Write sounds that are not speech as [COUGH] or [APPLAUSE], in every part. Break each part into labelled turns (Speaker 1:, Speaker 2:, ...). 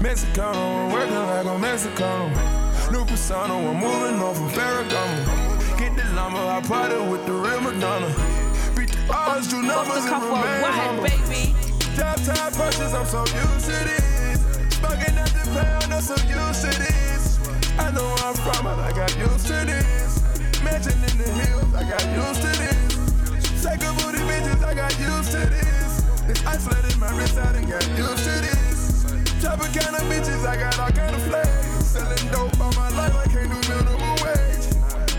Speaker 1: Mexicano, I'm working like a Mexicano. New persona, I'm moving on from Ferragamo. Get the llama, I party with the real Madonna. Beat the odds, do numbers,
Speaker 2: Off the
Speaker 1: and
Speaker 2: cuff or
Speaker 1: remain humble.
Speaker 2: what, baby?
Speaker 1: Top time punches, I'm so used to this. Smoking at the play, I'm not so used to this. I know where I'm from, but I got used to this. Mansion in the hills, I got used to this. Shake a booty bitches, I got used to this. This isolated my wrist, I done got used to this. Chopping kind of bitches, I got all kind of flags. Selling dope all my life, I can't do minimum wage.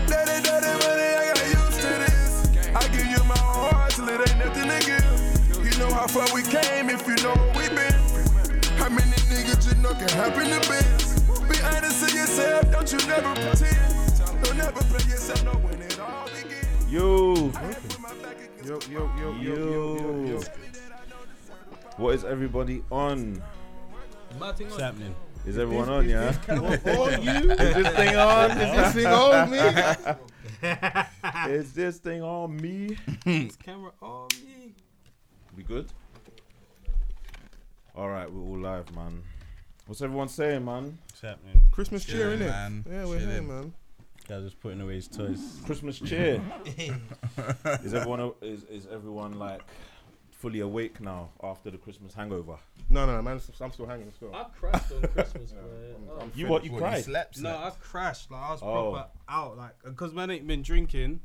Speaker 1: Daddy, daddy, money, I got used to this. I give you my whole heart till it ain't nothing to give. You know how far we came if you know where we been. How many niggas you know can happen to be? Be honest to yourself, don't you never pretend. Don't never play yourself, know when it all begins.
Speaker 3: Yo,
Speaker 1: I had put my back against
Speaker 4: Yo, yo, yo, yo, yo, yo, yo.
Speaker 3: yo. What is everybody on?
Speaker 5: What's happening?
Speaker 3: [LAUGHS] Is everyone on, yeah?
Speaker 4: On you?
Speaker 3: Is this thing [LAUGHS] on? Is
Speaker 4: This thing on me?
Speaker 3: this, is this thing on [LAUGHS] me?
Speaker 5: This camera
Speaker 6: um,
Speaker 5: on me.
Speaker 3: We good? All right, we're all live, man. What's everyone saying, man?
Speaker 5: What's happening?
Speaker 4: Christmas cheer,
Speaker 7: Chilling,
Speaker 4: innit?
Speaker 7: man.
Speaker 4: Yeah, we're here,
Speaker 7: Chilling.
Speaker 4: man.
Speaker 5: Guys just putting away his toys.
Speaker 3: Christmas [LAUGHS] cheer. is everyone o- is, is everyone like fully awake now after the Christmas hangover?
Speaker 4: No, no, man, I'm still hanging. Let's go.
Speaker 6: I crashed on Christmas, man. Oh.
Speaker 3: You what? You
Speaker 7: What,
Speaker 3: cried?
Speaker 7: slept,
Speaker 6: [LAUGHS] No,
Speaker 7: slept?
Speaker 6: I crashed. Like I was
Speaker 3: Oh.
Speaker 6: proper out. Like because man ain't been drinking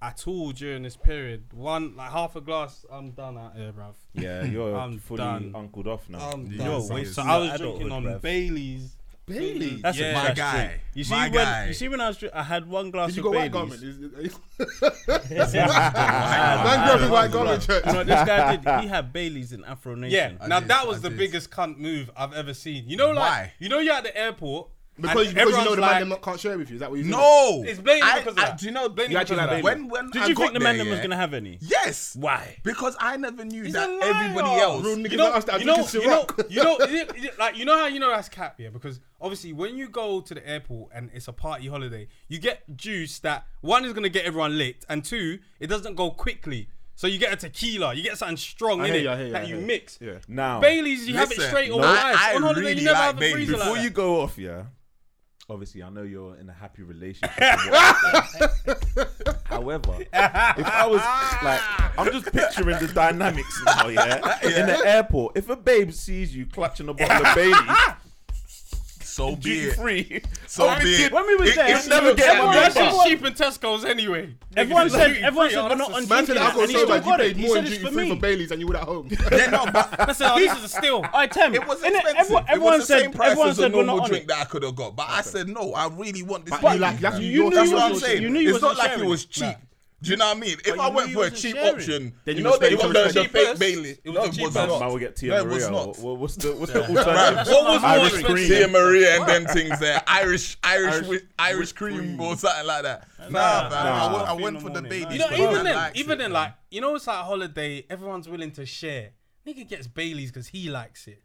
Speaker 6: at all during this period. One like half a glass, I'm done out here, bruv.
Speaker 3: yeah, you're
Speaker 6: I'm
Speaker 3: fully
Speaker 6: done.
Speaker 3: uncled off now.
Speaker 6: I'm
Speaker 7: Yo,
Speaker 6: done.
Speaker 7: wait,
Speaker 6: bruv. so
Speaker 7: so it's
Speaker 6: I
Speaker 5: not
Speaker 6: was drinking
Speaker 5: adulthood,
Speaker 6: on
Speaker 5: bruv.
Speaker 6: Bailey's. [LAUGHS]
Speaker 4: Bailey's?
Speaker 5: That's
Speaker 7: Yeah,
Speaker 5: a
Speaker 7: my
Speaker 5: trash
Speaker 7: guy.
Speaker 5: drink. You see
Speaker 7: My
Speaker 5: when
Speaker 7: guy.
Speaker 5: you see when I was dri- I had one glass
Speaker 4: Did you
Speaker 5: of
Speaker 4: go white garment?
Speaker 5: Baileys.
Speaker 4: Is- is- Man, grab his white garment church.
Speaker 5: You know what this guy did? He had Baileys in Afro
Speaker 6: Yeah,
Speaker 5: Nation.
Speaker 6: now
Speaker 7: did,
Speaker 6: that
Speaker 7: I
Speaker 6: was the
Speaker 7: did.
Speaker 6: biggest cunt move I've ever seen. You know, like
Speaker 7: Why?
Speaker 6: you know, you're at the airport and
Speaker 4: Because, because you know
Speaker 6: everyone's
Speaker 4: the
Speaker 6: like,
Speaker 4: man them can't share with you. Is that what you
Speaker 7: No.
Speaker 6: It's blatantly
Speaker 7: I-
Speaker 6: because of
Speaker 7: I-
Speaker 6: that.
Speaker 7: Do you know?
Speaker 4: You actually like that?
Speaker 7: When when
Speaker 5: Did
Speaker 7: I
Speaker 5: you
Speaker 7: got
Speaker 5: think the man
Speaker 7: there,
Speaker 5: them was
Speaker 7: yeah,
Speaker 5: gonna have any?
Speaker 7: Yes.
Speaker 5: Why?
Speaker 7: Because I never knew
Speaker 6: He's
Speaker 7: that
Speaker 6: a liar.
Speaker 7: everybody else.
Speaker 4: Rude niggas
Speaker 6: you know,
Speaker 4: like us that are
Speaker 6: you know,
Speaker 4: drinking
Speaker 6: you know,
Speaker 4: Ciroc.
Speaker 1: [LAUGHS]
Speaker 6: you [LAUGHS] know, is it- is it- like you know how you know that's cap, yeah? Because obviously, when you go to the airport and it's a party holiday, you get juice that one is gonna get everyone lit, and two, it doesn't go quickly. So you get a tequila, you get something strong
Speaker 4: I
Speaker 6: in
Speaker 4: hear
Speaker 6: it
Speaker 4: you, I hear you, I
Speaker 6: that you
Speaker 4: hear you.
Speaker 6: mix.
Speaker 4: Yeah.
Speaker 3: Now,
Speaker 6: Bailey's, you have it
Speaker 7: Listen,
Speaker 6: straight
Speaker 7: no,
Speaker 6: over
Speaker 7: I-
Speaker 6: ice.
Speaker 7: I
Speaker 6: On holiday,
Speaker 7: really
Speaker 6: you never
Speaker 7: like
Speaker 6: have a
Speaker 7: Baileys.
Speaker 6: freezer like
Speaker 3: before
Speaker 6: that.
Speaker 3: you go off, yeah. Obviously, I know you're in a happy relationship. and whatnot. However, if I was like, I'm just picturing the dynamics now, yeah? In the airport, if a babe sees you clutching a bottle of Bailey's,
Speaker 7: So be
Speaker 3: duty
Speaker 7: it.
Speaker 3: free,
Speaker 7: So
Speaker 3: I
Speaker 7: be
Speaker 3: did-
Speaker 7: it.
Speaker 5: When we was
Speaker 7: It-
Speaker 5: there,
Speaker 7: it's never getting
Speaker 5: everyone-
Speaker 6: That's
Speaker 7: better.
Speaker 6: just
Speaker 5: everyone-
Speaker 6: sheep and Tesco's anyway.
Speaker 5: Everyone
Speaker 6: Niggas is
Speaker 5: said
Speaker 6: duty
Speaker 5: everyone
Speaker 6: free,
Speaker 5: said
Speaker 6: oh,
Speaker 5: we're
Speaker 6: that's
Speaker 5: not
Speaker 6: a
Speaker 4: Man
Speaker 5: on
Speaker 4: said
Speaker 5: duty,
Speaker 4: alcohol
Speaker 5: and he
Speaker 4: so
Speaker 5: still
Speaker 4: bad you
Speaker 5: got it.
Speaker 4: paid more
Speaker 5: He
Speaker 4: in
Speaker 5: said it's
Speaker 4: duty
Speaker 5: for
Speaker 4: free for
Speaker 5: me.
Speaker 4: Bailey's than you would at home.
Speaker 7: [LAUGHS] Yeah, no, but
Speaker 6: That's oh, this is a steal.
Speaker 5: I Tem,
Speaker 7: it was
Speaker 5: innit?
Speaker 7: expensive.
Speaker 5: Everyone-
Speaker 7: it
Speaker 5: everyone
Speaker 7: was the same
Speaker 5: said
Speaker 7: price
Speaker 5: everyone
Speaker 7: as a
Speaker 5: said we're
Speaker 7: normal
Speaker 5: not on
Speaker 7: drink
Speaker 5: it.
Speaker 7: that I could have got, but I said no. I really want this.
Speaker 4: But
Speaker 7: Bailey's,
Speaker 4: you like- that's
Speaker 7: man.
Speaker 4: you-
Speaker 5: You knew
Speaker 4: that's
Speaker 7: That's
Speaker 5: you
Speaker 7: what I'm
Speaker 5: wasn't-
Speaker 7: saying.
Speaker 5: You knew you
Speaker 7: it's not
Speaker 5: wasn't
Speaker 7: like
Speaker 5: sharing.
Speaker 7: it was cheap. Do you know what I mean? If
Speaker 5: you
Speaker 7: I
Speaker 5: knew
Speaker 7: went
Speaker 5: you
Speaker 7: for a
Speaker 5: wasn't
Speaker 7: cheap
Speaker 5: sharing.
Speaker 7: option,
Speaker 4: Then
Speaker 7: you
Speaker 4: you
Speaker 7: know they
Speaker 4: respect
Speaker 7: want
Speaker 4: your
Speaker 7: the, the
Speaker 6: choice.
Speaker 7: fake Bailey.
Speaker 6: It was
Speaker 7: No,
Speaker 6: the
Speaker 7: it
Speaker 6: cheapest.
Speaker 7: was
Speaker 6: Man,
Speaker 7: not.
Speaker 3: man will get Tia
Speaker 7: No, it
Speaker 3: Maria.
Speaker 7: was not.
Speaker 3: What- What's the, what's the
Speaker 7: Right,
Speaker 3: alternative?
Speaker 6: What was more
Speaker 3: Irish
Speaker 6: expensive?
Speaker 3: cream.
Speaker 7: Tia Maria and them things there, Irish, Irish, Irish, Irish cream, or something like that. Nah, man, I went, I
Speaker 5: Three
Speaker 7: went
Speaker 5: in
Speaker 7: for
Speaker 5: the
Speaker 7: the
Speaker 5: morning,
Speaker 7: baby.
Speaker 6: You know,
Speaker 7: but
Speaker 6: even
Speaker 7: man
Speaker 6: then,
Speaker 7: likes
Speaker 6: even
Speaker 7: it,
Speaker 6: then,
Speaker 7: man.
Speaker 6: like you know, it's like a holiday. Everyone's willing to share. Nigga gets Bailey's because he likes it.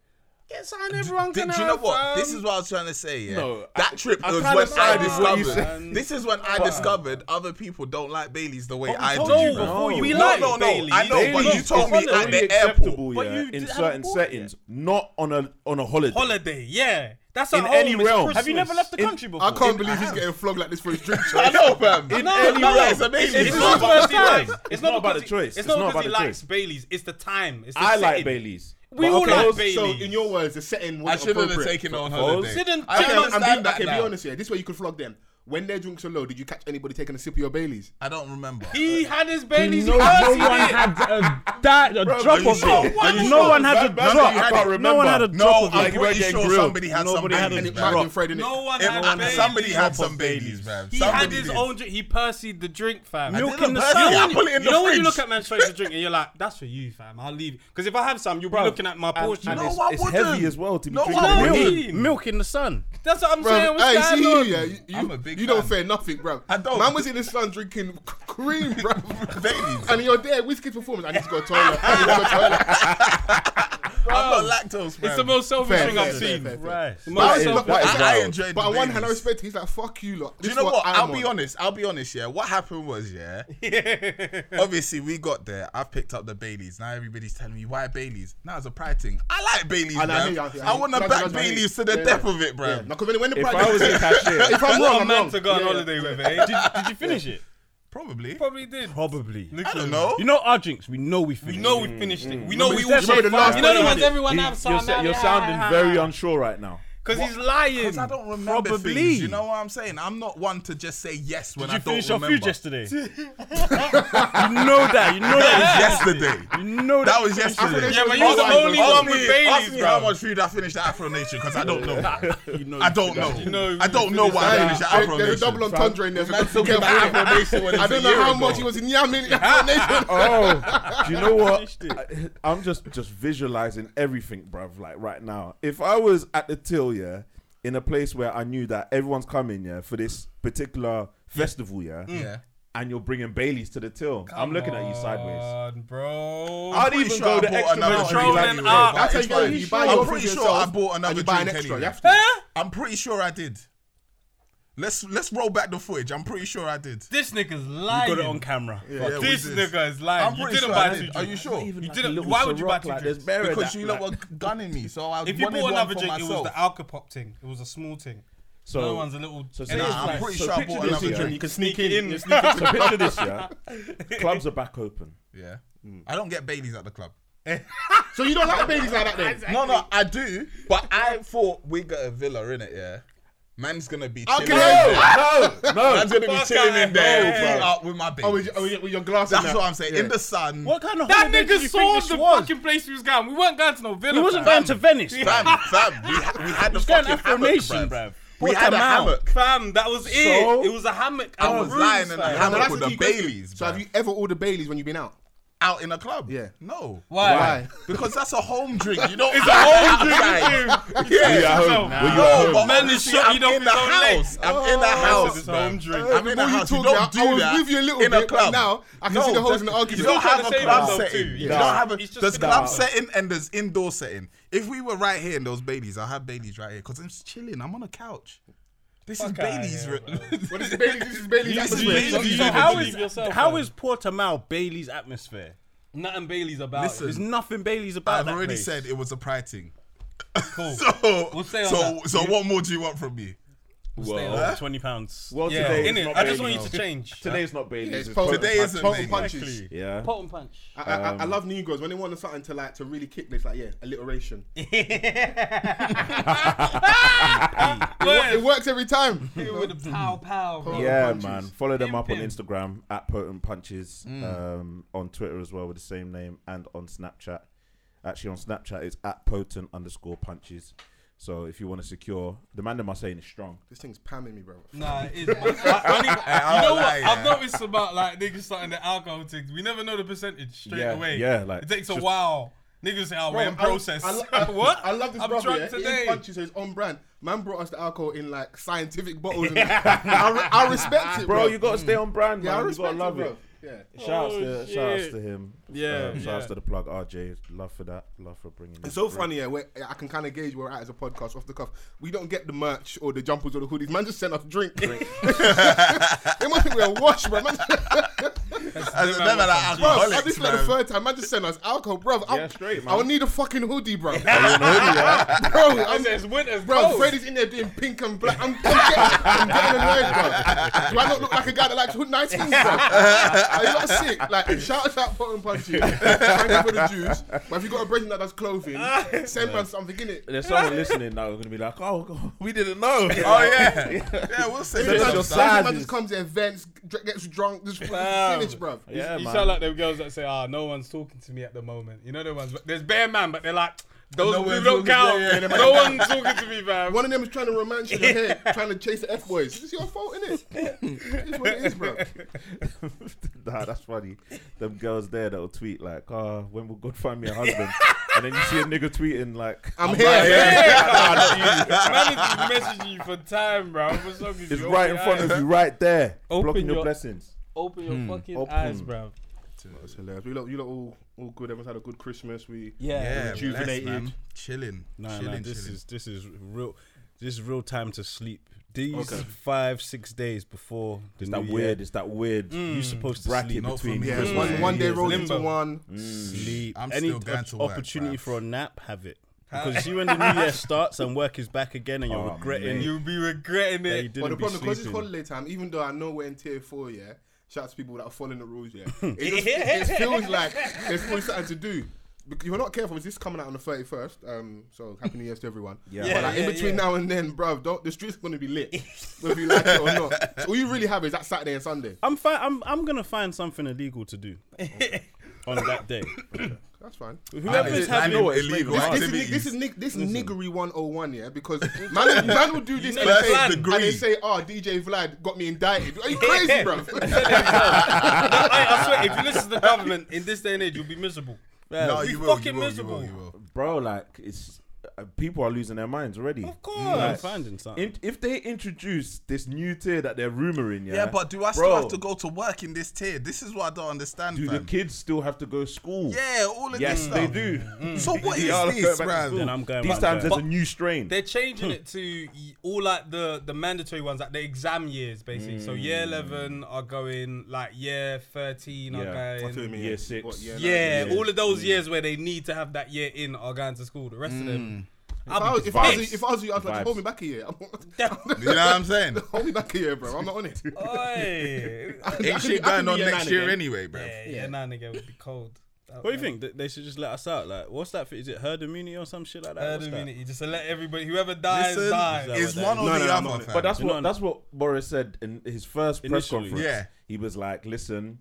Speaker 6: Get something everyone
Speaker 7: Did,
Speaker 6: can
Speaker 7: do you know
Speaker 6: have.
Speaker 7: what? This
Speaker 6: fam.
Speaker 7: is what I was trying to say. Yeah,
Speaker 3: No,
Speaker 7: that
Speaker 3: I-
Speaker 7: trip
Speaker 3: I
Speaker 7: was
Speaker 3: kinda
Speaker 7: when I
Speaker 3: side with what you
Speaker 7: discovered.
Speaker 6: said.
Speaker 7: This is when I discovered other people don't like Baileys the way I do.
Speaker 5: told you before, you
Speaker 6: we
Speaker 7: no,
Speaker 6: like
Speaker 7: no, no.
Speaker 6: Baileys.
Speaker 7: I know, but you
Speaker 6: Baileys
Speaker 7: told me
Speaker 6: is
Speaker 7: at
Speaker 3: Only
Speaker 7: the airport.
Speaker 3: acceptable,
Speaker 5: But
Speaker 3: yeah,
Speaker 5: you
Speaker 3: in
Speaker 5: did-
Speaker 3: certain
Speaker 5: haven't bought it
Speaker 3: settings, not on a on a holiday.
Speaker 6: holiday. Yeah, that's
Speaker 3: In
Speaker 6: a
Speaker 3: any
Speaker 6: home, it's
Speaker 3: realm.
Speaker 5: Have you never left the
Speaker 3: In-
Speaker 5: country before?
Speaker 4: I can't believe [LAUGHS] he's getting flogged like this for his [LAUGHS] drink.
Speaker 7: I know, fam.
Speaker 3: In
Speaker 6: No,
Speaker 3: any
Speaker 6: no,
Speaker 3: realm.
Speaker 7: it's amazing.
Speaker 6: It's
Speaker 3: It's not
Speaker 6: not because he
Speaker 3: about the
Speaker 6: likes.
Speaker 3: choice.
Speaker 6: It's not about the
Speaker 3: choice.
Speaker 6: It's not
Speaker 3: It's not
Speaker 6: because he
Speaker 3: about the
Speaker 6: likes
Speaker 3: choice. Bailey's.
Speaker 6: Bailey's. It's the time. It's the
Speaker 3: I like
Speaker 6: sitting.
Speaker 3: Bailey's.
Speaker 6: We
Speaker 3: But
Speaker 6: all
Speaker 3: okay,
Speaker 6: like
Speaker 3: those-
Speaker 6: Bailey's.
Speaker 4: So, in your words, the setting
Speaker 7: I
Speaker 4: was
Speaker 7: shouldn't have
Speaker 4: appropriate.
Speaker 7: taken it on holiday.
Speaker 6: Didn't-
Speaker 7: I
Speaker 6: didn't
Speaker 7: can
Speaker 4: I'm,
Speaker 7: understand
Speaker 4: being,
Speaker 7: that
Speaker 4: okay, be
Speaker 7: now.
Speaker 4: honest here. This way you could flog them. When their drinks are low, did you catch anybody taking a sip of your Baileys?
Speaker 7: I don't remember.
Speaker 6: He had his Bailey's.
Speaker 5: No,
Speaker 6: he
Speaker 5: no
Speaker 6: was
Speaker 5: one
Speaker 6: eating it.
Speaker 5: had a, da- a drop
Speaker 7: you
Speaker 5: of
Speaker 7: sure?
Speaker 5: it.
Speaker 7: Are you
Speaker 5: No
Speaker 7: sure?
Speaker 5: one had a
Speaker 3: Bad- bad that you had
Speaker 5: drop.
Speaker 3: it.
Speaker 5: No one had a
Speaker 3: Remember.
Speaker 5: drop
Speaker 7: No,
Speaker 5: of
Speaker 7: I'm
Speaker 5: it.
Speaker 3: You were
Speaker 7: pretty
Speaker 3: getting
Speaker 7: sure
Speaker 3: grilled.
Speaker 7: somebody had some
Speaker 5: Nobody had
Speaker 4: And
Speaker 7: Baileys.
Speaker 4: it
Speaker 7: man.
Speaker 4: might have been Fred in it.
Speaker 6: No one
Speaker 7: If-
Speaker 6: had Bailey's.
Speaker 7: Somebody had
Speaker 3: Drop
Speaker 7: some
Speaker 3: of
Speaker 7: Baileys, man.
Speaker 6: He had
Speaker 7: Somebody
Speaker 6: his
Speaker 7: did. [LAUGHS]
Speaker 6: own drink. He percyed the drink, fam.
Speaker 5: Milk
Speaker 7: didn't
Speaker 5: in the
Speaker 7: burst it.
Speaker 5: sky.
Speaker 7: I put it in
Speaker 6: you
Speaker 7: the
Speaker 6: know when you
Speaker 7: fridge.
Speaker 6: look at man straight to drink and you're like, that's for you, fam. I'll leave. Because if I have some, you'll be looking at my portion.
Speaker 3: And
Speaker 7: No,
Speaker 3: it's,
Speaker 7: I
Speaker 3: it's
Speaker 7: wouldn't.
Speaker 3: heavy as well to be
Speaker 7: No, I
Speaker 3: drinking.
Speaker 7: wouldn't.
Speaker 3: with
Speaker 6: Really?
Speaker 3: milk. [LAUGHS]
Speaker 5: Milk, milk in the sun.
Speaker 6: that's what I'm saying.
Speaker 4: Bro,
Speaker 6: What's
Speaker 4: hey,
Speaker 6: going
Speaker 4: see you,
Speaker 6: on?
Speaker 4: yeah, you, you,
Speaker 7: I'm a big
Speaker 4: you don't
Speaker 7: fan.
Speaker 4: fair nothing, bro.
Speaker 7: I don't.
Speaker 4: Man was in the sun drinking [LAUGHS] c- cream, bro. [LAUGHS]
Speaker 7: Baileys.
Speaker 4: and you're there, whiskey performance. I need to go to the toilet. I need to go to the toilet.
Speaker 7: I'm not lactose else, man.
Speaker 6: It's the most selfish
Speaker 4: Fair,
Speaker 6: thing
Speaker 4: fair,
Speaker 6: I've
Speaker 4: fair,
Speaker 6: seen.
Speaker 4: fair, fair.
Speaker 5: Christ.
Speaker 6: The
Speaker 4: That
Speaker 6: most
Speaker 4: is-
Speaker 6: selfish.
Speaker 4: that is
Speaker 7: I- I
Speaker 4: wild.
Speaker 7: enjoyed
Speaker 4: But on one hand, I
Speaker 7: Baileys.
Speaker 4: respect it. He's like, fuck you, lot.
Speaker 7: Do
Speaker 4: This is
Speaker 7: you know what?
Speaker 4: I'm
Speaker 7: I'll be
Speaker 4: on.
Speaker 7: honest. I'll be honest. Yeah, what happened was yeah. Obviously, we got there. I've picked up the Baileys. Now everybody's telling me why Baileys. Now it's a pride thing. I like Baileys,
Speaker 4: I know, I hear
Speaker 7: man.
Speaker 4: you, I
Speaker 7: I,
Speaker 4: hear you.
Speaker 7: want to
Speaker 4: That's-
Speaker 7: back
Speaker 4: that's what I hear.
Speaker 7: Baileys to the
Speaker 4: Yeah,
Speaker 7: death
Speaker 4: yeah.
Speaker 7: of it, bro.
Speaker 4: Yeah. No, 'cause when, when the
Speaker 3: If
Speaker 4: pride-
Speaker 3: I was a cashier,
Speaker 4: if I'm wrong,
Speaker 6: What a
Speaker 4: I'm
Speaker 6: man
Speaker 4: wrong.
Speaker 6: to go on
Speaker 4: Yeah, yeah.
Speaker 6: holiday with, eh? Did, did
Speaker 7: [LAUGHS]
Speaker 6: you finish it?
Speaker 7: Probably.
Speaker 6: Probably did.
Speaker 5: Probably.
Speaker 7: I don't know.
Speaker 5: You know our drinks. We know we
Speaker 6: We
Speaker 5: finished.
Speaker 6: know we finished it. We know we
Speaker 5: said
Speaker 6: all
Speaker 5: so
Speaker 6: shit. You
Speaker 5: far.
Speaker 6: know
Speaker 5: You
Speaker 6: he
Speaker 5: know he
Speaker 6: has
Speaker 5: has
Speaker 6: everyone
Speaker 3: you- you're, sa- you're sounding very unsure right now.
Speaker 6: Because he's lying.
Speaker 7: I don't remember
Speaker 5: Probably.
Speaker 7: things. You know what I'm saying? I'm not one to just say yes when
Speaker 5: Did you
Speaker 7: I don't
Speaker 5: finish your
Speaker 7: remember. [LAUGHS]
Speaker 5: food yesterday? you know that.
Speaker 3: [LAUGHS]
Speaker 5: You know that.
Speaker 7: yesterday.
Speaker 5: You know that.
Speaker 7: That was yesterday.
Speaker 6: Yeah, but you was the
Speaker 7: Ask me-
Speaker 6: only
Speaker 7: ask
Speaker 6: one with
Speaker 7: me-
Speaker 6: Baileys,
Speaker 7: Ask me
Speaker 6: bro.
Speaker 7: how much food I finished at Afro Nation because I don't know. I don't know.
Speaker 6: know,
Speaker 7: I don't know why I
Speaker 4: Hey,
Speaker 7: finished at
Speaker 4: there-
Speaker 7: Afro
Speaker 4: There's a
Speaker 7: Nation.
Speaker 4: double entendre in there. so
Speaker 7: Man
Speaker 4: be
Speaker 7: took him
Speaker 4: careful.
Speaker 7: out Afro Nation when it
Speaker 4: I
Speaker 7: was a
Speaker 4: don't know
Speaker 7: year
Speaker 4: how
Speaker 7: ago.
Speaker 4: much he was in Yemen. [LAUGHS] Nation.
Speaker 5: [LAUGHS]
Speaker 3: Oh, do you know what?
Speaker 5: Finished it.
Speaker 3: I, am just just visualizing everything, bruv. Like right now, if I was at the till, yeah, in a place where I knew that everyone's coming, yeah, for this particular festival, yeah,
Speaker 1: Mm.
Speaker 7: Yeah.
Speaker 3: and you're bringing Baileys to the till, I'm looking at you sideways.
Speaker 6: God, bro.
Speaker 3: I'd
Speaker 7: pretty
Speaker 3: even
Speaker 7: sure I
Speaker 3: go the
Speaker 7: bought
Speaker 3: extra
Speaker 7: another
Speaker 3: mile. to be
Speaker 7: drink
Speaker 3: like
Speaker 6: Trolling
Speaker 3: you,
Speaker 7: anyway,
Speaker 6: up.
Speaker 7: but
Speaker 4: That's how
Speaker 7: it's
Speaker 4: you get it.
Speaker 7: fine.
Speaker 4: You buy
Speaker 7: I'm
Speaker 4: your
Speaker 7: pretty
Speaker 4: food
Speaker 7: sure I
Speaker 4: yourself
Speaker 7: bought another
Speaker 4: and you buy an
Speaker 7: drink
Speaker 4: extra. You
Speaker 7: anyway.
Speaker 4: have to.
Speaker 7: I'm pretty sure I did. Let's let's roll back the footage. I'm pretty sure I did.
Speaker 6: This nigga's lying.
Speaker 5: Got it on camera.
Speaker 7: Yeah, we
Speaker 6: This
Speaker 7: did.
Speaker 6: nigga is lying.
Speaker 7: I'm
Speaker 6: you
Speaker 7: pretty
Speaker 6: didn't
Speaker 7: sure I
Speaker 6: buy
Speaker 7: did.
Speaker 6: two
Speaker 7: Are you
Speaker 6: drinks.
Speaker 7: sure?
Speaker 3: Even like
Speaker 6: You
Speaker 3: a
Speaker 6: didn't.
Speaker 3: little
Speaker 6: why would you
Speaker 3: Ciroc,
Speaker 6: buy two
Speaker 3: like,
Speaker 6: drinks?
Speaker 3: there's berry
Speaker 7: Because
Speaker 3: that,
Speaker 7: you
Speaker 3: like-
Speaker 7: lot were gunning me, so I
Speaker 6: If you
Speaker 7: wanted
Speaker 6: bought another
Speaker 7: one for
Speaker 6: drink, it was
Speaker 7: myself.
Speaker 6: the alcohol thing. It was a small thing.
Speaker 3: So,
Speaker 6: Another one's a little.
Speaker 3: so say
Speaker 6: and
Speaker 3: it's
Speaker 7: Nah, I'm
Speaker 3: like-
Speaker 7: pretty
Speaker 3: so
Speaker 7: sure I
Speaker 3: picture
Speaker 7: bought
Speaker 3: this,
Speaker 7: another
Speaker 3: yeah.
Speaker 7: drink.
Speaker 6: can sneak it in.
Speaker 3: [LAUGHS] So picture this, yeah. Clubs are back open.
Speaker 7: Yeah. I don't get Baileys at the club.
Speaker 4: So you don't like babies like that then?
Speaker 7: No, no, I do. But I thought we got a villa in it, yeah. Man's gonna be chilling.
Speaker 4: can I-
Speaker 7: in there.
Speaker 3: No, no.
Speaker 7: Man's gonna be
Speaker 6: Fuck
Speaker 7: chilling in
Speaker 6: out,
Speaker 7: there
Speaker 4: bro.
Speaker 7: out with my baby.
Speaker 4: Oh, with, your- oh, with your- with your glasses.
Speaker 7: That's what I'm saying. In the sun.
Speaker 5: What kind of
Speaker 6: That
Speaker 5: holiday did
Speaker 6: nigga
Speaker 5: you
Speaker 6: saw
Speaker 5: think
Speaker 6: the
Speaker 5: this was?
Speaker 6: fucking place we was going. We weren't going to no villa.
Speaker 5: We wasn't
Speaker 6: fam.
Speaker 5: going to Venice.
Speaker 7: Fam, fam, [LAUGHS] we, ha- we had the
Speaker 5: going
Speaker 7: fucking
Speaker 5: Afro
Speaker 7: hammock, bruv.
Speaker 5: Nation, bruv.
Speaker 7: We
Speaker 5: What
Speaker 7: had
Speaker 5: a
Speaker 7: a
Speaker 5: man.
Speaker 7: hammock.
Speaker 6: Fam, that was
Speaker 3: So-
Speaker 6: it. It was a hammock.
Speaker 7: I was lying in a
Speaker 4: Now,
Speaker 7: hammock
Speaker 4: that's
Speaker 7: with
Speaker 4: the
Speaker 7: the
Speaker 4: key question.
Speaker 7: Baileys,
Speaker 4: So have
Speaker 7: bruv.
Speaker 4: you ever ordered Baileys when you've been out?
Speaker 7: out in a club.
Speaker 4: Yeah.
Speaker 7: No.
Speaker 6: Why?
Speaker 4: Why?
Speaker 7: [LAUGHS] Because that's a home drink. You [LAUGHS] don't.
Speaker 6: It's a whole
Speaker 7: [LAUGHS]
Speaker 6: drink. too.
Speaker 7: Yeah.
Speaker 3: We are home.
Speaker 6: Nah.
Speaker 3: We are
Speaker 7: No,
Speaker 3: home.
Speaker 7: but
Speaker 6: Man,
Speaker 7: man,
Speaker 6: this
Speaker 7: is
Speaker 6: shit,
Speaker 7: I'm
Speaker 6: you don't
Speaker 7: in the
Speaker 6: feel late.
Speaker 7: house. I'm in the house.
Speaker 6: It's
Speaker 7: bruv.
Speaker 6: a home drink.
Speaker 7: I'm in
Speaker 4: Before
Speaker 7: the
Speaker 4: you
Speaker 7: house. You Oh,
Speaker 4: talk,
Speaker 7: don't do
Speaker 4: I was
Speaker 7: that.
Speaker 4: with you a little
Speaker 7: in
Speaker 4: bit,
Speaker 7: a club.
Speaker 4: but now I can see the holes in the argument.
Speaker 7: You don't
Speaker 6: He's
Speaker 7: have a
Speaker 6: trying to save
Speaker 7: club
Speaker 6: himself
Speaker 7: setting.
Speaker 6: too.
Speaker 7: You
Speaker 3: Nah.
Speaker 7: don't have a.
Speaker 6: He's just
Speaker 7: There's
Speaker 6: spitting
Speaker 7: club
Speaker 6: out.
Speaker 7: setting and there's indoor setting. If we were right here in those Baileys, I'll have Baileys right here because I'm just chilling. I'm on a couch. This is
Speaker 6: Fuck outta
Speaker 7: Baileys.
Speaker 6: here,
Speaker 7: re-
Speaker 4: What
Speaker 7: [LAUGHS]
Speaker 4: is Baileys? This is Baileys.
Speaker 7: This is
Speaker 4: atmosphere.
Speaker 7: Baileys.
Speaker 5: So,
Speaker 7: You
Speaker 5: so
Speaker 7: live
Speaker 5: how
Speaker 7: in
Speaker 5: is
Speaker 6: Believe yourself,
Speaker 5: how
Speaker 6: man.
Speaker 5: is Portimao Bailey's atmosphere?
Speaker 6: nothing Bailey's about?
Speaker 7: Listen,
Speaker 5: There's nothing Bailey's about.
Speaker 7: I've
Speaker 5: that
Speaker 7: already
Speaker 5: place.
Speaker 7: said it was a pride thing.
Speaker 6: Cool.
Speaker 7: [LAUGHS] So,
Speaker 6: We'll stay on
Speaker 7: so,
Speaker 6: that.
Speaker 7: so what more do you want from me?
Speaker 5: Well, twenty pounds.
Speaker 3: Well,
Speaker 6: yeah,
Speaker 3: today is
Speaker 6: innit?
Speaker 3: not
Speaker 6: I just want you
Speaker 3: Baileys.
Speaker 6: to change.
Speaker 3: Today's not Baileys.
Speaker 4: It's
Speaker 3: it's
Speaker 4: pulp-
Speaker 3: Poland
Speaker 7: Today
Speaker 4: pul-
Speaker 3: Punch.
Speaker 7: isn't
Speaker 4: pulp
Speaker 7: Baileys.
Speaker 4: punches.
Speaker 3: Yeah.
Speaker 6: Pot and punch.
Speaker 4: I, I, I- I
Speaker 3: Um,
Speaker 4: love Negroes when they want something to like to really kick this, like yeah, alliteration. It, wo- Ah, it works every time.
Speaker 6: With a pow pow. bro.
Speaker 3: Yeah,
Speaker 4: Punches.
Speaker 3: man. Follow them up on
Speaker 6: Pimping.
Speaker 3: Instagram at Potent Punches, um, on Twitter as well with the same name, and on Snapchat. Actually, on Snapchat, it's at Potent underscore Punches. So if you want to secure, the man them are saying is strong.
Speaker 4: [LAUGHS] this thing's pamming me, bro.
Speaker 6: Nah, it is. man. I,
Speaker 4: [LAUGHS]
Speaker 6: I need- you know what?
Speaker 7: lie,
Speaker 6: I've
Speaker 7: yeah.
Speaker 6: noticed about like niggas starting the alcohol things. We never know the percentage straight
Speaker 3: Yeah,
Speaker 6: away.
Speaker 3: yeah, like,
Speaker 6: it takes a
Speaker 3: just-
Speaker 6: while. Niggas say, "Oh,
Speaker 4: Bro,
Speaker 6: we're in
Speaker 4: I-
Speaker 6: process."
Speaker 7: [LAUGHS]
Speaker 4: I, lo-
Speaker 6: [LAUGHS]
Speaker 4: I-
Speaker 6: what?
Speaker 4: I love this
Speaker 6: I'm
Speaker 4: brother.
Speaker 6: drunk
Speaker 4: yeah. It
Speaker 6: today. [LAUGHS]
Speaker 4: is punchy, so it's on brand. Man brought us the alcohol in like scientific bottles.
Speaker 7: [LAUGHS]
Speaker 4: And [LAUGHS] I, re- I respect it, bro.
Speaker 3: Bro, you gotta stay on brand,
Speaker 4: yeah, I
Speaker 3: man. you gotta
Speaker 4: respect
Speaker 3: love
Speaker 4: it, bro.
Speaker 3: it.
Speaker 4: Yeah.
Speaker 3: Shouts
Speaker 5: Oh,
Speaker 3: to shouts
Speaker 5: shit.
Speaker 3: to him.
Speaker 5: Yeah,
Speaker 3: um, shouts
Speaker 5: yeah.
Speaker 3: to the plug, RJ. Love for that. Love for bringing.
Speaker 4: It's so funny, yeah. Where I can kind of gauge where we're at as a podcast off the cuff. We don't get the merch or the jumpers or the hoodies. Man just sent us drink. [LAUGHS] they must think we're washed, bro. Man,
Speaker 7: As a never like
Speaker 4: bro
Speaker 7: alcoholics,
Speaker 4: this is like the
Speaker 7: man.
Speaker 4: third time. Man just sent us alcohol, bro.
Speaker 3: Yeah, straight, man.
Speaker 4: I would need a fucking hoodie, bro. [LAUGHS] bro,
Speaker 6: I
Speaker 4: I'm,
Speaker 6: said, [LAUGHS] it's winter's
Speaker 4: bro,
Speaker 6: cold.
Speaker 4: Freddy's in there doing pink and black. I'm, I'm, getting, I'm getting annoyed, bro. Do I not look like a guy that likes hood nice things, bro? Are you not sick? Like, shout out that button punchy. Thank you for the juice. But if you got a brand that does clothing, send man something in it.
Speaker 3: There's someone listening now. Gonna be like, oh, God, [LAUGHS] we didn't know.
Speaker 4: [LAUGHS]
Speaker 7: Oh yeah, yeah. We'll say
Speaker 3: Send us your
Speaker 4: Man,
Speaker 7: that.
Speaker 4: some man
Speaker 3: sizes.
Speaker 4: just comes to events, dr- gets drunk, just
Speaker 6: Fam.
Speaker 4: finish, bruv.
Speaker 3: Yeah,
Speaker 6: you
Speaker 3: man.
Speaker 6: sound like them girls that say, "Ah, no one's talking to me at the moment." You know the ones. There's bare man, but they're like, "Those
Speaker 7: No
Speaker 6: people
Speaker 7: one's
Speaker 6: don't
Speaker 7: talking- yeah,
Speaker 6: count.
Speaker 7: yeah,
Speaker 6: [LAUGHS]
Speaker 7: yeah.
Speaker 6: No one's talking to me, fam."
Speaker 4: One of them is trying to romance your hair, trying to chase the F boys. It's your fault, innit? it is what it is, bruv.
Speaker 3: [LAUGHS] nah, that's funny. Them girls there that'll tweet like, "Oh, when will God find me a husband?" and then you see a nigga tweeting like,
Speaker 4: I'm,
Speaker 3: [LAUGHS]
Speaker 4: here.
Speaker 6: Man is messaging you for time, bro. What's up with
Speaker 3: "It's
Speaker 6: you?
Speaker 3: right in
Speaker 6: Open
Speaker 3: front
Speaker 6: your
Speaker 3: of you, right there,
Speaker 6: Open
Speaker 3: blocking your,
Speaker 6: your-
Speaker 3: blessings."
Speaker 6: eyes. Open your fucking
Speaker 3: Open.
Speaker 6: eyes, bro.
Speaker 7: to.
Speaker 4: That's hilarious. We lot, you lot all, all good. Everyone's had a good Christmas. We
Speaker 7: Yeah,
Speaker 5: Yeah.
Speaker 7: blessed,
Speaker 5: Rejuvenated.
Speaker 7: man. Chilling,
Speaker 5: Nah,
Speaker 7: chilling,
Speaker 5: nah, this
Speaker 7: chilling.
Speaker 5: is this is real. This is real time to sleep. These five six days before the
Speaker 3: It's that
Speaker 5: new
Speaker 3: weird.
Speaker 5: year,
Speaker 3: It's that weird
Speaker 7: Mm.
Speaker 5: you're supposed to
Speaker 3: bracket
Speaker 5: sleep.
Speaker 7: Not for
Speaker 3: between.
Speaker 7: me.
Speaker 4: yeah,
Speaker 7: Christmas
Speaker 4: one
Speaker 7: and
Speaker 4: one
Speaker 7: New
Speaker 4: day
Speaker 7: Year's
Speaker 4: rolled
Speaker 6: limbo.
Speaker 4: into one.
Speaker 5: Sleep.
Speaker 7: I'm
Speaker 5: Any
Speaker 7: still going
Speaker 5: op-
Speaker 7: to work,
Speaker 5: opportunity
Speaker 7: bruv.
Speaker 5: for a nap, have it. Because you when the new year starts and work is back again, and you're
Speaker 3: Oh,
Speaker 5: regretting
Speaker 3: mate.
Speaker 6: You'll be regretting
Speaker 5: that
Speaker 6: it.
Speaker 5: you didn't
Speaker 4: But the
Speaker 5: be
Speaker 4: problem because it's
Speaker 5: sleeping.
Speaker 4: holiday time, even though I know we're in tier four, yeah. Shout out to people that are following the rules, yeah. It, just, it just feels like there's always something to do. Because If you're not careful, it's this coming out on the 31st. Um, so happy New Year's to everyone.
Speaker 3: Yeah.
Speaker 4: but like,
Speaker 6: Yeah,
Speaker 4: in
Speaker 6: yeah,
Speaker 4: between
Speaker 6: yeah.
Speaker 4: now and then, bruv, don't the streets are gonna be lit, whether you like it or not. So all you really have is that Saturday and Sunday.
Speaker 5: I'm fine. I'm I'm gonna find something illegal to
Speaker 7: [LAUGHS]
Speaker 5: do on that day.
Speaker 4: That's fine.
Speaker 5: Whoever's
Speaker 7: It's
Speaker 5: having
Speaker 7: illegal illegal
Speaker 4: This is,
Speaker 7: activities.
Speaker 4: this is nig- this niggery 101, yeah, because man, man will do this and
Speaker 7: First
Speaker 4: say,
Speaker 7: degree.
Speaker 4: and they say, oh, DJ Vlad got me indicted. Are you crazy, bro?
Speaker 6: [LAUGHS] I, I swear, if you listen to the government in this day and age, you'll be miserable.
Speaker 7: no,
Speaker 6: Be
Speaker 7: you will,
Speaker 6: fucking
Speaker 7: you will,
Speaker 6: miserable.
Speaker 7: You will, you will.
Speaker 3: bro, like it's uh, people are losing their minds already.
Speaker 6: Of course.
Speaker 5: I'm finding something.
Speaker 3: In, if they introduce this new tier that they're rumoring, yeah,
Speaker 7: Yeah, but do I still
Speaker 3: bro,
Speaker 7: have to go to work in this tier? This is what I don't understand,
Speaker 3: Do the
Speaker 7: fam.
Speaker 3: kids still have to go to school?
Speaker 7: Yeah, all of
Speaker 3: Yes,
Speaker 7: this
Speaker 3: they
Speaker 7: stuff.
Speaker 3: do.
Speaker 7: So
Speaker 3: [LAUGHS]
Speaker 7: what is
Speaker 3: They all go back
Speaker 7: this,
Speaker 3: to
Speaker 7: man?
Speaker 3: school.
Speaker 5: Then I'm going
Speaker 3: These
Speaker 5: back
Speaker 3: times
Speaker 5: there.
Speaker 3: there's a new strain.
Speaker 6: They're changing it to y- all like the the mandatory ones, like the exam years, basically. So year eleven are going, like year thirteen are
Speaker 3: Yeah. I
Speaker 6: going.
Speaker 3: feel you mean. Year six.
Speaker 6: yeah,
Speaker 3: Yeah.
Speaker 6: all of those years where they need to have that year in are going to school. The rest of them,
Speaker 4: If I
Speaker 6: I'll
Speaker 4: was,
Speaker 6: be
Speaker 4: if I was,
Speaker 6: pissed.
Speaker 4: if I was you, I'd like,
Speaker 3: Vibes.
Speaker 4: hold me back a year. hold
Speaker 7: You know what I'm saying?
Speaker 4: me back a year, bro. I'm not on it.
Speaker 7: [LAUGHS]
Speaker 6: Oi. yeah,
Speaker 7: Ain't shit
Speaker 4: I can
Speaker 7: going
Speaker 4: do
Speaker 7: on
Speaker 4: year
Speaker 7: next
Speaker 4: nine
Speaker 7: year
Speaker 4: again.
Speaker 7: anyway, bro.
Speaker 6: yeah, nah, nigga, would be cold. That-
Speaker 5: What do you
Speaker 6: that-
Speaker 5: think? That They should just let us out. Like, what's that? For? Is it herd immunity or some shit like that?
Speaker 6: Herd
Speaker 5: What's that?
Speaker 6: immunity, just to let everybody, whoever dies,
Speaker 7: Listen,
Speaker 6: dies.
Speaker 5: Is
Speaker 7: it's
Speaker 5: that
Speaker 7: one
Speaker 5: what
Speaker 7: or
Speaker 4: that
Speaker 7: the
Speaker 4: is? No, no,
Speaker 7: other,
Speaker 4: no,
Speaker 7: fam.
Speaker 3: But that's
Speaker 5: You know
Speaker 3: what
Speaker 5: what-
Speaker 3: that's what Boris said in his first press
Speaker 5: Initially.
Speaker 3: conference.
Speaker 7: Yeah.
Speaker 3: He was like, "Listen,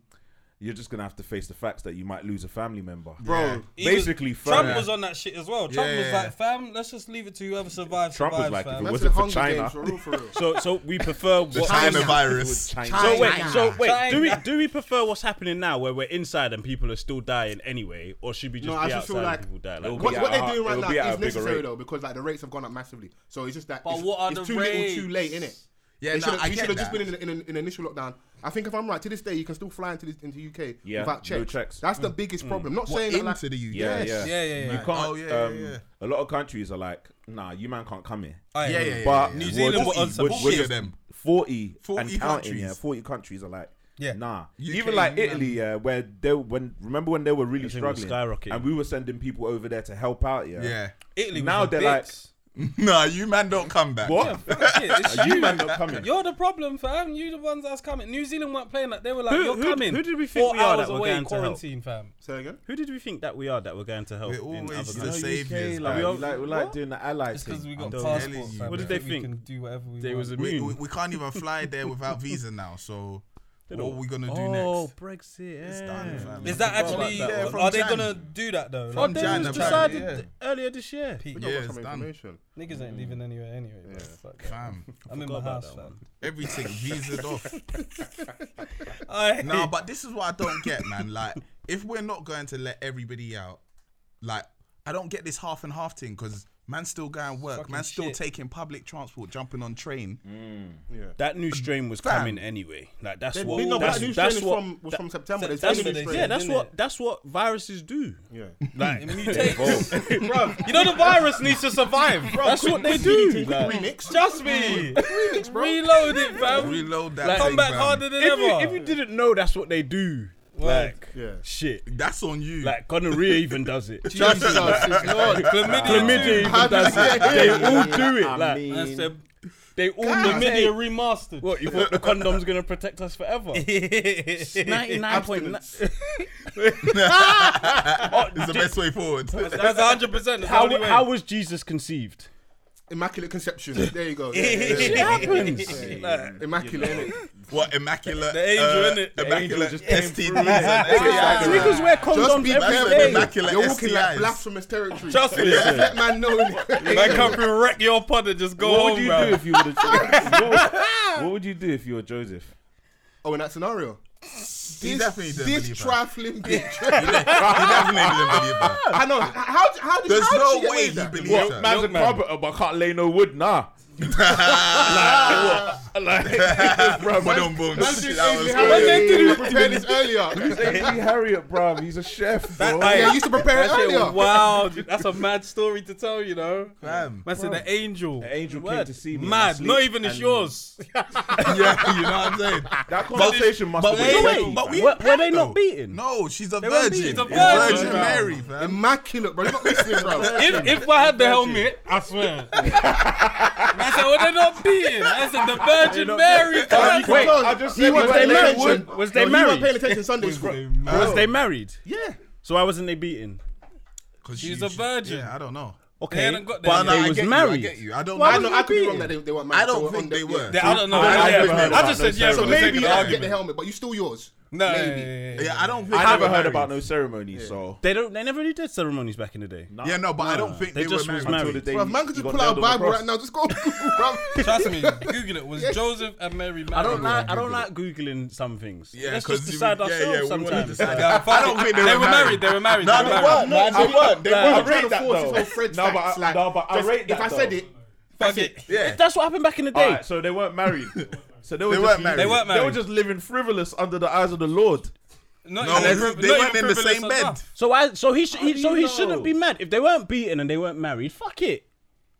Speaker 3: you're just gonna have to face the facts that you might lose a family member."
Speaker 4: Bro,
Speaker 7: Yeah.
Speaker 6: He was-
Speaker 3: Basically,
Speaker 6: Trump
Speaker 3: fam,
Speaker 6: was on that shit as well. Trump was
Speaker 7: Yeah.
Speaker 6: like, fam, let's just leave it to whoever survives.
Speaker 3: Trump was
Speaker 6: survives,
Speaker 3: like, if
Speaker 6: fam.
Speaker 3: it
Speaker 4: back
Speaker 3: was
Speaker 4: to the
Speaker 3: it for
Speaker 4: Hunger
Speaker 3: China?
Speaker 4: Games for real, for real.
Speaker 5: So, so we prefer
Speaker 7: the
Speaker 5: what.
Speaker 7: China
Speaker 3: With
Speaker 7: virus.
Speaker 3: China.
Speaker 5: So wait, so wait, do we
Speaker 6: China.
Speaker 5: do we prefer what's happening now, where we're inside and people are still dying anyway, or should we just
Speaker 4: No,
Speaker 5: be
Speaker 4: I
Speaker 5: outside
Speaker 4: just feel like-
Speaker 5: and people die?
Speaker 3: It'll
Speaker 5: Like,
Speaker 3: be
Speaker 4: What,
Speaker 3: at
Speaker 4: what
Speaker 3: a-
Speaker 4: they're doing right
Speaker 3: it'll
Speaker 4: now
Speaker 3: be at
Speaker 4: is
Speaker 3: a bigger
Speaker 4: necessary
Speaker 3: rate.
Speaker 4: though because like the rates have gone up massively. So it's just that
Speaker 6: But
Speaker 4: it's,
Speaker 6: what are
Speaker 4: it's
Speaker 6: the
Speaker 4: too little, too late, innit?
Speaker 6: rates?
Speaker 7: Yeah,
Speaker 4: they
Speaker 7: no,
Speaker 4: should have
Speaker 7: I
Speaker 4: we
Speaker 7: get
Speaker 4: should have just
Speaker 7: that.
Speaker 4: been in, in, in, initial lockdown. I think if I'm right, to this day you can still fly into this, into UK
Speaker 3: Yeah,
Speaker 4: without
Speaker 3: no
Speaker 4: checks.
Speaker 3: checks.
Speaker 4: That's the biggest problem. Not
Speaker 7: What,
Speaker 4: saying that, like,
Speaker 7: into the UK?
Speaker 3: Yeah,
Speaker 7: Yes.
Speaker 3: yeah,
Speaker 6: Yeah, yeah, yeah. Oh,
Speaker 3: You can't.
Speaker 7: Oh, yeah, yeah,
Speaker 3: um,
Speaker 7: yeah.
Speaker 3: A lot of countries are like, "Nah, you man can't come here."
Speaker 6: Aye,
Speaker 7: Yeah, yeah, yeah.
Speaker 3: But
Speaker 7: yeah.
Speaker 6: New Zealand
Speaker 3: we're
Speaker 6: were on
Speaker 3: just-
Speaker 6: some
Speaker 3: we're-
Speaker 6: shit.
Speaker 3: we're just
Speaker 7: Them.
Speaker 3: 40,
Speaker 7: 40
Speaker 3: and counting. Yeah,
Speaker 7: countries.
Speaker 3: forty countries are like,
Speaker 6: Yeah.
Speaker 3: nah.
Speaker 7: UK,
Speaker 3: Even like
Speaker 7: man.
Speaker 3: Italy, yeah, where they when remember when they were really
Speaker 5: Everything was
Speaker 3: struggling,
Speaker 5: skyrocketing.
Speaker 3: and we were sending people over there to help out. Yeah,
Speaker 7: Yeah. [LAUGHS]
Speaker 6: Italy.
Speaker 3: Now they're like,
Speaker 7: Nah, you man don't come back.
Speaker 3: What?
Speaker 6: like,
Speaker 3: Are [LAUGHS] you man not coming?
Speaker 6: You're the problem, fam. You the ones that's coming. New Zealand weren't playing that. They were like,
Speaker 5: Who-
Speaker 6: "You're
Speaker 5: who-
Speaker 6: coming."
Speaker 5: who did we think
Speaker 6: Four
Speaker 5: we are
Speaker 6: hours
Speaker 5: that we're
Speaker 6: away
Speaker 5: going to help?
Speaker 6: quarantine, fam.
Speaker 4: say again.
Speaker 5: who did we think that we are that we're going to help?
Speaker 7: We're
Speaker 5: in
Speaker 7: always
Speaker 5: other
Speaker 7: the
Speaker 5: countries?
Speaker 7: saviors.
Speaker 3: like,
Speaker 7: man.
Speaker 3: we are- like, we're like
Speaker 6: What?
Speaker 3: doing the ally
Speaker 6: It's because we
Speaker 3: thing.
Speaker 6: got
Speaker 5: I'm
Speaker 7: telling
Speaker 6: passports.
Speaker 7: you,
Speaker 6: fam.
Speaker 7: What
Speaker 5: did
Speaker 6: I
Speaker 5: they
Speaker 6: We
Speaker 5: think?
Speaker 6: can do whatever we
Speaker 5: They
Speaker 6: want.
Speaker 5: was
Speaker 7: We,
Speaker 5: immune.
Speaker 7: we, we can't even fly there without visa now.
Speaker 3: [LAUGHS]
Speaker 7: So what are we gonna do
Speaker 5: oh,
Speaker 7: next?
Speaker 5: Brexit!
Speaker 7: It's
Speaker 5: yeah.
Speaker 7: done, fam.
Speaker 6: Is that actually?
Speaker 7: Yeah, from
Speaker 6: are they
Speaker 7: Jan.
Speaker 6: gonna do that though?
Speaker 5: Oh,
Speaker 7: From
Speaker 5: they
Speaker 7: Jan,
Speaker 5: was
Speaker 7: apparently,
Speaker 5: decided earlier this year.
Speaker 6: Pete,
Speaker 7: Yeah, it's
Speaker 4: Some
Speaker 7: done.
Speaker 4: information.
Speaker 6: niggas ain't leaving anywhere anyway. bro. Fuck that.
Speaker 7: Fam,
Speaker 6: I'm in
Speaker 5: forgot
Speaker 6: my
Speaker 5: about
Speaker 6: house,
Speaker 5: that one.
Speaker 6: fam.
Speaker 7: everything visaed off.
Speaker 6: Aye. [LAUGHS]
Speaker 7: No, but this is what I don't get, man. Like, if we're not going to let everybody out, like, I don't get this half and half thing because man's still going work,
Speaker 6: Fucking
Speaker 7: man's still
Speaker 6: shit.
Speaker 7: taking public transport, jumping on train.
Speaker 5: That new strain was
Speaker 7: Fam.
Speaker 5: coming anyway. Like that's what.
Speaker 4: no,
Speaker 5: that's,
Speaker 4: but that new
Speaker 5: that's
Speaker 4: strain
Speaker 5: what.
Speaker 4: is from, was from September. They
Speaker 6: that's
Speaker 4: said
Speaker 6: what
Speaker 4: new
Speaker 6: they
Speaker 4: strain.
Speaker 5: yeah, that's
Speaker 6: isn't
Speaker 5: what.
Speaker 6: it?
Speaker 5: That's what viruses do.
Speaker 4: Yeah.
Speaker 5: Like [LAUGHS]
Speaker 6: Bruv, you know the virus needs to survive.
Speaker 5: that's what they do. like-
Speaker 4: Remix.
Speaker 6: Trust me. Reload it, fam.
Speaker 7: Reload that.
Speaker 6: Come
Speaker 7: thing,
Speaker 6: back
Speaker 7: fam.
Speaker 6: harder than
Speaker 5: if
Speaker 6: ever.
Speaker 5: you, if you didn't know that's what they do, like
Speaker 4: Yeah.
Speaker 5: shit,
Speaker 7: That's on you.
Speaker 5: like gonorrhea even does it.
Speaker 4: Jesus is Lord.
Speaker 6: Chlamydia,
Speaker 5: Chlamydia
Speaker 6: too.
Speaker 5: even does it. They all do it.
Speaker 3: I
Speaker 6: [LAUGHS]
Speaker 5: Like
Speaker 3: mean,
Speaker 6: That's a
Speaker 5: they all
Speaker 6: chlamydia
Speaker 5: chlamydia.
Speaker 6: remastered.
Speaker 5: What you thought the condom's gonna protect us [LAUGHS] forever? Ninety nine point nine.
Speaker 4: Abstinence.
Speaker 7: it's the best way forward. [LAUGHS]
Speaker 6: That's hundred percent. That's
Speaker 5: How
Speaker 6: the only way. [LAUGHS]
Speaker 5: how was Jesus conceived?
Speaker 4: Immaculate conception. There you go. Yeah, yeah,
Speaker 6: Shit
Speaker 4: yeah.
Speaker 5: happens.
Speaker 4: Yeah, yeah. Immaculate. innit?
Speaker 7: what immaculate?
Speaker 6: The angel,
Speaker 7: uh,
Speaker 6: innit? The
Speaker 7: Immaculate
Speaker 5: angel just came
Speaker 7: STDs.
Speaker 5: through.
Speaker 7: and everything.
Speaker 5: Niggas wear
Speaker 4: Just
Speaker 5: condoms
Speaker 4: be
Speaker 5: every
Speaker 7: That's
Speaker 5: day.
Speaker 7: an
Speaker 4: careful.
Speaker 7: immaculate
Speaker 4: You're walking like
Speaker 7: STIs.
Speaker 4: blasphemous territory.
Speaker 6: Just
Speaker 4: [LAUGHS]
Speaker 6: listen.
Speaker 4: let man know.
Speaker 6: Man come through, wreck your pod and just go
Speaker 3: what
Speaker 6: home,
Speaker 3: would you
Speaker 6: bro.
Speaker 3: do if you would have? what, what would you do if you were Joseph?
Speaker 4: Oh, in that scenario.
Speaker 7: He definitely didn't
Speaker 4: this
Speaker 7: believe her.
Speaker 4: trifling bitch.
Speaker 7: He definitely didn't believe her.
Speaker 4: I know. How, how, how did,
Speaker 7: There's
Speaker 4: how did she get
Speaker 7: no
Speaker 4: away
Speaker 7: way
Speaker 4: with
Speaker 7: he
Speaker 4: that?
Speaker 7: believed her.
Speaker 3: Man's a [LAUGHS]
Speaker 6: Milkman.
Speaker 3: carpenter, but can't lay no wood. Nah.
Speaker 5: Like,
Speaker 7: Bro, boom, boom.
Speaker 4: Man did
Speaker 7: That was
Speaker 4: Ainsley Harriet.
Speaker 6: good.
Speaker 4: You prepared this earlier.
Speaker 3: Lee Harriet, bro, he's a chef, bro.
Speaker 6: Aye.
Speaker 4: Yeah, you used to prepare it
Speaker 6: That shit,
Speaker 4: earlier.
Speaker 6: wow, dude, that's a mad story to tell, you know.
Speaker 7: Fam.
Speaker 6: Man said the angel.
Speaker 3: The angel came
Speaker 6: Word.
Speaker 3: to see me in my
Speaker 6: Mad,
Speaker 3: sleep
Speaker 6: not even it's
Speaker 3: and-
Speaker 6: yours.
Speaker 7: yeah, you know what I'm saying?
Speaker 3: That conversation must
Speaker 7: But
Speaker 3: have been.
Speaker 7: wait,
Speaker 3: crazy,
Speaker 7: wait, but
Speaker 3: fam.
Speaker 7: we
Speaker 5: Were-
Speaker 7: paid
Speaker 5: were they not
Speaker 7: though.
Speaker 5: beaten?
Speaker 7: No, she's a
Speaker 6: weren't
Speaker 7: virgin.
Speaker 6: beaten. She's a
Speaker 7: It's
Speaker 6: virgin, fam.
Speaker 7: Virgin Mary, fam.
Speaker 4: Immaculate, bro. You're not listening, bro.
Speaker 6: if, if I had the helmet, I swear. [LAUGHS] I said, well, they're not beating. I said, the Virgin Mary.
Speaker 3: I
Speaker 6: Wait,
Speaker 3: just- I just said
Speaker 4: weren't
Speaker 3: what
Speaker 4: paying
Speaker 3: they
Speaker 4: attention.
Speaker 3: would.
Speaker 5: Was they
Speaker 4: No, You
Speaker 5: married?
Speaker 4: weren't paying attention Sunday school.
Speaker 7: Uh,
Speaker 5: was they married?
Speaker 3: Yeah.
Speaker 5: So why wasn't they beaten?
Speaker 7: 'Cause
Speaker 6: She's
Speaker 7: she-
Speaker 6: a
Speaker 7: she-
Speaker 6: virgin.
Speaker 7: Yeah, I don't know.
Speaker 6: They
Speaker 5: Okay,
Speaker 6: hadn't got there
Speaker 5: but
Speaker 6: yet.
Speaker 7: I
Speaker 5: they was
Speaker 7: get you,
Speaker 5: married.
Speaker 7: I get you. I don't
Speaker 4: I,
Speaker 7: know.
Speaker 4: know, I could be wrong that they, they weren't married.
Speaker 7: I
Speaker 4: so
Speaker 7: don't
Speaker 4: we're
Speaker 7: think
Speaker 4: on the-
Speaker 7: they were.
Speaker 6: I don't know.
Speaker 3: I
Speaker 6: I,
Speaker 3: never heard
Speaker 6: I
Speaker 3: about
Speaker 6: just
Speaker 3: no
Speaker 6: said yes.
Speaker 3: ceremony.
Speaker 6: for the sake of
Speaker 4: Maybe
Speaker 6: the
Speaker 4: I get
Speaker 6: argument.
Speaker 4: the helmet, but you still yours.
Speaker 6: No, yeah,
Speaker 4: Maybe.
Speaker 6: yeah, yeah, yeah.
Speaker 7: Yeah, I don't think
Speaker 3: I
Speaker 7: they
Speaker 3: never
Speaker 7: were
Speaker 3: heard about no
Speaker 7: married.
Speaker 3: ceremony, so.
Speaker 5: They don't. They never really did ceremonies back in the day.
Speaker 7: Yeah, no, but I don't think
Speaker 5: They
Speaker 7: they,
Speaker 5: just
Speaker 7: were
Speaker 5: was
Speaker 7: married.
Speaker 5: married.
Speaker 3: Until the day
Speaker 4: Bro, if man
Speaker 3: he
Speaker 4: could just
Speaker 3: got
Speaker 4: pull out
Speaker 3: nailed
Speaker 4: a
Speaker 3: on the
Speaker 4: Bible
Speaker 3: cross.
Speaker 4: right now. Just go on Google, bro.
Speaker 6: Trust
Speaker 4: [LAUGHS]
Speaker 6: me, Google it. Was Joseph and Mary married?
Speaker 5: I don't like. I don't like googling some things.
Speaker 7: Yeah,
Speaker 5: Let's
Speaker 7: 'cause
Speaker 5: just
Speaker 7: you-
Speaker 5: decide
Speaker 7: yeah, yeah,
Speaker 5: ourselves
Speaker 7: we wanna
Speaker 5: sometimes.
Speaker 7: decide.
Speaker 6: Yeah, fuck
Speaker 7: I don't
Speaker 6: it.
Speaker 7: think
Speaker 6: they,
Speaker 7: they were
Speaker 6: were married.
Speaker 7: married.
Speaker 6: They were married. they
Speaker 7: No,
Speaker 6: were
Speaker 7: they
Speaker 6: married.
Speaker 7: weren't. No, they weren't. They
Speaker 4: I'm
Speaker 7: weren't.
Speaker 4: trying
Speaker 3: rate
Speaker 4: to
Speaker 3: that,
Speaker 4: force
Speaker 3: though.
Speaker 4: it on Fred's
Speaker 3: No, but I-
Speaker 4: facts, like,
Speaker 3: no, but I
Speaker 4: just-
Speaker 3: rate that,
Speaker 4: If I said
Speaker 3: though.
Speaker 4: it,
Speaker 6: Fuck it.
Speaker 7: Yeah.
Speaker 5: That's what happened back in the day.
Speaker 3: Alright, so they weren't married.
Speaker 7: [LAUGHS]
Speaker 3: So they were
Speaker 7: They
Speaker 3: just
Speaker 7: weren't married.
Speaker 6: They weren't
Speaker 3: They were
Speaker 6: married.
Speaker 3: just living frivolous under the eyes of the Lord.
Speaker 6: Not
Speaker 7: No,
Speaker 6: even
Speaker 7: they
Speaker 6: priv-
Speaker 7: they
Speaker 6: not
Speaker 7: weren't
Speaker 6: even
Speaker 7: in the
Speaker 6: privileged
Speaker 7: same
Speaker 6: or
Speaker 7: bed.
Speaker 6: nothing.
Speaker 5: So I. So he. Sh- he
Speaker 3: do
Speaker 5: so
Speaker 3: you
Speaker 5: he
Speaker 3: know?
Speaker 5: shouldn't be mad if they weren't beaten and they weren't married. Fuck it.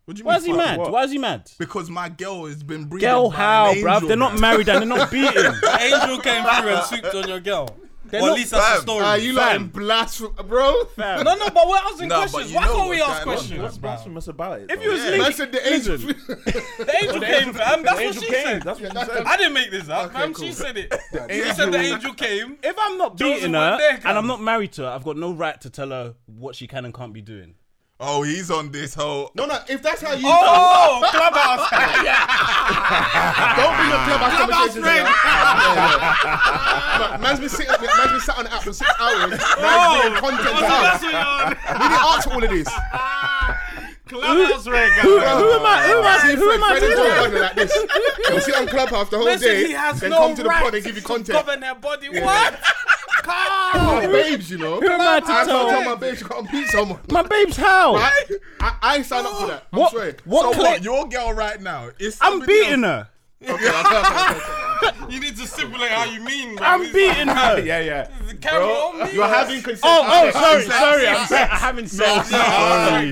Speaker 7: What do you
Speaker 5: Why is he
Speaker 7: fuck
Speaker 5: mad?
Speaker 7: what?
Speaker 5: Why is he mad?
Speaker 7: Because my girl has been breathing.
Speaker 5: Girl,
Speaker 7: by
Speaker 5: how,
Speaker 7: an
Speaker 5: bruv?
Speaker 7: angel,
Speaker 5: They're not
Speaker 7: bruv.
Speaker 5: married and they're not beaten.
Speaker 6: The angel came through [LAUGHS] and swooped on your girl.
Speaker 5: They're
Speaker 6: or at
Speaker 5: not-
Speaker 6: least that's the
Speaker 7: Fam.
Speaker 6: story.
Speaker 4: Ah, you like blasphemy, bro.
Speaker 6: no, no, but we're asking
Speaker 7: No, but
Speaker 6: questions.
Speaker 7: you
Speaker 6: Why
Speaker 7: know
Speaker 6: can't we
Speaker 7: what's
Speaker 6: ask
Speaker 7: going on.
Speaker 6: questions?
Speaker 3: What's blasphemous about it?
Speaker 5: If you was
Speaker 7: Yeah.
Speaker 4: Man
Speaker 5: leaving,
Speaker 4: said the angel.
Speaker 6: The angel came, fam. That's what
Speaker 3: angel
Speaker 6: she
Speaker 3: came.
Speaker 6: said.
Speaker 3: That's what she said.
Speaker 6: I didn't make this up, fam. She
Speaker 4: cool.
Speaker 6: said it. She said the angel came.
Speaker 5: if I'm not
Speaker 6: Joseph
Speaker 5: beating
Speaker 6: went
Speaker 5: her
Speaker 6: there,
Speaker 5: and I'm
Speaker 6: cuz.
Speaker 5: not married to her, I've got no right to tell her what she can and can't be doing.
Speaker 7: Oh, he's on this whole.
Speaker 4: [LAUGHS] No, no. If that's how you
Speaker 6: Oh,
Speaker 4: [LAUGHS]
Speaker 6: clubhouse.
Speaker 4: don't bring up clubhouse conversations.
Speaker 6: friend.
Speaker 4: now. [LAUGHS] Yeah, yeah. Man- Man's been sitting, man's been sat on the app for six hours. Man's
Speaker 6: Oh,
Speaker 4: doing content to
Speaker 6: What's
Speaker 4: house.
Speaker 6: the message
Speaker 4: We didn't ask for all of this.
Speaker 6: Clubhouse red,
Speaker 5: Who,
Speaker 6: guys.
Speaker 5: who am I? Who am I? Who am I
Speaker 4: Fred is all
Speaker 5: to?
Speaker 4: burning like this. He'll sit on clubhouse the whole
Speaker 6: Listen,
Speaker 4: day.
Speaker 6: he has
Speaker 4: then
Speaker 6: no
Speaker 4: come to the
Speaker 6: right
Speaker 4: pod and give you
Speaker 6: to
Speaker 4: content.
Speaker 6: govern her body.
Speaker 4: [LAUGHS]
Speaker 6: What?
Speaker 4: My
Speaker 6: Carl.
Speaker 4: babes, you know.
Speaker 5: Who am I to
Speaker 4: I can't tell
Speaker 5: tell?
Speaker 4: my babe she can't beat someone.
Speaker 5: My babe's how?
Speaker 4: I, I, I ain't signed up for that. I'm
Speaker 5: What?
Speaker 4: sorry.
Speaker 5: What?
Speaker 7: So what?
Speaker 5: clip-
Speaker 7: Your girl right now is.
Speaker 5: I'm beating her.
Speaker 6: You need to stipulate how you mean. bro.
Speaker 5: I'm
Speaker 6: This-
Speaker 3: [LAUGHS]
Speaker 5: beating her.
Speaker 3: yeah, yeah.
Speaker 6: the Camera on me.
Speaker 4: You're having consent.
Speaker 5: Oh, oh,
Speaker 4: sex.
Speaker 5: sorry, sorry. I'm sorry. I haven't said. Sorry,
Speaker 7: Yeah,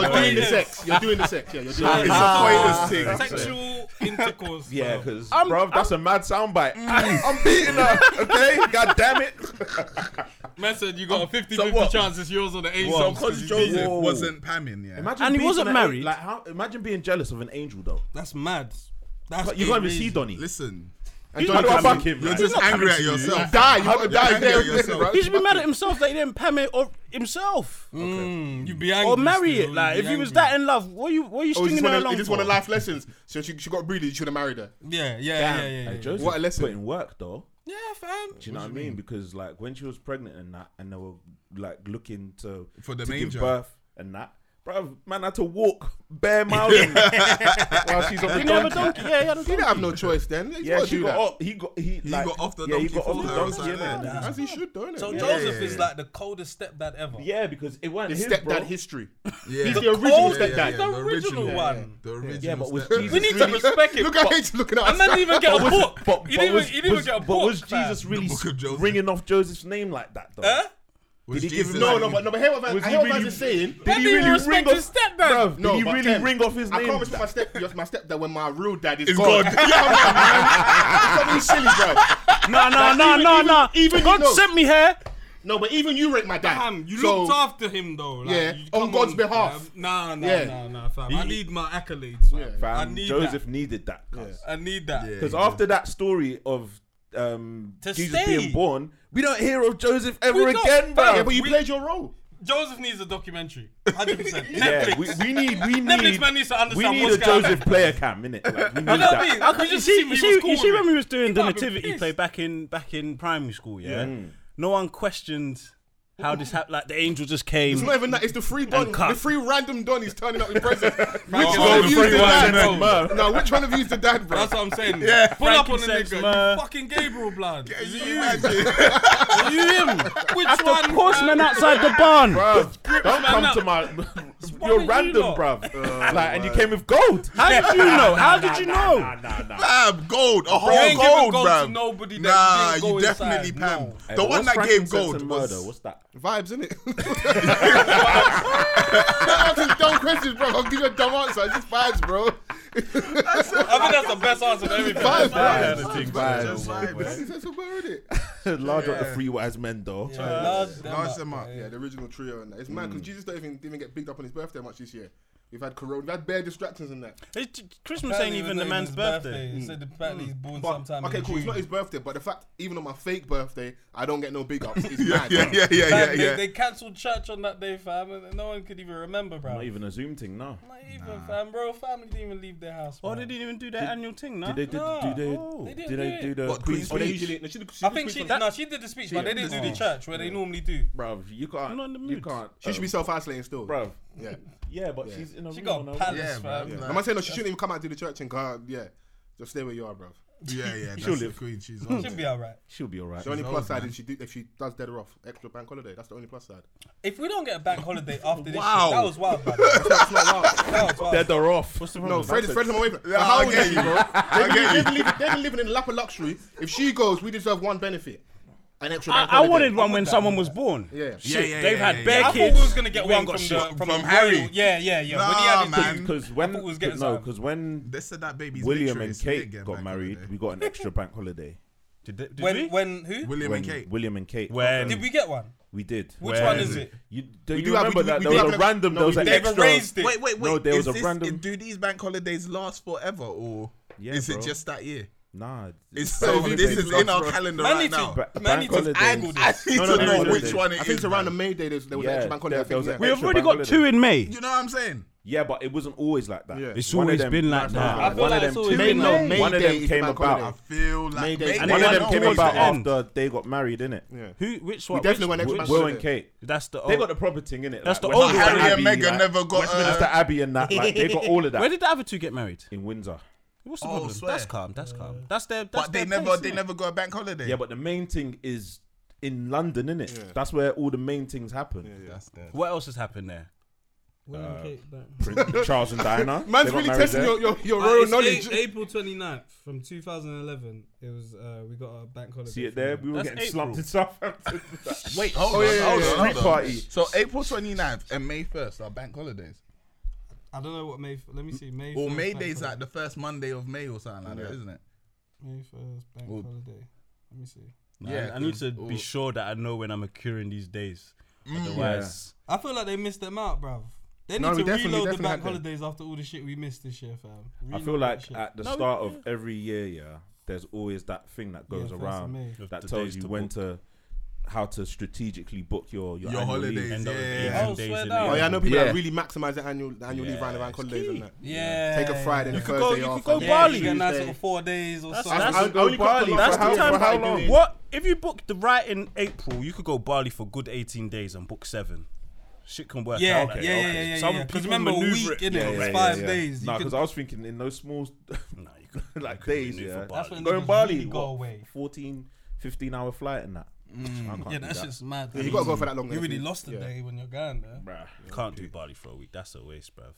Speaker 7: yeah.
Speaker 4: You're doing the sex. You're doing the sex. Yeah, you're doing the sex.
Speaker 7: It's
Speaker 5: Ah.
Speaker 7: a pointless thing.
Speaker 6: sexual intercourse.
Speaker 3: Yeah,
Speaker 6: bro.
Speaker 3: because bro, that's a mad soundbite. [LAUGHS] I'm beating her, okay? God damn it!
Speaker 6: Man said you got a 50
Speaker 7: So
Speaker 6: 50
Speaker 7: what?
Speaker 6: chance it's yours or the angel.
Speaker 7: So because Joseph
Speaker 3: Whoa.
Speaker 7: wasn't pamming, yeah.
Speaker 3: Imagine
Speaker 5: And he
Speaker 3: being
Speaker 5: wasn't
Speaker 3: an-
Speaker 5: married.
Speaker 3: Like, how, imagine being jealous of an angel, though.
Speaker 6: That's mad. That's
Speaker 3: You can't even
Speaker 6: crazy.
Speaker 3: see Donny.
Speaker 7: Listen,
Speaker 4: And
Speaker 3: How
Speaker 4: don't
Speaker 3: do I
Speaker 4: come
Speaker 3: fuck
Speaker 4: back.
Speaker 3: him?
Speaker 7: you're
Speaker 3: man?
Speaker 7: just angry at yourself.
Speaker 4: Die. You gotta die
Speaker 3: [LAUGHS]
Speaker 7: You're
Speaker 4: there.
Speaker 7: angry at yourself.
Speaker 3: Oh,
Speaker 4: bro.
Speaker 5: He should be mad at himself that he didn't pam it or himself
Speaker 6: Mm, you'd be angry.
Speaker 5: or marry
Speaker 6: still,
Speaker 5: it.
Speaker 6: you'd
Speaker 5: Like
Speaker 6: be
Speaker 5: if he was
Speaker 6: angry.
Speaker 5: that in love, what are you what
Speaker 4: Oh,
Speaker 5: are you
Speaker 4: he just
Speaker 5: stringing her
Speaker 4: wanted, he
Speaker 5: along
Speaker 4: just
Speaker 5: for?
Speaker 4: wanted life lessons. So she, she got breeded. You should have married her.
Speaker 6: Yeah, yeah, yeah, yeah,
Speaker 3: Hey,
Speaker 6: yeah.
Speaker 3: Joseph
Speaker 4: What a lesson.
Speaker 3: put in work though.
Speaker 6: Yeah, fam.
Speaker 3: Do you know what I mean? Because like when she was pregnant and that, and they were like looking to
Speaker 7: For the
Speaker 3: to give
Speaker 7: manger.
Speaker 3: birth and that, bro, man had to walk bare miles in while she's on the
Speaker 5: You never
Speaker 3: donkey.
Speaker 5: donkey. Yeah, he had a
Speaker 4: He didn't
Speaker 5: donkey.
Speaker 4: have no choice then. He's
Speaker 3: Yeah,
Speaker 4: gotta
Speaker 3: she
Speaker 4: do
Speaker 3: got
Speaker 4: that.
Speaker 3: off. He got he,
Speaker 7: He
Speaker 3: like,
Speaker 7: got off the
Speaker 3: yeah, he
Speaker 7: donkey
Speaker 3: got
Speaker 7: for
Speaker 3: off the
Speaker 7: her,
Speaker 3: donkey.
Speaker 7: like
Speaker 3: innit?
Speaker 7: that.
Speaker 3: Yeah.
Speaker 4: As he should, don't
Speaker 6: So
Speaker 4: it?
Speaker 6: Joseph
Speaker 7: yeah,
Speaker 6: is
Speaker 7: yeah.
Speaker 6: like the coldest stepdad ever.
Speaker 3: because it weren't
Speaker 4: His
Speaker 3: his,
Speaker 4: stepdad
Speaker 3: bro.
Speaker 4: history.
Speaker 7: Yeah.
Speaker 4: He's the original
Speaker 6: coldest
Speaker 4: stepdad.
Speaker 6: dad. He's the original one.
Speaker 7: The original.
Speaker 3: Yeah, but was
Speaker 7: stepdad.
Speaker 3: Jesus
Speaker 6: We need
Speaker 4: [LAUGHS]
Speaker 6: to respect him.
Speaker 4: Look at H looking at
Speaker 6: And man
Speaker 4: us.
Speaker 6: didn't
Speaker 4: [LAUGHS]
Speaker 6: even get a book.
Speaker 3: But,
Speaker 6: he
Speaker 3: but
Speaker 6: didn't
Speaker 3: was,
Speaker 6: even, he didn't even
Speaker 3: was-
Speaker 6: get a book.
Speaker 3: but was
Speaker 6: fam.
Speaker 3: Jesus really
Speaker 7: book of Joseph.
Speaker 3: ringing off Joseph's name like that though?
Speaker 6: Huh?
Speaker 7: Was
Speaker 3: Did he give him-
Speaker 7: Jesus
Speaker 4: No,
Speaker 7: like-
Speaker 4: no, but no, but hear what Van,
Speaker 3: Was
Speaker 4: I
Speaker 3: he
Speaker 4: hear what
Speaker 3: really-
Speaker 4: Van's saying.
Speaker 3: Did
Speaker 6: Man didn't even respect his stepdad.
Speaker 3: Bruv,
Speaker 4: No,
Speaker 3: did he
Speaker 4: but
Speaker 3: really
Speaker 4: then-
Speaker 3: ring off his
Speaker 4: I
Speaker 3: name?
Speaker 4: can't respect my step, just my stepdad when my real dad is
Speaker 7: It's
Speaker 4: gone. [LAUGHS]
Speaker 7: God.
Speaker 4: Stop being silly, bro.
Speaker 5: No, no, no, no, no. Even
Speaker 4: you
Speaker 5: God
Speaker 4: know.
Speaker 5: sent me here.
Speaker 4: No, but even you rate my dad.
Speaker 6: Fam, you
Speaker 4: So,
Speaker 6: looked after him though. Like,
Speaker 4: Yeah,
Speaker 6: you
Speaker 4: on
Speaker 6: come
Speaker 4: God's behalf.
Speaker 6: Nah, nah,
Speaker 4: Yeah.
Speaker 6: nah, nah, fam. I
Speaker 3: He-
Speaker 6: need my accolades, fam. I
Speaker 3: Fam,
Speaker 6: need
Speaker 3: Joseph needed that. cuz.
Speaker 6: that. I need that.
Speaker 7: Yeah.
Speaker 3: Because after that story of um,
Speaker 6: To
Speaker 3: Jesus
Speaker 6: stay.
Speaker 3: being born, we don't hear of Joseph ever
Speaker 6: We don't.
Speaker 3: again, bro.
Speaker 4: Yeah, but you
Speaker 6: We-
Speaker 4: played your role.
Speaker 6: Joseph needs a documentary. 100%.
Speaker 3: Yeah,
Speaker 6: [LAUGHS] Netflix.
Speaker 3: we, we need we need
Speaker 6: man needs to understand
Speaker 3: we need
Speaker 6: what's
Speaker 3: a
Speaker 6: going on.
Speaker 3: Joseph player cam, innit? Like, we need
Speaker 6: You know what [LAUGHS] I
Speaker 3: that.
Speaker 6: mean?
Speaker 5: I
Speaker 6: We
Speaker 5: can't- you
Speaker 6: just
Speaker 5: see,
Speaker 6: seen
Speaker 5: you
Speaker 6: he
Speaker 5: see,
Speaker 6: was cool
Speaker 5: you see
Speaker 6: with
Speaker 5: when
Speaker 6: it.
Speaker 5: we was doing the
Speaker 6: might have been
Speaker 5: nativity
Speaker 6: pissed.
Speaker 5: play back in back in primary school, yeah. No one questioned how this happened. Like the angel just came.
Speaker 4: It's not even that. It's the free Don.
Speaker 5: cut.
Speaker 4: The free random Don is turning up in
Speaker 6: [LAUGHS]
Speaker 4: presents. which
Speaker 6: Oh,
Speaker 4: one
Speaker 6: the
Speaker 4: of you
Speaker 6: free
Speaker 4: is the
Speaker 6: one,
Speaker 4: dad? [LAUGHS] No, which one of you is the dad, bro?
Speaker 6: That's what I'm saying. Pull up on the
Speaker 5: Frankincense,
Speaker 6: nigga.
Speaker 5: man.
Speaker 6: You fucking Gabriel blood. Is it you?
Speaker 7: Imagine.
Speaker 6: Are you him? Which
Speaker 5: That's
Speaker 6: one? Uh,
Speaker 5: the horseman outside the barn.
Speaker 3: Bruv, don't
Speaker 6: [LAUGHS]
Speaker 3: [LAUGHS]
Speaker 6: man
Speaker 3: come
Speaker 6: up.
Speaker 3: to my
Speaker 6: But
Speaker 3: You're
Speaker 6: you
Speaker 3: random,
Speaker 6: lot.
Speaker 3: bruv. like, and you came with gold. How did you know? How did you know? Nah, nah, nah.
Speaker 7: Fam, gold, a whole
Speaker 6: You ain't giving
Speaker 7: gold,
Speaker 6: gold
Speaker 7: bruv.
Speaker 6: to nobody that
Speaker 7: nah,
Speaker 6: you didn't go
Speaker 7: definitely
Speaker 6: inside,
Speaker 7: Pam.
Speaker 6: no.
Speaker 3: Hey,
Speaker 7: The
Speaker 3: but
Speaker 7: one
Speaker 3: what's
Speaker 7: that
Speaker 3: Franklin
Speaker 7: gave
Speaker 3: said to
Speaker 7: gold was
Speaker 3: murder? What's that?
Speaker 4: Vibes, innit? Don't ask me dumb questions, bro. I'll give you a dumb answer. It's just vibes, bro.
Speaker 6: I think that's the best answer to everything.
Speaker 4: Vibes,
Speaker 3: Yeah,
Speaker 4: bro.
Speaker 3: the thing,
Speaker 7: just
Speaker 3: vibes.
Speaker 7: vibes.
Speaker 4: That's what we're in
Speaker 3: [LAUGHS]
Speaker 4: it.
Speaker 3: Larger of the three wise men, though.
Speaker 6: Large them
Speaker 7: Large
Speaker 6: up.
Speaker 7: them up.
Speaker 4: Yeah, the original trio and that. It's mad because Jesus don't even, didn't even get bigged up on his birthday much this year. We've had corona, we've had bare distractions in that.
Speaker 5: It's- Christmas ain't even the man's birthday.
Speaker 6: He said apparently he's born
Speaker 4: But,
Speaker 6: sometime.
Speaker 4: okay,
Speaker 6: in
Speaker 4: cool. It's
Speaker 6: June.
Speaker 4: not his birthday, but the fact, even on my fake birthday, I don't get no big ups. [LAUGHS] It's
Speaker 7: Yeah,
Speaker 4: mad.
Speaker 7: yeah, yeah, yeah, yeah,
Speaker 6: Fam,
Speaker 7: yeah.
Speaker 6: They, they cancelled church on that day, fam, and no one could even remember, bro.
Speaker 3: Not even a Zoom thing, no.
Speaker 6: Not even, fam, bro. Family didn't even leave their house.
Speaker 5: Oh,
Speaker 6: bruv.
Speaker 5: they didn't even do their annual thing, nah.
Speaker 3: Did they, did,
Speaker 6: Nah.
Speaker 3: do they,
Speaker 5: Oh.
Speaker 6: They
Speaker 3: did,
Speaker 6: didn't
Speaker 3: they
Speaker 6: do
Speaker 3: do
Speaker 6: it.
Speaker 3: the
Speaker 7: What, Queen's
Speaker 3: Oh, they
Speaker 7: Speech?
Speaker 3: usually-
Speaker 6: I think she no, she did the speech, but they didn't do the church where they normally do.
Speaker 3: Bruv, you can't.
Speaker 5: I'm not in the
Speaker 3: You
Speaker 5: mood.
Speaker 3: can't.
Speaker 4: She should be self isolating still.
Speaker 3: Bruv.
Speaker 4: Yeah.
Speaker 3: Yeah, but she's in a
Speaker 6: She
Speaker 3: room
Speaker 6: got
Speaker 3: on her
Speaker 6: a
Speaker 3: own.
Speaker 6: palace,
Speaker 7: Yeah,
Speaker 6: fam.
Speaker 7: man.
Speaker 4: I'm not saying no, she shouldn't even come out to the church and go, "Oh, yeah, just stay where you are, bro.
Speaker 7: Yeah, yeah.
Speaker 3: She'll
Speaker 7: That's the
Speaker 3: live.
Speaker 7: queen. She's
Speaker 6: Should
Speaker 7: on.
Speaker 6: be alright.
Speaker 3: She'll be alright.
Speaker 4: The only
Speaker 7: old,
Speaker 4: plus side
Speaker 7: man.
Speaker 4: is she do, if she does dead her off, extra bank holiday. That's the only plus side.
Speaker 6: If we don't get a bank holiday after this,
Speaker 7: Wow.
Speaker 6: shit, that was wild, man. that
Speaker 4: That's not allowed.
Speaker 6: was wild.
Speaker 3: Dead or off. What's the
Speaker 4: No,
Speaker 3: problem?
Speaker 4: Fred is Fred is away from.
Speaker 7: Yeah,
Speaker 4: how
Speaker 7: I
Speaker 4: old
Speaker 7: get
Speaker 4: is she,
Speaker 7: you.
Speaker 4: bro?
Speaker 7: I get
Speaker 4: They've
Speaker 7: you.
Speaker 4: been, living, they've been living in lap of luxury. If she goes, we deserve one benefit, an extra bank
Speaker 5: I, I
Speaker 4: holiday.
Speaker 5: wanted one when someone was born.
Speaker 4: Yeah.
Speaker 7: Yeah, yeah,
Speaker 5: They've
Speaker 7: yeah,
Speaker 5: had
Speaker 7: yeah, yeah.
Speaker 5: bare
Speaker 6: I thought
Speaker 5: kids.
Speaker 6: we was gonna get
Speaker 5: We
Speaker 6: one
Speaker 5: ain't
Speaker 6: from
Speaker 5: got
Speaker 6: the
Speaker 5: shit.
Speaker 7: From
Speaker 6: the
Speaker 7: Harry.
Speaker 6: royal- Yeah, yeah, yeah. when he
Speaker 7: Nah,
Speaker 6: had his
Speaker 7: man.
Speaker 3: Because
Speaker 6: I
Speaker 3: when
Speaker 6: thought we was getting
Speaker 3: no,
Speaker 6: something.
Speaker 3: because when
Speaker 7: They said that baby's
Speaker 3: William
Speaker 7: literary,
Speaker 3: and
Speaker 7: so they
Speaker 3: Kate
Speaker 7: get
Speaker 3: got
Speaker 7: back
Speaker 3: married,
Speaker 7: holiday.
Speaker 3: we got an extra bank holiday.
Speaker 5: Did, they- did we?
Speaker 6: when when who
Speaker 7: William
Speaker 3: When
Speaker 7: and Kate.
Speaker 3: William and Kate.
Speaker 5: When?
Speaker 6: did we get one?
Speaker 3: we did.
Speaker 6: Which one is it?
Speaker 3: You, do
Speaker 4: We
Speaker 3: you
Speaker 4: do have-
Speaker 3: remember
Speaker 4: we do-
Speaker 3: that
Speaker 4: we
Speaker 3: there
Speaker 4: do
Speaker 3: was
Speaker 4: have
Speaker 3: a
Speaker 4: an-
Speaker 3: random,
Speaker 4: no,
Speaker 3: there
Speaker 4: we
Speaker 3: was an
Speaker 4: do have
Speaker 6: They've
Speaker 3: extra.
Speaker 6: raised it.
Speaker 7: Wait, wait, wait.
Speaker 3: No, there was
Speaker 7: is
Speaker 3: a
Speaker 7: this,
Speaker 3: random-
Speaker 7: Do these bank holidays last forever, or
Speaker 3: Yeah,
Speaker 7: is it
Speaker 3: bro.
Speaker 7: just that year?
Speaker 3: Nah,
Speaker 7: It's so
Speaker 4: Baby
Speaker 7: this
Speaker 4: days
Speaker 7: is in
Speaker 4: last
Speaker 7: our
Speaker 4: forever.
Speaker 7: calendar
Speaker 6: Man,
Speaker 7: right
Speaker 6: need
Speaker 7: [LAUGHS] now.
Speaker 6: to,
Speaker 3: Ba-
Speaker 6: man, need
Speaker 3: bank
Speaker 6: to
Speaker 3: holidays.
Speaker 6: angle
Speaker 7: I [LAUGHS]
Speaker 6: this.
Speaker 7: need
Speaker 3: No, no, no,
Speaker 7: to know
Speaker 3: no,
Speaker 7: which
Speaker 3: no.
Speaker 7: one it is.
Speaker 4: I think it's around the May Day. There's, there was
Speaker 3: Yeah,
Speaker 4: an extra bank holiday.
Speaker 3: there- there
Speaker 4: I think,
Speaker 3: was an
Speaker 4: yeah.
Speaker 5: We've
Speaker 3: extra
Speaker 5: already
Speaker 3: bank
Speaker 5: got
Speaker 3: holiday.
Speaker 5: two in May.
Speaker 7: You know what I'm saying?
Speaker 3: yeah, but it wasn't always like that.
Speaker 4: Yeah.
Speaker 5: It's
Speaker 3: One of
Speaker 5: always
Speaker 3: them-
Speaker 5: been like
Speaker 4: Nah,
Speaker 5: that.
Speaker 6: I feel
Speaker 3: One
Speaker 6: like
Speaker 3: of
Speaker 6: it's
Speaker 3: them,
Speaker 6: always
Speaker 3: two-
Speaker 6: been
Speaker 4: May,
Speaker 6: like
Speaker 4: no, May
Speaker 3: one of
Speaker 4: Day
Speaker 3: them
Speaker 4: is the
Speaker 3: came
Speaker 4: bank
Speaker 3: about.
Speaker 7: I
Speaker 4: holiday.
Speaker 7: feel like
Speaker 4: Mayday.
Speaker 3: one
Speaker 5: And
Speaker 3: of
Speaker 5: then
Speaker 3: them
Speaker 5: one
Speaker 3: came
Speaker 5: towards
Speaker 3: about
Speaker 5: the end.
Speaker 3: after they got married, innit?
Speaker 4: Yeah.
Speaker 5: Who? Which one?
Speaker 4: definitely
Speaker 5: which,
Speaker 4: went extra
Speaker 5: which-
Speaker 3: Will
Speaker 4: Yeah.
Speaker 3: and Kate.
Speaker 5: That's the.
Speaker 3: They
Speaker 5: old-
Speaker 3: got the proper thing, innit?
Speaker 5: That's
Speaker 3: like
Speaker 5: the old
Speaker 3: Westminster
Speaker 5: one. Harry and
Speaker 3: Abbey,
Speaker 7: Meghan
Speaker 3: like,
Speaker 7: never got,
Speaker 3: Westminster
Speaker 7: uh,
Speaker 3: Abbey and that. Like, they got all of
Speaker 5: Where
Speaker 3: that
Speaker 5: did the other two get married?
Speaker 3: in Windsor.
Speaker 5: What's the
Speaker 7: Oh,
Speaker 5: problem?
Speaker 7: swear.
Speaker 5: That's calm. That's calm. That's their. That's
Speaker 7: But they
Speaker 5: their
Speaker 7: never,
Speaker 5: place,
Speaker 7: they
Speaker 5: innit?
Speaker 7: never got a bank holiday.
Speaker 3: Yeah, but the main thing is in London, innit? That's where all the main things happen.
Speaker 7: that's dead.
Speaker 5: What else has happened there?
Speaker 3: Prince Charles and Diana.
Speaker 4: Man's
Speaker 3: they got
Speaker 4: really
Speaker 3: married
Speaker 4: testing
Speaker 3: there.
Speaker 4: your, your, your
Speaker 6: Uh,
Speaker 4: royal
Speaker 6: it's
Speaker 4: knowledge.
Speaker 6: A- April 29th from 2011. It was uh, we got a bank holiday.
Speaker 3: See it
Speaker 6: from
Speaker 3: there?
Speaker 6: them.
Speaker 3: We were
Speaker 5: That's
Speaker 3: getting slumped in Southampton.
Speaker 7: Wait, hold
Speaker 4: Oh,
Speaker 7: on,
Speaker 4: yeah, yeah,
Speaker 7: hold
Speaker 4: yeah,
Speaker 7: on,
Speaker 4: yeah.
Speaker 7: hold
Speaker 3: Street
Speaker 7: on.
Speaker 3: party.
Speaker 7: So April 29th and May 1st are bank holidays.
Speaker 6: I don't know what May. f- Let me see. May.
Speaker 7: Or
Speaker 6: first
Speaker 7: May
Speaker 6: bank
Speaker 7: Day's like
Speaker 6: holiday.
Speaker 7: the first Monday of May or something like that, isn't it?
Speaker 6: May first bank
Speaker 7: Or-
Speaker 6: holiday. Let me see.
Speaker 5: Yeah, I, I need to be sure that I know when I'm accruing these days. Otherwise,
Speaker 6: I feel like they missed them out, bruv. They need
Speaker 4: No, we
Speaker 6: to
Speaker 4: definitely-
Speaker 6: reload the
Speaker 4: definitely
Speaker 6: bank
Speaker 4: had them.
Speaker 6: holidays after all the shit we missed this year, fam.
Speaker 3: I
Speaker 6: Reload
Speaker 3: feel
Speaker 6: that
Speaker 3: like
Speaker 6: shit.
Speaker 3: at the start of every year, yeah, there's always that thing that goes
Speaker 6: first of May.
Speaker 3: around
Speaker 5: Of
Speaker 3: that
Speaker 5: the
Speaker 3: tells
Speaker 5: days
Speaker 3: you
Speaker 5: to
Speaker 3: when
Speaker 5: book.
Speaker 3: to, how to strategically book your your,
Speaker 7: Your
Speaker 3: annual leave.
Speaker 7: holidays,
Speaker 5: end up with
Speaker 7: yeah.
Speaker 5: 18
Speaker 6: Oh,
Speaker 5: days
Speaker 6: swear
Speaker 5: in the
Speaker 6: down.
Speaker 5: year.
Speaker 4: Oh yeah, I know people
Speaker 3: Yeah.
Speaker 4: that really maximise their annual the annual leave around the bank
Speaker 5: it's
Speaker 4: holidays
Speaker 5: key.
Speaker 4: and that.
Speaker 6: yeah.
Speaker 4: Take a Friday and a
Speaker 5: could
Speaker 4: Thursday
Speaker 5: go- you
Speaker 4: off.
Speaker 5: could go
Speaker 4: and
Speaker 6: Yeah,
Speaker 5: Bali.
Speaker 6: you get a nice
Speaker 4: Tuesday.
Speaker 6: little four days or
Speaker 5: That's-
Speaker 6: something.
Speaker 5: that's-
Speaker 4: I
Speaker 3: I'll
Speaker 4: only
Speaker 3: go
Speaker 4: got the
Speaker 3: Bali.
Speaker 4: lot
Speaker 5: That's
Speaker 4: for how-
Speaker 5: the time.
Speaker 4: for how long?
Speaker 5: What if you book the right in April? You could go Bali for good 18 days and book seven. Shit can work
Speaker 6: yeah,
Speaker 5: out.
Speaker 6: yeah,
Speaker 5: like that.
Speaker 6: yeah, yeah, yeah,
Speaker 5: Some
Speaker 6: yeah. Because
Speaker 5: people
Speaker 6: remember, a
Speaker 5: maneuver
Speaker 6: week,
Speaker 5: it.
Speaker 6: innit?
Speaker 5: Yeah,
Speaker 6: it
Speaker 5: yeah,
Speaker 6: was
Speaker 5: yeah,
Speaker 6: five
Speaker 3: yeah.
Speaker 6: days. You
Speaker 3: Nah,
Speaker 6: could-
Speaker 3: because I was thinking in those small [LAUGHS]
Speaker 5: Nah, you could- you
Speaker 3: like
Speaker 5: could
Speaker 3: days,
Speaker 5: maneuver
Speaker 3: yeah.
Speaker 5: Bali.
Speaker 6: That's when
Speaker 3: Going
Speaker 6: niggas
Speaker 3: Bali,
Speaker 6: really
Speaker 3: you
Speaker 6: go
Speaker 3: got
Speaker 6: away.
Speaker 3: 14, 15 hour flight and that. I can't
Speaker 6: Yeah,
Speaker 3: do
Speaker 6: that's
Speaker 3: that.
Speaker 6: just mad.
Speaker 4: Yeah, you gotta go for that long.
Speaker 6: You really
Speaker 4: innit?
Speaker 6: lost the
Speaker 4: Yeah.
Speaker 6: day when you're going there.
Speaker 3: Bruh.
Speaker 5: Can't do Bali for a week. That's a waste, bruv.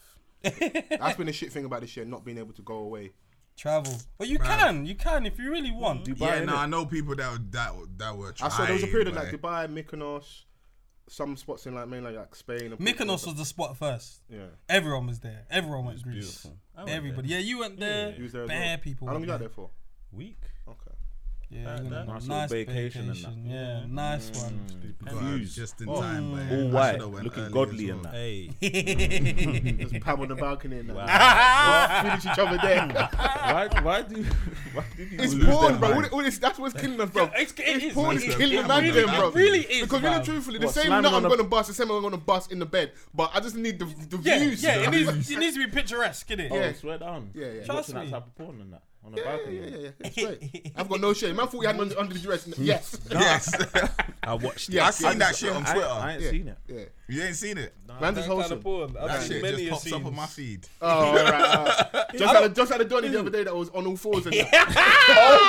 Speaker 4: That's been the shit thing about this year, not being able to go away.
Speaker 6: Travel. Well, you can. You can if you really want.
Speaker 7: Yeah,
Speaker 3: Dubai,
Speaker 7: no, I
Speaker 3: innit?
Speaker 7: know people that were- that were- that were
Speaker 4: I
Speaker 7: trying.
Speaker 4: saw there was a period of like
Speaker 7: but-
Speaker 4: Dubai, Mykonos, some spots in like mainland like Spain. And
Speaker 6: Mykonos was the spot first.
Speaker 4: Yeah.
Speaker 6: Everyone was there. Everyone went Greece.
Speaker 5: beautiful. I went
Speaker 6: Everybody. Yeah, you went there.
Speaker 4: You was there as
Speaker 6: Bare
Speaker 4: well.
Speaker 6: people.
Speaker 4: How long
Speaker 6: went
Speaker 4: you out there for?
Speaker 5: Week.
Speaker 4: Okay.
Speaker 7: Uh,
Speaker 6: Yeah, you
Speaker 5: that-
Speaker 6: went on a
Speaker 3: Nice
Speaker 6: nice,
Speaker 3: little vacation
Speaker 6: vacation.
Speaker 3: and that.
Speaker 6: Yeah, nice
Speaker 7: Mm.
Speaker 6: one.
Speaker 7: Got out
Speaker 3: Views.
Speaker 7: just in time. but
Speaker 3: All
Speaker 7: I should've
Speaker 3: white,
Speaker 7: went
Speaker 3: looking
Speaker 7: early
Speaker 3: godly
Speaker 7: as
Speaker 3: and
Speaker 7: well.
Speaker 3: that.
Speaker 5: Hey.
Speaker 6: [LAUGHS]
Speaker 4: Just pub on the balcony and that. Finish each other there.
Speaker 3: why, why do you, [LAUGHS] why did you
Speaker 4: It's
Speaker 3: lose
Speaker 4: porn,
Speaker 3: their
Speaker 4: bro. All,
Speaker 3: mind?
Speaker 4: all this, that's what's killing us, bro.
Speaker 6: it's- it
Speaker 4: It's
Speaker 6: is,
Speaker 4: porn
Speaker 6: man.
Speaker 4: is
Speaker 6: It's
Speaker 4: killing
Speaker 6: it
Speaker 4: man,
Speaker 6: really-
Speaker 4: them, bro.
Speaker 6: it really is,
Speaker 4: Because
Speaker 6: man.
Speaker 4: really, truthfully, the
Speaker 3: What,
Speaker 4: same
Speaker 3: slamming
Speaker 4: nut
Speaker 3: on
Speaker 4: I'm
Speaker 3: a-
Speaker 4: gonna bust, the same I'm gonna bust in the bed. But I just need the, the
Speaker 6: Yeah,
Speaker 4: views.
Speaker 6: yeah,
Speaker 4: you
Speaker 6: it
Speaker 4: know?
Speaker 6: needs, it needs to be picturesque, innit?
Speaker 3: Oh,
Speaker 4: Yeah.
Speaker 3: swear down.
Speaker 4: Yeah, yeah.
Speaker 3: Watching
Speaker 6: Trust
Speaker 3: that
Speaker 6: me.
Speaker 3: type of porn and that. on the balcony.
Speaker 4: [LAUGHS] Yeah, yeah, yeah, yeah. Straight. I've got no shame. Man thought you had under, under the duress. Yes.
Speaker 7: Yes.
Speaker 5: I watched
Speaker 7: I
Speaker 4: Yes.
Speaker 7: seen that shit on
Speaker 3: I,
Speaker 7: Twitter.
Speaker 3: I ain't seen it.
Speaker 4: Yeah.
Speaker 7: you ain't seen it?
Speaker 4: Man just
Speaker 6: That kind
Speaker 4: wholesome.
Speaker 6: of porn. I've
Speaker 7: that
Speaker 6: seen
Speaker 7: shit
Speaker 6: many
Speaker 7: just
Speaker 6: a
Speaker 7: pops up
Speaker 6: scenes.
Speaker 7: on my feed.
Speaker 6: [LAUGHS]
Speaker 4: Oh, all right, all right. Just had a just had a Donny the other day that was on all fours and that.
Speaker 7: Oh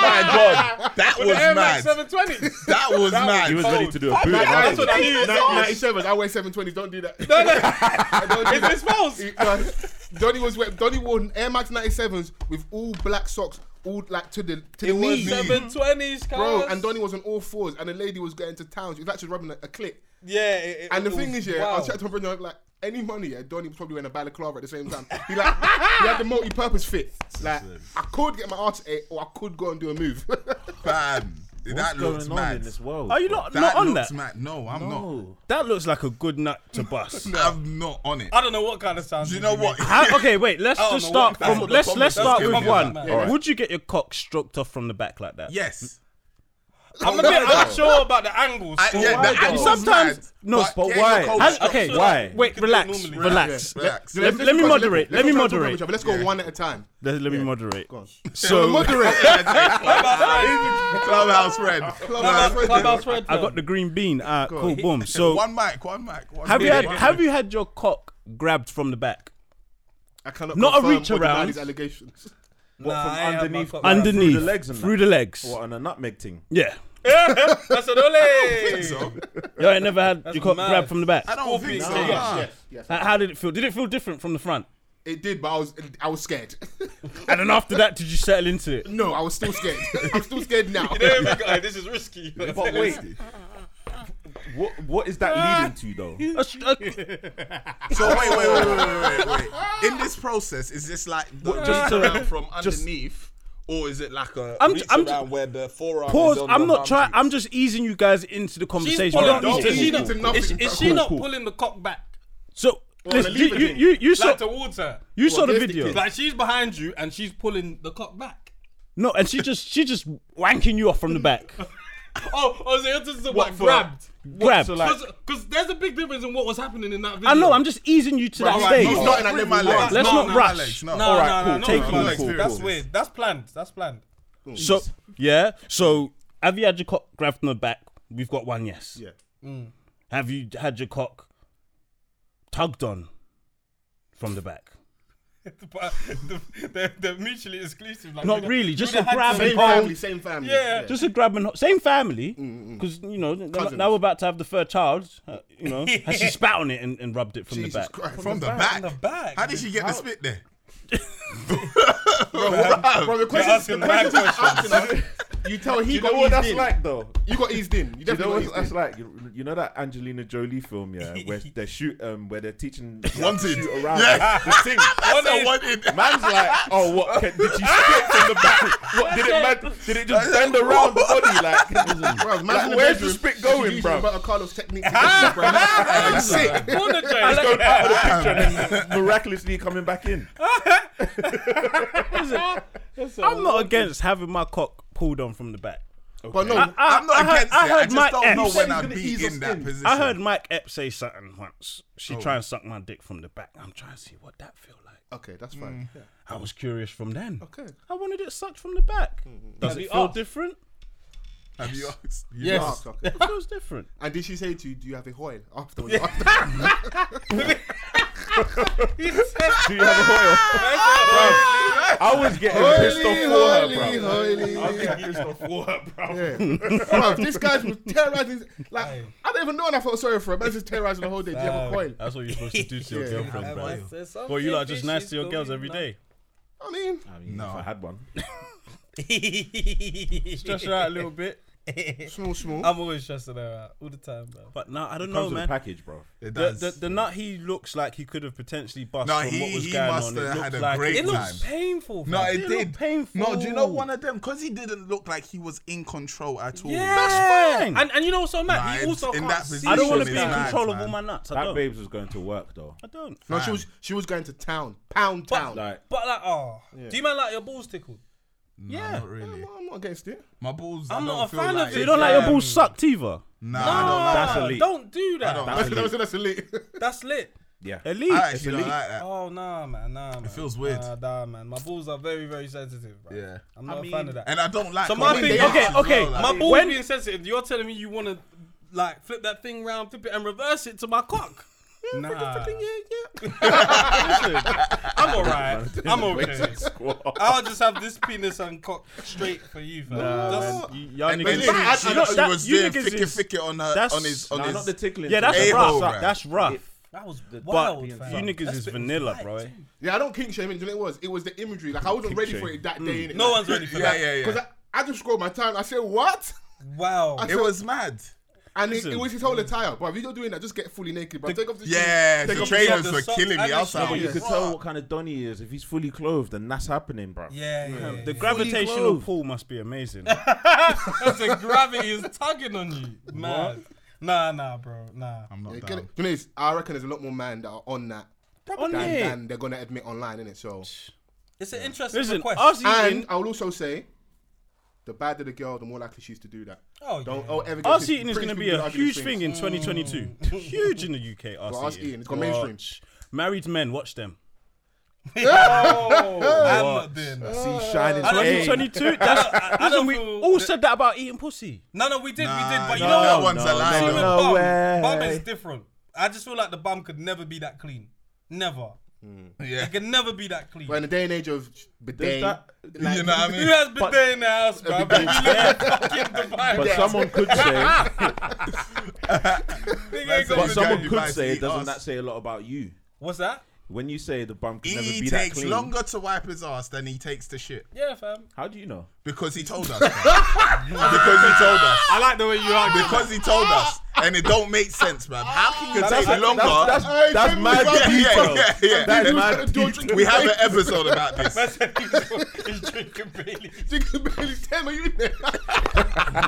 Speaker 7: my god, that was
Speaker 6: Air Max
Speaker 7: mad. [LAUGHS]
Speaker 6: 720.
Speaker 7: That was mad.
Speaker 3: He was ready to do a boot.
Speaker 6: That's what I
Speaker 3: afterwards.
Speaker 6: knew.
Speaker 4: Ninety sevens. I wear seven twenties. Don't do that.
Speaker 6: No, no.
Speaker 4: [LAUGHS] Don't do
Speaker 6: It's
Speaker 4: that.
Speaker 6: exposed.
Speaker 4: He- no. Donny was wearing Donny wore Air Max ninety sevens with all black socks, all like to the to the
Speaker 6: It was
Speaker 4: knees.
Speaker 6: 720s,
Speaker 4: Bro,
Speaker 6: cuz.
Speaker 4: and Donny was on all fours, and the lady was getting to town. She was actually rubbing a, a clip.
Speaker 6: Yeah. it- it-
Speaker 4: And the
Speaker 6: it
Speaker 4: thing
Speaker 6: was
Speaker 4: is, yeah, I
Speaker 6: wild.
Speaker 4: checked on Bruno, like, any money, yeah, Donny was probably wearing a balaclava at the same time. He like, he had the multi-purpose fit. Like, I could get my arse ate, or I could go and do a move. [LAUGHS]
Speaker 7: Fam, that
Speaker 3: What's
Speaker 7: looks
Speaker 3: going on in
Speaker 7: mad.
Speaker 3: this world?
Speaker 5: Are you not
Speaker 7: That
Speaker 5: not on
Speaker 7: looks
Speaker 5: that?
Speaker 7: mad. No, I'm
Speaker 3: No.
Speaker 5: That looks like a good nut to
Speaker 7: [LAUGHS]
Speaker 5: bust.
Speaker 7: not. I'm not on it.
Speaker 6: I don't know what kind of sound.
Speaker 7: Do you know what?
Speaker 5: How, okay, wait. Let's
Speaker 6: don't
Speaker 5: just
Speaker 6: know
Speaker 5: start
Speaker 6: what- that's
Speaker 5: from.
Speaker 6: what the
Speaker 5: Let's
Speaker 6: problem-
Speaker 5: let's
Speaker 6: that's
Speaker 5: start
Speaker 6: the
Speaker 5: with
Speaker 6: problem,
Speaker 5: one.
Speaker 6: man.
Speaker 5: Would you get your cock stroked off from the back like that?
Speaker 7: Yes.
Speaker 6: I'm a bit unsure about the angles.
Speaker 7: I,
Speaker 6: so
Speaker 7: yeah,
Speaker 6: why
Speaker 7: that
Speaker 6: though?
Speaker 7: was
Speaker 5: sometimes-
Speaker 7: mad,
Speaker 5: no,
Speaker 3: but
Speaker 7: getting
Speaker 3: why?
Speaker 7: your cold
Speaker 5: Has-
Speaker 7: shock-
Speaker 5: okay.
Speaker 3: Why?
Speaker 5: Wait.
Speaker 6: do it
Speaker 5: Relax.
Speaker 6: normally.
Speaker 5: Relax.
Speaker 7: Relax.
Speaker 5: Let- let me moderate, let me
Speaker 4: try and talk
Speaker 5: moderate.
Speaker 4: to each other. Let's go one at a time.
Speaker 5: Let, let me moderate.
Speaker 4: [LAUGHS] So
Speaker 5: So
Speaker 4: moderate.
Speaker 7: Clubhouse friend.
Speaker 4: Clubhouse friend.
Speaker 6: Clubhouse red
Speaker 5: [LAUGHS] I
Speaker 6: film.
Speaker 5: got the green bean. Uh, cool. Boom. So
Speaker 7: One mic, one mic. One
Speaker 5: have
Speaker 7: mic,
Speaker 5: you had
Speaker 7: one
Speaker 5: have
Speaker 7: mic.
Speaker 5: you had your cock grabbed from the back
Speaker 4: I cannot
Speaker 5: Not a
Speaker 4: confirm
Speaker 5: reach
Speaker 4: Bobby
Speaker 5: around.
Speaker 4: Manny's allegations.
Speaker 3: What,
Speaker 6: Nah,
Speaker 3: from
Speaker 6: I ain't had
Speaker 3: underneath,
Speaker 6: my cock
Speaker 3: like,
Speaker 6: grabbed.
Speaker 5: underneath
Speaker 3: through the legs and
Speaker 5: through
Speaker 3: that?
Speaker 5: the legs?
Speaker 3: What, on a nutmeg thing?
Speaker 5: Yeah.
Speaker 6: That's an ole.
Speaker 7: So,
Speaker 5: You ain't never had your cock
Speaker 6: mad.
Speaker 5: grabbed from the back.
Speaker 7: I don't think so.
Speaker 6: Scorpion,
Speaker 7: nah.
Speaker 4: Yes, yes.
Speaker 5: How, how did it feel? Did it feel different from the front?
Speaker 4: It did, but I was I was scared. [LAUGHS]
Speaker 5: And then after that, did you settle into it?
Speaker 4: no, I was still scared. I'm still scared now.
Speaker 6: There we go. Oh This is risky. [LAUGHS]
Speaker 3: But wait, what what is
Speaker 7: Uh,
Speaker 3: that leading to though?
Speaker 5: A str- a-
Speaker 7: So wait, wait, wait, wait, wait, wait, wait. In this process, is this like the
Speaker 3: just
Speaker 7: just
Speaker 3: to-
Speaker 7: around from
Speaker 3: just-
Speaker 7: underneath, or is it like a
Speaker 5: I'm-
Speaker 7: reach
Speaker 5: I'm-
Speaker 7: around where the forearm?
Speaker 5: pause.
Speaker 7: Is on
Speaker 5: I'm
Speaker 7: your
Speaker 5: not
Speaker 7: bum
Speaker 5: trying.
Speaker 7: cheeks?
Speaker 5: I'm just easing you guys into the conversation.
Speaker 6: pulling-
Speaker 5: We don't
Speaker 6: don't-
Speaker 5: need to
Speaker 4: is
Speaker 5: leave.
Speaker 4: she not-
Speaker 6: Is, is she
Speaker 4: Cool,
Speaker 6: not
Speaker 4: cool.
Speaker 6: pulling the cock back?
Speaker 5: So listen, you,
Speaker 4: leave it
Speaker 5: you,
Speaker 4: then.
Speaker 5: you, you saw
Speaker 6: Like towards her.
Speaker 5: you saw the
Speaker 4: there's the
Speaker 5: video.
Speaker 4: kid.
Speaker 6: Like she's behind you and she's pulling the cock back.
Speaker 5: no, and she just she just wanking you off from the back.
Speaker 6: Oh, oh, so you're just about
Speaker 3: for-
Speaker 6: grabbed.
Speaker 5: Grab.
Speaker 6: Because there's a big difference in what was happening in that video.
Speaker 5: I know. I'm just easing you to that
Speaker 7: Alright,
Speaker 5: stage.
Speaker 7: no,
Speaker 4: not in
Speaker 7: not
Speaker 4: that
Speaker 7: in my
Speaker 4: level.
Speaker 7: legs.
Speaker 5: Let's
Speaker 7: No,
Speaker 5: not
Speaker 7: no,
Speaker 5: rush.
Speaker 7: My legs, no.
Speaker 6: No,
Speaker 7: All
Speaker 6: no,
Speaker 7: right,
Speaker 6: no,
Speaker 7: cool.
Speaker 6: no,
Speaker 5: take
Speaker 6: no,
Speaker 5: it
Speaker 6: no,
Speaker 5: easy.
Speaker 6: no, That's weird. That's planned. That's planned. [LAUGHS]
Speaker 5: So yeah. So have you had your cock grabbed from the back? We've got one yes.
Speaker 4: [LAUGHS] Yeah.
Speaker 5: Have you had your cock tugged on from the back?
Speaker 6: But the- they're, they're mutually exclusive. Like
Speaker 5: Not
Speaker 6: you know,
Speaker 5: really,
Speaker 6: you
Speaker 5: just
Speaker 6: know,
Speaker 5: a
Speaker 6: had
Speaker 5: grab
Speaker 6: some-
Speaker 5: and
Speaker 4: Same
Speaker 5: hold.
Speaker 4: family, same family.
Speaker 6: Yeah.
Speaker 5: Just a grab and ho- same family, because you know they're not- now we're about to have the third child. uh, you know, and she spat on it and, and rubbed it from the
Speaker 4: Jesus
Speaker 5: back.
Speaker 4: Christ.
Speaker 7: From the
Speaker 6: in
Speaker 7: back.
Speaker 6: the back.
Speaker 7: How did she get the spit there?
Speaker 4: [LAUGHS] Bro, the
Speaker 6: You're
Speaker 4: questions,
Speaker 6: asking
Speaker 4: the
Speaker 6: mad
Speaker 4: questions are
Speaker 6: questions.
Speaker 4: asking. You tell he
Speaker 3: You
Speaker 4: got
Speaker 3: know what
Speaker 4: eased
Speaker 3: that's
Speaker 4: in.
Speaker 3: like
Speaker 7: [LAUGHS]
Speaker 3: though.
Speaker 4: You got eased in. You
Speaker 3: You know
Speaker 4: definitely
Speaker 3: what
Speaker 4: got eased
Speaker 3: that's
Speaker 4: in.
Speaker 3: like. You, you know that Angelina Jolie film,
Speaker 7: [LAUGHS]
Speaker 3: yeah, where they shoot, um, where they're teaching like,
Speaker 7: Wanted.
Speaker 3: shoot around
Speaker 7: Yeah.
Speaker 3: [LAUGHS] the thing.
Speaker 7: [LAUGHS] That's
Speaker 6: What
Speaker 7: a
Speaker 6: is-
Speaker 7: one in.
Speaker 3: Man's like, oh,
Speaker 7: [LAUGHS]
Speaker 3: what can, did she spit from the back? What did it? Man, did it just bend around the body?
Speaker 7: [LAUGHS]
Speaker 3: Like, [LAUGHS]
Speaker 4: Bro, imagine
Speaker 3: Like,
Speaker 4: the
Speaker 3: where's
Speaker 4: bedroom,
Speaker 3: the spit
Speaker 4: she's
Speaker 3: going,
Speaker 4: using
Speaker 3: bro?
Speaker 4: Roberto Carlos [LAUGHS] technique. to get you, bro. Like, sick.
Speaker 5: [LAUGHS]
Speaker 6: Corner joint.
Speaker 3: going out of the picture and
Speaker 7: [LAUGHS]
Speaker 3: then miraculously coming back in. [LAUGHS]
Speaker 5: I'm not against having my cock pulled on from the back.
Speaker 4: But no,
Speaker 5: I, I,
Speaker 7: I'm not
Speaker 5: I
Speaker 7: against
Speaker 5: heard, I
Speaker 7: it. I
Speaker 5: heard
Speaker 7: just
Speaker 5: Mike
Speaker 7: don't know
Speaker 5: Epps.
Speaker 7: when
Speaker 4: he's
Speaker 7: I'd
Speaker 4: gonna
Speaker 7: be
Speaker 4: ease us
Speaker 7: in that
Speaker 4: in.
Speaker 7: position.
Speaker 5: I heard Mike Epps say something once. She tried and suck my dick from the back. I'm trying to see what that feel like.
Speaker 4: okay, that's fine. Yeah.
Speaker 5: I was curious from then.
Speaker 4: Okay.
Speaker 5: I wanted it sucked from the back. Does
Speaker 6: Have
Speaker 5: it
Speaker 6: you
Speaker 5: feel
Speaker 6: asked?
Speaker 5: different?
Speaker 7: Have you asked?
Speaker 4: Mark, okay.
Speaker 5: It feels different.
Speaker 4: And did she say to you, "Do you have a hoil afterwards?" [LAUGHS] After-
Speaker 3: Do you have a oil? I was getting pissed off for her, bro.
Speaker 4: hoily, hoily.
Speaker 3: Pissed off for her, bro.
Speaker 4: Yeah. [LAUGHS] Bruv, this guy's was terrorizing. Like, I don't even know, and I felt sorry for him. I was just terrorizing the whole day. Do you have a coil?
Speaker 5: That's what you're supposed to do to
Speaker 4: [LAUGHS]
Speaker 5: your
Speaker 4: Yeah.
Speaker 5: girlfriend, bro.
Speaker 6: There's
Speaker 5: Well,
Speaker 6: something
Speaker 5: you lot are just nice
Speaker 6: fishy's
Speaker 5: to your girls
Speaker 6: going
Speaker 5: every
Speaker 6: on.
Speaker 5: day.
Speaker 4: I mean,
Speaker 3: I mean, if I had one.
Speaker 5: Stretch her out a little bit.
Speaker 4: small, small.
Speaker 6: I'm always stressing her out all the time, bro.
Speaker 5: But no, I don't know,
Speaker 3: Comes with a
Speaker 5: man.
Speaker 3: package, bro.
Speaker 7: It
Speaker 5: The,
Speaker 7: does.
Speaker 5: the, the nut he looks like he could have potentially bust
Speaker 7: No,
Speaker 5: from
Speaker 7: he-
Speaker 5: what was
Speaker 7: he
Speaker 5: going
Speaker 7: must
Speaker 5: on.
Speaker 7: have
Speaker 5: It
Speaker 7: had
Speaker 5: looked
Speaker 7: a
Speaker 5: like
Speaker 7: great
Speaker 5: it
Speaker 6: It
Speaker 5: looked-
Speaker 6: looks painful.
Speaker 7: No,
Speaker 6: fam.
Speaker 7: it
Speaker 5: look
Speaker 7: did.
Speaker 5: painful.
Speaker 7: No, do you know one of them? Because he didn't look like he was in control at all.
Speaker 6: yeah.
Speaker 5: That's fine.
Speaker 6: And and you know what's so
Speaker 7: Nah,
Speaker 6: mad? he
Speaker 7: it's-
Speaker 6: also can't
Speaker 7: in that
Speaker 6: see.
Speaker 5: I
Speaker 7: position
Speaker 5: don't want
Speaker 7: is
Speaker 5: to be in
Speaker 7: mad,
Speaker 5: control of all
Speaker 7: man.
Speaker 5: my nuts. I
Speaker 3: That
Speaker 5: don't.
Speaker 3: babes was going to work though.
Speaker 5: I don't.
Speaker 4: no, she was she was going to town, pound town.
Speaker 6: But
Speaker 3: Like-
Speaker 6: but like, oh, do you man like your balls tickled?
Speaker 7: No,
Speaker 5: Yeah.
Speaker 7: Not really.
Speaker 4: I'm not against it.
Speaker 7: My balls.
Speaker 6: I'm
Speaker 7: I
Speaker 6: not
Speaker 7: don't
Speaker 6: a
Speaker 7: feel
Speaker 6: fan
Speaker 7: like
Speaker 6: of
Speaker 5: So
Speaker 6: it.
Speaker 5: you don't like your
Speaker 6: Yeah.
Speaker 5: balls sucked either.
Speaker 7: Nah, I don't like
Speaker 3: That's
Speaker 6: Ah,
Speaker 3: elite.
Speaker 6: Don't do that.
Speaker 7: don't-
Speaker 4: [LAUGHS] That's, that's elite.
Speaker 6: That's lit.
Speaker 3: Yeah.
Speaker 5: Elite.
Speaker 7: I
Speaker 5: It's
Speaker 7: actually don't
Speaker 5: elite.
Speaker 7: like that.
Speaker 6: Oh nah, man, nah. Man. It
Speaker 7: feels weird.
Speaker 6: Nah, nah, man. My balls are very, very sensitive. Bro.
Speaker 7: Yeah.
Speaker 6: I'm not a fan of that.
Speaker 7: And I don't like.
Speaker 6: So my
Speaker 7: when
Speaker 6: thing-
Speaker 7: they ask
Speaker 5: okay,
Speaker 7: as
Speaker 5: okay,
Speaker 7: well, like-
Speaker 6: my balls
Speaker 5: When-
Speaker 6: being sensitive. You're telling me you want to like flip that thing round, flip it, and reverse it to my cock. Nah. I'm alright. I'm okay. I'll just have this penis and cock straight for you, fam. Just-
Speaker 5: Nah, man. You- y'all
Speaker 7: And
Speaker 5: niggas-
Speaker 7: basically,
Speaker 5: But I-
Speaker 7: she,
Speaker 5: I know
Speaker 7: she
Speaker 5: that-
Speaker 7: was
Speaker 5: you
Speaker 7: doing
Speaker 5: niggas
Speaker 7: thick
Speaker 5: is-
Speaker 7: thick on her
Speaker 5: that's-
Speaker 7: on his on
Speaker 3: No,
Speaker 7: his.
Speaker 3: not the tickling.
Speaker 5: Yeah, that's
Speaker 7: A-hole,
Speaker 5: rough.
Speaker 7: bruh.
Speaker 5: That's rough.
Speaker 6: that was
Speaker 5: But
Speaker 6: wild,
Speaker 5: you
Speaker 6: fam.
Speaker 5: niggas is vanilla, bro.
Speaker 4: Yeah, I don't kink shame. it, Do you know what it was? It was the imagery. Like I wasn't ready for it that day.
Speaker 6: Mm. No one's ready for
Speaker 7: yeah,
Speaker 6: that.
Speaker 7: yeah, yeah.
Speaker 4: Because I, I just scrolled my time. I said what?
Speaker 6: Wow.
Speaker 4: I
Speaker 7: it
Speaker 4: said-
Speaker 7: was mad.
Speaker 4: and it, it
Speaker 5: Listen.
Speaker 4: was his whole attire. But if you're doing that, just get fully naked. But take off the shoes.
Speaker 7: Yeah,
Speaker 4: Take
Speaker 7: the
Speaker 4: off
Speaker 6: yeah,
Speaker 7: trailers
Speaker 6: the
Speaker 7: were
Speaker 6: socks
Speaker 7: killing
Speaker 6: and
Speaker 7: me.
Speaker 6: the
Speaker 7: I was
Speaker 6: shoes.
Speaker 7: like,
Speaker 3: But you
Speaker 7: what?
Speaker 3: could tell what kind of Donny he is if he's fully clothed, and that's happening, bro.
Speaker 6: yeah, yeah, yeah.
Speaker 5: The gravitational pull must be amazing.
Speaker 6: That's the gravity is tugging on you. Man. Nah, nah, bro. Nah.
Speaker 7: I'm not
Speaker 4: Yeah, get it.
Speaker 7: down.
Speaker 4: Do you know, it's- I reckon there's a lot more men that are on that
Speaker 5: On
Speaker 4: than,
Speaker 5: it.
Speaker 4: than they're gonna admit online, innit? So,
Speaker 6: It's an interesting
Speaker 5: Listen,
Speaker 6: request.
Speaker 5: us
Speaker 4: and
Speaker 5: eating,
Speaker 4: I will also say, the badder the girl, the more likely she's to do that.
Speaker 6: Oh,
Speaker 4: Don't [LAUGHS]
Speaker 6: yeah.
Speaker 4: oh, ever get
Speaker 5: us
Speaker 4: to-
Speaker 5: eating is
Speaker 4: pretty
Speaker 5: going to be
Speaker 4: people do
Speaker 5: a
Speaker 4: ugly
Speaker 5: huge
Speaker 4: things.
Speaker 5: thing in 2022. Huge in the UK. Us,
Speaker 4: But us eating,
Speaker 5: eating.
Speaker 4: it's gone mainstream.
Speaker 5: Watch. Married men, watch them.
Speaker 6: I'm not doing that.
Speaker 3: See, shining.
Speaker 6: I don't
Speaker 3: Hey.
Speaker 6: think
Speaker 5: 2022. That's, listen,
Speaker 6: don't
Speaker 5: we
Speaker 6: feel
Speaker 5: all
Speaker 6: that-
Speaker 5: said that about eating pussy.
Speaker 6: No, no, we did, we did.
Speaker 7: Nah,
Speaker 6: But you
Speaker 7: no,
Speaker 6: know
Speaker 7: that
Speaker 6: what?
Speaker 7: one's a lie.
Speaker 6: Even [LAUGHS]
Speaker 7: though.
Speaker 3: no
Speaker 6: bum,
Speaker 3: way.
Speaker 6: bum is different. I just feel like the bum could never be that clean. Never.
Speaker 7: Yeah.
Speaker 6: It can never be that clean.
Speaker 4: But in the day and age of bidet,
Speaker 3: that-
Speaker 4: like,
Speaker 7: You know what I
Speaker 6: Who [LAUGHS]
Speaker 7: mean?
Speaker 6: has been there in the house, bro? [LAUGHS] But you look at fucking Dubai.
Speaker 3: But someone could say,
Speaker 6: Nigga ain't
Speaker 7: but
Speaker 6: gonna
Speaker 3: but
Speaker 6: be-
Speaker 7: the guy
Speaker 3: someone
Speaker 7: who
Speaker 3: could
Speaker 7: buys
Speaker 3: say,
Speaker 7: eat
Speaker 3: doesn't
Speaker 7: us.
Speaker 3: that say a lot about you?
Speaker 6: What's that?
Speaker 3: When you say the bum could never
Speaker 7: He
Speaker 3: be that
Speaker 7: takes
Speaker 3: clean,
Speaker 7: longer to wipe his ass than he takes to shit
Speaker 6: Yeah, fam. [LAUGHS]
Speaker 3: how do you know?
Speaker 7: because he told [LAUGHS] us. man. because he told us.
Speaker 6: I like the way you are.
Speaker 7: Because he told us, and it don't make sense, man. How can you take
Speaker 3: that's-
Speaker 7: longer?
Speaker 3: that's-
Speaker 4: Hey,
Speaker 3: That's
Speaker 4: Jimmy,
Speaker 3: mad
Speaker 4: bro,
Speaker 7: yeah,
Speaker 4: you
Speaker 7: yeah,
Speaker 4: bro.
Speaker 7: yeah, yeah.
Speaker 4: That dude
Speaker 3: mad
Speaker 4: was gonna do a drink
Speaker 7: [LAUGHS] we
Speaker 4: of
Speaker 7: have an
Speaker 4: Bailey.
Speaker 7: episode about this.
Speaker 6: he's drinking Bailey.
Speaker 4: Drink of Bailey's. Damn, are you
Speaker 7: [LAUGHS]
Speaker 4: in there?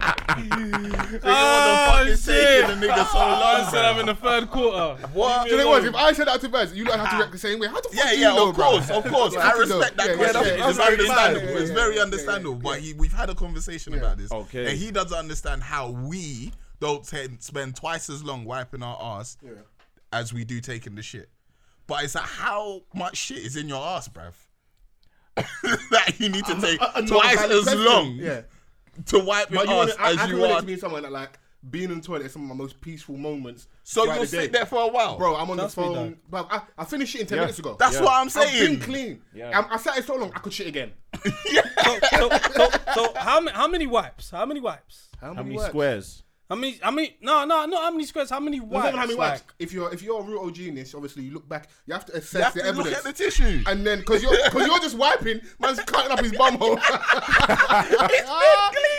Speaker 7: What the fuck is
Speaker 6: shit.
Speaker 7: taking the nigga so
Speaker 6: I
Speaker 7: long,
Speaker 6: said I'm
Speaker 7: bro?
Speaker 6: in the third quarter.
Speaker 7: What?
Speaker 4: Do you know what? If I said that to Vaz, you don't have to react the same way. How the fuck
Speaker 7: Ah. Yeah,
Speaker 4: do you
Speaker 7: yeah,
Speaker 4: know,
Speaker 7: of
Speaker 4: bro?
Speaker 7: course, [LAUGHS] of course. I
Speaker 4: Yeah,
Speaker 7: respect that
Speaker 4: yeah,
Speaker 7: question.
Speaker 4: yeah, yeah,
Speaker 7: it's
Speaker 4: yeah,
Speaker 7: very
Speaker 4: yeah,
Speaker 7: understandable.
Speaker 4: yeah,
Speaker 7: it's
Speaker 4: yeah,
Speaker 7: very
Speaker 4: yeah,
Speaker 7: understandable. But he, we've had a conversation about this.
Speaker 3: Okay.
Speaker 7: And he doesn't understand how we don't ten- spend twice as long wiping our ass as we do taking the shit. But it's like, how much shit is in your ass, bruv? [LAUGHS] that you need to take
Speaker 4: Another
Speaker 7: twice
Speaker 4: valid
Speaker 7: as
Speaker 4: question.
Speaker 7: long
Speaker 4: Yeah.
Speaker 7: to wipe your
Speaker 4: But you
Speaker 7: ass
Speaker 4: wanna, I, I
Speaker 7: as
Speaker 4: can
Speaker 7: you
Speaker 4: relate
Speaker 7: are.
Speaker 4: to me someone that like being in the toilet is some of my most peaceful moments.
Speaker 7: So
Speaker 4: throughout
Speaker 7: you'll
Speaker 4: the day.
Speaker 7: sit there for a while.
Speaker 4: Bro, I'm on
Speaker 6: That's
Speaker 4: the
Speaker 6: me,
Speaker 4: phone. Bro, I, I finished shitting 10 minutes ago.
Speaker 7: That's what I'm
Speaker 4: I've
Speaker 7: saying.
Speaker 4: been clean.
Speaker 3: Yeah.
Speaker 4: I'm, I sat here so long, I could shit again.
Speaker 6: So, so, so, so how, many, how many wipes? How many wipes?
Speaker 3: How many
Speaker 4: words?
Speaker 3: squares?
Speaker 6: How many? I mean, no, no, no. How many squares? How many
Speaker 4: Not
Speaker 6: wipes?
Speaker 4: even how many words.
Speaker 6: Like,
Speaker 4: If you're if you're a real OG in this, obviously you look back. You have to assess
Speaker 7: You have
Speaker 4: the
Speaker 7: to look
Speaker 4: evidence.
Speaker 7: at the tissue.
Speaker 4: and then, cause you're, cause you're just wiping, man's cutting up his bum hole.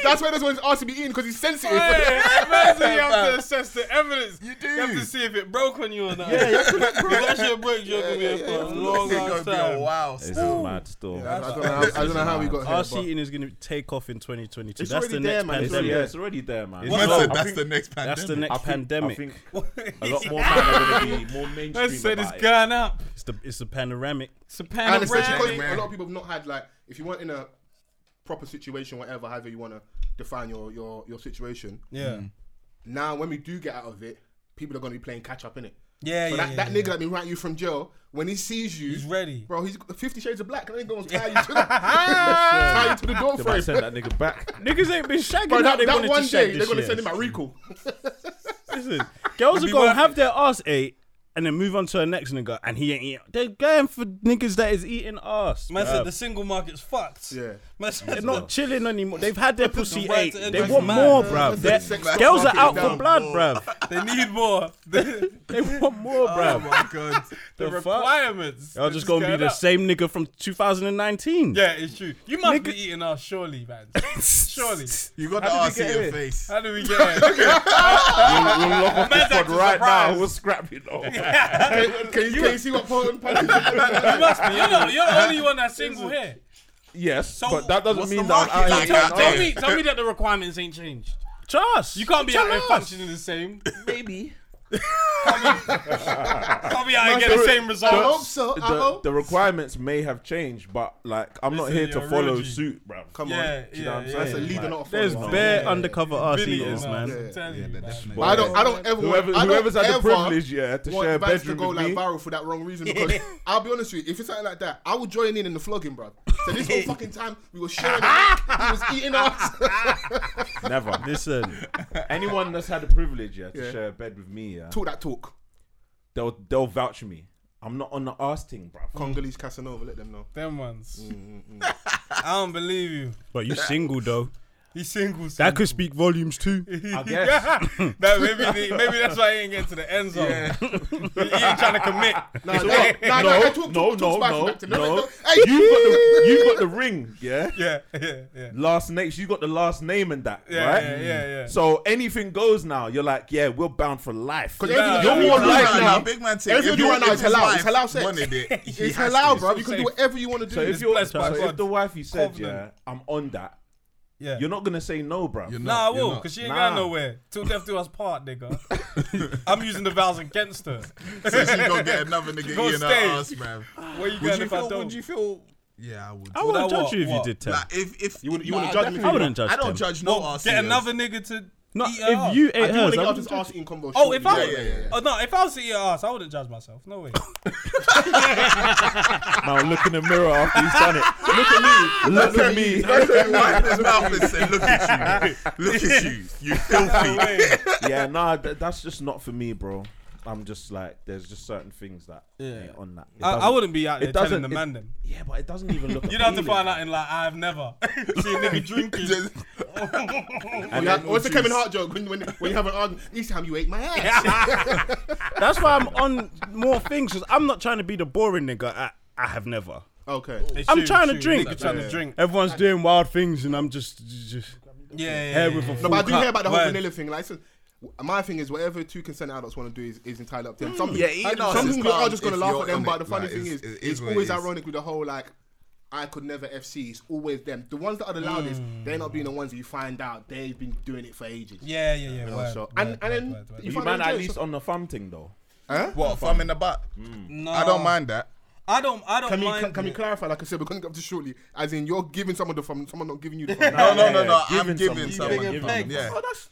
Speaker 4: That's why this one's asked to be eaten, cause he's sensitive.
Speaker 6: Hey, [LAUGHS] imagine you have to assess the evidence. You
Speaker 7: do.
Speaker 6: You have to see if it broke on you or not. Yeah, if [LAUGHS] that shit breaks, you're gonna be here for a long,
Speaker 7: It's gonna
Speaker 6: long
Speaker 7: be a
Speaker 6: time.
Speaker 7: while.
Speaker 3: It's
Speaker 7: still.
Speaker 3: mad still.
Speaker 4: I don't, know how, I don't know how we
Speaker 6: Oh,
Speaker 4: got here.
Speaker 5: Us
Speaker 4: but-
Speaker 5: eating is going to take off in 2022.
Speaker 3: It's
Speaker 5: that's
Speaker 3: already
Speaker 5: the
Speaker 3: there,
Speaker 5: next
Speaker 3: man. It's already,
Speaker 5: pandemic.
Speaker 3: yeah, it's already there, man.
Speaker 5: It's
Speaker 7: Man
Speaker 5: Well,
Speaker 7: said
Speaker 5: I
Speaker 7: that's
Speaker 3: think-
Speaker 7: the next pandemic.
Speaker 5: That's the next pandemic.
Speaker 3: I think a lot more men are going to be more mainstream.
Speaker 6: Let's say this
Speaker 3: about it.
Speaker 6: gone up.
Speaker 5: It's the it's the panoramic.
Speaker 6: It's a
Speaker 4: and especially because
Speaker 6: panoramic.
Speaker 4: a lot of people have not had like if you weren't in a proper situation, whatever, however you want to define your your your situation.
Speaker 6: Yeah.
Speaker 4: Now, when we do get out of it, people are going to be playing catch up in it.
Speaker 6: Yeah,
Speaker 4: So
Speaker 6: yeah,
Speaker 4: that,
Speaker 6: yeah,
Speaker 4: that
Speaker 6: yeah.
Speaker 4: nigga that been writing you from jail, when he sees you,
Speaker 6: He's ready.
Speaker 4: bro. He's got Fifty Shades of Black. And
Speaker 6: [LAUGHS]
Speaker 4: then going to tie you to the, tie you to the door
Speaker 3: They might
Speaker 4: frame.
Speaker 3: send that nigga back.
Speaker 5: [LAUGHS] Niggas ain't been shagging.
Speaker 4: Bro,
Speaker 5: how
Speaker 4: that,
Speaker 5: they
Speaker 4: that
Speaker 5: wanted
Speaker 4: one
Speaker 5: to
Speaker 4: day
Speaker 5: shag
Speaker 4: they're
Speaker 5: this
Speaker 4: going to
Speaker 5: year.
Speaker 4: send him a recall.
Speaker 5: Listen, girls are gonna have their ass ate and then move on to the next nigga, and he ain't eating. They're going for niggas that is eating ass.
Speaker 6: Man
Speaker 5: bruv.
Speaker 6: said the single market's fucked.
Speaker 4: Yeah.
Speaker 6: Man said
Speaker 5: They're not chilling anymore. They've had their pussy
Speaker 6: right
Speaker 5: ate.
Speaker 6: to end
Speaker 5: They
Speaker 6: this
Speaker 5: want
Speaker 6: man.
Speaker 5: more,
Speaker 4: That's
Speaker 5: bruv.
Speaker 4: the
Speaker 5: They're-
Speaker 4: sex
Speaker 5: Girls are
Speaker 4: market
Speaker 5: out for
Speaker 4: down.
Speaker 5: blood, bruv.
Speaker 6: they need [LAUGHS] more. The,
Speaker 5: They
Speaker 6: [LAUGHS]
Speaker 5: want more,
Speaker 6: Ah,
Speaker 7: Oh
Speaker 5: bruv.
Speaker 7: my god.
Speaker 6: the
Speaker 5: fuck?
Speaker 6: requirements.
Speaker 5: Y'all
Speaker 6: are
Speaker 5: just gonna be
Speaker 6: going
Speaker 5: the
Speaker 6: up.
Speaker 5: same nigga from 2019.
Speaker 6: Yeah, it's true. You must
Speaker 5: Nigga-
Speaker 6: be eating us, surely, [LAUGHS] man. Surely.
Speaker 7: You got
Speaker 3: How did we
Speaker 7: the RC
Speaker 3: get
Speaker 7: in your
Speaker 3: here?
Speaker 7: face.
Speaker 6: How do we [LAUGHS] get here? Look at
Speaker 3: We'll lock off this pod
Speaker 6: Man's acting
Speaker 3: right now.
Speaker 6: surprised.
Speaker 3: We'll scrap it all.
Speaker 4: [LAUGHS] can, can you, can you see what [LAUGHS] Paul and Punch
Speaker 6: you must be. You're, the- you're the only one that's single here.
Speaker 3: Yes, but that doesn't
Speaker 7: what's
Speaker 3: mean
Speaker 7: the
Speaker 3: that I'm
Speaker 7: market
Speaker 3: out
Speaker 7: like
Speaker 3: here
Speaker 6: Tell,
Speaker 3: getting
Speaker 7: out there?
Speaker 6: tell me, tell me that the requirements ain't changed.
Speaker 5: Trust.
Speaker 6: You can't be out
Speaker 5: Tell
Speaker 6: there
Speaker 5: us.
Speaker 6: [LAUGHS] functioning the same. Maybe. Can't be, hope we out here get the same
Speaker 4: I
Speaker 6: results.
Speaker 4: hope so. I
Speaker 3: the,
Speaker 4: hope.
Speaker 3: the requirements may have changed, but like I'm not
Speaker 6: Listen,
Speaker 3: here to
Speaker 6: you're
Speaker 3: follow
Speaker 6: really-
Speaker 3: suit, bro. Come
Speaker 6: on. Yeah,
Speaker 3: Do you know what I'm
Speaker 6: yeah,
Speaker 3: saying?
Speaker 4: That's a leader, not a follower.
Speaker 5: There's
Speaker 4: man.
Speaker 5: bare undercover arse eaters,
Speaker 6: Billions,
Speaker 5: man.
Speaker 6: I'm telling you, man.
Speaker 4: But I don't. I don't ever.
Speaker 3: Whoever,
Speaker 4: I don't
Speaker 3: whoever's had the
Speaker 4: ever
Speaker 3: privilege, yeah, to
Speaker 4: want
Speaker 3: share a
Speaker 4: Vance to
Speaker 3: bedroom
Speaker 4: go
Speaker 3: with
Speaker 4: like
Speaker 3: me.
Speaker 4: viral for that wrong reason.
Speaker 3: [LAUGHS]
Speaker 4: Because I'll be honest with you, if it's something like that, I would join in in the flogging, bro. So this whole fucking time we were sharing, it, he was
Speaker 3: [LAUGHS]
Speaker 4: eating us.
Speaker 3: Never.
Speaker 5: Listen,
Speaker 3: Anyone that's had the privilege, yeah, to
Speaker 4: Yeah.
Speaker 3: share a bed with me, yeah,
Speaker 4: talk that talk.
Speaker 3: they'll they'll vouch for me. I'm not on the arse thing, bro.
Speaker 4: [LAUGHS] Congolese Casanova, let them know.
Speaker 6: Them ones. [LAUGHS] I don't believe you.
Speaker 5: but you single though.
Speaker 6: He's single.
Speaker 5: That
Speaker 6: single.
Speaker 5: could speak volumes too.
Speaker 6: [LAUGHS]
Speaker 3: I guess.
Speaker 6: that maybe the, maybe that's why he ain't getting to the end zone. [LAUGHS] he ain't trying to commit.
Speaker 4: No,
Speaker 3: So
Speaker 4: no,
Speaker 3: what?
Speaker 4: no,
Speaker 3: no,
Speaker 4: no, talk- talk-
Speaker 3: no,
Speaker 4: talk
Speaker 3: no,
Speaker 4: spicy
Speaker 3: no,
Speaker 4: back to them.
Speaker 3: no. [LAUGHS]
Speaker 4: Hey,
Speaker 3: You got the you got the ring, yeah.
Speaker 6: Yeah, yeah, yeah.
Speaker 3: Last name, you got the last name and that,
Speaker 6: Yeah,
Speaker 3: right? Mm.
Speaker 6: yeah, yeah, yeah.
Speaker 3: So anything goes now. You're like, yeah, we're bound for life.
Speaker 4: Because everything
Speaker 6: You're
Speaker 4: you do
Speaker 3: more
Speaker 4: right
Speaker 3: likely-
Speaker 4: now-
Speaker 3: Nah,
Speaker 7: big man thing.
Speaker 4: everything
Speaker 7: If
Speaker 4: you do right
Speaker 7: your-
Speaker 4: now
Speaker 7: if
Speaker 4: is
Speaker 7: his
Speaker 4: halal. It's
Speaker 7: wife
Speaker 4: halal sex.
Speaker 7: wanted it, he
Speaker 4: It's
Speaker 7: has to
Speaker 4: halal,
Speaker 7: do
Speaker 4: bro.
Speaker 7: it.
Speaker 4: You can
Speaker 6: Safe.
Speaker 4: do whatever you want to do.
Speaker 3: So if
Speaker 6: It's
Speaker 3: you're,
Speaker 6: blessed
Speaker 3: so
Speaker 6: by
Speaker 3: if
Speaker 6: God.
Speaker 3: the wife you said,
Speaker 6: Covenant.
Speaker 3: yeah, I'm on that.
Speaker 6: Yeah.
Speaker 3: You're not gonna say no, bro.
Speaker 7: You're
Speaker 6: Nah, I
Speaker 7: not, you're
Speaker 6: will,
Speaker 7: not.
Speaker 6: because she ain't
Speaker 3: Nah.
Speaker 6: going nowhere. Till death do us part, nigga. I'm using the vows against her.
Speaker 7: So she gonna get another nigga
Speaker 6: Gonna
Speaker 7: eating her
Speaker 6: stay.
Speaker 7: ass, man.
Speaker 6: Where you
Speaker 7: Would
Speaker 6: going
Speaker 7: you
Speaker 6: if I
Speaker 7: feel?
Speaker 6: don't?
Speaker 7: Would you feel? Yeah, I would.
Speaker 5: I wouldn't
Speaker 6: I
Speaker 5: judge
Speaker 6: what-
Speaker 5: you if you
Speaker 6: what?
Speaker 5: did ten.
Speaker 7: Like if if you
Speaker 3: you wouldn't judge me?
Speaker 5: I wouldn't judge
Speaker 7: I don't
Speaker 5: them.
Speaker 7: judge no
Speaker 6: Well,
Speaker 7: arse.
Speaker 6: get
Speaker 7: eaters.
Speaker 6: another nigga to
Speaker 5: No,
Speaker 6: eat her
Speaker 5: if
Speaker 6: up.
Speaker 5: you
Speaker 4: I
Speaker 5: ate
Speaker 4: do want to
Speaker 5: hers, I
Speaker 4: get off
Speaker 5: wouldn't
Speaker 4: this
Speaker 5: judge.
Speaker 4: arse eating combo.
Speaker 6: Oh, if I
Speaker 4: shortly. yeah, yeah, yeah.
Speaker 6: oh no, if I was to eat your ass, I wouldn't judge myself. No way.
Speaker 3: Now look in the mirror after he's done it. Look at me. Look at me.
Speaker 7: Wipe his mouth and say, "Look at you, look at you, you
Speaker 6: No
Speaker 7: filthy."
Speaker 6: way.
Speaker 3: [LAUGHS] yeah, nah, th- that's just not for me, bro. I'm just like, there's just certain things that yeah. on that. It
Speaker 6: I, I
Speaker 3: doesn't-
Speaker 6: wouldn't be out there
Speaker 3: it
Speaker 6: telling
Speaker 3: doesn't.
Speaker 6: the
Speaker 3: it-
Speaker 6: man them.
Speaker 3: Yeah, but it doesn't even look.
Speaker 6: [LAUGHS] You'd have to
Speaker 3: appealing.
Speaker 6: find out in like I've never seen a nigga drinking.
Speaker 7: Just-
Speaker 4: And that- What's the Kevin Hart joke when when when you have an argument? Each time you ate my ass.
Speaker 5: That's why I'm on more things because I'm not trying to be the boring nigga. I, I have never.
Speaker 4: [LAUGHS] Okay.
Speaker 5: I'm
Speaker 6: Shoot,
Speaker 5: trying to
Speaker 6: shoot,
Speaker 5: drink.
Speaker 6: Nigga trying to drink.
Speaker 5: Everyone's doing wild things and I'm just, just
Speaker 6: Yeah, yeah,
Speaker 5: hair
Speaker 6: yeah,
Speaker 5: with a
Speaker 6: yeah.
Speaker 5: full
Speaker 4: No, but I do
Speaker 5: cup.
Speaker 4: hear about the whole
Speaker 6: Word.
Speaker 4: vanilla thing. Like, so, my thing is, whatever two consenting adults want to do is, is entirely up to them. Some,
Speaker 7: Yeah, eating arse
Speaker 4: some
Speaker 7: is
Speaker 4: things we are
Speaker 7: calm
Speaker 4: just going to
Speaker 7: if
Speaker 4: laugh
Speaker 7: you're
Speaker 4: at them.
Speaker 7: on
Speaker 4: But
Speaker 7: it.
Speaker 4: the funny
Speaker 7: Like,
Speaker 4: thing is,
Speaker 7: it's- it is
Speaker 4: it's
Speaker 7: what it
Speaker 4: always
Speaker 7: is.
Speaker 4: ironic with the whole like, I could never FC. It's always them. The ones that are the loudest, they're not being the ones that you find out they've been doing it for ages.
Speaker 6: Yeah, yeah, yeah. word,
Speaker 4: so-
Speaker 6: word,
Speaker 4: and- and then
Speaker 6: word, word, word.
Speaker 4: you
Speaker 3: You,
Speaker 4: find
Speaker 3: man,
Speaker 4: it
Speaker 3: at
Speaker 4: enjoy-
Speaker 3: least on the thumb thing though.
Speaker 7: What? Thumb in the butt.
Speaker 6: No,
Speaker 7: I don't mind that.
Speaker 6: I don't. I don't
Speaker 4: Can we
Speaker 6: mind.
Speaker 4: can, can we
Speaker 6: it.
Speaker 4: clarify? Like I said, we're going to get up to shortly. As in, you're giving someone the from someone not giving you the from.
Speaker 7: No, no,
Speaker 3: yeah,
Speaker 7: no,
Speaker 3: yeah.
Speaker 7: no. I'm
Speaker 3: Giving someone,
Speaker 7: giving someone.
Speaker 3: giving
Speaker 7: giving-
Speaker 6: someone.
Speaker 7: Yeah,
Speaker 4: Oh, that's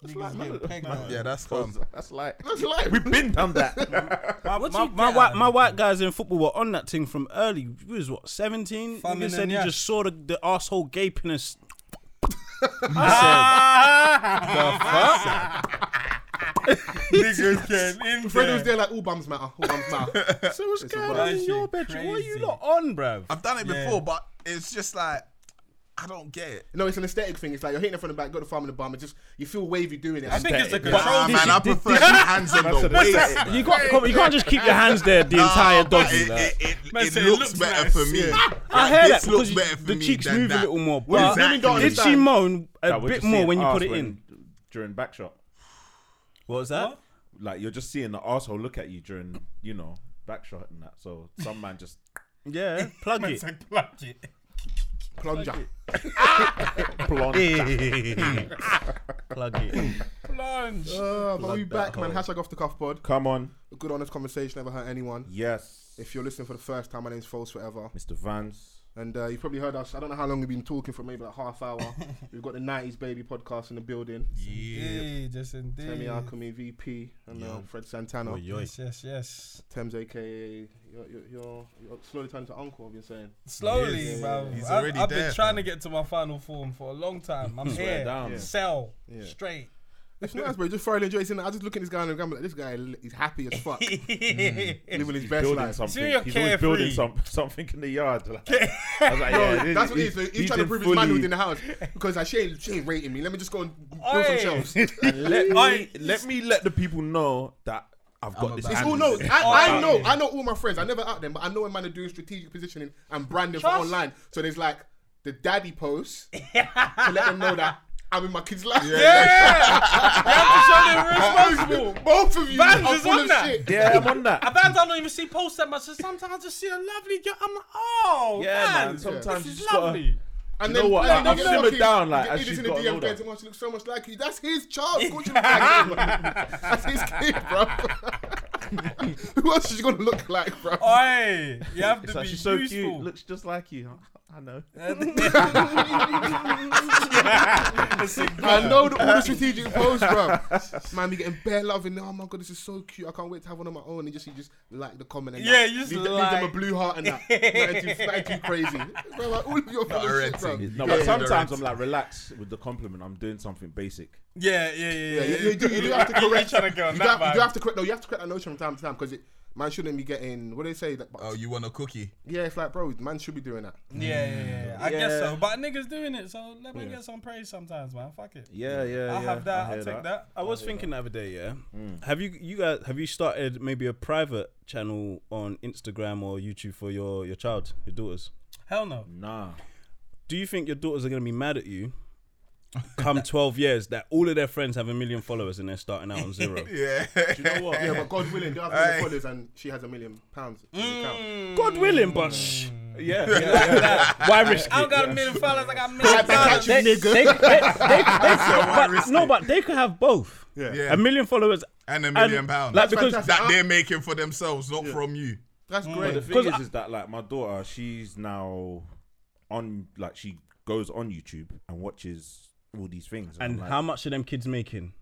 Speaker 4: that's like
Speaker 6: Niggas
Speaker 4: man,
Speaker 6: getting pegged, man.
Speaker 7: yeah, that's calm.
Speaker 3: That's like
Speaker 4: that's like
Speaker 3: we've been done that.
Speaker 5: My,
Speaker 6: What
Speaker 5: my,
Speaker 6: you
Speaker 5: my
Speaker 6: get out
Speaker 5: white,
Speaker 6: of
Speaker 5: my
Speaker 6: it?
Speaker 5: white guys in football were on that thing from early. We was what seventeen.
Speaker 6: Famine
Speaker 5: You said
Speaker 6: and
Speaker 5: you
Speaker 6: yes.
Speaker 5: just saw the, the asshole gaping and s-
Speaker 6: Niggas getting in
Speaker 4: Fred was
Speaker 6: there.
Speaker 4: there like all bums matter, all bums matter.
Speaker 5: So what's going
Speaker 4: on
Speaker 5: on
Speaker 4: That
Speaker 6: in
Speaker 5: in
Speaker 6: shit your
Speaker 5: your
Speaker 6: bedroom?
Speaker 5: bedroom?
Speaker 6: What are
Speaker 5: What are
Speaker 6: you
Speaker 5: you
Speaker 6: crazy. lot
Speaker 5: not on, bruv?
Speaker 7: I've done it
Speaker 6: Yeah.
Speaker 7: before, but it's just like I don't get it.
Speaker 4: No, it's an aesthetic thing. It's like you're hitting it from the back, got the farm in the bum, and just you feel wavy doing it.
Speaker 6: I think it's a
Speaker 3: But,
Speaker 6: control.
Speaker 7: Nah, man, I prefer your hands on the waist. [LAUGHS]
Speaker 5: You can't, come- you can't just keep your hands there the entire
Speaker 7: Nah, but
Speaker 5: doggy.
Speaker 7: it,
Speaker 5: like.
Speaker 7: it, it,
Speaker 6: Man
Speaker 7: it
Speaker 6: said it
Speaker 7: looks,
Speaker 6: looks
Speaker 7: better
Speaker 6: nice.
Speaker 7: for me.
Speaker 6: Yeah.
Speaker 5: I hear
Speaker 7: this
Speaker 5: that
Speaker 7: looks
Speaker 5: because you-
Speaker 7: better for
Speaker 5: the
Speaker 7: me
Speaker 5: cheeks
Speaker 7: than
Speaker 5: move
Speaker 7: that.
Speaker 5: a little more.
Speaker 4: Well,
Speaker 5: But
Speaker 4: women don't
Speaker 5: did she
Speaker 4: understand.
Speaker 5: moan a
Speaker 3: Nah, we're
Speaker 5: bit
Speaker 3: just seeing
Speaker 5: more when you
Speaker 3: arse
Speaker 5: put it in?
Speaker 3: during back shot?
Speaker 5: What was that?
Speaker 3: Like you're just seeing the asshole look at you during, you know, back shot and that. So some man just
Speaker 5: [LAUGHS] Yeah, plug it.
Speaker 6: It's a plug it.
Speaker 4: plunger.
Speaker 3: plonk.
Speaker 5: plug it.
Speaker 6: Plunge.
Speaker 4: Uh, but we back, man. Hashtag off the cuff pod.
Speaker 3: Come on,
Speaker 4: A good, honest conversation never hurt anyone.
Speaker 3: yes,
Speaker 4: If you're listening for the first time, my name's False Forever,
Speaker 3: Mr. Vance.
Speaker 4: and uh, you probably heard us. I don't know how long we've been talking for, maybe like half hour. We've got the '90s Baby podcast in the building.
Speaker 6: Yeah, just indeed.
Speaker 4: Temi Alchemy, VP, and uh, Fred Santana.
Speaker 6: Yes, yes, yes.
Speaker 4: Thames, aka you're, you're, you're, you're slowly turning to uncle. I've been saying.
Speaker 6: Slowly,
Speaker 7: Yes.
Speaker 6: bruv.
Speaker 7: He's
Speaker 6: I-
Speaker 7: already
Speaker 6: I've
Speaker 7: there,
Speaker 6: been trying
Speaker 7: fam.
Speaker 6: to get to my final form for a long time. I'm
Speaker 3: Swear
Speaker 6: here.
Speaker 3: down. Yeah.
Speaker 6: Sell.
Speaker 4: Yeah.
Speaker 6: Straight.
Speaker 4: [LAUGHS]
Speaker 6: [LAUGHS]
Speaker 4: It's nice, bro. Just thoroughly enjoy it. I just look at this guy in the camera like this guy is happy as
Speaker 6: [LAUGHS]
Speaker 4: fuck,
Speaker 3: Mm.
Speaker 4: living his best
Speaker 3: building
Speaker 4: life.
Speaker 3: something.
Speaker 6: Serial
Speaker 3: He's always building
Speaker 6: carefree.
Speaker 3: some, [LAUGHS] something in the yard. [LAUGHS] Like, I was like, yeah,
Speaker 4: That's what it
Speaker 3: he's-
Speaker 4: is. He's,
Speaker 3: he's
Speaker 4: trying to
Speaker 3: in
Speaker 4: prove his manhood
Speaker 3: fully-
Speaker 4: in the house because like, she, ain't, she ain't rating me. Let me just go and build
Speaker 6: Oi. [LAUGHS]
Speaker 4: some shelves.
Speaker 3: Let me,
Speaker 6: Oi.
Speaker 3: let me let the people know that I've got this.
Speaker 7: about
Speaker 4: It's
Speaker 3: hand
Speaker 4: all
Speaker 3: in
Speaker 4: no.
Speaker 3: it.
Speaker 6: Oh,
Speaker 4: I, I know. I know all my friends. I never out them, but I know when man are doing strategic positioning and branding for
Speaker 6: Trust.
Speaker 4: online. So there's like the
Speaker 6: [LAUGHS]
Speaker 4: daddy post to let them know that I'm in my kid's life. [LAUGHS]
Speaker 6: Yeah!
Speaker 3: [LAUGHS]
Speaker 6: you have to show them you're responsible.
Speaker 4: Both of you
Speaker 6: Vans
Speaker 4: are
Speaker 6: is
Speaker 4: full
Speaker 6: on
Speaker 4: of
Speaker 6: that.
Speaker 3: [LAUGHS]
Speaker 4: shit.
Speaker 3: Yeah, I'm on that.
Speaker 6: Sometimes I don't even see posts that much. So sometimes I just see a lovely girl. I'm like, oh,
Speaker 3: Yeah, man.
Speaker 6: man.
Speaker 3: Sometimes
Speaker 6: this
Speaker 3: you
Speaker 6: is
Speaker 3: just gotta-
Speaker 6: lovely.
Speaker 4: And
Speaker 3: know what?
Speaker 4: and
Speaker 3: I've
Speaker 4: they get
Speaker 3: simmered
Speaker 4: lucky.
Speaker 3: down, like,
Speaker 4: You get
Speaker 3: as
Speaker 4: Edith
Speaker 3: she's
Speaker 4: in the
Speaker 3: gotten
Speaker 4: DM
Speaker 3: older.
Speaker 4: going, "Oh,
Speaker 3: [LAUGHS]
Speaker 4: She looks so much like you. That's his child. Of course you look like him. That's his kid, bro. [LAUGHS] Who else is she gonna look like, bro?
Speaker 6: Oi, you have to
Speaker 3: It's
Speaker 6: be
Speaker 3: like, she's so cute.
Speaker 6: useful.
Speaker 3: Looks just like you. [LAUGHS] I know. [LAUGHS]
Speaker 4: I know the, all the strategic
Speaker 3: [LAUGHS]
Speaker 4: pose, bro. Man, be getting bare love in there. Oh my god, this is so cute. I can't wait to have one on my own. And just you just like the comment and
Speaker 6: Yeah,
Speaker 4: that.
Speaker 6: you just
Speaker 4: leave, the- leave them a
Speaker 6: like-
Speaker 4: blue
Speaker 3: [LAUGHS]
Speaker 4: heart and that. Nothing too, nothing too crazy, bro. Like, all of your
Speaker 7: Not a
Speaker 4: fucking
Speaker 7: red
Speaker 4: shit, bro.
Speaker 7: thing.
Speaker 3: No,
Speaker 7: Yeah,
Speaker 3: but
Speaker 7: yeah,
Speaker 3: sometimes
Speaker 7: yeah.
Speaker 3: I'm like, relax with the compliment. I'm doing something basic.
Speaker 6: [LAUGHS] Yeah, yeah, yeah, yeah.
Speaker 4: Yeah, you, you do, you
Speaker 6: [LAUGHS]
Speaker 4: do have to correct.
Speaker 6: trying to get on
Speaker 4: you, do
Speaker 6: that
Speaker 4: have, you do
Speaker 6: vibe.
Speaker 4: have to correct. No, you have to correct that notion from time to time because man shouldn't be getting. What do they say? That,
Speaker 7: Oh, you want a cookie?
Speaker 4: yeah, it's like, bro, man should be doing that.
Speaker 6: Yeah, yeah, yeah, yeah. I guess
Speaker 3: Yeah.
Speaker 6: so. But niggas doing it, so let me get some praise sometimes, man. Fuck it.
Speaker 3: Yeah, yeah.
Speaker 6: I'll
Speaker 3: yeah.
Speaker 6: have that.
Speaker 3: I
Speaker 6: I'll
Speaker 3: hear
Speaker 6: take that.
Speaker 5: I was thinking the other day, yeah. Mm. Have you you guys have you started maybe a private channel on Instagram or YouTube for your your child, your daughters?
Speaker 6: Hell no.
Speaker 3: Nah.
Speaker 5: Do you think your daughters are gonna be mad at [LAUGHS] you? Come twelve years, that all of their friends have a million followers and they're starting out on [LAUGHS] zero.
Speaker 7: Yeah.
Speaker 3: Do you know what?
Speaker 4: Yeah, but God willing, they have million followers and she has a million pounds. in the account.
Speaker 5: God willing, but shh.
Speaker 3: [LAUGHS] Yeah, yeah, yeah.
Speaker 5: why risk
Speaker 6: I don't
Speaker 5: it?
Speaker 6: got a million followers. I got a million dollars.
Speaker 5: [LAUGHS] They- they-
Speaker 7: [LAUGHS]
Speaker 5: they- they-
Speaker 7: why
Speaker 5: but-
Speaker 7: risk
Speaker 5: No,
Speaker 7: it?
Speaker 5: but they could have both.
Speaker 7: Yeah.
Speaker 5: A million followers
Speaker 7: and a million pounds.
Speaker 5: Like because
Speaker 4: fantastic.
Speaker 7: that they're making for themselves, not from you.
Speaker 4: Ah, That's
Speaker 3: But the
Speaker 4: great.
Speaker 3: thing is, is that like my daughter, she's now on like she goes on YouTube and watches all these things.
Speaker 5: and
Speaker 3: I'm like,
Speaker 5: how much are them kids making?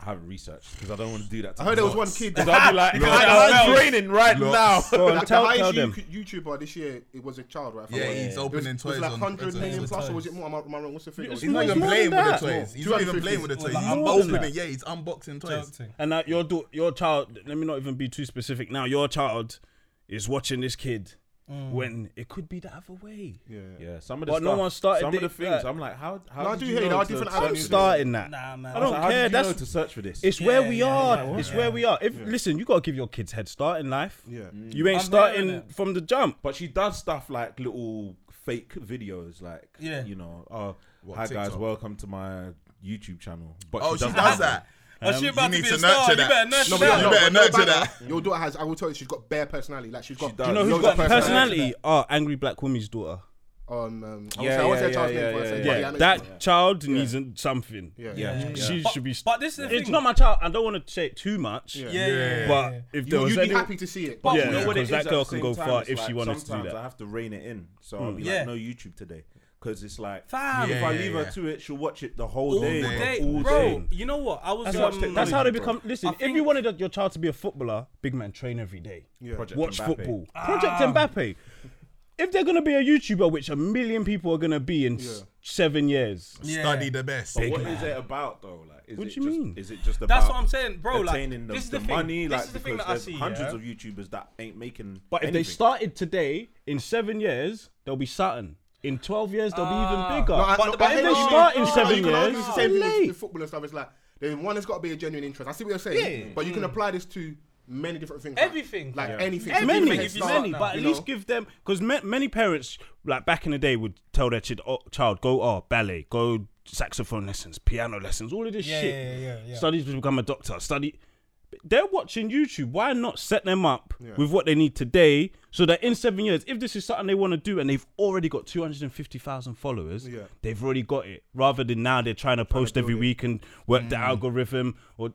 Speaker 3: I haven't researched because I don't want to do that. To
Speaker 4: I heard there was one kid.
Speaker 3: So I'd be like, I'm draining right now.
Speaker 5: Go on,
Speaker 4: Like,
Speaker 5: tell,
Speaker 4: the
Speaker 5: tell
Speaker 4: highest
Speaker 5: them.
Speaker 4: you- YouTuber this year, it was a child, right? if I'm
Speaker 7: Yeah,
Speaker 4: right.
Speaker 7: he's
Speaker 4: It was,
Speaker 7: opening
Speaker 4: it was
Speaker 7: toys
Speaker 4: like
Speaker 7: on-
Speaker 4: 100
Speaker 7: on
Speaker 4: million
Speaker 7: toys.
Speaker 4: plus, or was it more? Am I, am I wrong? What's the figure?
Speaker 5: It's
Speaker 4: It
Speaker 7: He's
Speaker 4: was
Speaker 7: not
Speaker 5: It's
Speaker 7: even
Speaker 5: more
Speaker 7: playing
Speaker 5: than
Speaker 7: with the
Speaker 5: that.
Speaker 7: toys. He's
Speaker 4: Two
Speaker 7: not
Speaker 4: hundred
Speaker 7: even playing with
Speaker 4: fifty.
Speaker 7: the toys.
Speaker 6: Like,
Speaker 7: He's
Speaker 6: I'm
Speaker 7: opening.
Speaker 6: boxing.
Speaker 7: Yeah, he's unboxing toys.
Speaker 6: Joking.
Speaker 5: And that your do- your child. Let me not even be too specific. Now your child is watching this kid when it could be the other way.
Speaker 3: Yeah, some of the
Speaker 5: But no
Speaker 3: stuff,
Speaker 5: one started
Speaker 3: some of the
Speaker 5: it,
Speaker 3: things.
Speaker 5: yeah.
Speaker 3: I'm like, how? How
Speaker 4: No, I
Speaker 3: did
Speaker 4: do
Speaker 3: you
Speaker 4: hear you,
Speaker 3: know
Speaker 4: there are
Speaker 3: to
Speaker 4: different
Speaker 3: search
Speaker 5: I'm
Speaker 3: for
Speaker 4: avenues.
Speaker 3: this?
Speaker 5: starting that.
Speaker 6: Nah, man.
Speaker 5: I don't
Speaker 3: Like, how
Speaker 5: care.
Speaker 3: Did you know
Speaker 5: That's
Speaker 3: to search for this.
Speaker 5: it's where
Speaker 6: Yeah,
Speaker 5: we
Speaker 6: yeah,
Speaker 5: are.
Speaker 6: yeah,
Speaker 5: it's
Speaker 6: yeah.
Speaker 5: where we are. If listen, you gotta give your kids head start in life.
Speaker 4: Yeah.
Speaker 5: You ain't
Speaker 6: I'm hearing
Speaker 5: starting
Speaker 6: it.
Speaker 5: from the jump.
Speaker 3: But she does stuff like little fake videos, like
Speaker 6: Yeah.
Speaker 3: you know, oh, hi guys,
Speaker 7: TikTok?
Speaker 3: welcome to my YouTube channel. But
Speaker 7: Oh, she
Speaker 3: doesn't
Speaker 7: does
Speaker 3: have one.
Speaker 7: that.
Speaker 6: Oh, she about
Speaker 7: need
Speaker 6: to be
Speaker 7: to
Speaker 6: a star.
Speaker 7: nurture
Speaker 6: You
Speaker 7: that.
Speaker 6: better nurture
Speaker 7: No,
Speaker 4: but
Speaker 7: Yeah,
Speaker 6: that.
Speaker 7: you better
Speaker 4: but no
Speaker 7: nurture
Speaker 4: matter,
Speaker 7: that.
Speaker 4: Your daughter has. I will tell you, she's got bare personality. Like she's got.
Speaker 3: does.
Speaker 5: You know
Speaker 4: loads
Speaker 5: who's
Speaker 4: of
Speaker 5: got
Speaker 4: personality.
Speaker 5: personality? Oh, angry black woman's daughter.
Speaker 4: Um, um, I
Speaker 3: Yeah,
Speaker 4: was
Speaker 3: yeah,
Speaker 4: their child's
Speaker 3: yeah,
Speaker 4: name for
Speaker 3: yeah,
Speaker 4: a second.
Speaker 3: yeah.
Speaker 4: but
Speaker 5: Yeah,
Speaker 4: yeah, I know
Speaker 5: that
Speaker 4: you-
Speaker 5: child needs an- something.
Speaker 4: Yeah,
Speaker 3: Yeah,
Speaker 4: yeah.
Speaker 5: She should be.
Speaker 6: But this is the
Speaker 5: It's
Speaker 6: thing.
Speaker 5: not my child. I don't want to say it too much.
Speaker 6: Yeah, yeah,
Speaker 5: But
Speaker 6: yeah.
Speaker 5: if there
Speaker 4: You-
Speaker 5: was
Speaker 4: You'd
Speaker 5: any,
Speaker 4: be happy to see it.
Speaker 6: But
Speaker 5: yeah,
Speaker 6: you know what it
Speaker 5: because
Speaker 3: is
Speaker 5: that
Speaker 3: at
Speaker 5: girl
Speaker 3: the
Speaker 5: can
Speaker 3: same
Speaker 5: go
Speaker 3: time,
Speaker 5: far
Speaker 3: it's
Speaker 5: if
Speaker 3: like
Speaker 5: she wanted to do
Speaker 3: sometimes I
Speaker 5: that.
Speaker 3: have to rein it in, so I'll be
Speaker 6: Yeah.
Speaker 3: like, no YouTube today, because it's like,
Speaker 6: Fam.
Speaker 3: if I
Speaker 7: Yeah,
Speaker 3: leave
Speaker 7: yeah,
Speaker 3: her
Speaker 7: yeah.
Speaker 3: to it, she'll watch it the whole day,
Speaker 7: day.
Speaker 6: They-
Speaker 3: all
Speaker 6: bro,
Speaker 3: day.
Speaker 6: you know what? I was.
Speaker 5: That's,
Speaker 6: um,
Speaker 3: how-
Speaker 5: that's how they
Speaker 3: bro.
Speaker 5: become. Listen,
Speaker 6: I
Speaker 5: if you
Speaker 6: think-
Speaker 5: wanted your child to be a footballer, big man, train every day.
Speaker 3: Project
Speaker 5: Watch
Speaker 3: Mbappe.
Speaker 5: football. Project Mbappe. If they're gonna be a YouTuber, which a million people are gonna be in s- seven years,
Speaker 6: Yeah.
Speaker 7: Study the best.
Speaker 3: What is it about though? Like, is
Speaker 5: What
Speaker 3: it
Speaker 5: do you
Speaker 3: just,
Speaker 5: mean?
Speaker 3: Is it just about?
Speaker 6: That's what I'm saying, bro. Like,
Speaker 3: Obtaining the,
Speaker 6: this is
Speaker 3: the,
Speaker 6: the thing.
Speaker 3: money,
Speaker 6: This
Speaker 3: like
Speaker 6: is the
Speaker 3: because
Speaker 6: thing that I
Speaker 3: there's
Speaker 6: see,
Speaker 3: hundreds
Speaker 6: yeah?
Speaker 3: of YouTubers that ain't making.
Speaker 5: but if they
Speaker 3: anything.
Speaker 5: started today, in seven years, they'll be Saturn. In twelve years, they'll be even bigger.
Speaker 4: No, I-
Speaker 6: But-
Speaker 4: no,
Speaker 6: but
Speaker 4: I
Speaker 6: if
Speaker 4: hear
Speaker 6: they
Speaker 4: what you
Speaker 6: start
Speaker 4: mean.
Speaker 6: in
Speaker 4: No,
Speaker 5: seven
Speaker 4: you can
Speaker 5: years,
Speaker 4: argue it's the same thing with-
Speaker 5: late.
Speaker 4: with football and stuff. It's like the one has got to be a genuine interest. I see what you're saying,
Speaker 6: Yeah.
Speaker 4: but you can apply this to many different things.
Speaker 6: Everything.
Speaker 4: like, like
Speaker 6: Yeah.
Speaker 4: anything.
Speaker 6: Everything,
Speaker 5: Many,
Speaker 4: Head
Speaker 6: if you
Speaker 4: start,
Speaker 5: many,
Speaker 6: now,
Speaker 5: but at
Speaker 4: you know?
Speaker 5: least give them because many parents, like back in the day, would tell their child, oh, "Child, go oh, ballet, go saxophone lessons, piano lessons, all of this
Speaker 6: Yeah,
Speaker 5: shit.
Speaker 6: yeah, yeah, yeah, yeah.
Speaker 5: Studies to become a doctor. Study." They're watching YouTube. Why not set them up with what they need today, so that in seven years, if this is something they want to do, and they've already got two hundred and fifty thousand followers,
Speaker 4: Yeah.
Speaker 5: they've already got it. Rather than now, they're trying to post every week and work
Speaker 6: Mm.
Speaker 5: the algorithm or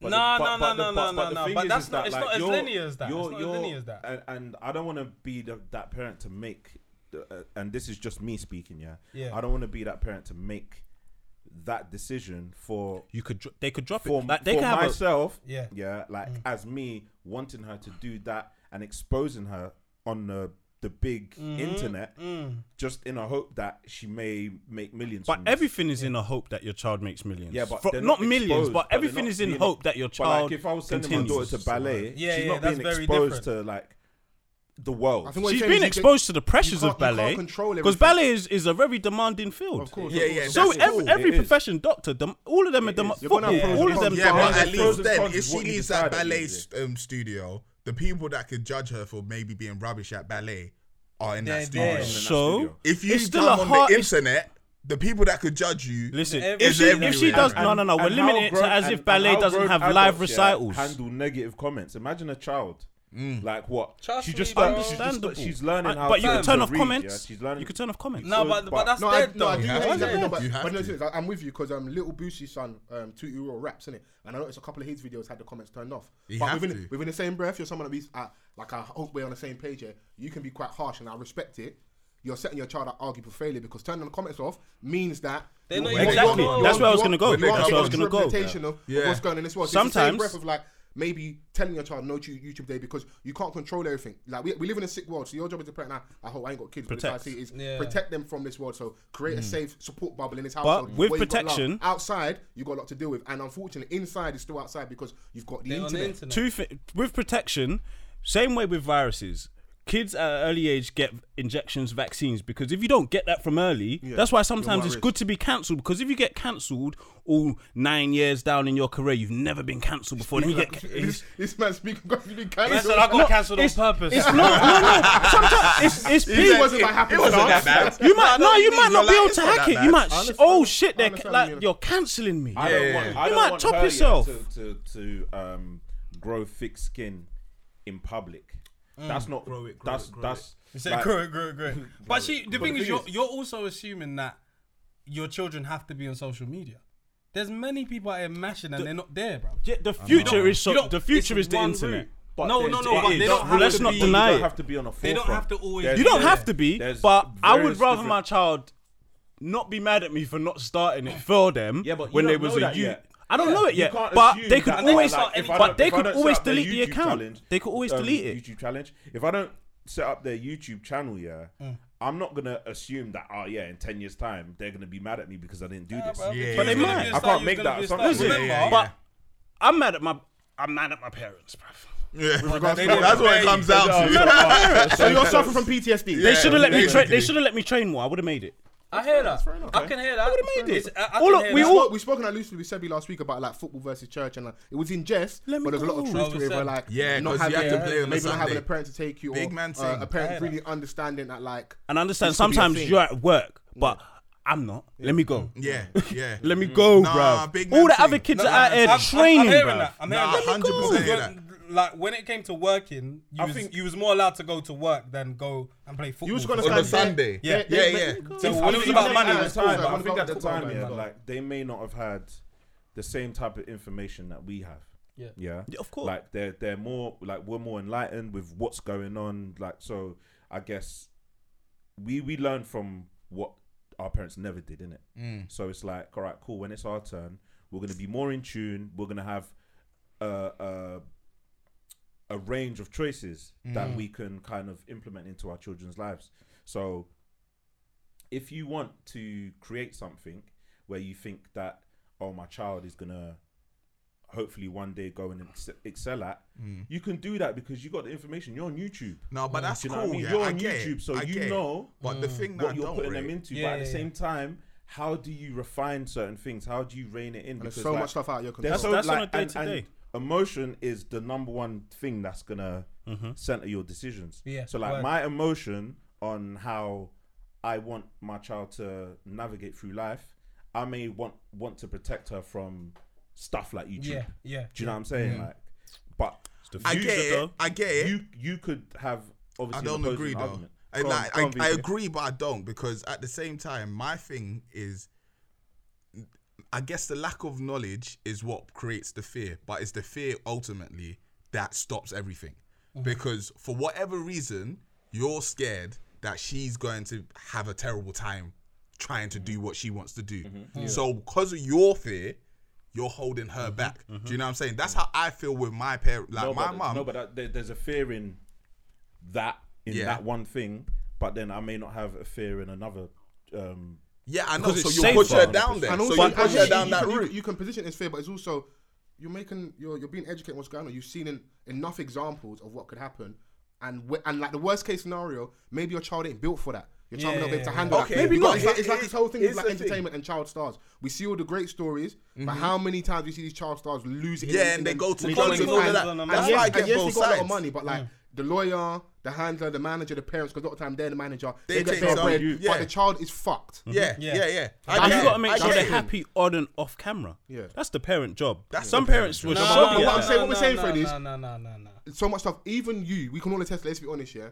Speaker 3: But
Speaker 6: Nah,
Speaker 3: the-
Speaker 6: nah,
Speaker 3: but- but
Speaker 6: nah,
Speaker 3: the-
Speaker 6: nah,
Speaker 3: but-
Speaker 6: nah,
Speaker 3: but the
Speaker 6: nah,
Speaker 3: thing
Speaker 6: but
Speaker 3: is,
Speaker 6: that's
Speaker 3: is
Speaker 6: not-
Speaker 3: that,
Speaker 6: it's not
Speaker 3: like,
Speaker 6: as
Speaker 3: you're-
Speaker 6: linear as that. It's
Speaker 3: you're-
Speaker 6: not as
Speaker 3: you're-
Speaker 6: linear as that.
Speaker 3: And, and I don't want to be the, that parent to make, uh, and this is just me speaking, yeah.
Speaker 6: Yeah.
Speaker 3: I don't want to be that parent to make that decision for
Speaker 5: you could dr- they could drop
Speaker 3: for,
Speaker 5: it. Like, they
Speaker 3: for
Speaker 5: could have a-
Speaker 3: myself.
Speaker 6: Yeah. Mm.
Speaker 3: yeah. Like as me wanting her to do that and exposing her on the the big
Speaker 6: Mm-hmm.
Speaker 3: internet,
Speaker 6: Mm.
Speaker 3: just in a hope that she may make millions.
Speaker 5: But
Speaker 3: from this.
Speaker 5: everything is in a hope that your child makes millions.
Speaker 3: Yeah, but
Speaker 5: Fro-
Speaker 3: they're
Speaker 5: not,
Speaker 3: not
Speaker 5: millions,
Speaker 3: exposed,
Speaker 5: but
Speaker 3: but they're
Speaker 5: everything
Speaker 3: not
Speaker 5: is in
Speaker 3: being-
Speaker 5: hope that your
Speaker 3: But
Speaker 5: child.
Speaker 3: like, if I was sending my
Speaker 5: continues.
Speaker 3: daughter to ballet,
Speaker 6: Yeah,
Speaker 3: she's
Speaker 6: yeah,
Speaker 3: not
Speaker 6: that's
Speaker 3: being
Speaker 6: very
Speaker 3: exposed
Speaker 6: different.
Speaker 3: to like the world.
Speaker 4: I think what
Speaker 5: she's
Speaker 4: you're saying is
Speaker 5: been
Speaker 4: you
Speaker 5: exposed to the
Speaker 4: you
Speaker 5: pressures
Speaker 4: can't-
Speaker 5: of
Speaker 4: you can't
Speaker 5: ballet
Speaker 4: control
Speaker 5: because
Speaker 4: everything.
Speaker 5: ballet is, is a very demanding field.
Speaker 4: get- Of course.
Speaker 7: Yeah,
Speaker 4: of
Speaker 7: yeah,
Speaker 4: course.
Speaker 5: So
Speaker 7: That's
Speaker 5: every,
Speaker 3: all
Speaker 5: every
Speaker 3: it is.
Speaker 5: profession, doctor, dem- all of them are dem-
Speaker 3: is. You're
Speaker 5: football.
Speaker 4: gonna have
Speaker 5: all
Speaker 4: pros
Speaker 5: of
Speaker 4: and cons.
Speaker 5: them.
Speaker 7: Yeah, but
Speaker 3: Yeah,
Speaker 7: at
Speaker 3: it's pros
Speaker 7: least
Speaker 3: and
Speaker 7: then,
Speaker 3: cons
Speaker 7: if
Speaker 3: is
Speaker 7: she
Speaker 3: what you
Speaker 7: leaves that
Speaker 3: decide at the
Speaker 7: ballet
Speaker 3: end of
Speaker 7: um, studio, the people that could judge her for maybe being rubbish at ballet are in
Speaker 6: They're
Speaker 7: that studio.
Speaker 6: there.
Speaker 5: so
Speaker 3: studio.
Speaker 7: If you
Speaker 5: it's still
Speaker 7: come
Speaker 5: a
Speaker 7: on
Speaker 5: hard.
Speaker 7: the
Speaker 5: it's-
Speaker 7: internet, the people that could judge you.
Speaker 5: Listen,
Speaker 6: Every-
Speaker 5: if she, if she
Speaker 7: everywhere.
Speaker 5: does,
Speaker 7: And-
Speaker 5: no, no, no, we're
Speaker 3: And how
Speaker 5: limiting it
Speaker 3: grown-
Speaker 5: to as
Speaker 3: and-
Speaker 5: if
Speaker 3: and
Speaker 5: ballet
Speaker 3: how
Speaker 5: doesn't
Speaker 3: grown
Speaker 5: have live
Speaker 3: adults, yeah,
Speaker 5: recitals.
Speaker 3: handle negative comments. Imagine a child Like what?
Speaker 6: Trust
Speaker 3: she
Speaker 6: me,
Speaker 3: just
Speaker 6: bro.
Speaker 3: learned, she's, just,
Speaker 5: Understandable.
Speaker 3: she's learning how.
Speaker 5: but you
Speaker 3: to
Speaker 5: can turn off
Speaker 3: read,
Speaker 5: comments.
Speaker 3: Yeah? She's learning.
Speaker 5: You can turn off comments.
Speaker 6: No,
Speaker 3: So,
Speaker 6: but,
Speaker 3: but-
Speaker 6: but that's
Speaker 4: No, I,
Speaker 6: dead
Speaker 4: no,
Speaker 6: though.
Speaker 4: I do.
Speaker 7: have
Speaker 4: hate
Speaker 7: to.
Speaker 4: that, no, but,
Speaker 7: You have
Speaker 4: but no,
Speaker 7: to.
Speaker 4: seriously, I- I'm with you because um, little Boosie's son, um, two year old raps in it, and I noticed a couple of his videos had the comments turned off.
Speaker 7: You
Speaker 4: but
Speaker 7: have
Speaker 4: within
Speaker 7: to.
Speaker 4: within the same breath, you're someone that we uh, like. I hope we're on the same page here. You can be quite harsh, and I respect it. You're setting your child up arguably for failure because turning the comments off means that
Speaker 6: They're not
Speaker 4: you're-
Speaker 6: even-
Speaker 4: you're-
Speaker 6: Exactly.
Speaker 4: you're-
Speaker 5: That's where I was
Speaker 4: you're-
Speaker 5: gonna go.
Speaker 4: you're
Speaker 7: That's where I was
Speaker 5: gonna go.
Speaker 4: representation of
Speaker 7: Yeah.
Speaker 4: what's going on in this world.
Speaker 5: Sometimes-
Speaker 4: Sometimes breath of like maybe telling your child no to YouTube day because you can't control everything. Like we, we live in a sick world, so your job is to protect. Now I hope I ain't got kids, but if I
Speaker 5: Protect.
Speaker 4: see is
Speaker 6: Yeah.
Speaker 4: protect them from this world. So create a safe support bubble in this household.
Speaker 5: Hmm. with
Speaker 4: where you've got love.
Speaker 5: protection-
Speaker 4: outside you got a lot to deal with, and unfortunately, inside is still outside because you've got the
Speaker 6: They're on the
Speaker 4: internet.
Speaker 6: internet.
Speaker 5: two thi- with protection, same way with viruses. Kids at an early age get injections, vaccines, because if you don't get that from early, that's why sometimes
Speaker 4: at
Speaker 5: it's
Speaker 4: risk.
Speaker 5: good to be cancelled. Because if you get cancelled all nine years down in your career, you've never been cancelled before. Then you get.
Speaker 4: [LAUGHS] this,
Speaker 6: [LAUGHS]
Speaker 4: this man speaking because you been
Speaker 6: Listen,
Speaker 4: cancelled.
Speaker 6: I got cancelled on
Speaker 5: it's-
Speaker 6: purpose.
Speaker 5: It's not. No, no. Sometimes
Speaker 6: [LAUGHS]
Speaker 5: it's it's
Speaker 4: It
Speaker 5: big.
Speaker 4: wasn't by happy chance.
Speaker 5: You might no, you might not be able to
Speaker 7: It's not
Speaker 5: hack
Speaker 7: that
Speaker 5: it.
Speaker 7: bad.
Speaker 5: You might.
Speaker 4: I
Speaker 5: oh
Speaker 4: understand-
Speaker 5: shit!
Speaker 4: I
Speaker 5: They're
Speaker 4: understand what you
Speaker 5: like
Speaker 4: mean.
Speaker 5: you're cancelling me.
Speaker 3: I
Speaker 7: Yeah.
Speaker 3: don't want. I
Speaker 5: You
Speaker 3: don't
Speaker 5: might
Speaker 3: want
Speaker 5: top
Speaker 3: her yet
Speaker 5: yourself.
Speaker 3: to, to to um grow thick skin in public. That's not.
Speaker 7: Grow it, grow
Speaker 3: that's
Speaker 7: it, grow
Speaker 3: that's.
Speaker 6: You said,
Speaker 3: like-
Speaker 6: "Grow it, grow it, grow [LAUGHS] it." But she, the
Speaker 3: But
Speaker 6: thing
Speaker 3: the
Speaker 6: is,
Speaker 3: thing
Speaker 6: you're,
Speaker 3: is-
Speaker 6: you're also assuming that your children have to be on social media. There's many people out here mashing and they're not there, bro.
Speaker 5: Yeah, the future is
Speaker 6: You
Speaker 5: so.
Speaker 6: don't-
Speaker 5: The future
Speaker 6: it's
Speaker 5: is the
Speaker 6: one
Speaker 5: internet.
Speaker 6: route.
Speaker 3: But
Speaker 6: no,
Speaker 3: there's-
Speaker 6: no, no,
Speaker 5: it
Speaker 6: but
Speaker 5: is.
Speaker 6: they don't have
Speaker 5: Let's
Speaker 6: to
Speaker 5: not
Speaker 6: be-
Speaker 5: deny
Speaker 3: you
Speaker 5: it.
Speaker 3: don't have to be on a
Speaker 6: They
Speaker 3: forefront.
Speaker 6: don't have to always
Speaker 3: There's-
Speaker 5: You don't
Speaker 6: Yeah.
Speaker 5: have to be,
Speaker 3: There's
Speaker 5: but I would
Speaker 3: various
Speaker 5: rather
Speaker 3: different-
Speaker 5: my child not be mad at me for not starting it for them.
Speaker 3: Yeah, but you
Speaker 5: when they
Speaker 3: don't
Speaker 5: was
Speaker 3: know
Speaker 5: a
Speaker 3: that
Speaker 5: youth.
Speaker 3: yet.
Speaker 5: I don't know it
Speaker 3: You
Speaker 5: yet,
Speaker 3: can't
Speaker 5: but
Speaker 3: assume
Speaker 5: they could
Speaker 3: that,
Speaker 5: always,
Speaker 3: like, if I
Speaker 5: but
Speaker 3: don't-
Speaker 5: they
Speaker 3: if I
Speaker 5: could
Speaker 3: don't
Speaker 5: always
Speaker 3: set up their
Speaker 5: delete the
Speaker 3: YouTube
Speaker 5: account.
Speaker 3: challenge,
Speaker 5: They could always
Speaker 3: um,
Speaker 5: delete it.
Speaker 3: YouTube challenge. If I don't set up their YouTube channel, yeah, I'm not gonna assume that. Oh yeah, in ten years' time, they're gonna be mad at me because I didn't do this.
Speaker 6: Bruv,
Speaker 7: Yeah,
Speaker 6: if
Speaker 7: but
Speaker 6: you
Speaker 5: they
Speaker 6: was gonna
Speaker 5: might.
Speaker 6: be a
Speaker 5: I
Speaker 6: star,
Speaker 3: can't
Speaker 6: you
Speaker 3: make
Speaker 6: was gonna
Speaker 3: that
Speaker 6: be a star.
Speaker 3: assumption.
Speaker 5: Listen,
Speaker 6: Remember,
Speaker 7: Yeah, yeah,
Speaker 5: but I'm mad at my, I'm mad at my parents, bruv.
Speaker 7: That's what it comes down to.
Speaker 4: so you're suffering from PTSD.
Speaker 5: They should have let me
Speaker 7: yeah.
Speaker 5: train. They should have let me train more. I would have made it.
Speaker 6: I hear that. I can hear that. I would
Speaker 5: made it.
Speaker 6: I, I
Speaker 5: All
Speaker 6: can
Speaker 5: of-
Speaker 6: hear
Speaker 5: we
Speaker 6: that.
Speaker 5: all-
Speaker 4: Well, we spoken at loosely with Sebi last week about like football versus church, and like, it was in jest,
Speaker 5: Let me
Speaker 4: but there's a lot of
Speaker 5: go.
Speaker 4: truth
Speaker 6: Oh,
Speaker 4: to it. Where
Speaker 6: Seb.
Speaker 4: like
Speaker 7: Yeah, 'cause
Speaker 4: not
Speaker 7: you
Speaker 4: having
Speaker 7: have to play on a
Speaker 4: maybe not having
Speaker 7: Sunday.
Speaker 4: a parent to take you,
Speaker 7: Big
Speaker 4: or
Speaker 7: man
Speaker 4: uh,
Speaker 7: thing.
Speaker 4: a parent really understanding that like
Speaker 5: And I understand
Speaker 4: This could be a
Speaker 5: sometimes
Speaker 4: thing.
Speaker 5: you're at work, but I'm not. Let me go.
Speaker 7: Yeah, yeah.
Speaker 5: [LAUGHS] Let me go,
Speaker 3: Mm.
Speaker 7: Nah,
Speaker 5: bruv.
Speaker 7: big man
Speaker 5: All the
Speaker 7: thing.
Speaker 5: other kids
Speaker 6: No,
Speaker 5: are out
Speaker 6: no,
Speaker 5: here
Speaker 6: I'm- I'm-
Speaker 5: training,
Speaker 6: I'm hearing
Speaker 5: bruv.
Speaker 6: that. I'm
Speaker 7: Nah,
Speaker 6: hearing that.
Speaker 7: 100% hear that.
Speaker 6: Like when it came to working, you was, you was more allowed to go to work than go and play football.
Speaker 4: you was gonna
Speaker 6: for
Speaker 7: On a
Speaker 4: stand there.
Speaker 7: Sunday.
Speaker 6: Yeah.
Speaker 7: Yeah,
Speaker 6: So
Speaker 7: yeah.
Speaker 4: If-
Speaker 6: when
Speaker 4: if
Speaker 6: it was
Speaker 4: you
Speaker 6: about
Speaker 4: take
Speaker 6: money,
Speaker 4: that
Speaker 6: it was
Speaker 4: as
Speaker 6: time,
Speaker 4: well,
Speaker 3: I
Speaker 6: but
Speaker 3: think at the
Speaker 4: football,
Speaker 3: time,
Speaker 4: man.
Speaker 3: yeah, like they may not have had the same type of information that we have.
Speaker 6: Yeah.
Speaker 3: Yeah.
Speaker 5: Yeah, of course.
Speaker 3: Like they're they're more like we're more enlightened with what's going on. Like so, I guess we we learn from what our parents never did, innit? Mm. So it's like, all right, cool. When it's our turn, we're gonna be more in tune. We're gonna have a a, a range of choices
Speaker 7: Mm.
Speaker 3: that we can kind of implement into our children's lives. So if you want to create something where you think that oh my child is gonna hopefully one day go and ex- excel at you can do that because you got the information you're on youtube
Speaker 7: Mm. No, but that's
Speaker 3: Do Mm, you know
Speaker 7: cool.
Speaker 3: what I mean? You're
Speaker 7: yeah, I
Speaker 3: on
Speaker 7: get
Speaker 3: YouTube,
Speaker 7: it.
Speaker 3: so
Speaker 7: I
Speaker 3: you
Speaker 7: get it.
Speaker 3: know
Speaker 7: But
Speaker 5: Mm.
Speaker 7: the thing that I
Speaker 3: what you're
Speaker 7: don't
Speaker 3: putting
Speaker 7: rate-
Speaker 3: them into
Speaker 6: Yeah,
Speaker 3: but at the
Speaker 6: yeah,
Speaker 3: same time how do you refine certain things how do you rein it in
Speaker 4: there's
Speaker 3: Because,
Speaker 4: so much stuff out of your
Speaker 3: they're so,
Speaker 4: control.
Speaker 5: That's on
Speaker 3: like,
Speaker 5: a
Speaker 3: and-
Speaker 5: day-to-day.
Speaker 3: and emotion is the number one thing that's gonna
Speaker 5: Mm-hmm.
Speaker 3: center your decisions
Speaker 6: Yeah,
Speaker 3: so like
Speaker 6: word.
Speaker 3: my emotion on how i want my child to navigate through life i may want want to protect her from stuff like youtube
Speaker 6: Yeah, Mm-hmm. yeah,
Speaker 3: do you know what i'm saying like but
Speaker 7: I
Speaker 3: you-
Speaker 7: get it. I get it.
Speaker 3: you you could have obviously
Speaker 7: I
Speaker 3: an
Speaker 7: don't
Speaker 3: opposing
Speaker 7: agree though.
Speaker 3: argument.
Speaker 7: I,
Speaker 3: Go on,
Speaker 7: like,
Speaker 3: go on,
Speaker 7: I, I
Speaker 3: VJ.
Speaker 7: agree, but I don't because at the same time, my thing is, I guess the lack of knowledge is what creates the fear, but it's the fear ultimately that stops everything.
Speaker 3: Mm-hmm.
Speaker 7: Because for whatever reason, you're scared that she's going to have a terrible time trying to
Speaker 3: Mm-hmm.
Speaker 7: do what she wants to do. So because of your fear, you're holding her
Speaker 3: Mm-hmm.
Speaker 7: back. Do you know what I'm saying? That's how I feel with my parent, like
Speaker 3: No,
Speaker 7: my
Speaker 3: but,
Speaker 7: mum.
Speaker 3: No, but that, there, there's a fear in that in
Speaker 7: Yeah.
Speaker 3: that one thing, but then I may not have a fear in another. Um,
Speaker 7: yeah, I know. So
Speaker 5: it's
Speaker 7: you put
Speaker 5: safer.
Speaker 7: her down there.
Speaker 4: And
Speaker 7: So
Speaker 4: also,
Speaker 7: you
Speaker 4: and
Speaker 7: push
Speaker 4: you,
Speaker 7: her down
Speaker 4: you
Speaker 7: that
Speaker 4: can, you-
Speaker 7: route.
Speaker 4: You, can position it as fair, but it's also you're making you're you're being educated on what's going on. You've seen en- enough examples of what could happen, and wh- and like the worst case scenario, maybe your child ain't built for that. Your child may not be able to handle
Speaker 7: Okay,
Speaker 4: that.
Speaker 7: maybe
Speaker 4: Because
Speaker 7: not.
Speaker 4: It's like, it's like this whole thing with
Speaker 7: It's
Speaker 4: like
Speaker 7: the thing. Mm-hmm.
Speaker 4: entertainment and child stars. We see all the great stories, but how many times we see these child stars lose? it in-
Speaker 7: Yeah,
Speaker 4: in
Speaker 7: and they
Speaker 4: them-
Speaker 7: go to
Speaker 4: in
Speaker 7: drugs
Speaker 4: them
Speaker 7: and all of
Speaker 4: times?
Speaker 7: that.
Speaker 4: And
Speaker 7: That's
Speaker 4: yes,
Speaker 7: why I
Speaker 4: and
Speaker 7: get
Speaker 4: yes,
Speaker 7: both
Speaker 4: they got a lot
Speaker 7: sides. Mm.
Speaker 4: of money, but like the lawyer, the handler, the manager, the parents, because a lot of time they're the manager. They,
Speaker 7: They
Speaker 4: get
Speaker 7: take
Speaker 4: their
Speaker 7: some,
Speaker 4: bread,
Speaker 7: you-
Speaker 4: but
Speaker 7: yeah.
Speaker 4: the child is fucked.
Speaker 7: Yeah, yeah, yeah. I
Speaker 5: And
Speaker 7: get
Speaker 5: you
Speaker 7: it.
Speaker 5: got to make
Speaker 7: I
Speaker 5: sure
Speaker 7: get
Speaker 5: they're
Speaker 7: it.
Speaker 5: happy on and off camera.
Speaker 4: Yeah.
Speaker 5: That's the parent job.
Speaker 7: That's
Speaker 5: Some
Speaker 7: the parent
Speaker 5: parents
Speaker 7: job.
Speaker 5: were
Speaker 4: No,
Speaker 5: so
Speaker 4: but what I'm
Speaker 5: yeah.
Speaker 4: saying- what we're saying,
Speaker 6: no,
Speaker 4: Fred, is-
Speaker 6: No, no, no, no, no.
Speaker 4: So much stuff. Even you, we can all attest. Let's be honest, yeah.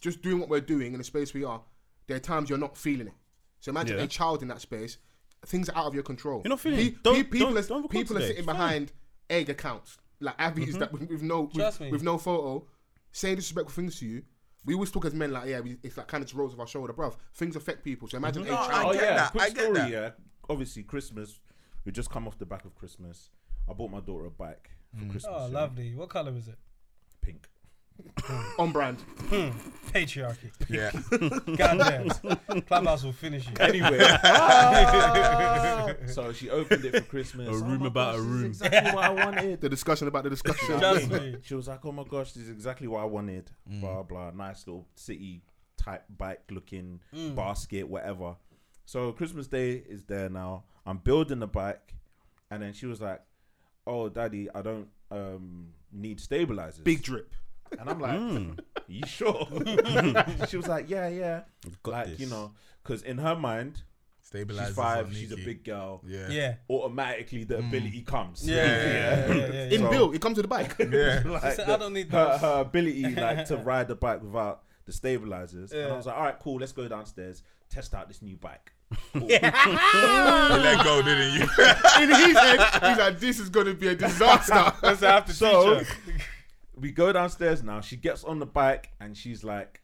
Speaker 4: Just doing what we're doing in the space we are, there are times you're not feeling it. So imagine
Speaker 5: Yeah.
Speaker 4: a child in that space. Things are out of your control.
Speaker 5: You're not feeling
Speaker 4: Pe-
Speaker 5: it. Don't-
Speaker 4: pe- people
Speaker 5: don't-
Speaker 4: are,
Speaker 5: don't record
Speaker 4: people are
Speaker 5: today.
Speaker 4: sitting
Speaker 5: It's fine. Mm-hmm.
Speaker 4: behind egg accounts like Abby's that with, with no with,
Speaker 6: Trust me.
Speaker 4: with no photo, saying disrespectful things to you. We always talk as men like yeah, we, it's like kind of rolls off our shoulder, bruv. Things affect people. So imagine
Speaker 5: Mm-hmm.
Speaker 4: a child.
Speaker 3: Oh
Speaker 7: I get
Speaker 3: yeah,
Speaker 7: that,
Speaker 3: quick
Speaker 7: I get
Speaker 3: story.
Speaker 7: that.
Speaker 3: Yeah, obviously Christmas. We just come off the back of Christmas. I bought my daughter a bike for Christmas.
Speaker 6: Oh,
Speaker 3: yeah,
Speaker 6: lovely. What color was it? [LAUGHS]
Speaker 3: Pink.
Speaker 5: Oh.
Speaker 4: on brand.
Speaker 6: Patriarchy.
Speaker 7: Yeah.
Speaker 6: [LAUGHS] Goddamn. Clubhouse will finish you.
Speaker 3: [LAUGHS] Anyway, [LAUGHS] so she opened it for Christmas. A
Speaker 5: room about a room.
Speaker 3: exactly what I [LAUGHS] wanted.
Speaker 4: The discussion about the discussion.
Speaker 6: Trust me.
Speaker 3: She was like, "Oh my gosh, this is exactly what I wanted." Blah blah. Nice little city type bike looking basket, whatever. So Christmas Day is there now. I'm building the bike, and then she was like, "Oh, daddy, I don't um, need stabilizers."
Speaker 4: Big drip.
Speaker 3: And I'm like, [LAUGHS] you sure? she was like, yeah, yeah.
Speaker 5: got
Speaker 3: like, you
Speaker 5: this.
Speaker 3: know, because in her mind,
Speaker 7: Stabilizers.
Speaker 3: she's five,
Speaker 7: on
Speaker 3: she's a
Speaker 7: Nikki.
Speaker 3: big girl.
Speaker 7: Yeah.
Speaker 6: Yeah.
Speaker 3: Automatically, the ability comes.
Speaker 6: Yeah, yeah, yeah, yeah, yeah.
Speaker 4: In bill, it comes with the bike.
Speaker 7: Yeah.
Speaker 3: [LAUGHS] like,
Speaker 6: said,
Speaker 3: the-
Speaker 6: "I don't
Speaker 3: [LAUGHS]
Speaker 6: need [LAUGHS]
Speaker 3: her,
Speaker 6: those."
Speaker 3: her ability like
Speaker 6: [LAUGHS]
Speaker 3: to ride the bike without the stabilizers. And I
Speaker 6: Yeah.
Speaker 3: was like, all right, cool. Let's go downstairs, test out this new bike. Cool.
Speaker 7: You let go, didn't you?
Speaker 4: [LAUGHS] In his head, he's like, this is gonna be a disaster.
Speaker 6: That's
Speaker 3: [LAUGHS]
Speaker 6: after
Speaker 3: So-
Speaker 6: teacher.
Speaker 3: we go downstairs now. She gets on the bike and she's like,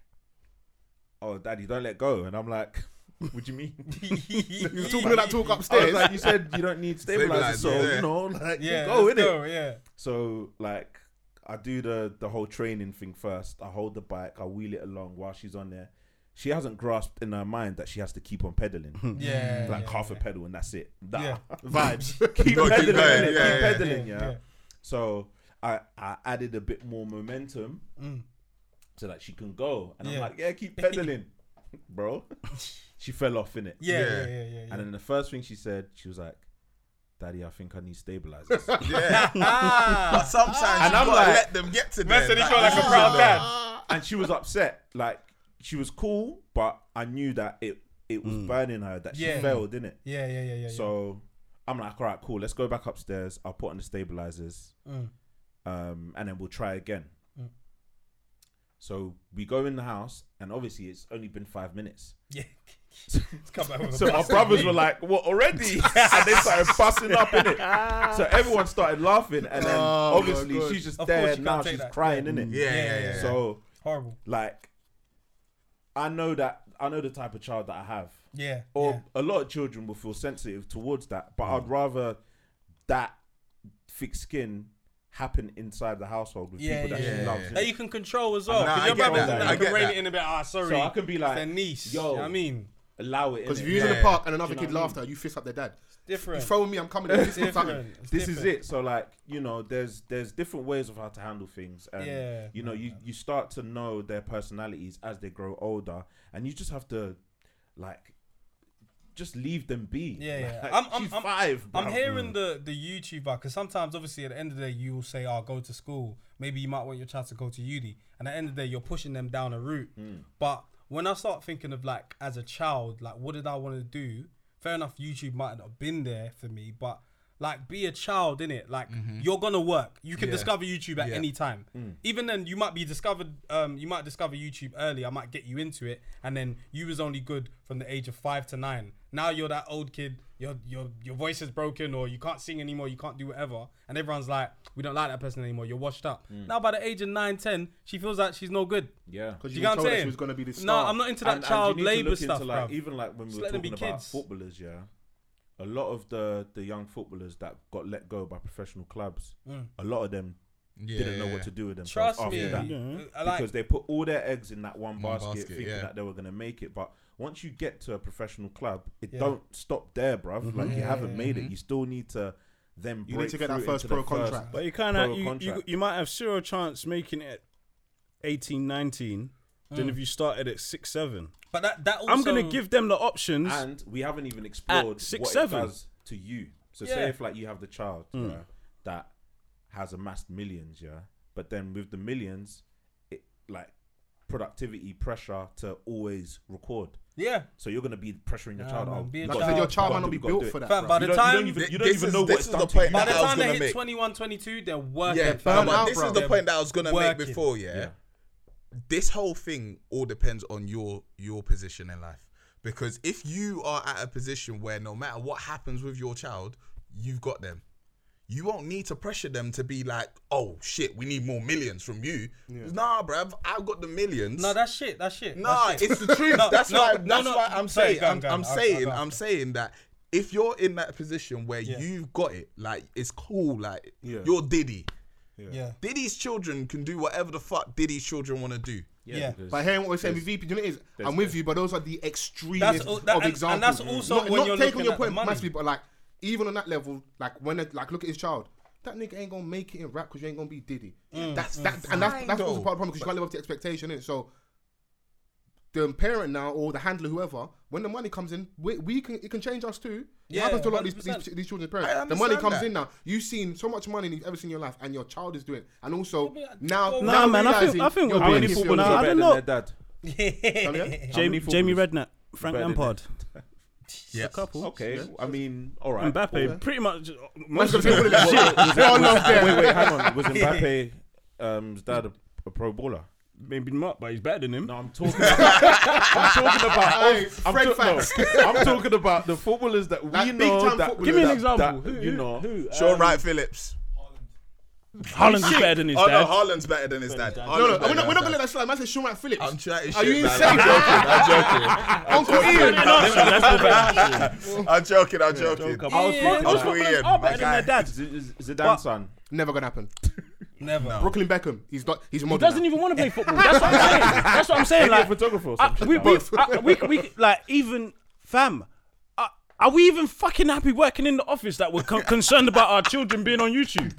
Speaker 3: "Oh, daddy, don't let go." And I'm like, [LAUGHS] "What do you mean?"
Speaker 6: [LAUGHS]
Speaker 4: He was talking all that talk upstairs.
Speaker 3: like you said, you don't need stabilizers,
Speaker 7: Stabilizers,
Speaker 3: so
Speaker 7: yeah.
Speaker 3: you know, like [LAUGHS] you
Speaker 6: Yeah.
Speaker 3: go
Speaker 6: let's
Speaker 3: in it.
Speaker 6: go, Yeah.
Speaker 3: So like I do the the whole training thing first. I hold the bike, I wheel it along while she's on there. She hasn't grasped in her mind that she has to keep on
Speaker 6: Hmm.
Speaker 3: pedaling.
Speaker 6: Yeah.
Speaker 3: Like
Speaker 6: yeah,
Speaker 3: half
Speaker 6: yeah.
Speaker 3: a pedal and that's it. Nah.
Speaker 6: Yeah.
Speaker 3: [LAUGHS]
Speaker 6: [LAUGHS]
Speaker 3: Vibes. keep
Speaker 7: going,
Speaker 3: pedaling,
Speaker 7: yeah,
Speaker 3: innit?
Speaker 7: yeah,
Speaker 3: keep
Speaker 7: yeah.
Speaker 3: pedaling, yeah.
Speaker 6: Yeah, yeah.
Speaker 3: So I I added a bit more momentum so that she can go. And I'm
Speaker 6: Mm. Yeah.
Speaker 3: like, yeah,
Speaker 6: [LAUGHS]
Speaker 3: keep pedaling, bro. she fell off in it.
Speaker 6: Yeah,
Speaker 7: Yeah.
Speaker 6: yeah, yeah, yeah. yeah.
Speaker 3: And then the first thing she said, she was like, "Daddy, I think I need stabilizers."
Speaker 6: [LAUGHS]
Speaker 7: Yeah. but sometimes you
Speaker 3: I'm
Speaker 7: gotta
Speaker 3: like-
Speaker 7: let them get to them.
Speaker 6: Man said he felt like a
Speaker 7: leave
Speaker 6: proud
Speaker 7: them
Speaker 6: dad.
Speaker 3: and she was upset. Like she was cool, but I knew that it it was
Speaker 7: Mm.
Speaker 3: burning her that she
Speaker 6: Yeah.
Speaker 3: failed, didn't it?
Speaker 6: Yeah, yeah, yeah, yeah. yeah.
Speaker 3: So I'm like, all right, cool. Let's go back upstairs. I'll put on the stabilizers,
Speaker 6: Mm.
Speaker 3: um, and then we'll try again. So we go in the house, and obviously it's only been five
Speaker 6: [LAUGHS]
Speaker 3: minutes.
Speaker 6: Yeah. It's come back with a
Speaker 3: So my
Speaker 6: blast.
Speaker 3: brothers were like, "What already?" [LAUGHS] and they started busting up in it. So everyone started laughing, and then
Speaker 4: Oh my
Speaker 3: obviously
Speaker 4: God.
Speaker 3: she's just
Speaker 6: Of course you
Speaker 3: there
Speaker 6: can't
Speaker 3: now.
Speaker 6: take
Speaker 3: She's
Speaker 6: that.
Speaker 3: crying in it.
Speaker 7: Yeah, yeah, yeah.
Speaker 3: So
Speaker 6: horrible.
Speaker 3: like I know that I know the type of child that I have.
Speaker 6: Yeah.
Speaker 3: Or
Speaker 6: yeah.
Speaker 3: a lot of children will feel sensitive towards that, but I'd rather that thick skin happen inside the household with
Speaker 6: Yeah,
Speaker 3: people that
Speaker 6: yeah,
Speaker 3: she
Speaker 7: yeah.
Speaker 3: loves.
Speaker 6: That you can control as well.
Speaker 3: Nah,
Speaker 6: Because
Speaker 7: I
Speaker 6: your
Speaker 7: get
Speaker 6: brothers
Speaker 3: that.
Speaker 6: and
Speaker 3: I
Speaker 6: them
Speaker 7: get
Speaker 6: can rein
Speaker 7: that.
Speaker 6: it in a bit. Ah, sorry.
Speaker 3: So I can be
Speaker 6: It's
Speaker 3: like,
Speaker 6: their niece.
Speaker 3: yo.
Speaker 6: you know what I mean,
Speaker 3: Allow it.
Speaker 4: Because if
Speaker 3: innit?
Speaker 4: you was in the
Speaker 7: Yeah.
Speaker 4: park and another
Speaker 3: Do you
Speaker 4: kid
Speaker 3: know what I
Speaker 4: laughed at her, you fist up their dad. You
Speaker 6: different.
Speaker 4: throwing me, I'm coming. in. This is something.
Speaker 6: different. It's
Speaker 3: this is
Speaker 6: different.
Speaker 3: it. So like you know, there's there's different ways of how to handle things, and
Speaker 6: Yeah.
Speaker 3: you know, you you start to know their personalities as they grow older, and you just have to like just leave them be.
Speaker 6: Yeah, yeah.
Speaker 3: Like,
Speaker 6: I'm- I'm-
Speaker 3: she's
Speaker 6: I'm-
Speaker 3: five.
Speaker 6: I'm
Speaker 3: bruv. Mm.
Speaker 6: hearing the the YouTuber because sometimes, obviously, at the end of the day, you will say, "Oh, go to school." Maybe you might want your child to go to uni, and at the end of the day, you're pushing them down a route.
Speaker 3: Mm.
Speaker 6: But when I start thinking of like as a child, like what did I want to do? Fair enough, YouTube might not have been there for me, but like be a child in it. Like
Speaker 3: Mm-hmm.
Speaker 6: you're gonna work. You can discover YouTube at any time. Even then, you might be discovered. Um, you might discover YouTube early. I might get you into it, and then you was only good from the age of five to nine. Now you're that old kid. Your your your voice is broken, or you can't sing anymore. You can't do whatever, and everyone's like, we don't like that person anymore. You're washed up. Now by the age of nine, ten, she feels like she's no good.
Speaker 3: yeah.
Speaker 4: Because
Speaker 6: Do you
Speaker 4: you
Speaker 6: know
Speaker 4: told
Speaker 6: what I'm
Speaker 4: her
Speaker 6: saying?
Speaker 4: she was gonna be this
Speaker 6: no,
Speaker 4: star.
Speaker 6: I'm not into that
Speaker 3: And- and
Speaker 6: child
Speaker 3: you need to
Speaker 6: labor
Speaker 3: look into,
Speaker 6: stuff,
Speaker 3: like,
Speaker 6: bruv.
Speaker 3: Even like when we
Speaker 6: Just
Speaker 3: were
Speaker 6: let them
Speaker 3: talking
Speaker 6: be
Speaker 3: about
Speaker 6: kids.
Speaker 3: footballers, yeah. A lot of the the young footballers that got let go by professional clubs, a lot of them
Speaker 7: Yeah,
Speaker 3: didn't know
Speaker 7: yeah,
Speaker 3: what to do with themselves
Speaker 6: Mm. Trust
Speaker 3: after
Speaker 6: me.
Speaker 3: that.
Speaker 6: I like-
Speaker 3: because they put all their eggs in that one
Speaker 7: One
Speaker 3: basket,
Speaker 7: basket,
Speaker 3: thinking
Speaker 7: yeah.
Speaker 3: that they were gonna make it. But once you get to a professional club, it
Speaker 6: Yeah.
Speaker 3: don't stop there, bruv. Like you haven't made it. You still need to then
Speaker 4: Mm-hmm. You
Speaker 3: break
Speaker 4: need to get that
Speaker 3: through
Speaker 4: first
Speaker 3: into the
Speaker 4: pro contract.
Speaker 5: But you
Speaker 3: pro
Speaker 5: kind you, you
Speaker 3: contract.
Speaker 5: you might have zero chance making it 18, 19 than if you started at six seven.
Speaker 6: But that that also
Speaker 5: I'm gonna give them the options.
Speaker 3: and we haven't even explored
Speaker 5: six,
Speaker 3: what
Speaker 5: seven.
Speaker 3: it does to you. So
Speaker 6: Yeah.
Speaker 3: say if like you have the child yeah, that has amassed millions, yeah, but then with the millions, it, productivity pressure to always record.
Speaker 6: Yeah.
Speaker 3: So you're gonna be pressuring your child.
Speaker 6: man,
Speaker 3: oh,
Speaker 6: being
Speaker 3: you
Speaker 6: Like I
Speaker 3: gotta-
Speaker 6: said,
Speaker 4: your
Speaker 3: you
Speaker 4: child
Speaker 3: gotta
Speaker 4: might not
Speaker 3: do-
Speaker 4: be
Speaker 3: you gotta
Speaker 4: built
Speaker 3: do it.
Speaker 4: for that.
Speaker 6: Fam,
Speaker 4: bruv.
Speaker 6: by
Speaker 3: You
Speaker 6: the
Speaker 3: don't, you don't even,
Speaker 6: time,
Speaker 3: you
Speaker 7: Th-
Speaker 3: don't
Speaker 7: this
Speaker 3: even
Speaker 7: is-
Speaker 3: know what
Speaker 7: this
Speaker 3: it's
Speaker 7: is
Speaker 3: done
Speaker 7: the
Speaker 3: to you.
Speaker 7: point
Speaker 6: by
Speaker 7: that
Speaker 6: the
Speaker 7: I was
Speaker 6: time they
Speaker 7: gonna
Speaker 6: hit
Speaker 7: make.
Speaker 6: 21, 22, they're working.
Speaker 7: Yeah,
Speaker 6: fam.
Speaker 7: no, but this is the
Speaker 4: bro.
Speaker 7: point that I was gonna
Speaker 6: Working.
Speaker 7: make before. Yeah? this whole thing all depends on your your position in life. Because if you are at a position where no matter what happens with your child, you've got them. You won't need to pressure them to be like, "Oh shit, we need more millions from you." Nah, bruv, I've got the millions.
Speaker 6: No, that's shit. That's shit.
Speaker 7: Nah,
Speaker 6: that's shit.
Speaker 7: it's the
Speaker 6: [LAUGHS]
Speaker 7: truth.
Speaker 6: No,
Speaker 7: that's
Speaker 6: no,
Speaker 7: why.
Speaker 6: no,
Speaker 7: That's
Speaker 6: no.
Speaker 7: why I'm
Speaker 6: Sorry,
Speaker 7: saying.
Speaker 6: go on,
Speaker 7: I'm,
Speaker 6: go on.
Speaker 7: I'm
Speaker 6: I'll- I'll
Speaker 7: saying.
Speaker 6: go
Speaker 7: I'm
Speaker 6: after.
Speaker 7: saying that if you're in that position where you've got it, like it's cool. Like you're Diddy.
Speaker 6: Yeah.
Speaker 7: Diddy's children can do whatever the fuck Diddy's children want to do.
Speaker 6: Yeah. [LAUGHS]
Speaker 4: But hearing what we're saying with VP, do you know what it is? I'm with you, but those are the extremists
Speaker 6: That's all- that-
Speaker 4: of
Speaker 6: and-
Speaker 4: examples.
Speaker 6: and that's also
Speaker 4: not,
Speaker 6: when
Speaker 4: not
Speaker 6: you're
Speaker 4: taking
Speaker 6: looking
Speaker 4: your
Speaker 6: at the
Speaker 4: point
Speaker 6: money.
Speaker 4: massively, but like even on that level, like when it- like look at his child. That nigga ain't gonna make it in rap because you ain't gonna be Diddy.
Speaker 6: Mm,
Speaker 4: that's that, and that's,
Speaker 7: Fine,
Speaker 4: that's also
Speaker 7: though.
Speaker 4: part of the problem because you can't live up to expectation, innit? So the parent now or the handler, whoever, when the money comes in, we, we can it can change us too.
Speaker 6: Yeah,
Speaker 4: it happens to a lot of these, these,
Speaker 6: 100%.
Speaker 4: these children's
Speaker 7: I
Speaker 4: parents. The money
Speaker 7: understand
Speaker 4: comes
Speaker 7: that.
Speaker 4: in now. You've seen so much money than you've ever seen in your life, and your child is doing. it. And also
Speaker 6: Yeah, but-
Speaker 4: now,
Speaker 6: Nah,
Speaker 4: now
Speaker 5: Nah, man, I
Speaker 4: realizing
Speaker 5: think, I think
Speaker 4: you're
Speaker 5: we're
Speaker 3: How
Speaker 4: being
Speaker 3: many
Speaker 5: being
Speaker 4: dishonest.
Speaker 5: football.
Speaker 3: footballers
Speaker 5: Nah,
Speaker 3: are
Speaker 5: I
Speaker 3: better
Speaker 5: don't
Speaker 3: than their dad?
Speaker 5: know.
Speaker 4: Come again?
Speaker 5: Jamie,
Speaker 3: footballers
Speaker 5: Jamie Redknapp, Frank
Speaker 3: better than
Speaker 5: Lampard,
Speaker 7: Yeah.
Speaker 5: couple.
Speaker 3: Okay, I mean, all right.
Speaker 5: Mbappe,
Speaker 3: Well,
Speaker 5: pretty much.
Speaker 4: Man's
Speaker 5: Most
Speaker 4: gonna
Speaker 5: of
Speaker 4: say all of that shit.
Speaker 3: was-
Speaker 4: We're all
Speaker 3: was-
Speaker 4: off there.
Speaker 3: Wait, wait, hang on. Was Mbappe, um, his dad a, a pro baller?
Speaker 5: [LAUGHS] maybe not, but he's better than him.
Speaker 3: No, I'm talking. About, I'm
Speaker 7: [LAUGHS]
Speaker 3: talking about.
Speaker 4: Hey,
Speaker 3: I'm,
Speaker 4: Fred
Speaker 3: ta- no, [LAUGHS] I'm talking about the footballers that we
Speaker 4: Like big
Speaker 3: know.
Speaker 4: time
Speaker 3: That,
Speaker 4: footballers.
Speaker 5: Give me an
Speaker 3: that-
Speaker 5: example.
Speaker 3: that,
Speaker 5: Who-
Speaker 3: you
Speaker 5: who-
Speaker 3: know,
Speaker 5: who?
Speaker 7: Sean
Speaker 5: Um,
Speaker 7: Wright Phillips.
Speaker 5: Haaland is better than his
Speaker 7: oh no,
Speaker 5: dad.
Speaker 7: Haaland's better than his dad.
Speaker 4: No, no, we're not, we're not gonna let that slide. Man said Sean Wright Phillips.
Speaker 7: I'm chatting shit.
Speaker 4: Are you
Speaker 7: man.
Speaker 4: insane?
Speaker 6: [LAUGHS]
Speaker 7: I'm
Speaker 4: Uncle
Speaker 7: joking.
Speaker 4: Ian.
Speaker 7: I'm joking.
Speaker 5: That's the best.
Speaker 7: I'm joking. I'm joking.
Speaker 3: come
Speaker 7: I'm
Speaker 3: on.
Speaker 7: joking.
Speaker 5: Most
Speaker 7: Uncle
Speaker 5: footballers
Speaker 7: Ian, my
Speaker 5: are better than their
Speaker 7: guy.
Speaker 5: dads.
Speaker 3: Z- Z- Zidane's son.
Speaker 4: Never gonna happen.
Speaker 6: Never.
Speaker 4: Brooklyn Beckham. He's not. He's a model.
Speaker 5: doesn't
Speaker 4: now.
Speaker 5: even want to play football. That's what I'm saying. That's what I'm saying.
Speaker 3: Like,
Speaker 5: Like
Speaker 3: a photographer or
Speaker 5: I-
Speaker 3: something.
Speaker 5: we, we, I, we, we, like even fam. Are are we even fucking happy working in the office that we're con- concerned about our children being on YouTube?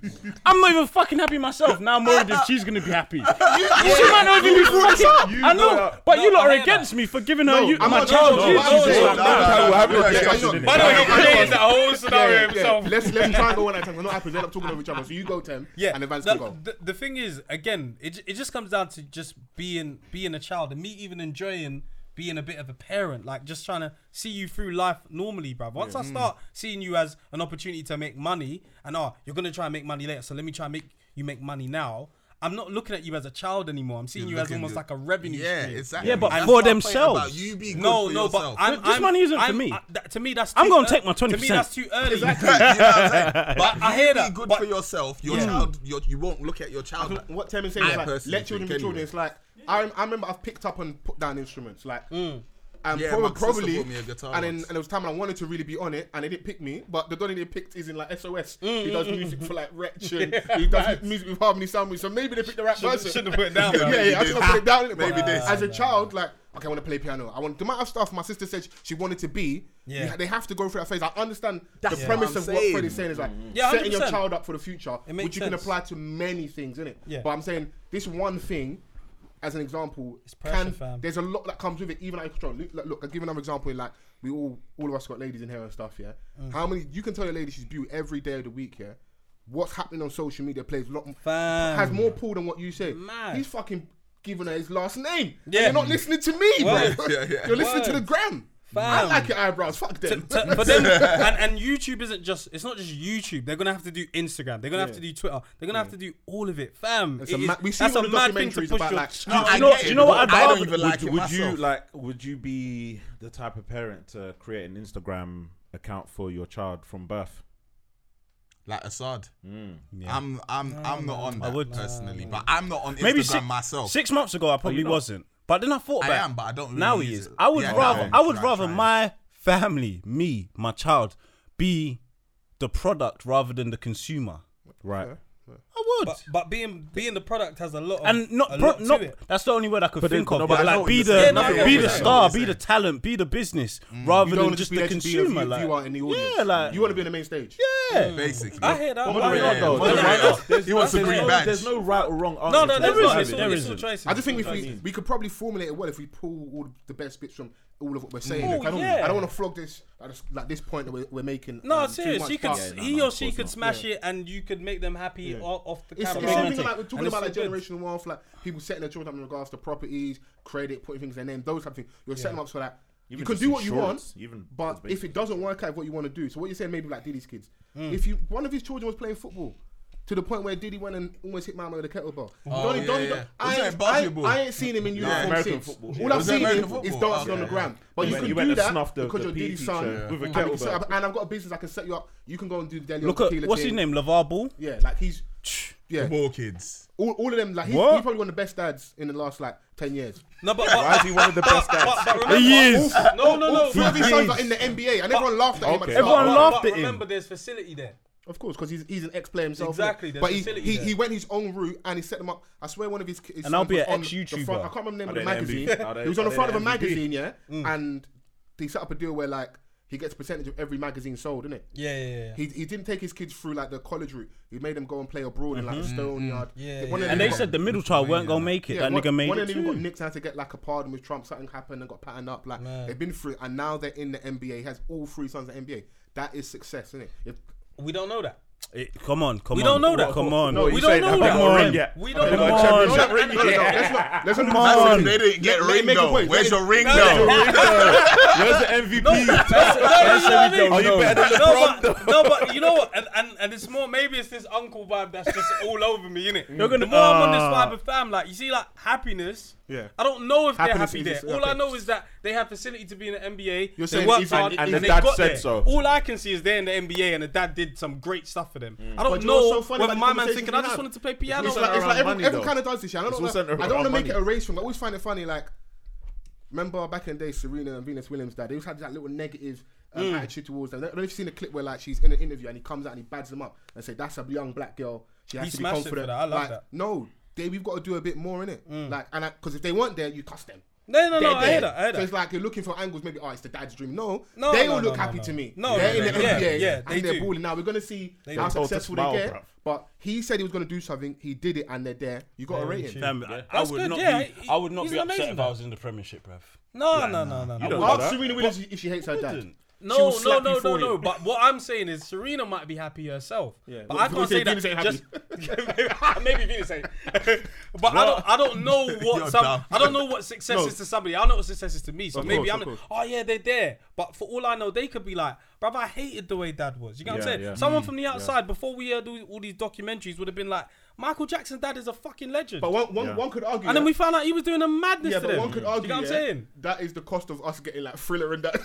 Speaker 5: I'm not even fucking happy myself. Now Mode if she's gonna be happy. You, she might not even be fucking. I
Speaker 3: brought
Speaker 5: know,
Speaker 3: up.
Speaker 5: but you
Speaker 6: No,
Speaker 5: lot
Speaker 6: I
Speaker 5: are
Speaker 6: hear
Speaker 5: against me for giving her
Speaker 4: No,
Speaker 5: you,
Speaker 4: I'm
Speaker 5: my
Speaker 4: not-
Speaker 5: child
Speaker 4: no, no,
Speaker 5: YouTube.
Speaker 4: no,
Speaker 5: Like,
Speaker 4: no,
Speaker 5: nah.
Speaker 4: no,
Speaker 3: We're having a
Speaker 7: Yeah,
Speaker 3: discussion
Speaker 4: yeah,
Speaker 3: in
Speaker 4: yeah.
Speaker 6: By
Speaker 3: it.
Speaker 6: the way, he
Speaker 4: Yeah, yeah,
Speaker 6: created that whole
Speaker 4: Yeah,
Speaker 6: scenario
Speaker 4: yeah,
Speaker 6: himself.
Speaker 4: yeah. Let's let him try and go one at a time. We're not happy. They end up talking over each other. So you go ten.
Speaker 6: Yeah,
Speaker 4: And the Vance
Speaker 6: no,
Speaker 4: can go.
Speaker 6: The, the thing is, again, it, ju- it just comes down to just being being a child and me even enjoying being a bit of a parent, like just trying to see you through life normally, bruv. Once I start seeing you as an opportunity to make money, and oh, you're gonna try and make money later, so let me try and make you make money now. I'm not looking at you as a child anymore. I'm seeing
Speaker 7: You're
Speaker 6: you as
Speaker 7: looking
Speaker 6: almost
Speaker 7: to-
Speaker 6: like a revenue.
Speaker 7: Yeah,
Speaker 6: stream.
Speaker 7: exactly.
Speaker 5: Yeah, but
Speaker 7: And
Speaker 5: for
Speaker 7: stop thinking
Speaker 5: themselves.
Speaker 7: about You be good
Speaker 6: No,
Speaker 7: for
Speaker 6: no, but
Speaker 7: yourself.
Speaker 6: I'm,
Speaker 5: This
Speaker 6: I'm-
Speaker 5: money isn't for
Speaker 6: I'm-
Speaker 5: me.
Speaker 6: I- that- to me, that's
Speaker 5: I'm
Speaker 6: too
Speaker 5: gonna
Speaker 6: ear-
Speaker 5: take my
Speaker 6: To me,
Speaker 5: 20%.
Speaker 6: that's too [LAUGHS] early.
Speaker 7: [LAUGHS] You know what I'm
Speaker 6: [LAUGHS]
Speaker 7: saying? But
Speaker 6: I hear
Speaker 7: you
Speaker 6: that,
Speaker 7: Be good
Speaker 6: but-
Speaker 7: for yourself. Your
Speaker 6: Yeah.
Speaker 7: child, your, you won't look at
Speaker 6: [LAUGHS]
Speaker 7: your child. like-
Speaker 4: What Tim is saying
Speaker 7: I
Speaker 4: is like
Speaker 7: personally
Speaker 4: let children be
Speaker 7: think
Speaker 4: children.
Speaker 7: anyway.
Speaker 4: It's like I, I remember I've picked up and put down instruments like. And
Speaker 7: Hmm. Yeah,
Speaker 4: probably,
Speaker 7: my sister
Speaker 4: probably
Speaker 7: bought me a guitar
Speaker 4: and then
Speaker 7: once.
Speaker 4: and there was time I wanted to really be on it, and they didn't pick me. But the guy they picked is in like SOS.
Speaker 7: Hmm.
Speaker 4: he does music for like Wretch,
Speaker 7: [LAUGHS]
Speaker 4: and he does music with Harmony Sandwich. So maybe they picked the right person.
Speaker 6: should've put it down,
Speaker 4: [LAUGHS] yeah,
Speaker 6: man.
Speaker 4: yeah, I
Speaker 7: Maybe
Speaker 4: should have put it down.
Speaker 7: Maybe
Speaker 4: Maybe
Speaker 7: this.
Speaker 4: As a child, like okay, I want to play piano. I want the amount of stuff my sister said she wanted to be.
Speaker 6: Yeah.
Speaker 4: Yeah, they have to go through that phase. I understand
Speaker 7: That's
Speaker 4: the
Speaker 7: what
Speaker 4: premise
Speaker 7: I'm
Speaker 4: of what Fred
Speaker 7: saying.
Speaker 4: is saying is like
Speaker 6: Yeah,
Speaker 4: setting your
Speaker 6: 100%.
Speaker 4: child up for the future,
Speaker 6: It makes
Speaker 4: which you can
Speaker 6: sense.
Speaker 4: apply to many things, innit?
Speaker 6: Yeah.
Speaker 4: But I'm saying this one thing, as an example,
Speaker 6: pressure,
Speaker 4: can,
Speaker 6: fam.
Speaker 4: there's a lot that comes with it, even out of control. Look, look, look, I'll give another example. Like we all, all of us got ladies in here and stuff. Yeah,
Speaker 6: Mm.
Speaker 4: how many you can tell your lady she's beautiful every day of the week. Yeah, what's happening on social media plays a lot,
Speaker 6: Fam.
Speaker 4: has more pull than what you say.
Speaker 6: Mad.
Speaker 4: He's fucking giving her his last name. Yeah,
Speaker 6: Yeah.
Speaker 4: you're not listening to me,
Speaker 6: Word.
Speaker 4: bro.
Speaker 7: Yeah,
Speaker 4: [LAUGHS]
Speaker 7: yeah.
Speaker 4: You're listening to the
Speaker 6: Word.
Speaker 4: gram. I
Speaker 6: Fam.
Speaker 4: like your eyebrows. Fuck them. [LAUGHS]
Speaker 6: to- for them, and, and YouTube isn't just it's not just YouTube. They're gonna have to do Instagram. They're gonna have to do Twitter. They're gonna have to do all of it, fam.
Speaker 4: It's
Speaker 6: It
Speaker 4: a
Speaker 6: is-
Speaker 4: ma- we see all the documentaries about, like,
Speaker 6: child-
Speaker 7: I
Speaker 3: you know,
Speaker 7: get
Speaker 3: you
Speaker 7: it,
Speaker 3: know
Speaker 7: but
Speaker 3: what? I'd
Speaker 7: I
Speaker 3: rather,
Speaker 7: don't even like
Speaker 3: would,
Speaker 7: it
Speaker 3: would you
Speaker 7: myself.
Speaker 3: like? Would you be the type of parent to create an Instagram account for your child from birth?
Speaker 7: like Assad. I'm I'm I'm not on that
Speaker 5: would.
Speaker 7: personally, but I'm not on Instagram
Speaker 5: Maybe six,
Speaker 7: myself. Oh,
Speaker 5: six months ago, I probably wasn't. But then I thought
Speaker 7: I
Speaker 5: about.
Speaker 7: am, but I don't really
Speaker 5: now he
Speaker 7: use
Speaker 5: is.
Speaker 7: it.
Speaker 5: I would
Speaker 7: Yeah, no,
Speaker 5: rather. I would
Speaker 7: try-
Speaker 5: rather
Speaker 7: try.
Speaker 5: my family, me, my child, be the product rather than the consumer.
Speaker 3: Right.
Speaker 5: I would.
Speaker 6: But, but being being the product has a lot of,
Speaker 5: and
Speaker 6: a
Speaker 5: not,
Speaker 6: lot
Speaker 5: pro-
Speaker 6: to
Speaker 5: not
Speaker 6: it.
Speaker 5: that's the only word I could
Speaker 3: But then-
Speaker 5: think
Speaker 3: no,
Speaker 5: of.
Speaker 3: but I
Speaker 5: But
Speaker 7: know
Speaker 5: like,
Speaker 7: what
Speaker 5: be
Speaker 7: you're
Speaker 5: the
Speaker 7: saying. Yeah, no, I
Speaker 5: be
Speaker 7: know
Speaker 5: the
Speaker 7: what
Speaker 5: star,
Speaker 7: you're
Speaker 5: be
Speaker 7: saying.
Speaker 5: the talent, be the business,
Speaker 4: You
Speaker 7: Mm.
Speaker 5: rather
Speaker 4: don't
Speaker 5: than
Speaker 4: want to
Speaker 5: just
Speaker 4: be
Speaker 5: the
Speaker 4: there to be a
Speaker 5: consumer.
Speaker 4: view-
Speaker 5: like,
Speaker 4: viewer in the audience.
Speaker 5: yeah, like
Speaker 4: you want to be on the main stage.
Speaker 5: yeah.
Speaker 7: basically.
Speaker 6: I hear that.
Speaker 5: Moderate,
Speaker 6: I hear
Speaker 3: though.
Speaker 6: that. But
Speaker 3: Moderate.
Speaker 6: that's not-
Speaker 3: There's-
Speaker 7: He wants a
Speaker 6: that's
Speaker 7: green
Speaker 6: not-
Speaker 7: badge.
Speaker 3: There's no right or wrong answer.
Speaker 6: No,
Speaker 3: to
Speaker 6: no,
Speaker 3: this.
Speaker 6: there
Speaker 5: isn't.
Speaker 6: isn't. It's all-
Speaker 5: There
Speaker 6: it's all
Speaker 5: isn't.
Speaker 6: choices.
Speaker 4: I just think if
Speaker 6: It's all
Speaker 4: we
Speaker 6: choices.
Speaker 4: we could probably formulate it well if we pull all the best bits from all of what we're saying.
Speaker 6: Oh,
Speaker 4: Like, I don't,
Speaker 6: yeah.
Speaker 4: I don't want to flog this like this, like this point that we're, we're making.
Speaker 6: No,
Speaker 4: um, too
Speaker 6: serious.
Speaker 4: much,
Speaker 6: You could,
Speaker 4: but-
Speaker 6: s
Speaker 3: no,
Speaker 6: he
Speaker 3: no,
Speaker 6: or
Speaker 3: of
Speaker 6: she
Speaker 3: course
Speaker 6: could
Speaker 3: not.
Speaker 6: smash it, and you could make them happy o- off the
Speaker 4: It's the
Speaker 6: camera.
Speaker 4: same
Speaker 5: romantic.
Speaker 4: thing like we're talking
Speaker 6: And it's
Speaker 4: about
Speaker 6: so good.
Speaker 4: like generational wealth, like people setting their children up in regards to properties, credit, putting things in their name, those type of things. You're setting them up so that you
Speaker 3: Even
Speaker 4: can
Speaker 3: just
Speaker 4: do what you
Speaker 3: insurance,
Speaker 4: want,
Speaker 3: even
Speaker 4: but
Speaker 3: just
Speaker 4: if it doesn't work out, what you want to do. So what you're saying, maybe like Diddy's kids, if you one of his children was playing football. To the point where Diddy went and almost hit Mama with a kettlebell. Donny-
Speaker 7: yeah,
Speaker 4: Donny- I,
Speaker 7: yeah. Was that
Speaker 4: ain't, I, ain't,
Speaker 7: basketball?
Speaker 4: I ain't seen him in uniform
Speaker 3: American
Speaker 4: since.
Speaker 3: football.
Speaker 4: All
Speaker 3: Yeah.
Speaker 4: I've
Speaker 7: Was that
Speaker 4: seen him
Speaker 7: American
Speaker 4: is
Speaker 7: football?
Speaker 4: dancing on the
Speaker 7: Okay.
Speaker 4: ground. But
Speaker 3: You
Speaker 4: you,
Speaker 3: went-
Speaker 4: can
Speaker 3: you went
Speaker 4: do
Speaker 3: and
Speaker 4: that
Speaker 3: snuffed the-
Speaker 4: because
Speaker 3: the
Speaker 4: you're
Speaker 3: PE
Speaker 4: Diddy's son.
Speaker 3: teacher with a
Speaker 4: And you can
Speaker 3: kettlebell.
Speaker 4: set up- And I've got a business I can set you up. You can go and do the deli
Speaker 5: Look
Speaker 4: on
Speaker 5: at
Speaker 4: tequila
Speaker 5: what's his
Speaker 4: thing.
Speaker 5: name, Lavar Ball.
Speaker 4: Yeah, like he's yeah,
Speaker 7: More kids.
Speaker 4: all, all of them. Like he's,
Speaker 5: What?
Speaker 4: he's probably one of the best dads in the last like ten years.
Speaker 6: No, but,
Speaker 3: Why is
Speaker 6: but,
Speaker 3: he one of the best
Speaker 6: but,
Speaker 3: guys?
Speaker 6: but remember,
Speaker 5: is.
Speaker 6: no, no, no.
Speaker 4: Three of his sons are
Speaker 5: Jeez.
Speaker 4: in the NBA, and everyone laughed at him. At
Speaker 3: Okay.
Speaker 4: the
Speaker 5: Everyone
Speaker 4: start.
Speaker 6: but-
Speaker 5: laughed
Speaker 6: but
Speaker 5: at him.
Speaker 6: Remember, there's facility there.
Speaker 4: of course, because he's he's an ex-player himself.
Speaker 6: Exactly,
Speaker 4: innit?
Speaker 6: there's
Speaker 4: but he,
Speaker 6: facility
Speaker 4: he
Speaker 6: there.
Speaker 4: he went his own route and he set them up. I swear, one of his, his
Speaker 5: And I'll
Speaker 4: sons
Speaker 5: be
Speaker 4: was
Speaker 5: an
Speaker 4: on the
Speaker 5: ex-YouTuber.
Speaker 4: front- I can't remember the name
Speaker 3: Are
Speaker 4: of
Speaker 3: they
Speaker 4: the
Speaker 3: the
Speaker 4: magazine.
Speaker 3: MVP? Are they-
Speaker 4: he was on the
Speaker 3: are
Speaker 4: front
Speaker 3: they
Speaker 4: of a
Speaker 3: the MVP?
Speaker 4: magazine, yeah, and they set up a deal where like he gets a percentage of every magazine sold, innit?
Speaker 6: Yeah, yeah, yeah.
Speaker 4: He, he didn't take his kids through like the college route. He made them go and play abroad in like Stone Yard.
Speaker 6: Yeah,
Speaker 4: One of
Speaker 6: yeah.
Speaker 4: them
Speaker 5: And they
Speaker 4: got-
Speaker 5: said the middle child weren't gonna make it. that
Speaker 4: one,
Speaker 5: nigga made
Speaker 4: one
Speaker 5: it
Speaker 4: of them even got
Speaker 5: too.
Speaker 4: nicked out to get like a pardon with Trump. Something happened and got patterned up. Like
Speaker 6: Man.
Speaker 4: they've been through, it, and now they're in the NBA. He has all three sons in the NBA. That is success, isn't it? If,
Speaker 6: We don't know that.
Speaker 5: Eh, Come on, come on.
Speaker 6: We don't know that.
Speaker 5: Come on.
Speaker 6: No,
Speaker 3: you
Speaker 6: we don't
Speaker 3: saying
Speaker 6: know
Speaker 3: they
Speaker 6: that.
Speaker 3: haven't got a
Speaker 5: Come
Speaker 3: ring
Speaker 5: on.
Speaker 3: yet.
Speaker 6: We
Speaker 3: They
Speaker 6: don't
Speaker 3: haven't got a
Speaker 6: know.
Speaker 3: championship
Speaker 5: That's
Speaker 4: no,
Speaker 3: ring
Speaker 4: no, no, no,
Speaker 3: yet.
Speaker 4: let's not. Let's not.
Speaker 7: That's
Speaker 5: on.
Speaker 7: if they didn't get
Speaker 4: Let-
Speaker 7: ring
Speaker 4: make a
Speaker 7: though.
Speaker 4: point.
Speaker 7: Where's
Speaker 4: Let-
Speaker 7: your ring
Speaker 6: No,
Speaker 7: though?
Speaker 3: Where's the MVP?
Speaker 6: [LAUGHS] That's
Speaker 3: we don't know.
Speaker 6: No, but, no, but you know what? And, and, and it's more, maybe it's this uncle vibe that's just all over me, innit? You're
Speaker 5: gonna-
Speaker 6: the more I'm on this
Speaker 5: Ah.
Speaker 6: vibe of fam, like, you see, like, happiness.
Speaker 4: Yeah.
Speaker 6: I don't know if
Speaker 4: Happiness
Speaker 6: they're happy
Speaker 4: is
Speaker 6: there.
Speaker 4: just-
Speaker 6: all
Speaker 4: okay.
Speaker 6: I know is that they have facility to be in the NBA. they
Speaker 4: You're saying
Speaker 6: worked
Speaker 4: if-
Speaker 6: hard
Speaker 4: and- and
Speaker 3: the
Speaker 6: they
Speaker 3: dad
Speaker 6: got
Speaker 3: said
Speaker 6: there.
Speaker 3: so.
Speaker 6: All I can see is they're in the NBA and the dad did some great stuff for them. I
Speaker 4: Mm. But
Speaker 6: don't
Speaker 4: you know what's
Speaker 6: know
Speaker 4: so funny
Speaker 6: whether
Speaker 4: about
Speaker 6: my
Speaker 4: the
Speaker 6: man's thinking,
Speaker 4: conversation
Speaker 6: I
Speaker 4: we
Speaker 6: just
Speaker 4: had?
Speaker 6: wanted to play piano.
Speaker 4: It's
Speaker 3: all
Speaker 4: like, it's
Speaker 3: around
Speaker 4: like everyone,
Speaker 3: money, though.
Speaker 4: everyone kind of does this. Yeah, I don't,
Speaker 3: It's
Speaker 4: know,
Speaker 3: all centered
Speaker 4: I don't
Speaker 3: around
Speaker 4: want to make it
Speaker 3: money.
Speaker 4: a race thing. but I always find it funny. Like, remember back in the day, Serena and Venus Williams died. They always had that little negative um, attitude towards them. I don't know if you've seen a clip where like she's in an interview and he comes out and he bads them up and say, "That's a young black girl. She has
Speaker 6: He
Speaker 4: to be
Speaker 6: smashed it for
Speaker 4: confident."
Speaker 6: that. I love
Speaker 4: like,
Speaker 6: that.
Speaker 4: No, they, we've got to do a bit more in it. Like, and because if they weren't there, you cuss them.
Speaker 6: No, no, no,
Speaker 4: They're
Speaker 6: I
Speaker 4: there.
Speaker 6: hear that, I hear
Speaker 4: So
Speaker 6: that.
Speaker 4: it's like you're looking for angles. Maybe, oh, it's the dad's dream. No,
Speaker 6: No,
Speaker 4: they
Speaker 6: no,
Speaker 4: all
Speaker 6: no,
Speaker 4: look
Speaker 6: no,
Speaker 4: happy
Speaker 6: no.
Speaker 4: to me.
Speaker 6: No,
Speaker 4: they're
Speaker 6: no,
Speaker 4: in the
Speaker 6: no, yeah,
Speaker 4: NBA
Speaker 6: yeah, they
Speaker 4: and they're
Speaker 6: do.
Speaker 4: balling. Now we're gonna see how
Speaker 3: do. Told to
Speaker 4: successful
Speaker 3: smile,
Speaker 4: they get.
Speaker 3: bruv.
Speaker 4: But he said he was gonna do something. He did it, and they're there. You got to rate him.
Speaker 5: Damn, I- I
Speaker 6: That's
Speaker 5: would
Speaker 6: good,
Speaker 5: not
Speaker 6: yeah.
Speaker 5: be. I would not
Speaker 6: He's
Speaker 5: be upset
Speaker 6: amazing,
Speaker 5: if I
Speaker 6: man.
Speaker 5: was in the Premiership, bruv.
Speaker 6: No, no, no, no, no.
Speaker 3: don't know
Speaker 4: Ask
Speaker 3: that.
Speaker 4: Serena Williams if she hates her dad. She
Speaker 6: No,
Speaker 4: will
Speaker 6: no,
Speaker 4: slap
Speaker 6: no,
Speaker 4: you
Speaker 6: no,
Speaker 4: for
Speaker 6: no.
Speaker 4: it.
Speaker 6: But what I'm saying is Serena might be happy herself. Yeah. But
Speaker 4: Well,
Speaker 6: I can't
Speaker 4: Venus
Speaker 6: say
Speaker 4: ain't-
Speaker 6: that.
Speaker 4: Venus ain't
Speaker 6: just, [LAUGHS]
Speaker 4: happy.
Speaker 6: maybe Venus ain't. but I don't. I don't
Speaker 4: [LAUGHS]
Speaker 6: know what
Speaker 7: You're
Speaker 6: some.
Speaker 7: dumb.
Speaker 6: I don't know what success is to somebody. I know what success is to me. So
Speaker 4: Of
Speaker 6: maybe
Speaker 4: course,
Speaker 6: I'm.
Speaker 4: of
Speaker 6: like,
Speaker 4: course.
Speaker 6: Oh yeah, they're there. But for all I know, they could be like, bruv, I hated the way Dad was. You know what
Speaker 3: Yeah,
Speaker 6: I'm saying?
Speaker 3: yeah.
Speaker 4: Mm,
Speaker 6: Someone from the outside before we uh, do all these documentaries would have been like, Michael Jackson, Dad is a fucking legend.
Speaker 4: But one, one, one could argue.
Speaker 6: and then
Speaker 4: that-
Speaker 6: we found out he was doing a madness
Speaker 4: Yeah,
Speaker 6: to
Speaker 4: but
Speaker 6: them.
Speaker 4: one could
Speaker 6: Do
Speaker 4: argue.
Speaker 6: you know what I'm
Speaker 4: yeah,
Speaker 6: saying? [LAUGHS]
Speaker 4: That is the cost of us getting like thriller and that.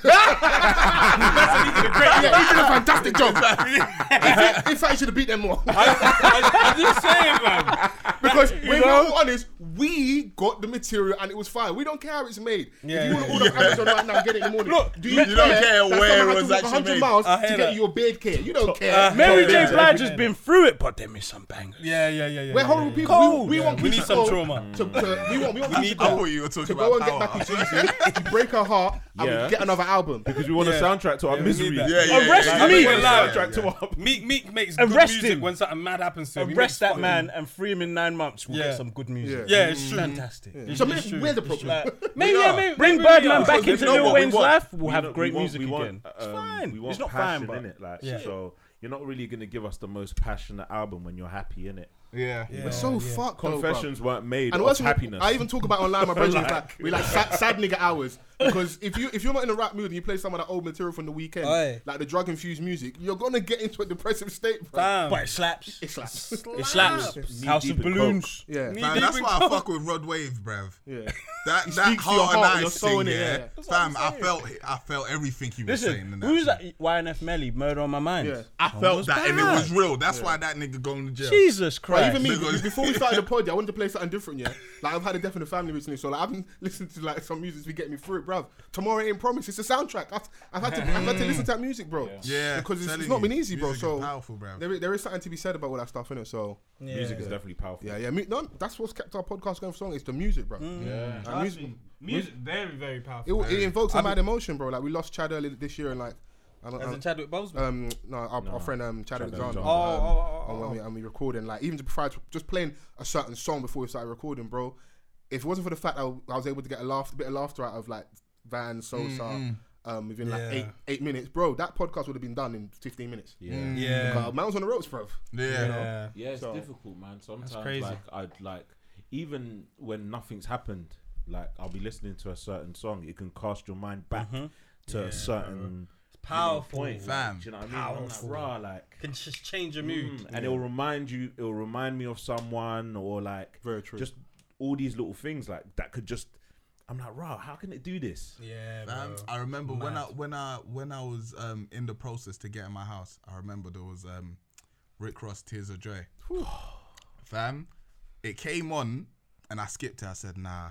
Speaker 6: Great.
Speaker 4: [LAUGHS] yeah, he did a fantastic
Speaker 6: [LAUGHS]
Speaker 4: job. in fact, in fact, he should have beat them more.
Speaker 6: I'm just saying, man.
Speaker 4: [LAUGHS] because when we're all honest, we got the material and it was fine. We don't care how it's made.
Speaker 6: Yeah,
Speaker 4: if you want
Speaker 6: yeah,
Speaker 4: to order Amazon right now, and get it in the morning. Look, do you,
Speaker 7: you don't
Speaker 4: that
Speaker 7: care where
Speaker 4: someone
Speaker 7: it
Speaker 4: had to
Speaker 7: was
Speaker 4: walk
Speaker 7: actually
Speaker 4: 100
Speaker 7: made?
Speaker 4: miles
Speaker 6: I
Speaker 4: to
Speaker 6: hear
Speaker 4: get
Speaker 6: that.
Speaker 4: you your beard care. You don't care.
Speaker 5: Mary J.
Speaker 6: yeah.
Speaker 5: Blige has been through it, but there is some bangers.
Speaker 6: Yeah, yeah, yeah, yeah.
Speaker 4: We're
Speaker 6: yeah,
Speaker 4: horrible
Speaker 6: yeah.
Speaker 4: people.
Speaker 5: Cold.
Speaker 4: We, we want
Speaker 6: We
Speaker 4: Keisha
Speaker 6: need some
Speaker 4: Cole
Speaker 6: trauma.
Speaker 4: To, to, we want, we want Keisha
Speaker 7: I
Speaker 4: Cole
Speaker 7: thought you were talking
Speaker 4: to
Speaker 7: about
Speaker 4: go and
Speaker 7: power.
Speaker 4: get back in Jersey, to break her heart,
Speaker 3: Yeah.
Speaker 4: and get another album.
Speaker 3: Because we want a soundtrack to our
Speaker 6: we need
Speaker 3: misery.
Speaker 6: that.
Speaker 7: Yeah, yeah, yeah,
Speaker 5: Arrest
Speaker 7: yeah,
Speaker 5: me.
Speaker 7: yeah, yeah, yeah.
Speaker 3: Soundtrack to our.
Speaker 6: Meek Meek makes
Speaker 5: Arrest
Speaker 6: good music
Speaker 5: him.
Speaker 6: when something mad happens to him. He
Speaker 5: Arrest
Speaker 6: makes
Speaker 5: that
Speaker 6: fucking-
Speaker 5: man and free him in nine months. We'll
Speaker 6: Yeah.
Speaker 5: get some good music.
Speaker 6: Yeah, it's true.
Speaker 5: Fantastic.
Speaker 4: So maybe we're the problem.
Speaker 6: Maybe, yeah, maybe,
Speaker 5: Bring
Speaker 6: maybe we
Speaker 5: Birdman
Speaker 6: are.
Speaker 5: back
Speaker 3: Because
Speaker 5: into
Speaker 3: you know
Speaker 5: Lil
Speaker 3: what we
Speaker 5: Wayne's
Speaker 3: want?
Speaker 5: life. We'll
Speaker 3: We
Speaker 5: have
Speaker 3: know-
Speaker 5: great
Speaker 3: we want-
Speaker 5: music
Speaker 3: we want,
Speaker 5: again.
Speaker 3: um,
Speaker 5: fine.
Speaker 3: We want
Speaker 5: It's not
Speaker 3: passion
Speaker 5: fine,
Speaker 3: in
Speaker 5: but-
Speaker 3: it. Like
Speaker 6: Yeah.
Speaker 3: so, you're not really gonna give us the most passionate album when you're happy in it.
Speaker 7: Yeah.
Speaker 6: Yeah,
Speaker 4: So
Speaker 6: yeah.
Speaker 4: fuck
Speaker 3: Confessions weren't made
Speaker 4: And
Speaker 3: of
Speaker 4: what's
Speaker 3: happiness.
Speaker 4: I even talk about online. My brother's
Speaker 3: Like-
Speaker 4: like, we
Speaker 7: [LAUGHS]
Speaker 4: like sad, sad nigga hours because if you if you're not in a rap mood and you play some of that old material from the weekend,
Speaker 6: Aye.
Speaker 4: like the drug infused music, you're gonna get into a depressive state. Bro.
Speaker 6: Damn.
Speaker 5: But it slaps.
Speaker 4: It's like
Speaker 5: It slaps.
Speaker 3: Knee
Speaker 5: House
Speaker 3: deep
Speaker 5: of
Speaker 3: in coke.
Speaker 5: Balloons.
Speaker 4: yeah,
Speaker 7: Man, that's why I fuck with Rod Wave, bruv.
Speaker 4: yeah.
Speaker 7: That that
Speaker 4: speaks to your
Speaker 7: hard
Speaker 4: heart,
Speaker 7: and
Speaker 4: your
Speaker 7: ice
Speaker 4: soul
Speaker 7: thing,
Speaker 4: innit? Yeah,
Speaker 7: yeah.
Speaker 4: yeah.
Speaker 7: Fam, I felt it- I felt everything he was saying.
Speaker 5: Listen,
Speaker 7: in
Speaker 5: who's that? YNF Melly, Murder on My Mind.
Speaker 4: Yeah.
Speaker 7: I felt that, and it
Speaker 5: bad.
Speaker 7: was real. That's why that nigga going to jail.
Speaker 5: Jesus
Speaker 4: But
Speaker 5: Christ.
Speaker 4: even me,
Speaker 7: Because-
Speaker 4: before we
Speaker 7: [LAUGHS]
Speaker 4: started the pod, I wanted to play something different, yeah. Like I've had a death in the family recently, so like I've [LAUGHS] been listening to like some music to be getting me through it, bruv. Tomorrow ain't promise. It's a soundtrack. I've, I've had to, I've
Speaker 7: [LAUGHS]
Speaker 4: had to listen to that music, bro.
Speaker 7: Yeah,
Speaker 4: because it's,
Speaker 7: telling
Speaker 4: it's not
Speaker 7: you,
Speaker 4: been easy, bro.
Speaker 7: music is
Speaker 4: So
Speaker 7: powerful, bruv.
Speaker 4: There, is, there is something to be said about all that stuff in it. So
Speaker 3: Music is definitely powerful.
Speaker 4: yeah, yeah. mu- No, that's what's kept our podcast going for so long. It's the music, bro.
Speaker 6: Mm.
Speaker 3: Yeah.
Speaker 4: And music,
Speaker 6: Music, very, very
Speaker 4: it,
Speaker 6: powerful.
Speaker 4: it invokes a mad emotion, bro. Like we lost Chad earlier this year, and like. I don't,
Speaker 6: As
Speaker 4: I,
Speaker 6: in Chadwick Boseman.
Speaker 4: um, no, our, our friend um, Chad, Alexander.
Speaker 3: Alexander.
Speaker 4: um,
Speaker 3: Oh,
Speaker 6: oh, oh,
Speaker 4: and when we and we recording, like even to provide just playing a certain song before we started recording, bro. If it wasn't for the fact that I was able to get a laugh, a bit of laughter out of like Van Sosa, um, within
Speaker 6: Yeah.
Speaker 4: like eight eight minutes, bro. That podcast would have been done in fifteen minutes.
Speaker 3: Yeah.
Speaker 6: Yeah.
Speaker 4: Uh, man's on the ropes, [LAUGHS] bro.
Speaker 7: Yeah.
Speaker 6: Yeah.
Speaker 3: Yeah, it's
Speaker 4: So-
Speaker 3: difficult, man. Sometimes,
Speaker 6: crazy.
Speaker 3: like, I'd like, even when nothing's happened, like, I'll be listening to a certain song. It can cast your mind back
Speaker 5: Mm-hmm.
Speaker 3: to a certain
Speaker 6: Powerful.
Speaker 3: point.
Speaker 7: Fam,
Speaker 3: Do you know what I mean? I'm like,
Speaker 6: powerful.
Speaker 3: rah, like,
Speaker 6: Can just change your mood.
Speaker 3: mm, and it'll remind you. It'll remind me of someone or like,
Speaker 4: Very true.
Speaker 3: Just all these little things like that could just. I'm like, rah, how can it do this?
Speaker 6: Yeah, bro.
Speaker 7: Um, I remember when I when I when I was um, in the process to get in my house. I remember there was um, Rick Ross Tears of Joy. Fam, it came on and I skipped it. I said nah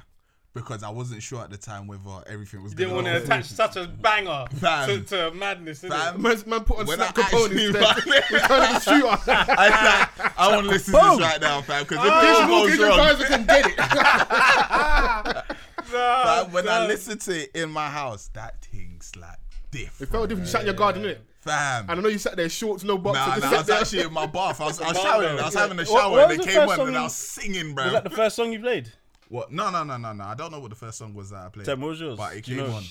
Speaker 7: because I wasn't sure at the time whether everything was.
Speaker 6: You didn't
Speaker 7: gonna
Speaker 6: want to
Speaker 7: go.
Speaker 6: attach such a banger
Speaker 7: Fam.
Speaker 6: to, to madness, innit?
Speaker 7: Fam,
Speaker 4: Man, man put on
Speaker 7: When
Speaker 4: Snap
Speaker 7: I
Speaker 4: Capone
Speaker 7: actually-
Speaker 6: [LAUGHS]
Speaker 4: instead. Return of the shooter.
Speaker 7: [LAUGHS] I, want to listen to this right now, fam. Because if Ah.
Speaker 1: Oh,
Speaker 7: this
Speaker 4: Mortgage
Speaker 7: goes wrong,
Speaker 4: advisor can get it.
Speaker 6: Oh,
Speaker 7: fam, when I listened to it in my house, that thing's like
Speaker 4: It
Speaker 7: different,
Speaker 4: felt different. You sat in your garden, innit?
Speaker 7: fam.
Speaker 4: And I know you sat there shorts, no boxers.
Speaker 7: Nah,
Speaker 4: you
Speaker 7: nah, I
Speaker 4: sat
Speaker 7: was
Speaker 4: there.
Speaker 7: actually in my bath. I was, I was
Speaker 6: Bar
Speaker 7: showering.
Speaker 6: though.
Speaker 7: I was having a
Speaker 5: What-
Speaker 7: shower
Speaker 5: what
Speaker 7: and
Speaker 5: was
Speaker 7: it
Speaker 5: the
Speaker 7: came
Speaker 5: first
Speaker 7: on
Speaker 5: song
Speaker 7: and
Speaker 5: you-
Speaker 7: I was singing, bro.
Speaker 5: Was that the first song you played?
Speaker 7: What? No, no, no, no, no. I don't know what the first song was that I played.
Speaker 5: Tell me, what was yours?
Speaker 7: But it
Speaker 5: Do you
Speaker 7: came
Speaker 5: know?
Speaker 7: on.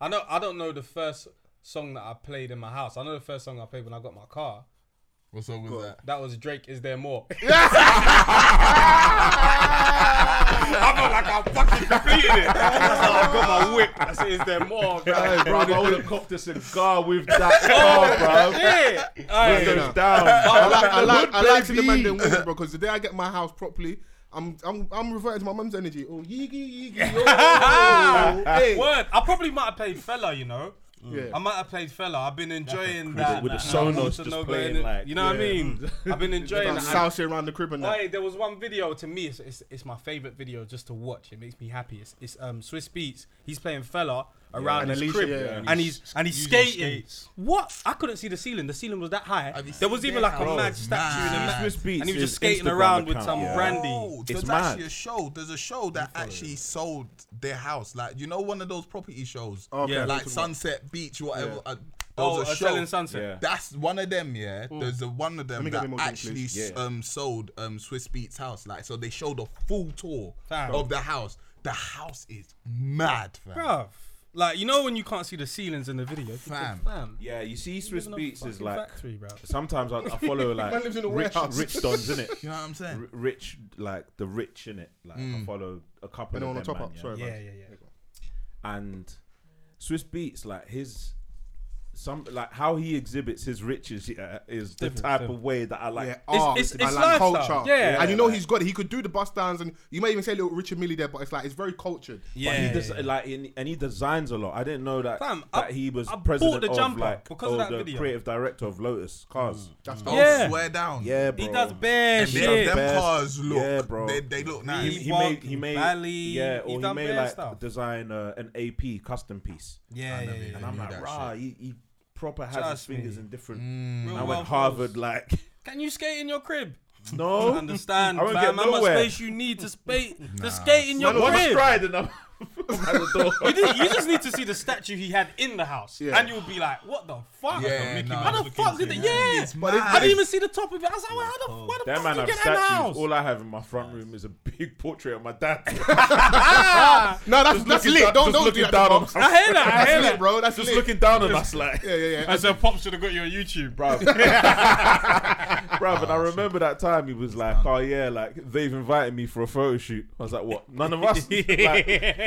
Speaker 6: I know I don't know the first song that I played in my house. I know the first song I played when I got my car.
Speaker 7: What song was that?
Speaker 6: That was Drake. Is there more? [LAUGHS]
Speaker 7: I felt like I fucking completed it.
Speaker 6: That's how I got my whip. I said, "Is there more?" Bro?
Speaker 3: bro, I would have copped a cigar with that car, bro.
Speaker 6: yeah. Aye.
Speaker 3: It goes down.
Speaker 4: I like, I like, I like to the man them women, bro, because the day I get my house properly, I'm, I'm, I'm reverting to my mum's energy. Oh, yigi, yigi, oh, oh, oh, hey.
Speaker 6: Word. I probably might have played Fella. You know. I
Speaker 4: Yeah.
Speaker 6: might have played Fella. I've been enjoying
Speaker 3: With
Speaker 6: that
Speaker 3: the- with the
Speaker 6: that-
Speaker 3: Sonos
Speaker 6: Sonos
Speaker 3: just
Speaker 6: Nova
Speaker 3: playing,
Speaker 6: in it.
Speaker 3: like,
Speaker 6: you know what I mean. I've been enjoying
Speaker 4: Like
Speaker 6: that.
Speaker 4: South here around the crib and that.
Speaker 6: Oi, there was one video to me. It's, it's, it's my favorite video just to watch. It makes me happy. It's, it's um Swiss Beats. He's playing fella around
Speaker 4: and
Speaker 6: his
Speaker 4: Alicia,
Speaker 6: crib,
Speaker 4: yeah, yeah.
Speaker 6: and he's and he's
Speaker 7: using
Speaker 6: skating.
Speaker 7: skates.
Speaker 6: What? I couldn't see the ceiling. The ceiling was that high.
Speaker 7: Have you
Speaker 6: There was
Speaker 7: seen
Speaker 6: even
Speaker 7: that?
Speaker 6: like a
Speaker 7: Bro,
Speaker 6: mad
Speaker 7: it's
Speaker 6: statue in a
Speaker 7: mad.
Speaker 6: mad.
Speaker 3: Swiss Beats
Speaker 6: and he was
Speaker 3: is
Speaker 6: just skating
Speaker 3: Instagram
Speaker 6: around with
Speaker 3: account,
Speaker 6: some
Speaker 3: yeah.
Speaker 6: brandy.
Speaker 7: Oh, there's
Speaker 3: It's
Speaker 7: actually
Speaker 3: mad.
Speaker 7: a show. There's a show that actually sold their house. Like you know, one of those property shows.
Speaker 4: Okay.
Speaker 6: Oh, Yeah.
Speaker 7: like Sunset Beach, whatever. Uh, there
Speaker 6: Oh,
Speaker 7: was
Speaker 6: a
Speaker 7: a show.
Speaker 6: selling sunset.
Speaker 3: Yeah.
Speaker 7: That's one of them, yeah. There's a, one of them
Speaker 4: me get
Speaker 7: that
Speaker 4: them all drink,
Speaker 7: actually
Speaker 4: please.
Speaker 7: s-
Speaker 3: Yeah.
Speaker 7: um sold [LAUGHS] um Swiss Beats house. Like, so they showed a full tour
Speaker 6: Fam.
Speaker 7: of the house. The house is mad, fam.
Speaker 6: Bruv. Like you know when you can't see the ceilings in the video. You think,
Speaker 7: Fam.
Speaker 6: fam.
Speaker 3: Yeah, you see, Swiss
Speaker 6: Living on a
Speaker 3: Beats is
Speaker 6: fucking
Speaker 3: like.
Speaker 6: factory, bro.
Speaker 3: Sometimes I, I follow like
Speaker 4: Man lives in a
Speaker 3: rich,
Speaker 4: warehouse.
Speaker 3: rich dons, innit?
Speaker 7: You know what I'm saying?
Speaker 3: R- rich like the rich in it. Like I follow a couple
Speaker 4: And
Speaker 3: of
Speaker 4: on the
Speaker 3: them,
Speaker 4: top
Speaker 3: man,
Speaker 4: up,
Speaker 3: yeah.
Speaker 4: sorry,
Speaker 6: Yeah,
Speaker 4: man.
Speaker 6: yeah, yeah.
Speaker 3: and Swiss Beats like his some like how he exhibits his riches yeah, is the
Speaker 6: Different,
Speaker 3: type
Speaker 6: different.
Speaker 3: of way that I like.
Speaker 4: Yeah, ah,
Speaker 6: It's-
Speaker 4: art,
Speaker 6: it's-
Speaker 4: I
Speaker 6: it's
Speaker 4: like
Speaker 6: lifestyle.
Speaker 4: culture.
Speaker 6: Yeah.
Speaker 4: and you know he's got it. He could do the bus downs, and you may even say little Richard Millie there, but it's like it's very cultured.
Speaker 6: Yeah,
Speaker 3: But he
Speaker 6: yeah,
Speaker 3: des-
Speaker 6: yeah.
Speaker 3: like and, and he designs a lot. I didn't know that
Speaker 6: Fam,
Speaker 3: that
Speaker 6: I-
Speaker 3: he was
Speaker 6: I bought
Speaker 3: president
Speaker 6: the
Speaker 3: of
Speaker 6: jumper
Speaker 3: like
Speaker 6: because
Speaker 3: or
Speaker 6: of that
Speaker 3: the
Speaker 6: video.
Speaker 3: creative director of Lotus Cars.
Speaker 6: Mm.
Speaker 4: That's
Speaker 7: Oh,
Speaker 6: Yeah.
Speaker 7: swear down.
Speaker 3: Yeah, bro.
Speaker 6: He does bare
Speaker 7: And
Speaker 6: shit.
Speaker 7: them, them
Speaker 3: Best.
Speaker 7: cars look.
Speaker 3: Yeah, bro.
Speaker 7: They, they look nice.
Speaker 3: He,
Speaker 6: He
Speaker 3: he
Speaker 6: walked
Speaker 3: made he
Speaker 6: in
Speaker 3: made
Speaker 6: Bali,
Speaker 3: yeah
Speaker 6: he
Speaker 3: or he,
Speaker 6: done
Speaker 3: made
Speaker 6: bare
Speaker 3: like
Speaker 6: stuff.
Speaker 3: design uh, an AP custom piece.
Speaker 6: Yeah, yeah, yeah.
Speaker 3: And I'm
Speaker 7: knew
Speaker 3: like,
Speaker 7: that
Speaker 3: rah, he, he proper has his
Speaker 6: Trust
Speaker 3: fingers
Speaker 6: me.
Speaker 3: in different.
Speaker 6: Real
Speaker 3: I went
Speaker 6: wealth
Speaker 3: Harvard like
Speaker 6: Can you skate in your crib?
Speaker 3: no.
Speaker 6: Understand,
Speaker 3: I won't
Speaker 6: fam,
Speaker 3: get
Speaker 6: how much
Speaker 3: nowhere.
Speaker 6: space you need to, spa- to skate in your
Speaker 3: One [LAUGHS]
Speaker 6: crib.
Speaker 3: stride and
Speaker 6: [LAUGHS]
Speaker 3: I'm out the door.
Speaker 6: You, did- you just need to see the statue he had in the house,
Speaker 4: Yeah.
Speaker 6: and you'll be like, "What the fuck?
Speaker 7: Yeah, nah.
Speaker 6: how the fuck did it? Yeah,
Speaker 4: But
Speaker 6: I didn't even see the top of it. I was like, well, "How the, why the
Speaker 3: That
Speaker 6: fuck
Speaker 3: man
Speaker 6: did you
Speaker 3: have
Speaker 6: get that in the
Speaker 3: statues.
Speaker 6: house?"
Speaker 3: All I have in my front room is a big portrait of my
Speaker 6: [LAUGHS]
Speaker 3: dad.
Speaker 4: no, that's that's
Speaker 3: looking
Speaker 4: lit.
Speaker 3: down- just
Speaker 4: Don't don't do
Speaker 3: looking
Speaker 4: that,
Speaker 3: down
Speaker 4: bro.
Speaker 3: on-
Speaker 4: That's
Speaker 6: I hear that. I hear
Speaker 4: lit,
Speaker 6: that.
Speaker 4: bro. That's
Speaker 3: Just
Speaker 4: lit.
Speaker 3: looking down on us like,
Speaker 4: Yeah, yeah, yeah.
Speaker 6: I said, "Pop should have got you on YouTube, bro."
Speaker 3: bruv. bruv,
Speaker 6: Oh,
Speaker 3: and I remember that time he was like, oh yeah, like they've invited me for a photo shoot. I was like, what? None
Speaker 6: [LAUGHS]
Speaker 3: of us? like,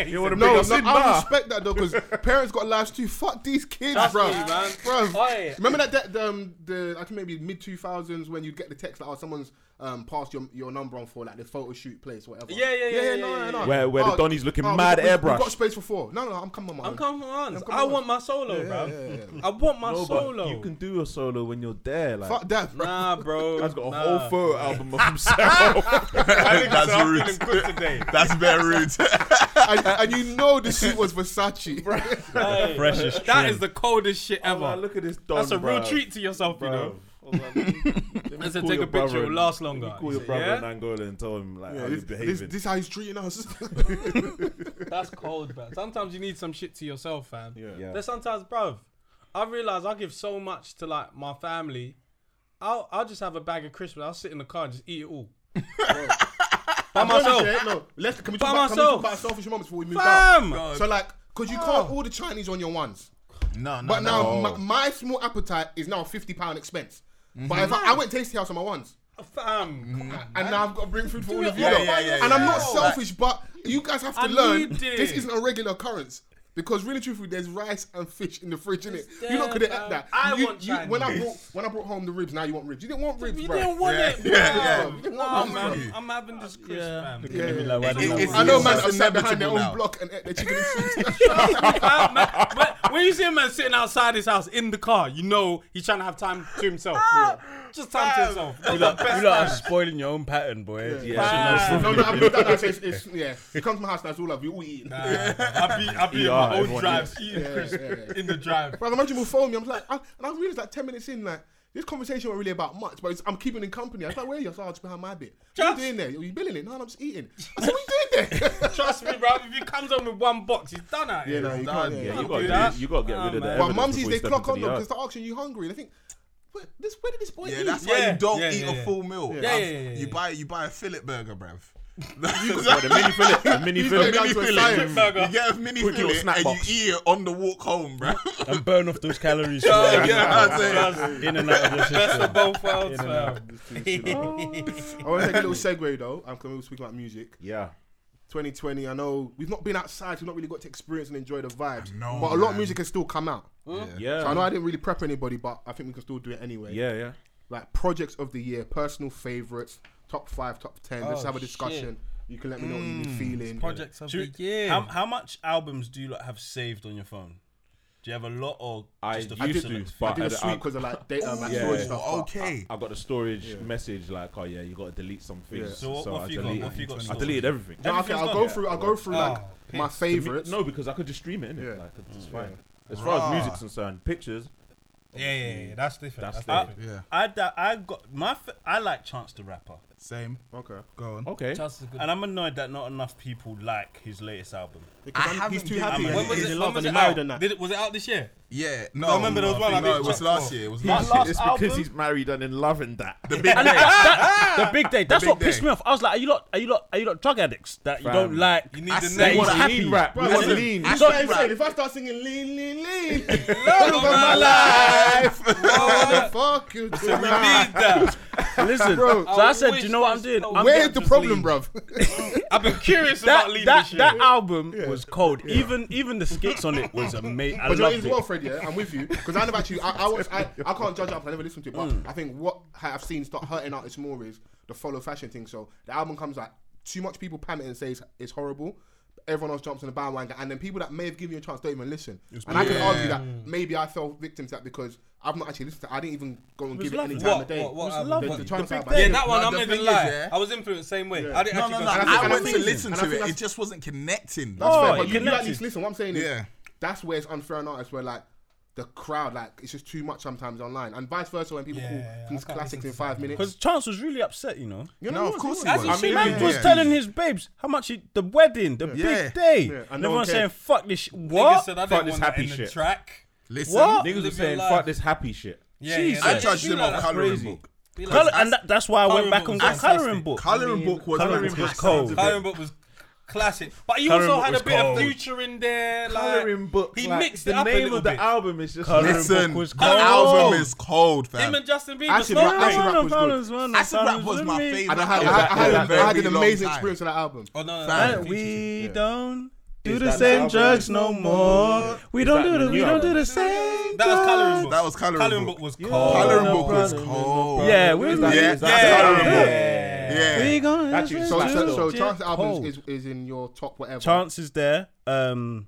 Speaker 3: you want to bring
Speaker 4: No,
Speaker 3: us
Speaker 4: no,
Speaker 3: in?
Speaker 4: I
Speaker 3: Nah.
Speaker 4: respect that
Speaker 3: [LAUGHS]
Speaker 4: though, because parents got lives too. Fuck these kids,
Speaker 6: Trust
Speaker 4: bro.
Speaker 6: me, man. Oi.
Speaker 4: Remember that, that um, the I think maybe mid two thousands when you'd get the text like, oh, someone's um passed your your number on for like the photo shoot place, whatever.
Speaker 6: Yeah, yeah, yeah, yeah, yeah, yeah.
Speaker 3: Where- where the Donny's looking mad
Speaker 4: Oh, we, We
Speaker 3: airbrushed.
Speaker 4: got space for four. No, no, I'm coming on my
Speaker 6: I'm
Speaker 4: own.
Speaker 6: coming on.
Speaker 4: come
Speaker 6: I
Speaker 4: on.
Speaker 6: want my solo,
Speaker 4: Yeah,
Speaker 6: bro.
Speaker 4: yeah, yeah, yeah.
Speaker 6: I want my
Speaker 3: No, but
Speaker 6: solo.
Speaker 3: You can do a solo when you're there. Like,
Speaker 4: Fuck that, bro.
Speaker 3: [LAUGHS]
Speaker 6: Nah, bro.
Speaker 3: I've got a
Speaker 6: nah.
Speaker 3: whole photo album of
Speaker 6: [LAUGHS]
Speaker 3: himself.
Speaker 7: That's
Speaker 6: I'm
Speaker 7: rude.
Speaker 6: feeling
Speaker 3: [LAUGHS]
Speaker 6: good today.
Speaker 7: That's very rude.
Speaker 4: and, and you know the suit
Speaker 6: [LAUGHS]
Speaker 4: was Versace.
Speaker 6: Hey,
Speaker 5: Freshest
Speaker 6: That
Speaker 5: trend.
Speaker 6: is the coldest shit
Speaker 3: I'm
Speaker 6: ever.
Speaker 3: like, look at this Don.
Speaker 6: That's a real
Speaker 3: bruv.
Speaker 6: treat to yourself, you know.
Speaker 3: Bruv. I was like, let me- let me
Speaker 6: I said,
Speaker 3: call
Speaker 6: take
Speaker 3: your
Speaker 6: a picture,
Speaker 3: brother
Speaker 6: it'll
Speaker 3: in-
Speaker 6: last
Speaker 3: let me
Speaker 6: longer.
Speaker 3: Call
Speaker 6: He
Speaker 3: your
Speaker 6: said,
Speaker 3: brother
Speaker 6: yeah?
Speaker 3: in Angola and tell him like how
Speaker 4: this,
Speaker 3: he's
Speaker 4: this,
Speaker 3: behaving.
Speaker 4: this how he's treating us. [LAUGHS]
Speaker 6: That's cold, but sometimes you need some shit to yourself, fam. Yeah.
Speaker 3: Yeah.
Speaker 6: There's sometimes, bruv, I realize I give so much to like my family. I'll I'll just have a bag of crisps. I'll sit in the car and just eat it all. By
Speaker 4: I'm honest,
Speaker 6: myself.
Speaker 4: yeah, no, let's can we
Speaker 6: By
Speaker 4: talk about, can we
Speaker 6: myself.
Speaker 4: talk about selfish moments before we move
Speaker 6: Fam!
Speaker 4: on? So like, because you can't order Chinese on your ones.
Speaker 7: No, no.
Speaker 4: But
Speaker 7: no.
Speaker 4: now my, my small appetite is now a fifty pound expense.
Speaker 7: Mm-hmm.
Speaker 4: But if I, I went tasty house on my ones,
Speaker 6: Fam.
Speaker 4: and now I've got to bring food for all
Speaker 6: it
Speaker 4: of you.
Speaker 6: all
Speaker 4: lot.
Speaker 7: by Yeah, yeah, yeah,
Speaker 4: and I'm
Speaker 7: yeah.
Speaker 4: not
Speaker 7: Like-
Speaker 4: selfish, but you guys have to
Speaker 6: I
Speaker 4: learn
Speaker 6: need it.
Speaker 4: this isn't a regular occurrence. Because really, truthfully, there's rice and fish in the fridge, innit? You not could have
Speaker 6: there,
Speaker 4: ate that.
Speaker 6: bro. I
Speaker 4: you,
Speaker 6: want
Speaker 4: you, when I
Speaker 6: Chinese.
Speaker 4: brought when I brought home the ribs, now you want ribs. You didn't want ribs,
Speaker 6: You
Speaker 4: bro.
Speaker 6: didn't want
Speaker 7: [LAUGHS] Yeah,
Speaker 6: it.
Speaker 7: yeah,
Speaker 6: bruv.
Speaker 4: yeah.
Speaker 6: Nah,
Speaker 4: I'm
Speaker 6: man,
Speaker 7: with you.
Speaker 6: I'm having this crisp, [LAUGHS] fam.
Speaker 4: Yeah, yeah.
Speaker 3: Like, why do you
Speaker 7: It-
Speaker 3: want
Speaker 7: it's-
Speaker 4: I know, man.
Speaker 7: it's
Speaker 4: I've sat behind their
Speaker 7: inevitable
Speaker 4: own
Speaker 7: now.
Speaker 4: block and ate their chicken and soup.
Speaker 6: Fam, man, when- when you see a man sitting outside his house in the car, you know he's trying to have time to himself.
Speaker 7: Ah.
Speaker 6: Just time to himself. That's the best
Speaker 5: You lot are
Speaker 6: time.
Speaker 5: spoiling your own pattern, boy. Yeah.
Speaker 4: [LAUGHS]
Speaker 6: Fam.
Speaker 4: no, no, I've done that. It's, it's,
Speaker 7: [LAUGHS]
Speaker 4: yeah, you come to my house, that's all of you all eating. Nah.
Speaker 6: I be, I be
Speaker 3: Yeah,
Speaker 6: in my own
Speaker 3: everyone
Speaker 6: drive, eating crisp
Speaker 4: yeah, yeah.
Speaker 6: in the drive.
Speaker 4: But imagine with phone, I'm like, I, and I realized like ten minutes in, like this conversation wasn't really about much, but it's, I'm keeping in company. I was like, where are you? I was like, "Oh, just behind my bit. What
Speaker 6: Just-
Speaker 4: are you doing there? Are you billing it? No, I'm just eating. I said, what are you doing there?
Speaker 7: [LAUGHS]
Speaker 4: [LAUGHS]
Speaker 6: Trust me, bro. If he comes on with one box, he's done out here.
Speaker 4: no, you
Speaker 7: can't-
Speaker 4: can't.
Speaker 7: yeah,
Speaker 3: Yeah, you
Speaker 6: Don't
Speaker 3: gotta
Speaker 6: do
Speaker 3: do
Speaker 6: that.
Speaker 3: it. You gotta get rid of
Speaker 6: Nah,
Speaker 3: that.
Speaker 6: man.
Speaker 4: But mumsies, they clock on them because they're asking you hungry. And I think, where, this, where did this boy
Speaker 7: Yeah,
Speaker 4: eat?
Speaker 7: that's why
Speaker 6: Yeah,
Speaker 7: you don't
Speaker 6: yeah,
Speaker 7: eat
Speaker 6: yeah,
Speaker 7: a
Speaker 6: yeah.
Speaker 7: full meal.
Speaker 6: yeah,
Speaker 7: I've-
Speaker 6: yeah, yeah,
Speaker 7: You
Speaker 6: yeah.
Speaker 7: buy you buy a fillet burger, bruv.
Speaker 3: the mini fillet, the mini
Speaker 4: going
Speaker 3: fillet,
Speaker 4: down
Speaker 7: mini
Speaker 4: to a
Speaker 7: fillet.
Speaker 4: science.
Speaker 7: You get a mini
Speaker 3: Quick little
Speaker 7: fillet
Speaker 3: snack
Speaker 7: and
Speaker 3: box.
Speaker 7: you eat it on the walk home, bruv.
Speaker 5: And burn off those calories.
Speaker 7: [LAUGHS] Yeah,
Speaker 5: from
Speaker 7: that's it.
Speaker 5: In and out of your
Speaker 6: Best of
Speaker 5: system.
Speaker 6: both worlds, fam.
Speaker 4: I want to
Speaker 7: [LAUGHS]
Speaker 4: take a little segue though. I'm we were speaking about music.
Speaker 3: Yeah.
Speaker 4: 2020. I know we've not been outside, so we've not really got to experience and enjoy the vibes.
Speaker 7: know,
Speaker 4: but a lot of
Speaker 7: man.
Speaker 4: music has still come out.
Speaker 3: Yeah.
Speaker 4: So I know I didn't really prep anybody, but I think we can still do it anyway.
Speaker 3: yeah, yeah.
Speaker 4: like projects of the year, personal favorites, top five, top ten. Let's have a discussion. You can let me know what you've been feeling.
Speaker 6: Projects of the
Speaker 5: Should-
Speaker 6: year.
Speaker 5: How, how much albums do you like, have saved on your phone? Do you have a lot or
Speaker 3: I
Speaker 5: just a
Speaker 3: used
Speaker 5: few
Speaker 3: to,
Speaker 5: select-
Speaker 4: I
Speaker 3: but
Speaker 4: did
Speaker 3: I,
Speaker 4: a sweep
Speaker 3: I,
Speaker 4: because of like data and like,
Speaker 3: Yeah.
Speaker 4: storage stuff. but
Speaker 7: okay.
Speaker 3: I got the storage message like, oh yeah, you got to delete some things.
Speaker 5: So what- what
Speaker 3: I
Speaker 5: have you got?
Speaker 3: deleted-
Speaker 5: What have you got
Speaker 3: I
Speaker 5: stored?
Speaker 3: deleted everything.
Speaker 4: No, okay, I'll go through. I'll go through like
Speaker 6: Oh,
Speaker 4: my favorites.
Speaker 3: No, because I could just stream it. Innit?
Speaker 4: Yeah.
Speaker 3: Like, it's fine. As far as music's concerned, pictures.
Speaker 6: [LAUGHS] yeah, yeah, yeah, that's different.
Speaker 3: That's
Speaker 6: That's,
Speaker 3: different.
Speaker 6: different.
Speaker 7: Yeah.
Speaker 5: I da- I got my f- I like Chance the Rapper,
Speaker 7: Same.
Speaker 4: Okay.
Speaker 7: Go on.
Speaker 3: Okay.
Speaker 5: and I'm annoyed that not enough people like his latest album.
Speaker 4: Because
Speaker 7: I
Speaker 4: I'm- he's
Speaker 7: haven't
Speaker 4: too
Speaker 7: been-
Speaker 4: happy.
Speaker 7: I'm-
Speaker 4: and
Speaker 7: when
Speaker 4: he-
Speaker 7: was
Speaker 4: he's
Speaker 7: it-
Speaker 6: when
Speaker 4: in love and
Speaker 6: was
Speaker 4: he
Speaker 6: it
Speaker 4: married
Speaker 6: out?
Speaker 4: and that.
Speaker 6: Did it, was it out this year?
Speaker 7: Yeah. No.
Speaker 6: I remember there was one I
Speaker 7: No,
Speaker 6: did
Speaker 7: it was
Speaker 6: check
Speaker 7: last
Speaker 6: for.
Speaker 7: year. It was
Speaker 5: My
Speaker 7: last year.
Speaker 5: last
Speaker 3: It's
Speaker 5: album.
Speaker 3: because he's married and in love and that.
Speaker 7: The big
Speaker 5: and that,
Speaker 7: day.
Speaker 5: that- the big day. That's
Speaker 7: big
Speaker 5: what
Speaker 7: day.
Speaker 5: pissed me off. I was like, are you lot, are you lot, are you lot drug addicts that you
Speaker 3: Fam.
Speaker 5: don't like?
Speaker 6: You need
Speaker 7: I
Speaker 6: the
Speaker 7: said
Speaker 6: next.
Speaker 7: what
Speaker 5: He's
Speaker 7: I-
Speaker 5: happy.
Speaker 3: Lean
Speaker 5: [LAUGHS]
Speaker 3: rap.
Speaker 4: Bro,
Speaker 3: Lean.
Speaker 4: listen,
Speaker 3: Lean.
Speaker 4: that's
Speaker 7: Lean.
Speaker 4: what I'm
Speaker 7: Lean.
Speaker 4: saying. If I start singing lean, lean, lean,
Speaker 6: Love of my life.
Speaker 4: what the fuck you doing?
Speaker 6: We need that.
Speaker 5: Listen,
Speaker 4: Bro.
Speaker 5: so I said,
Speaker 6: wish
Speaker 5: you know what I'm
Speaker 6: this-
Speaker 5: doing?
Speaker 6: I
Speaker 5: I'm
Speaker 4: Where's
Speaker 5: getting
Speaker 4: the
Speaker 5: just
Speaker 4: problem,
Speaker 5: lean.
Speaker 4: bruv?
Speaker 6: I've been curious about
Speaker 5: That
Speaker 6: leaving
Speaker 5: that,
Speaker 6: this year.
Speaker 5: that album was cold. Even even the skits on it was amazing. I
Speaker 4: But you know,
Speaker 5: loved
Speaker 4: as well,
Speaker 5: it.
Speaker 4: Fred, yeah, I'm with you because I never actually, I, I, watch, I, I can't judge it because I never listened to it. But
Speaker 5: Mm.
Speaker 4: I think what ha- I've seen start hurting artists more is the follow fashion thing. So the album comes out, too much people pam it and say it's, it's horrible. but Everyone else jumps on the bandwagon, and then people that may have given you a chance don't even listen. and I can
Speaker 7: Yeah.
Speaker 4: argue that maybe I fell victim to that because I've not actually listened. to I didn't even go and give it any
Speaker 6: lovely.
Speaker 4: time
Speaker 6: What-
Speaker 4: of day.
Speaker 6: what- what
Speaker 4: The-
Speaker 6: album?
Speaker 4: the,
Speaker 5: Lovely.
Speaker 4: Chance
Speaker 5: The Big
Speaker 4: album.
Speaker 5: Day.
Speaker 6: yeah,
Speaker 4: I
Speaker 6: that one,
Speaker 7: No,
Speaker 6: I'm
Speaker 7: the
Speaker 6: not
Speaker 7: thing
Speaker 6: gonna
Speaker 7: is,
Speaker 6: lie.
Speaker 7: yeah.
Speaker 6: I was influenced the same way.
Speaker 4: Yeah.
Speaker 6: I didn't
Speaker 7: No, no,
Speaker 6: actually
Speaker 7: no.
Speaker 6: go
Speaker 4: And I
Speaker 7: I
Speaker 4: think
Speaker 7: went to
Speaker 4: that's-
Speaker 7: listen
Speaker 4: and I
Speaker 7: to
Speaker 4: think
Speaker 7: it. It
Speaker 4: that's-
Speaker 7: just wasn't connecting.
Speaker 4: That's
Speaker 5: Oh,
Speaker 4: fair,
Speaker 5: it
Speaker 4: but you, you at
Speaker 5: connected.
Speaker 4: least listen. What I'm saying is,
Speaker 7: Yeah.
Speaker 4: that's where it's unfair on artists. Where like the crowd, like it's just too much sometimes online, and vice versa when people
Speaker 6: Yeah,
Speaker 4: call
Speaker 6: yeah, yeah,
Speaker 4: things
Speaker 6: I can't
Speaker 4: classics
Speaker 6: listen
Speaker 4: in
Speaker 6: to
Speaker 4: five
Speaker 5: Because
Speaker 4: minutes.
Speaker 5: Chance was really upset, you know.
Speaker 4: You
Speaker 7: No, of course he
Speaker 4: was.
Speaker 7: was.
Speaker 5: I
Speaker 7: I
Speaker 5: mean,
Speaker 7: mean,
Speaker 5: man
Speaker 7: yeah,
Speaker 5: was
Speaker 7: yeah.
Speaker 5: telling his babes how much he, the wedding, the
Speaker 7: Yeah.
Speaker 5: big day,
Speaker 4: Yeah, and
Speaker 5: and
Speaker 4: no one
Speaker 5: everyone saying
Speaker 4: cared.
Speaker 5: fuck this. Sh-
Speaker 6: Niggas
Speaker 5: what?
Speaker 6: said I
Speaker 3: Fuck
Speaker 6: didn't
Speaker 3: this
Speaker 6: want that
Speaker 3: happy
Speaker 6: in the
Speaker 3: shit.
Speaker 6: track.
Speaker 7: Listen.
Speaker 5: What?
Speaker 3: Niggas were
Speaker 6: Live your
Speaker 3: saying,
Speaker 6: life.
Speaker 3: fuck this happy shit.
Speaker 6: Yeah,
Speaker 5: Jesus.
Speaker 6: yeah,
Speaker 7: I judged
Speaker 6: you
Speaker 7: them
Speaker 6: lot
Speaker 7: on
Speaker 6: are
Speaker 7: colouring
Speaker 3: crazy.
Speaker 7: book.
Speaker 6: be like-
Speaker 5: Colour, and that, that's why I
Speaker 6: Colouring
Speaker 5: went back
Speaker 6: book
Speaker 5: and
Speaker 6: was
Speaker 5: got
Speaker 6: fantastic.
Speaker 5: colouring book.
Speaker 7: Colouring book was
Speaker 5: colouring book was
Speaker 7: fantastic.
Speaker 5: cold.
Speaker 6: Coloring book was classic, but he
Speaker 5: Colouring
Speaker 6: also
Speaker 5: Book
Speaker 6: had a
Speaker 5: was
Speaker 6: bit of
Speaker 5: cold.
Speaker 6: future in there. Like,
Speaker 3: Coloring book.
Speaker 6: He
Speaker 3: like,
Speaker 6: mixed it
Speaker 3: the
Speaker 6: up a
Speaker 3: name
Speaker 6: little
Speaker 3: of the
Speaker 6: bit.
Speaker 3: album is just
Speaker 5: Colouring book
Speaker 7: Listen,
Speaker 5: was
Speaker 7: the
Speaker 5: cold.
Speaker 7: album is cold,
Speaker 6: Him
Speaker 7: fam.
Speaker 6: and Justin Bieber.
Speaker 4: Acid
Speaker 6: Snow
Speaker 4: Rap- Acid
Speaker 6: White.
Speaker 4: Rap was good.
Speaker 7: Acid Rap was my favorite.
Speaker 4: And I had,
Speaker 7: album
Speaker 4: I, had, I, had,
Speaker 7: for a
Speaker 4: I had an
Speaker 7: very long
Speaker 4: amazing
Speaker 7: time.
Speaker 4: experience with that album.
Speaker 6: Oh no, no,
Speaker 7: Fam.
Speaker 6: no, no,
Speaker 5: We don't do
Speaker 3: Is
Speaker 5: the
Speaker 3: that the
Speaker 5: same
Speaker 3: album?
Speaker 5: drugs no more. We
Speaker 3: that
Speaker 5: don't do the
Speaker 3: the
Speaker 5: we
Speaker 3: new
Speaker 5: don't
Speaker 3: album?
Speaker 5: do the same.
Speaker 6: That was colouring book.
Speaker 7: That was Colouring
Speaker 6: Colouring
Speaker 7: Book.
Speaker 6: book was cold.
Speaker 7: Colouring
Speaker 3: Oh,
Speaker 7: book was
Speaker 3: brother,
Speaker 7: cold.
Speaker 5: Yeah, we
Speaker 3: Is that-
Speaker 5: yeah.
Speaker 3: is that
Speaker 6: Yeah.
Speaker 3: Coloring Book?
Speaker 7: Yeah.
Speaker 5: We gonna
Speaker 3: That you-
Speaker 5: do
Speaker 4: So,
Speaker 3: That's
Speaker 4: so,
Speaker 3: dope.
Speaker 4: so
Speaker 5: the
Speaker 4: Chance
Speaker 5: cold.
Speaker 4: album is, is in your top whatever.
Speaker 5: Chance is there. Um,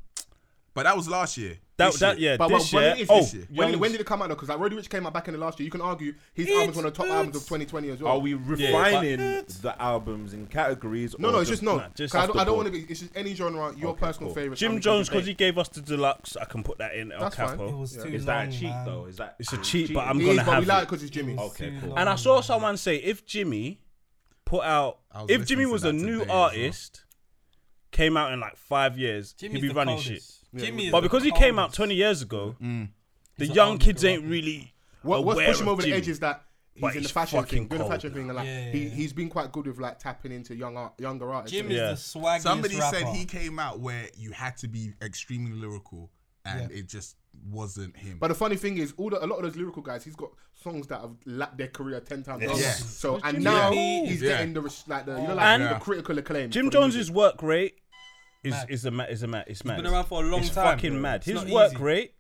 Speaker 7: But that was last year.
Speaker 5: that
Speaker 7: This
Speaker 5: that
Speaker 7: year.
Speaker 5: yeah.
Speaker 4: But, but
Speaker 5: this
Speaker 4: when,
Speaker 5: year.
Speaker 4: it is,
Speaker 5: oh,
Speaker 4: this year? when,
Speaker 5: young-
Speaker 4: when did it come out though? Because like Roddy Rich came out back in the last year. You can argue his album's one of the top
Speaker 6: it's-
Speaker 4: albums of 2020 as well.
Speaker 3: Are we refining the albums in categories?
Speaker 4: no,
Speaker 3: or
Speaker 4: no, it's
Speaker 3: just-
Speaker 4: just no.
Speaker 5: nah, just
Speaker 4: 'Cause I
Speaker 5: off
Speaker 4: don't,
Speaker 5: the
Speaker 4: I don't
Speaker 5: board.
Speaker 4: want to be. It's just any genre, your personal
Speaker 3: cool.
Speaker 4: favorite. and
Speaker 5: Jim
Speaker 4: we can
Speaker 5: Jones because
Speaker 4: debate.
Speaker 5: he gave us the deluxe. I can put that in El
Speaker 4: That's fine.
Speaker 5: Capo.
Speaker 6: It was too
Speaker 3: Is
Speaker 6: long,
Speaker 3: that a cheat
Speaker 6: man.
Speaker 3: though? Is that
Speaker 5: It's
Speaker 3: is
Speaker 5: a
Speaker 3: it
Speaker 5: cheat, but I'm
Speaker 4: He
Speaker 5: gonna
Speaker 4: is, but
Speaker 5: have
Speaker 4: we
Speaker 5: it.
Speaker 4: like it because it's Jimmy.
Speaker 3: Okay, cool.
Speaker 5: And I saw someone say if Jimmy put out
Speaker 7: I was
Speaker 5: if Jimmy
Speaker 7: listening to
Speaker 5: was a
Speaker 7: that today
Speaker 5: new
Speaker 7: as well.
Speaker 5: artist, came out in like five years,
Speaker 6: Jimmy's
Speaker 5: he'd be
Speaker 6: the
Speaker 5: running shit.
Speaker 6: coldest. Jimmy is
Speaker 5: But
Speaker 6: the
Speaker 5: because he came out
Speaker 6: coldest.
Speaker 5: 20 years ago, the
Speaker 4: Mm.
Speaker 6: He's an
Speaker 5: young
Speaker 6: old
Speaker 5: kids
Speaker 6: nigga,
Speaker 5: ain't really.
Speaker 4: What, what's
Speaker 5: aware
Speaker 4: pushing him
Speaker 5: of
Speaker 4: over the
Speaker 5: Jimmy.
Speaker 4: edge is that
Speaker 5: But
Speaker 4: he's in the
Speaker 5: he's
Speaker 4: fashion
Speaker 5: fucking
Speaker 4: thing, doing the
Speaker 5: cold.
Speaker 4: fashion thing, and like
Speaker 6: Yeah,
Speaker 4: he
Speaker 6: yeah.
Speaker 4: he's been quite good with like tapping into young art, younger artists.
Speaker 6: Jim
Speaker 4: innit?
Speaker 3: Yeah.
Speaker 6: is the swaggiest
Speaker 7: Somebody
Speaker 6: rapper.
Speaker 7: said he came out where you had to be extremely lyrical, and it just wasn't him.
Speaker 4: But the funny thing is, all the, a lot of those lyrical guys, he's got songs that have lapped their career ten times. over.
Speaker 7: Yeah.
Speaker 4: So and
Speaker 5: Jim
Speaker 4: now
Speaker 5: Jones.
Speaker 4: he's
Speaker 7: Yeah.
Speaker 4: getting the res- like the you know like
Speaker 5: And-
Speaker 4: the critical acclaim.
Speaker 5: Jim
Speaker 4: for the
Speaker 5: Jones's
Speaker 4: music.
Speaker 5: work rate is
Speaker 6: Mad.
Speaker 5: is a ma- is a ma- it's mad.
Speaker 6: been around for a long
Speaker 5: it's
Speaker 6: time,
Speaker 5: Fucking
Speaker 6: bro.
Speaker 5: mad.
Speaker 6: It's
Speaker 5: His
Speaker 6: not
Speaker 5: work
Speaker 6: easy.
Speaker 5: rate.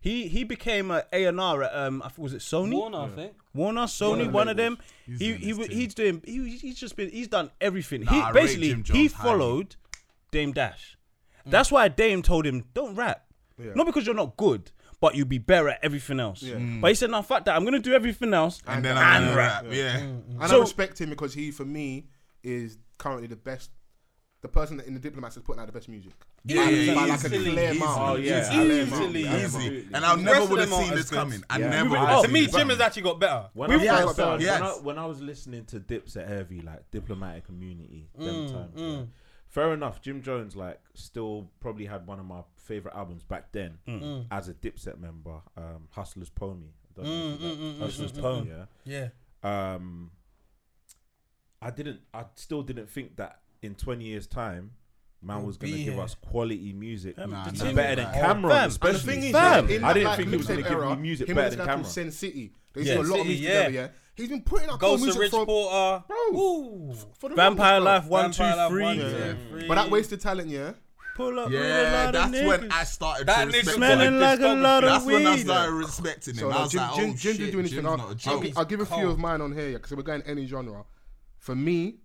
Speaker 5: He he became a A and R at um I th- was it Sony
Speaker 6: Warner, I think.
Speaker 5: Warner Sony
Speaker 4: Warner
Speaker 5: one of them.
Speaker 7: He's
Speaker 5: He
Speaker 7: in
Speaker 5: he
Speaker 7: this
Speaker 5: w-
Speaker 7: team.
Speaker 5: he's doing he, he's just been he's done everything.
Speaker 7: Nah, I
Speaker 5: he
Speaker 7: rate
Speaker 5: basically
Speaker 7: Jim
Speaker 5: he
Speaker 7: Jones highly.
Speaker 5: followed Dame Dash. That's why Dame told him don't rap, not because you're not good, but you'll be better at everything else. But he said no fuck that I'm gonna do everything else
Speaker 7: and then I'm
Speaker 5: and
Speaker 7: gonna
Speaker 5: rap.
Speaker 7: rap. Yeah.
Speaker 1: Mm.
Speaker 4: And I
Speaker 5: So-
Speaker 4: respect him because he, for me, is currently the best, the person that in the diplomats is putting out the best music.
Speaker 7: Yeah, yeah,
Speaker 4: by like a
Speaker 7: easily,
Speaker 4: clear
Speaker 7: easily,
Speaker 4: mile.
Speaker 3: Oh, yeah.
Speaker 4: Clear mile.
Speaker 6: Easily.
Speaker 4: Clear
Speaker 7: Easy.
Speaker 4: mile.
Speaker 7: And I
Speaker 6: rest
Speaker 7: never
Speaker 6: of
Speaker 7: would have
Speaker 6: them
Speaker 7: seen
Speaker 6: are
Speaker 7: this
Speaker 6: good.
Speaker 7: coming. I
Speaker 3: Yeah.
Speaker 7: never would
Speaker 3: Moving
Speaker 7: have
Speaker 1: Oh,
Speaker 3: on.
Speaker 6: To
Speaker 7: seen
Speaker 6: me,
Speaker 7: this
Speaker 6: Jim
Speaker 7: coming.
Speaker 6: has actually got better.
Speaker 3: When,
Speaker 4: We've
Speaker 3: I,
Speaker 4: got
Speaker 3: first
Speaker 4: better.
Speaker 3: started- when, I,
Speaker 7: Yes.
Speaker 3: when I was listening to Dipset Heavy, like diplomatic community, them times. yeah. Fair enough. Jim Jones, like, still probably had one of my favorite albums back then
Speaker 5: Mm.
Speaker 3: as a Dipset member, um, Hustler's Pony. I don't know if you know. Hustler's Pony, yeah.
Speaker 6: Yeah.
Speaker 3: um I didn't I still didn't think that in 20 years time man was going to
Speaker 6: be
Speaker 3: give
Speaker 6: here.
Speaker 3: us quality music
Speaker 7: Nah,
Speaker 3: and
Speaker 7: nah, nah.
Speaker 3: better than
Speaker 7: Oh,
Speaker 3: Cameron
Speaker 4: And
Speaker 5: fam.
Speaker 4: the
Speaker 3: especially
Speaker 4: thing is,
Speaker 5: Fam.
Speaker 4: yeah, in
Speaker 3: I
Speaker 4: that,
Speaker 3: didn't
Speaker 4: like,
Speaker 3: think he was
Speaker 4: Mixtape
Speaker 3: going to give
Speaker 4: era,
Speaker 3: me music
Speaker 4: him and
Speaker 3: better
Speaker 4: this
Speaker 3: than
Speaker 4: guy called
Speaker 3: Cameron
Speaker 4: Sin City. They
Speaker 3: Yeah.
Speaker 4: do a lot of
Speaker 6: Sin
Speaker 4: music
Speaker 6: City,
Speaker 4: together, yeah. He's been putting out cool
Speaker 6: Goes to
Speaker 4: music
Speaker 6: Rich
Speaker 4: for,
Speaker 6: Porter.
Speaker 4: Bro.
Speaker 6: Ooh.
Speaker 4: for the
Speaker 5: Vampire
Speaker 4: longest,
Speaker 5: Life one two three.
Speaker 6: Vampire Lab, one, two,
Speaker 4: Yeah.
Speaker 6: three.
Speaker 4: bro. But that wasted talent, yeah.
Speaker 5: pull up with a
Speaker 7: Yeah,
Speaker 5: lot of
Speaker 7: that's when
Speaker 5: niggas.
Speaker 7: I started
Speaker 6: That
Speaker 7: to
Speaker 6: nigga
Speaker 7: respect
Speaker 5: smelling
Speaker 7: him.
Speaker 5: like a lot of
Speaker 7: That's when I
Speaker 5: weed.
Speaker 7: started respecting him.
Speaker 4: So
Speaker 7: I
Speaker 4: no,
Speaker 7: was
Speaker 4: Jim,
Speaker 7: like, oh
Speaker 4: Jim, Jim
Speaker 7: shit,
Speaker 4: didn't do anything.
Speaker 7: Jim's
Speaker 4: I'll,
Speaker 7: not a
Speaker 4: I'll,
Speaker 7: joke.
Speaker 4: gi- I'll give a few
Speaker 6: cold.
Speaker 4: of mine on here, yeah, because we're going any genre. For me,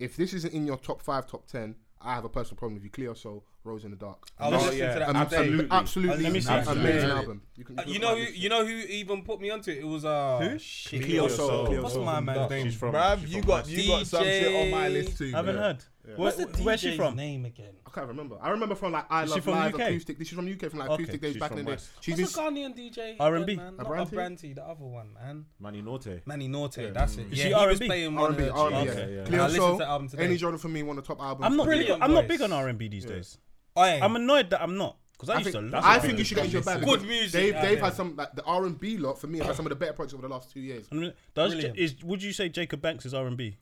Speaker 4: if this isn't in your top five, top ten, I have a personal problem with you. Clear Soul, Rose in the Dark.
Speaker 6: I was
Speaker 3: Oh,
Speaker 6: listening
Speaker 3: yeah.
Speaker 6: to that
Speaker 3: Absolutely.
Speaker 6: today.
Speaker 4: absolutely
Speaker 6: Let me see.
Speaker 4: amazing
Speaker 3: Absolutely.
Speaker 4: album. You, can,
Speaker 6: Uh,
Speaker 4: can
Speaker 6: You
Speaker 4: look
Speaker 6: know,
Speaker 4: at
Speaker 6: who,
Speaker 4: this.
Speaker 6: you know who even put me onto it? It was uh, who? Shit.
Speaker 4: Cleo
Speaker 3: Soul.
Speaker 4: Soul.
Speaker 3: Cleo
Speaker 6: What's
Speaker 3: Soul.
Speaker 6: my man's
Speaker 3: She's
Speaker 6: name?
Speaker 3: from
Speaker 7: Bruv,
Speaker 3: she's
Speaker 7: you
Speaker 3: from
Speaker 7: got
Speaker 3: West.
Speaker 7: you got some shit on my list too.
Speaker 5: I haven't
Speaker 7: man.
Speaker 5: heard. Where-
Speaker 6: What's the
Speaker 5: where's she
Speaker 6: DJ's
Speaker 5: from?
Speaker 6: name again?
Speaker 4: I can't remember. I remember from like I
Speaker 5: Is she
Speaker 4: Love
Speaker 5: from
Speaker 4: Live
Speaker 5: UK?
Speaker 4: acoustic. This is from UK from like
Speaker 5: Okay,
Speaker 4: acoustic days
Speaker 3: she's
Speaker 4: back
Speaker 3: from
Speaker 4: in the day.
Speaker 3: West.
Speaker 4: She's
Speaker 6: What's
Speaker 4: been
Speaker 6: the Ghanaian DJ?
Speaker 5: R&B?
Speaker 6: again, man? Not
Speaker 4: Abranti?
Speaker 6: Abranti, the other one, man.
Speaker 3: Manny Norte.
Speaker 6: Manny Norte, that's it. Yeah,
Speaker 5: Is she
Speaker 6: he was
Speaker 5: R&B?
Speaker 6: playing one
Speaker 4: R&B,
Speaker 6: of the-
Speaker 4: R&B.
Speaker 3: Okay,
Speaker 4: yeah.
Speaker 3: yeah.
Speaker 4: Cleo
Speaker 6: I listened
Speaker 4: Soul,
Speaker 6: to the album today.
Speaker 4: any genre for me, one of the top albums.
Speaker 5: I'm not big.
Speaker 6: Brilliant
Speaker 5: I'm not
Speaker 6: voice.
Speaker 5: big on R and B these days.
Speaker 6: Oi,
Speaker 5: I'm annoyed that I'm not because I,
Speaker 4: I
Speaker 5: used
Speaker 4: think,
Speaker 5: to love.
Speaker 4: I
Speaker 5: it.
Speaker 4: think you should get into your bag.
Speaker 6: Good
Speaker 4: because
Speaker 6: music
Speaker 4: They've,
Speaker 6: out
Speaker 4: they've
Speaker 6: there.
Speaker 4: had some like the R and B lot for me. Have had some of the better projects over the last two years.
Speaker 5: Does
Speaker 6: Brilliant.
Speaker 5: is would you say Jacob Banks is R and B?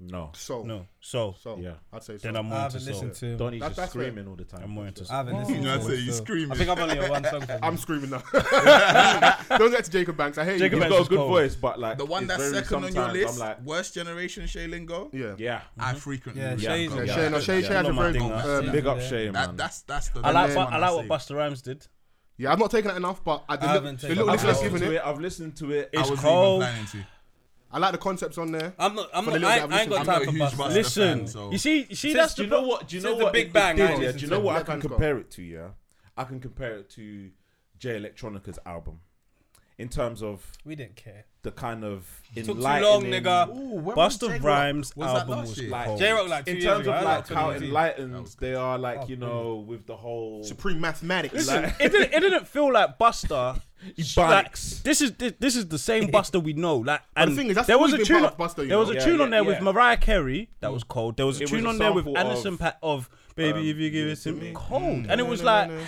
Speaker 3: No.
Speaker 4: So
Speaker 5: No, soul.
Speaker 4: so
Speaker 3: Yeah.
Speaker 4: I'd say so.
Speaker 5: Then I'm
Speaker 6: I
Speaker 5: more into
Speaker 6: haven't
Speaker 5: soul.
Speaker 6: listened to him.
Speaker 3: Donny's
Speaker 4: That-
Speaker 3: just
Speaker 4: that's where-
Speaker 3: screaming all the time.
Speaker 5: I'm more into
Speaker 3: Just-
Speaker 5: soul.
Speaker 6: I haven't listened
Speaker 7: You
Speaker 6: to
Speaker 7: know,
Speaker 6: him.
Speaker 7: I say you
Speaker 6: so-
Speaker 7: screaming.
Speaker 6: I think I've only heard one song from
Speaker 4: I'm
Speaker 6: him.
Speaker 4: screaming now. Don't get to Jacob Banks. I hear you.
Speaker 5: Jacob
Speaker 3: He's
Speaker 5: Banks
Speaker 3: got
Speaker 5: is
Speaker 3: a good
Speaker 5: cold.
Speaker 3: voice, but like
Speaker 7: The one
Speaker 3: it's
Speaker 7: that's
Speaker 3: very
Speaker 7: second on your
Speaker 3: sometimes
Speaker 7: list,
Speaker 3: I'm like,
Speaker 7: Worst Generation Shay Lingo.
Speaker 4: Yeah.
Speaker 3: yeah,
Speaker 7: I frequently
Speaker 6: Yeah,
Speaker 7: yeah,
Speaker 6: Shay's
Speaker 4: Yeah,
Speaker 6: Yeah,
Speaker 4: Shay, no, Shay, Shay
Speaker 5: yeah,
Speaker 4: has a
Speaker 5: not my
Speaker 4: very
Speaker 5: thing,
Speaker 4: good.
Speaker 6: that's
Speaker 4: Um,
Speaker 6: it.
Speaker 3: big up
Speaker 6: Yeah.
Speaker 3: Shane,
Speaker 7: That,
Speaker 3: man.
Speaker 7: that's that's the
Speaker 5: I like.
Speaker 7: one
Speaker 5: What, I like what
Speaker 7: see.
Speaker 5: Buster Rhymes did.
Speaker 4: yeah, I've not taken it enough, but I, the,
Speaker 6: I
Speaker 4: I
Speaker 6: haven't
Speaker 4: the
Speaker 6: taken
Speaker 4: little
Speaker 6: it.
Speaker 3: I've
Speaker 4: list I've
Speaker 3: listened
Speaker 4: given
Speaker 3: to
Speaker 4: it.
Speaker 3: it. I've listened to it.
Speaker 7: I
Speaker 5: It's
Speaker 7: wasn't
Speaker 5: cold.
Speaker 7: even planning to.
Speaker 4: I like the concepts on there.
Speaker 6: I'm not. I'm
Speaker 4: For
Speaker 6: not.
Speaker 4: the
Speaker 6: I,
Speaker 4: little bit
Speaker 6: I
Speaker 4: I've
Speaker 6: ain't got
Speaker 4: listened to.
Speaker 6: time for
Speaker 7: I'm not a huge
Speaker 6: Buster.
Speaker 7: Buster fan,
Speaker 5: Listen,
Speaker 7: so-
Speaker 5: you see, you see,
Speaker 3: Since-
Speaker 5: that's
Speaker 3: do
Speaker 5: the
Speaker 3: you know
Speaker 5: pro-
Speaker 3: what? Do you
Speaker 6: since
Speaker 3: know
Speaker 6: the
Speaker 3: what?
Speaker 6: Big
Speaker 3: it
Speaker 6: Bang,
Speaker 3: did,
Speaker 6: I
Speaker 3: yeah? Do you
Speaker 6: listened
Speaker 3: know
Speaker 6: to
Speaker 3: what? I
Speaker 4: Left
Speaker 3: can
Speaker 4: Hand Go.
Speaker 3: compare it to yeah. I can compare it to J Electronica's album in terms of
Speaker 6: We didn't care.
Speaker 3: the kind of
Speaker 6: too long,
Speaker 3: enlightening.
Speaker 6: nigga.
Speaker 5: Buster Rhymes
Speaker 7: was that
Speaker 5: album
Speaker 7: last
Speaker 5: was
Speaker 7: year?
Speaker 5: cold.
Speaker 6: J Rock like two
Speaker 3: in
Speaker 6: years
Speaker 3: terms
Speaker 6: ago,
Speaker 3: of
Speaker 6: I
Speaker 3: like how
Speaker 6: 2018.
Speaker 3: enlightened they are, like you
Speaker 6: brilliant.
Speaker 3: know, with the whole
Speaker 4: Supreme mathematics.
Speaker 5: Listen,
Speaker 4: Like,
Speaker 5: it didn't. It didn't feel like Buster. Like,
Speaker 3: Ebonics.
Speaker 5: this is this, this is the same Buster we know. Like,
Speaker 4: the
Speaker 5: and
Speaker 4: thing is, that's
Speaker 5: there was a
Speaker 4: always been
Speaker 5: tune.
Speaker 4: part of Buster, you
Speaker 5: there was
Speaker 4: know?
Speaker 5: a
Speaker 3: Yeah,
Speaker 5: tune
Speaker 3: yeah,
Speaker 5: on there with
Speaker 3: yeah.
Speaker 5: Mariah Carey that was cold. There was a
Speaker 3: It
Speaker 5: tune
Speaker 3: was a
Speaker 5: on there with
Speaker 3: sample
Speaker 5: Anderson
Speaker 3: of,
Speaker 5: Pat of Baby
Speaker 3: um,
Speaker 5: If You Give It to Me, cold, and it was
Speaker 4: no,
Speaker 5: like.
Speaker 4: no, no.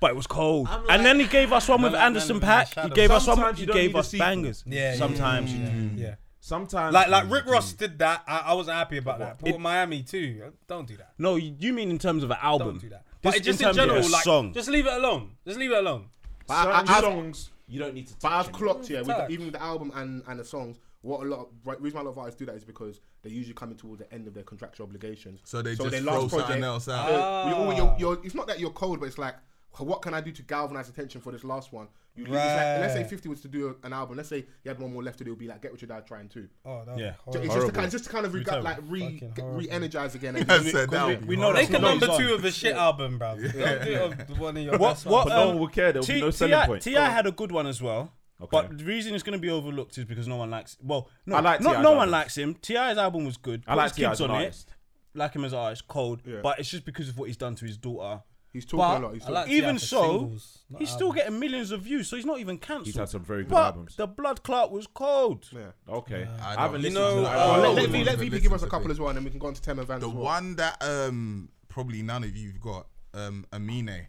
Speaker 5: But it was cold, and then he gave us one with
Speaker 6: no, no,
Speaker 5: Anderson
Speaker 6: no, no,
Speaker 5: Pack.
Speaker 6: shadow.
Speaker 5: He gave us one.
Speaker 3: Sometimes
Speaker 5: He
Speaker 3: you don't
Speaker 5: gave
Speaker 3: need a
Speaker 5: us
Speaker 3: sequel.
Speaker 5: bangers.
Speaker 6: Yeah, yeah,
Speaker 5: sometimes
Speaker 6: yeah,
Speaker 5: you do.
Speaker 6: Yeah.
Speaker 3: Sometimes Mm-hmm.
Speaker 6: Like, like Rick Ross did that. I, I wasn't happy about that. Port
Speaker 5: It-
Speaker 6: Miami too. Don't do that.
Speaker 5: No, you you mean in terms of an album?
Speaker 6: Don't do that. But
Speaker 5: This-
Speaker 6: it just
Speaker 5: in
Speaker 6: in
Speaker 5: terms of
Speaker 6: general,
Speaker 5: a
Speaker 6: like,
Speaker 5: song.
Speaker 6: just leave it alone. Just leave it alone.
Speaker 4: But I- I-
Speaker 3: certain
Speaker 4: I've-
Speaker 3: songs you don't need to.
Speaker 4: But
Speaker 3: Touch
Speaker 4: I've
Speaker 3: anymore.
Speaker 4: clocked, yeah, with
Speaker 6: Touch.
Speaker 4: the, even with the album and, and the songs, what a lot of right, reason why a lot of artists do that is because they're usually coming towards the end of their contractual obligations.
Speaker 7: So they just throw something else out.
Speaker 4: uh, you- all- you're-
Speaker 6: Ah.
Speaker 4: you're- it's not that you're cold, but it's like, what can I do to galvanize attention for this last one? You, it's like- let's say
Speaker 6: Right.
Speaker 4: 50 was to do an album. Let's say you had one more left to do. It would be like, Get Rich or Die Trying Too.
Speaker 6: Oh, that
Speaker 5: Yeah.
Speaker 4: So it's just to, kind of, just to kind of rega- like re,
Speaker 6: Fucking
Speaker 4: get-
Speaker 6: horrible.
Speaker 4: re-energize
Speaker 7: [LAUGHS]
Speaker 4: again. And
Speaker 7: I
Speaker 4: do it-
Speaker 7: said that. would be
Speaker 5: we know
Speaker 6: Make
Speaker 5: that's
Speaker 6: a
Speaker 5: not
Speaker 6: number
Speaker 5: his
Speaker 6: two
Speaker 5: song.
Speaker 6: of a shit album, bro. Don't do it of one of your
Speaker 5: What
Speaker 6: best
Speaker 5: what?
Speaker 6: ones.
Speaker 3: But no
Speaker 5: um,
Speaker 3: one will care, there will be no selling
Speaker 5: T.I.
Speaker 3: point. Oh.
Speaker 5: T.I. had a good one as well.
Speaker 3: Okay.
Speaker 5: But the reason it's going to be overlooked is because no one likes. Well, no,
Speaker 3: I like
Speaker 5: not,
Speaker 3: T.I.'s
Speaker 5: no one
Speaker 3: albums.
Speaker 5: likes him. Ti's album was good.
Speaker 3: I like
Speaker 5: Put his
Speaker 3: T.I.
Speaker 5: kids
Speaker 3: as an
Speaker 5: on it.
Speaker 3: artist.
Speaker 5: Like him as an artist, cold.
Speaker 4: Yeah.
Speaker 5: But it's just because of what he's done to his daughter.
Speaker 4: He's
Speaker 5: But
Speaker 4: talking a lot. He's
Speaker 6: I like
Speaker 4: talking-
Speaker 5: Even
Speaker 6: T.I. for
Speaker 5: so,
Speaker 6: singles, not
Speaker 5: he's still
Speaker 6: albums.
Speaker 5: getting millions of views, so he's not even cancelled.
Speaker 3: He's had some very good
Speaker 5: but
Speaker 3: albums.
Speaker 5: The Blood Clot was cold.
Speaker 4: yeah.
Speaker 3: Okay, I,
Speaker 7: don't-
Speaker 3: haven't
Speaker 7: You
Speaker 3: listened to
Speaker 6: know,
Speaker 3: that. album.
Speaker 6: uh,
Speaker 4: Let,
Speaker 7: I
Speaker 4: let,
Speaker 7: wouldn't
Speaker 4: let
Speaker 7: even
Speaker 4: VP
Speaker 7: listen
Speaker 4: give us a
Speaker 7: to
Speaker 4: couple
Speaker 7: it.
Speaker 4: as well, and then we can go on to Tem and Vans.
Speaker 7: The
Speaker 4: as well.
Speaker 7: one that um probably none of you've got um Amine.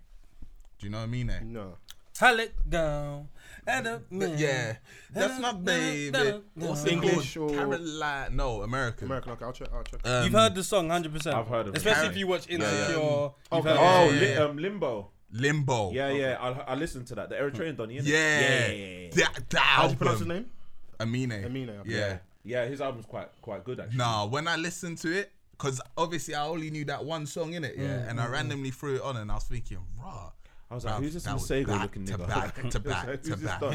Speaker 7: Do you know Amine?
Speaker 4: No.
Speaker 2: Salad down. And a man.
Speaker 1: Yeah, that's not baby. What's it
Speaker 4: English
Speaker 1: called?
Speaker 4: or-
Speaker 1: Caroline? No,
Speaker 4: [LAUGHS]
Speaker 1: American.
Speaker 4: American. Okay, I'll check. I'll check.
Speaker 1: Um,
Speaker 2: You've heard the song 100%.
Speaker 3: I've heard of it.
Speaker 2: Especially if you watch Insecure.
Speaker 1: yeah.
Speaker 2: You've heard
Speaker 3: Oh,
Speaker 2: of it.
Speaker 3: li- um, Limbo.
Speaker 1: Limbo.
Speaker 3: Yeah, yeah. I, I listened to that. The Eritrean Donny.
Speaker 1: yeah.
Speaker 3: innit? yeah, yeah, yeah, yeah.
Speaker 1: That, that
Speaker 4: How
Speaker 1: album.
Speaker 4: do you pronounce his name?
Speaker 1: um, Amine.
Speaker 4: Amine, okay.
Speaker 1: Yeah.
Speaker 3: Yeah, his album's quite quite good actually.
Speaker 1: Nah, when I listened to it, because obviously I only knew that one song in it, yeah, and I randomly threw it on, and I was thinking, rah.
Speaker 3: Mm, I was like, who's this Masego looking
Speaker 1: to
Speaker 3: nigga?
Speaker 1: back to back
Speaker 3: Who's
Speaker 1: to
Speaker 3: this
Speaker 1: back.
Speaker 3: dog?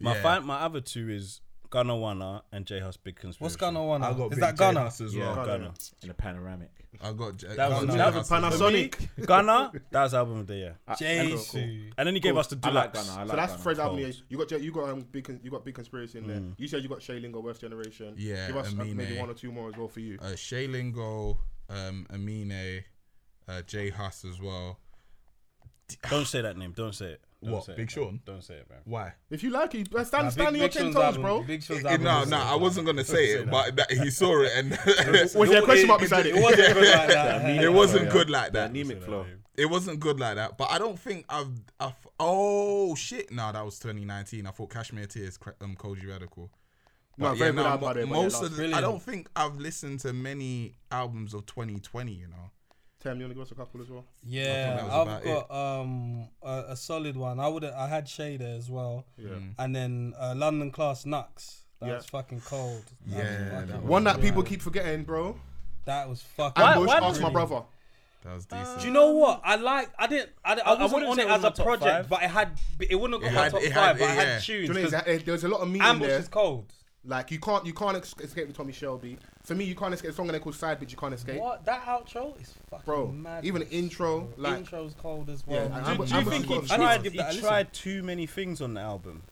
Speaker 5: My
Speaker 1: Yeah.
Speaker 5: fi- my other two is Ghana Wana and J House Big Conspiracy.
Speaker 2: What's Ghana one?
Speaker 1: I got
Speaker 2: Is
Speaker 1: Big
Speaker 2: that Ghana?
Speaker 1: J-Hus as
Speaker 3: Yeah,
Speaker 1: well.
Speaker 3: Ghana [LAUGHS] in a panoramic.
Speaker 1: I got J-
Speaker 2: That was-
Speaker 1: J-
Speaker 2: that
Speaker 1: J-Hus
Speaker 2: was
Speaker 1: as well.
Speaker 4: Panasonic.
Speaker 5: Ghana, that was album of
Speaker 3: [LAUGHS]
Speaker 5: the year.
Speaker 3: Ah,
Speaker 2: Jesu.
Speaker 5: And then he gave us the
Speaker 3: I like
Speaker 5: deluxe.
Speaker 3: Ghana. I like
Speaker 4: So that's
Speaker 3: Ghana.
Speaker 4: Fred
Speaker 3: Cold.
Speaker 4: Abney. You got J- you got um, big con- you got big conspiracy in there. You said you got Shay Lingo, West Generation.
Speaker 1: Yeah,
Speaker 4: give us uh, maybe
Speaker 1: Amine.
Speaker 4: one or two more as well for you.
Speaker 1: uh, Shay Lingo, um, Amine, uh, J Huss as well.
Speaker 5: Don't say that name. Don't say it. Don't
Speaker 1: What,
Speaker 5: say it,
Speaker 1: Big
Speaker 5: man.
Speaker 1: Sean?
Speaker 5: Don't say it, man.
Speaker 1: Why?
Speaker 4: If you like it, uh, stand
Speaker 2: Big-
Speaker 4: stand on your
Speaker 2: Big
Speaker 4: ten
Speaker 2: Sean's
Speaker 4: toes,
Speaker 2: album-
Speaker 4: bro.
Speaker 2: Big Sean's
Speaker 1: Eh,
Speaker 2: album
Speaker 1: no,
Speaker 2: is-
Speaker 1: no, I wasn't gonna say it, but that, he saw it
Speaker 7: [LAUGHS]
Speaker 1: and
Speaker 4: Was there a question mark beside
Speaker 2: It
Speaker 4: it?
Speaker 2: wasn't good like that.
Speaker 1: [LAUGHS] it
Speaker 7: Oh,
Speaker 1: wasn't good like that.
Speaker 3: Anemic flow.
Speaker 1: It wasn't good like that. But I don't think I've. I've oh shit! No, that was 2019. I thought Cashmere Tears, cra- um, Koji Radical.
Speaker 4: No,
Speaker 1: But
Speaker 4: very
Speaker 1: yeah,
Speaker 4: good
Speaker 1: no,
Speaker 4: album.
Speaker 1: mo-
Speaker 4: by the way, but yeah,
Speaker 1: most
Speaker 4: last-
Speaker 1: of the, I don't think I've listened to many albums of 2020. You know,
Speaker 4: Tam, you want to give us a couple as well?
Speaker 1: I think
Speaker 2: Yeah,
Speaker 1: that was
Speaker 2: I've
Speaker 1: about
Speaker 2: got um a, a solid one. I would I had Shay there as well. Yeah.
Speaker 1: Mm.
Speaker 2: And then uh, London Class Nux. That
Speaker 4: Yeah.
Speaker 2: was fucking cold. That
Speaker 1: Yeah,
Speaker 2: was
Speaker 1: that
Speaker 2: fucking,
Speaker 4: One that people keep forgetting, bro.
Speaker 2: that was fucking.
Speaker 4: Ambush,
Speaker 5: why
Speaker 4: ask my
Speaker 2: really-
Speaker 4: brother.
Speaker 1: that was decent.
Speaker 2: Do you know what? I like. I didn't. I, didn't, I,
Speaker 5: I
Speaker 2: wasn't
Speaker 5: wouldn't
Speaker 2: on
Speaker 5: say
Speaker 2: it
Speaker 5: it was
Speaker 2: as a
Speaker 5: my top
Speaker 2: project,
Speaker 5: five.
Speaker 2: but it had. It wouldn't have
Speaker 1: It
Speaker 2: got my
Speaker 1: had-
Speaker 2: top
Speaker 1: it
Speaker 2: five.
Speaker 1: had-
Speaker 2: but I
Speaker 1: yeah.
Speaker 2: had
Speaker 4: Do
Speaker 2: tunes.
Speaker 4: you know
Speaker 2: 'cause
Speaker 4: that- eh, there was a lot of meat in
Speaker 2: Ambush
Speaker 4: there.
Speaker 2: is cold.
Speaker 4: Like you can't you can't ex- escape with Tommy Shelby. For me, you can't escape a song in there called Side Bitch. You can't escape,
Speaker 2: What that outro is fucking
Speaker 4: bro.
Speaker 2: mad.
Speaker 4: Even the intro, like
Speaker 2: intro's cold as well.
Speaker 4: Yeah, and
Speaker 2: Do-
Speaker 4: Ambush-
Speaker 2: do you
Speaker 4: Ambush
Speaker 2: think
Speaker 4: is
Speaker 2: he
Speaker 4: cold as well.
Speaker 2: tried?
Speaker 5: Tried,
Speaker 2: Give that a
Speaker 5: he
Speaker 2: listen.
Speaker 5: tried too many things on the album.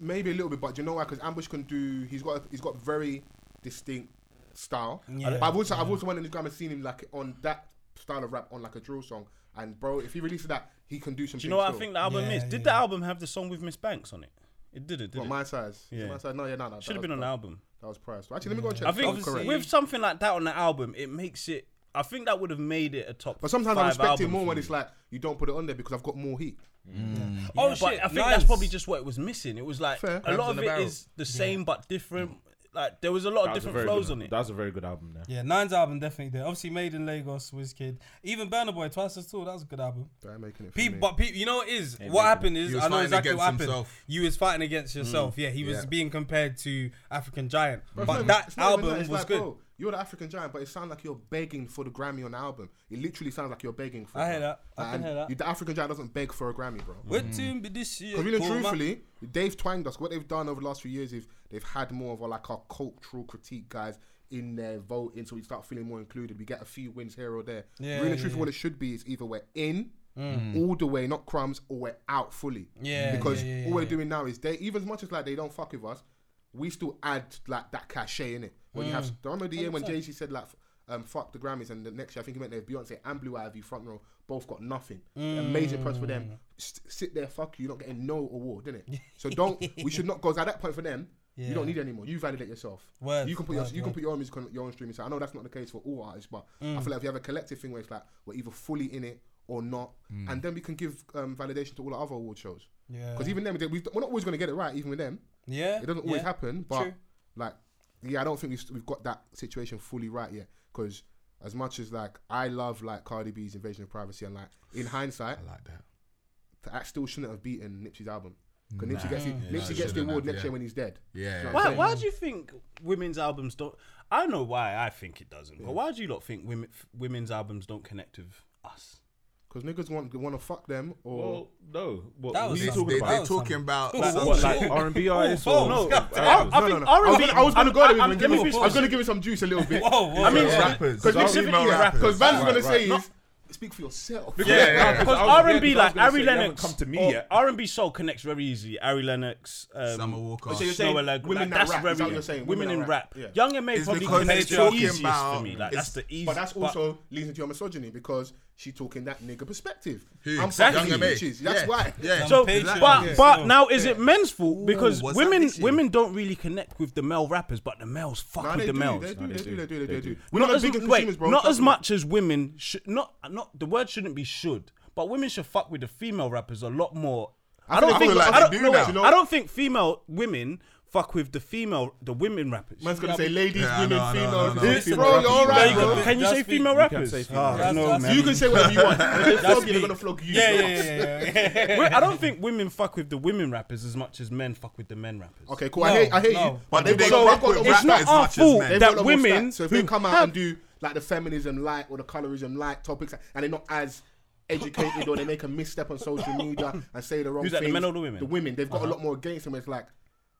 Speaker 4: maybe a little bit, but do you know why? Because Ambush can do. He's got he's got very distinct style.
Speaker 2: Yeah.
Speaker 4: But I've also I've also went in his gram and seen him like on that style of rap on like a drill song. And bro, if he releases that, he can do some.
Speaker 5: Do you know what I
Speaker 4: still.
Speaker 5: think the album
Speaker 2: Yeah,
Speaker 5: is? Did
Speaker 2: yeah.
Speaker 5: the album have the song with Miss Banks on it? It didn't, did
Speaker 4: What,
Speaker 5: it?
Speaker 4: my size? Yeah.
Speaker 5: Yeah.
Speaker 4: My size? No, yeah, no, no.
Speaker 5: Should
Speaker 4: that
Speaker 5: have
Speaker 4: was-
Speaker 5: been
Speaker 2: Oh,
Speaker 5: on the album.
Speaker 4: That was priced. Actually, let me go and check.
Speaker 5: I think
Speaker 4: That was correct.
Speaker 5: with something like that on the album, it makes it. I think that would have made it a top.
Speaker 4: But sometimes I
Speaker 5: five
Speaker 4: respect it
Speaker 5: album
Speaker 4: more
Speaker 5: for
Speaker 4: when
Speaker 5: me.
Speaker 4: it's like you don't put it on there because I've got more heat.
Speaker 5: Oh
Speaker 2: Yeah.
Speaker 5: shit! I
Speaker 2: But
Speaker 5: think
Speaker 2: nice.
Speaker 5: that's probably just what it was missing. It was like
Speaker 4: Fair.
Speaker 5: a
Speaker 1: Crabs
Speaker 5: lot
Speaker 1: in
Speaker 5: of
Speaker 1: a
Speaker 5: it
Speaker 1: barrel.
Speaker 5: is the same but different. Like there was a lot of
Speaker 3: That was a
Speaker 5: different
Speaker 3: very
Speaker 5: flows
Speaker 3: good-
Speaker 5: on it.
Speaker 3: That was a very good album there.
Speaker 2: Yeah, Nine's album definitely there. Obviously, Made in Lagos, Wizkid, even Burner Boy, Twice as Tall. That was a good album.
Speaker 4: That ain't making it. For
Speaker 2: People,
Speaker 4: me.
Speaker 2: but people, you know what it is? what happened is
Speaker 1: He was
Speaker 2: I know
Speaker 1: fighting
Speaker 2: exactly what
Speaker 1: against
Speaker 2: happened.
Speaker 1: himself. Mm.
Speaker 2: You was fighting against yourself. Yeah, he was
Speaker 1: Yeah.
Speaker 2: being compared to African Giant, but
Speaker 4: It's not
Speaker 2: that
Speaker 4: even- it's not even
Speaker 2: album
Speaker 4: that,
Speaker 2: was
Speaker 4: it's like,
Speaker 2: good.
Speaker 4: bro, you're the African giant, but it sounds like you're begging for the Grammy on the album. It literally sounds like you're begging for.
Speaker 2: I
Speaker 4: it,
Speaker 2: hear
Speaker 4: bro.
Speaker 2: that. I can
Speaker 4: and
Speaker 2: hear that.
Speaker 4: You, the African giant doesn't beg for a Grammy, bro.
Speaker 2: What
Speaker 1: Mm.
Speaker 2: team be this year?
Speaker 4: Because really, and
Speaker 2: Puma?
Speaker 4: truthfully, they've twanged us. What they've done over the last few years is they've had more of a, like our cultural critique guys in their voting, so we start feeling more included. We get a few wins here or there.
Speaker 2: Yeah,
Speaker 4: really,
Speaker 2: yeah, Mm.
Speaker 4: and truthfully, what it should be is either we're in. All the way, not crumbs, or we're out fully.
Speaker 2: Yeah,
Speaker 4: because
Speaker 2: yeah, yeah,
Speaker 4: all we're
Speaker 2: yeah.
Speaker 4: doing now is they, even as much as like they don't fuck with us, we still add like that cachet in it. When
Speaker 2: Mm.
Speaker 4: you have, do you remember the year when Jay Z said like, f- um, "fuck the Grammys," and the next year I think he meant they have Beyonce and Blue Ivy front row both got nothing. Amazing press for
Speaker 2: Mm.
Speaker 4: them. S- sit there, fuck you. You're not getting no award, didn't
Speaker 2: [LAUGHS]
Speaker 4: it? So don't. we should not because at that point for them, you don't
Speaker 2: Yeah.
Speaker 4: need it anymore. You validate yourself.
Speaker 2: Word,
Speaker 4: you can put your,
Speaker 2: word,
Speaker 4: you can
Speaker 2: word.
Speaker 4: put your own music on your own streaming. So I know that's not the case for all artists, but I
Speaker 2: Mm.
Speaker 4: feel like if you have a collective thing where it's like we're either fully in it or not, and then we can give um, validation to all our other award shows.
Speaker 2: Mm. Yeah.
Speaker 4: Because even them, they, we've, we're not always going to get it right. Even with them,
Speaker 2: yeah,
Speaker 4: it doesn't always
Speaker 2: yeah.
Speaker 4: happen. But
Speaker 2: True.
Speaker 4: like, yeah, I don't think we've, we've got that situation fully right yet. Because as much as like I love like Cardi B's Invasion of Privacy, and like
Speaker 1: [SIGHS]
Speaker 4: in hindsight,
Speaker 1: I like that.
Speaker 4: that still shouldn't have beaten Nipsey's album. Because Nipsey
Speaker 1: Nah.
Speaker 4: gets,
Speaker 1: Mm. Yeah,
Speaker 4: Nipsey
Speaker 1: it
Speaker 4: gets the
Speaker 1: shouldn't
Speaker 4: award
Speaker 1: have,
Speaker 4: next
Speaker 1: yeah.
Speaker 4: year when he's dead.
Speaker 1: Yeah.
Speaker 4: Do you know what I'm
Speaker 5: Why,
Speaker 4: saying?
Speaker 5: why do you think women's albums don't? I don't know why I think it doesn't, but why do you lot think women women's albums don't connect with us?
Speaker 4: Because niggas want want to fuck them or
Speaker 3: Well, no. What,
Speaker 2: That
Speaker 3: what
Speaker 2: was
Speaker 3: are you
Speaker 2: us,
Speaker 3: talking
Speaker 1: They,
Speaker 2: That
Speaker 1: they're
Speaker 3: about?
Speaker 2: was
Speaker 1: talking
Speaker 2: something.
Speaker 1: about.
Speaker 2: Ooh,
Speaker 3: What,
Speaker 2: ooh,
Speaker 3: like
Speaker 2: ooh.
Speaker 3: R&B artists
Speaker 5: Oh,
Speaker 3: or
Speaker 2: phones.
Speaker 3: no?
Speaker 5: [LAUGHS]
Speaker 2: Yeah.
Speaker 3: uh,
Speaker 4: no, no, no. I was gonna- I was going to go there with him and
Speaker 5: Let
Speaker 4: give
Speaker 5: me
Speaker 4: him.
Speaker 5: be
Speaker 4: I was going to
Speaker 5: specific.
Speaker 4: give him some juice a little bit.
Speaker 2: Whoa, whoa,
Speaker 5: I mean,
Speaker 2: whoa.
Speaker 1: rappers.
Speaker 4: Because
Speaker 1: Female
Speaker 4: specifically,
Speaker 1: rappers.
Speaker 4: because Van's
Speaker 1: Right,
Speaker 4: going to
Speaker 1: right.
Speaker 4: say is, speak for yourself.
Speaker 1: Yeah.
Speaker 5: Because
Speaker 3: I was- yeah,
Speaker 5: R and B,
Speaker 3: 'cause I was gonna
Speaker 5: like
Speaker 3: say,
Speaker 5: Ari
Speaker 3: you haven't
Speaker 5: Lennox,
Speaker 3: come to me yet.
Speaker 5: R and B soul connects very easily. Ari Lennox, um,
Speaker 1: Summer Walker.
Speaker 4: So you're
Speaker 5: Snow
Speaker 4: saying
Speaker 5: Allegra,
Speaker 4: women
Speaker 5: like,
Speaker 4: that
Speaker 5: that's
Speaker 4: rap, is
Speaker 5: very
Speaker 4: that what you're saying?
Speaker 5: women,
Speaker 4: Women
Speaker 5: in
Speaker 4: that
Speaker 5: rap.
Speaker 4: rap, yeah.
Speaker 5: Young and May
Speaker 1: It's
Speaker 5: probably
Speaker 1: because
Speaker 5: connects
Speaker 1: they're
Speaker 5: the
Speaker 1: talking
Speaker 5: easiest
Speaker 1: about-
Speaker 5: for me. Like
Speaker 1: it's-
Speaker 5: that's the easiest.
Speaker 4: But that's also leading to your misogyny because she talking that nigga perspective. I'm
Speaker 1: Exactly.
Speaker 4: fucking
Speaker 1: Younger me.
Speaker 4: bitches. That's
Speaker 1: Yeah.
Speaker 4: why.
Speaker 1: Yeah.
Speaker 5: So,
Speaker 2: Page
Speaker 5: but
Speaker 2: one. Yeah.
Speaker 5: but
Speaker 2: Yeah.
Speaker 5: now is it men's fault because
Speaker 1: what's that
Speaker 5: women
Speaker 1: bitch here?
Speaker 5: women don't really connect with the male rappers, but the males fuck
Speaker 4: Nah,
Speaker 5: with
Speaker 4: they,
Speaker 5: the
Speaker 4: do,
Speaker 5: males.
Speaker 4: they, do,
Speaker 5: No,
Speaker 4: they,
Speaker 5: they
Speaker 4: do,
Speaker 5: do.
Speaker 4: they do, they do,
Speaker 5: They do.
Speaker 4: We're
Speaker 5: not
Speaker 4: not the
Speaker 5: as,
Speaker 4: biggest
Speaker 5: wait,
Speaker 4: consumers, bro.
Speaker 5: not
Speaker 4: trust
Speaker 5: as
Speaker 4: me.
Speaker 5: much as women should. Not not the word shouldn't be should, But women should fuck with the female rappers a lot more. I,
Speaker 4: feel-
Speaker 5: don't
Speaker 4: I
Speaker 5: think
Speaker 4: feel like
Speaker 5: I
Speaker 1: they
Speaker 5: don't,
Speaker 1: do
Speaker 5: no, wait,
Speaker 1: now.
Speaker 5: you know- I don't think female women fuck with the female the women rappers.
Speaker 4: Man's gonna say ladies,
Speaker 1: Yeah, I
Speaker 4: women,
Speaker 1: know, I know, I
Speaker 4: females.
Speaker 1: know, I know.
Speaker 4: Listen, Bro, you're all
Speaker 5: Can
Speaker 4: right,
Speaker 5: you-
Speaker 4: bro.
Speaker 5: can you say
Speaker 2: That's
Speaker 3: we
Speaker 5: female
Speaker 3: can
Speaker 5: rappers? [LAUGHS]
Speaker 3: say female
Speaker 5: Ah,
Speaker 3: rappers.
Speaker 5: no,
Speaker 2: That's-
Speaker 5: man.
Speaker 4: You can say
Speaker 1: [LAUGHS]
Speaker 4: whatever you want. If they flog you, they're gonna flog you.
Speaker 8: Yeah, yeah, yeah, yeah, yeah.
Speaker 5: Wait, I don't think women fuck with the women rappers as much as men fuck with the men rappers.
Speaker 4: Okay, cool. I hear, I hear you.
Speaker 8: no.
Speaker 1: But
Speaker 4: they've
Speaker 1: they
Speaker 4: got-
Speaker 1: don't
Speaker 4: they've
Speaker 1: fuck with
Speaker 4: got-
Speaker 1: rap
Speaker 5: It's not
Speaker 1: as
Speaker 5: our
Speaker 1: much as men.
Speaker 5: fault
Speaker 4: They've
Speaker 5: that
Speaker 4: got a lot more
Speaker 5: women
Speaker 4: stats. So if they
Speaker 5: who
Speaker 4: come out
Speaker 5: have-
Speaker 4: and do like the feminism light or the colorism light topics, and they're not as educated or they make a misstep on social media and say the wrong
Speaker 5: Who's that,
Speaker 4: things.
Speaker 5: the men or the women? Uh-huh.
Speaker 4: The women. They've got a lot more against them. It's like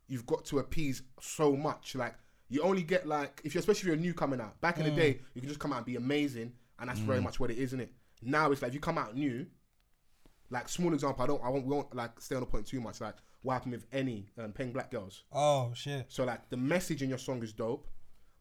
Speaker 4: you've got to appease so much. Like you only get like if you're especially if you're new coming out. Back
Speaker 5: Mm.
Speaker 4: in the day, you can just come out and be amazing, and that's very much what it is, isn't it? Now it's like if you come out new, like small example. I don't. I won't, we won't like stay on the point too much. Like what happened with any um, Peng Black girls.
Speaker 2: Oh shit.
Speaker 4: So like the message in your song is dope,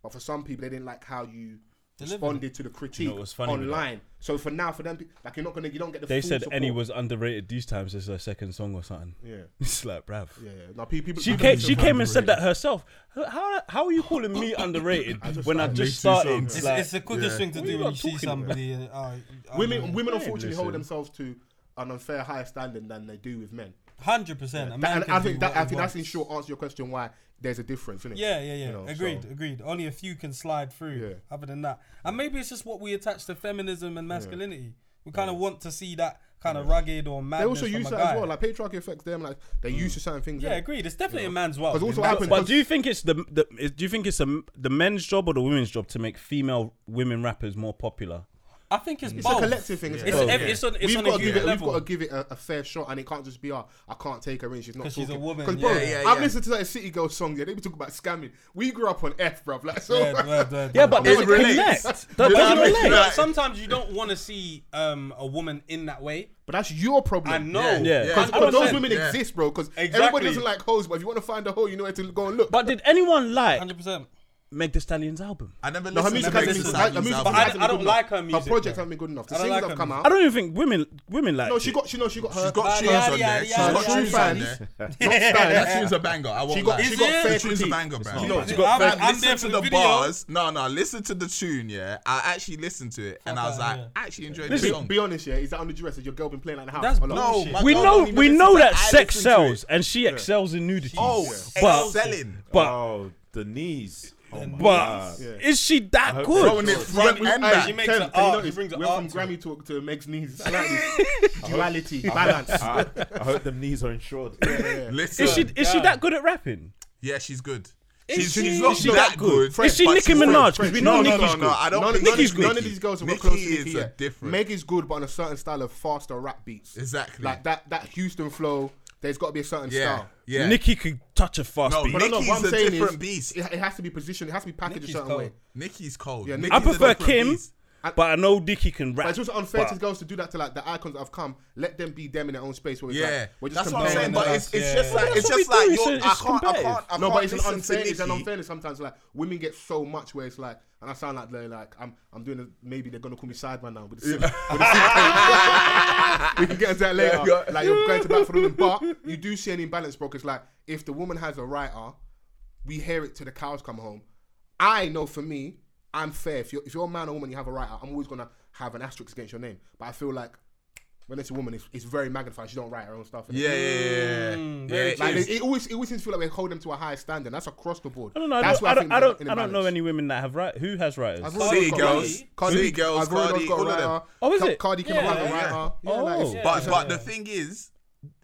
Speaker 4: but for some people they didn't like how you responded to the critique
Speaker 5: know what's funny with that?
Speaker 4: online. So for now, for them, like you're not gonna, you don't get the.
Speaker 5: They
Speaker 4: full
Speaker 5: said
Speaker 4: support.
Speaker 5: Any was underrated these times as their second song or something.
Speaker 4: Yeah,
Speaker 5: [LAUGHS] It's like, bruv.
Speaker 4: yeah. No, pe- people.
Speaker 5: She
Speaker 4: people
Speaker 5: came,
Speaker 4: do
Speaker 5: she
Speaker 4: sometimes.
Speaker 5: came and said that herself. How, how are you
Speaker 1: [LAUGHS]
Speaker 5: calling me underrated when I just started?
Speaker 2: It's,
Speaker 5: Like,
Speaker 2: it's the quickest thing to
Speaker 5: what are you
Speaker 2: do when
Speaker 5: lot
Speaker 2: you see
Speaker 5: talking
Speaker 2: somebody. Uh, oh, oh,
Speaker 4: Women,
Speaker 2: yeah.
Speaker 4: women unfortunately hold
Speaker 5: listen.
Speaker 4: themselves to an unfair higher standard than they do with men.
Speaker 2: hundred percent. A
Speaker 4: That-
Speaker 2: man
Speaker 4: and
Speaker 2: can
Speaker 4: I
Speaker 2: do
Speaker 4: think that,
Speaker 2: what
Speaker 4: I
Speaker 2: he
Speaker 4: think that's in
Speaker 2: wants.
Speaker 4: short answer to your question why there's a difference, isn't it?
Speaker 2: Yeah, yeah, yeah.
Speaker 4: You know,
Speaker 2: agreed,
Speaker 4: so-
Speaker 2: agreed. Only a few can slide through.
Speaker 4: Yeah.
Speaker 2: Other than that, and maybe it's just what we attach to feminism and masculinity. We kind of want to see that kind of rugged or madness.
Speaker 4: They also
Speaker 2: from
Speaker 4: use
Speaker 2: a
Speaker 4: that
Speaker 2: guy. Mm.
Speaker 4: as well. Like patriarchy affects them. Like they use to certain things.
Speaker 2: yeah, agreed. It's definitely a man's world.
Speaker 4: Because also
Speaker 2: It's
Speaker 4: what
Speaker 2: not-
Speaker 4: happens.
Speaker 5: but do you think it's the, the is- do you think it's the, the men's job or the women's job to make female women rappers more popular?
Speaker 2: I think it's,
Speaker 4: It's
Speaker 2: both.
Speaker 4: a collective thing. It's,
Speaker 2: It's,
Speaker 4: both.
Speaker 2: ev- it's on, it's
Speaker 4: we've
Speaker 2: on
Speaker 4: got
Speaker 2: a
Speaker 4: to give
Speaker 2: human
Speaker 4: it. We've
Speaker 2: level.
Speaker 4: got to give it a, a fair shot, and it can't just be, "Oh, I can't take her in. She's not
Speaker 2: 'Cause
Speaker 4: talking."
Speaker 2: she's a woman,
Speaker 4: Because, bro,
Speaker 2: yeah,
Speaker 1: yeah,
Speaker 4: I've
Speaker 1: yeah.
Speaker 4: listened to that City Girl song. Yeah, they be talking about scamming. We grew up on F, bruv. Like so.
Speaker 2: Word, word, word,
Speaker 5: Yeah,
Speaker 2: word.
Speaker 5: but
Speaker 1: It
Speaker 5: does it
Speaker 1: relates.
Speaker 5: connect? Does
Speaker 1: Yeah,
Speaker 5: does
Speaker 1: I mean,
Speaker 5: it
Speaker 1: you
Speaker 5: relate?
Speaker 1: know-
Speaker 8: But sometimes you don't want to see um, a woman in that way.
Speaker 4: but that's your problem.
Speaker 8: I know.
Speaker 5: Yeah.
Speaker 4: Because
Speaker 8: Yeah.
Speaker 4: those women
Speaker 1: Yeah.
Speaker 4: exist, bro. Because everybody
Speaker 8: Exactly.
Speaker 4: doesn't like hoes, but if you want to find a hoe, you know where to go and look.
Speaker 5: But did anyone like
Speaker 2: Hundred percent.
Speaker 5: Meg The Stallion's album?
Speaker 1: I never
Speaker 4: no, her
Speaker 1: listened
Speaker 4: music
Speaker 1: to
Speaker 4: hasn't
Speaker 1: Megan
Speaker 4: been good.
Speaker 1: Thee
Speaker 4: Her
Speaker 1: Stallion's
Speaker 4: music
Speaker 1: album.
Speaker 8: I-
Speaker 4: hasn't
Speaker 8: I
Speaker 4: been
Speaker 8: don't
Speaker 4: good
Speaker 8: like
Speaker 4: enough.
Speaker 8: her music,
Speaker 4: Her projects
Speaker 8: bro.
Speaker 4: haven't been good enough.
Speaker 2: I
Speaker 4: The
Speaker 2: don't
Speaker 4: singles
Speaker 2: like
Speaker 4: have
Speaker 2: her
Speaker 4: come
Speaker 2: music.
Speaker 5: I
Speaker 4: out.
Speaker 5: don't even think women women like.
Speaker 4: No, she got, she no, she got her.
Speaker 1: She's got tunes
Speaker 2: yeah,
Speaker 1: on
Speaker 2: yeah,
Speaker 1: there. She's
Speaker 2: yeah,
Speaker 1: got
Speaker 2: yeah.
Speaker 1: tunes on there. That tune's a banger. I won't
Speaker 4: She got,
Speaker 1: lie.
Speaker 4: she
Speaker 2: Is
Speaker 4: got
Speaker 2: it?
Speaker 4: fair
Speaker 1: She was a
Speaker 4: critique.
Speaker 1: banger, bro.
Speaker 2: not.
Speaker 1: Listen
Speaker 2: It's not.
Speaker 1: to
Speaker 2: I'm- I'm there for
Speaker 1: the
Speaker 2: the video.
Speaker 1: bars. No, no. Listen to the tune. Yeah, I actually listened to it, and I was
Speaker 2: that,
Speaker 1: like,
Speaker 2: yeah.
Speaker 1: I actually enjoyed the
Speaker 4: Be,
Speaker 1: song.
Speaker 4: be honest, yeah. Is that under duress? Has your girl been playing like the house?
Speaker 2: That's
Speaker 4: a lot?
Speaker 1: No, my
Speaker 5: we
Speaker 1: girl
Speaker 5: know
Speaker 1: don't even
Speaker 5: we
Speaker 1: listen
Speaker 5: know
Speaker 1: to
Speaker 5: that
Speaker 1: it. I
Speaker 5: sex
Speaker 1: listen to it.
Speaker 5: sells, and she excels in nudity.
Speaker 1: Oh,
Speaker 5: But-
Speaker 1: excelling.
Speaker 5: but
Speaker 3: Oh, the knees. Oh my
Speaker 5: but
Speaker 3: God.
Speaker 5: is she that
Speaker 1: Throwing
Speaker 5: good?
Speaker 1: it front
Speaker 4: We-
Speaker 1: and
Speaker 4: hey,
Speaker 1: back.
Speaker 8: she makes
Speaker 4: Ken,
Speaker 8: an
Speaker 4: can you
Speaker 8: art,
Speaker 4: notice
Speaker 8: she brings an
Speaker 4: we're
Speaker 8: art
Speaker 4: from
Speaker 8: to
Speaker 4: Grammy talk to
Speaker 1: [LAUGHS]
Speaker 4: Meg's knees. I like this. Duality, balance.
Speaker 3: I, I hope them knees
Speaker 2: [LAUGHS]
Speaker 3: are insured.
Speaker 1: Listen.
Speaker 5: Is she is she that good at rapping?
Speaker 1: Yeah, she's good. She's, she's
Speaker 5: she-
Speaker 1: not
Speaker 5: is she
Speaker 1: that
Speaker 5: that
Speaker 1: good.
Speaker 5: good? Is she
Speaker 1: but
Speaker 5: Nicki
Speaker 1: she's good.
Speaker 5: Minaj? 'Cause we
Speaker 1: no,
Speaker 5: know Nicki's
Speaker 1: no, no,
Speaker 5: good.
Speaker 1: I don't
Speaker 4: None,
Speaker 1: think
Speaker 4: none,
Speaker 1: Nicki's
Speaker 4: of, none of
Speaker 1: Nicki.
Speaker 4: these girls are
Speaker 1: Nicki
Speaker 4: close to
Speaker 1: is
Speaker 4: Nicki
Speaker 1: a
Speaker 4: yet.
Speaker 1: different.
Speaker 4: Meg is good, but on a certain style of faster rap beats.
Speaker 1: Exactly.
Speaker 4: Like that, that Houston flow. There's got to be a certain
Speaker 1: yeah,
Speaker 4: style.
Speaker 1: yeah.
Speaker 5: Nicki could touch a fast
Speaker 1: No,
Speaker 5: beat.
Speaker 1: but- Nicki's a different beast.
Speaker 4: It, it has to be positioned. It has to be packaged
Speaker 2: Nicki's
Speaker 4: a certain
Speaker 2: cold.
Speaker 4: way.
Speaker 1: Nicki's cold.
Speaker 4: Yeah,
Speaker 1: Nicki's
Speaker 5: I
Speaker 1: a
Speaker 5: prefer
Speaker 1: different
Speaker 5: Kim,
Speaker 1: beast.
Speaker 5: but I know Nicki can rap.
Speaker 4: But it's also unfair to
Speaker 5: But-
Speaker 4: girls to do that to like the icons that have come. Let them be them in their own space. Where it's
Speaker 1: Yeah,
Speaker 4: like, we're just
Speaker 1: that's what I'm saying.
Speaker 4: comparing them.
Speaker 1: But it's, it's
Speaker 2: Yeah.
Speaker 1: just
Speaker 2: Well,
Speaker 1: like it's
Speaker 5: that's what
Speaker 1: just
Speaker 5: we
Speaker 1: like
Speaker 5: do,
Speaker 1: you're,
Speaker 5: it's-
Speaker 1: I
Speaker 5: it's
Speaker 1: can't, I
Speaker 5: competitive.
Speaker 1: can't, I
Speaker 4: No, but
Speaker 1: can't
Speaker 4: it's an
Speaker 1: listen to
Speaker 4: unfairness. It's an
Speaker 1: Nicki.
Speaker 4: unfairness sometimes. Like women get so much where it's like, and I sound like they're like, I'm, I'm doing. A, maybe they're gonna call me sideman now. With the, with the
Speaker 1: [LAUGHS]
Speaker 4: we can get into that later.
Speaker 1: Yeah.
Speaker 4: Like you're going to bat for the women, but you do see an imbalance, bro. Because like, if the woman has a writer, we hear it till the cows come home. I know for me, I'm fair. If you're if you're a man or woman, you have a writer. I'm always gonna have an asterisk against your name. But I feel like when it's a woman, it's, it's very magnified. She don't write her own stuff. innit?
Speaker 1: Yeah, yeah, yeah, yeah. yeah. it
Speaker 4: Like
Speaker 1: is.
Speaker 4: it, it always, it always seems to feel like we hold them to a high standard. That's across the board.
Speaker 5: I don't know. I
Speaker 4: That's
Speaker 5: don't, I don't, I
Speaker 4: there's
Speaker 5: don't,
Speaker 4: an
Speaker 5: I don't know
Speaker 4: imbalance.
Speaker 5: any women that have right. Who has writers?
Speaker 4: I've
Speaker 1: City
Speaker 4: already got
Speaker 1: girls,
Speaker 4: Cardi. Cardi-
Speaker 1: City girls,
Speaker 4: I've
Speaker 1: Cardi,
Speaker 4: already got
Speaker 1: all of them.
Speaker 4: Raya.
Speaker 5: Oh, is
Speaker 4: Ca-
Speaker 5: it?
Speaker 4: Cardi came
Speaker 8: Yeah,
Speaker 4: out
Speaker 8: yeah.
Speaker 4: right
Speaker 5: Oh.
Speaker 1: But but the thing is,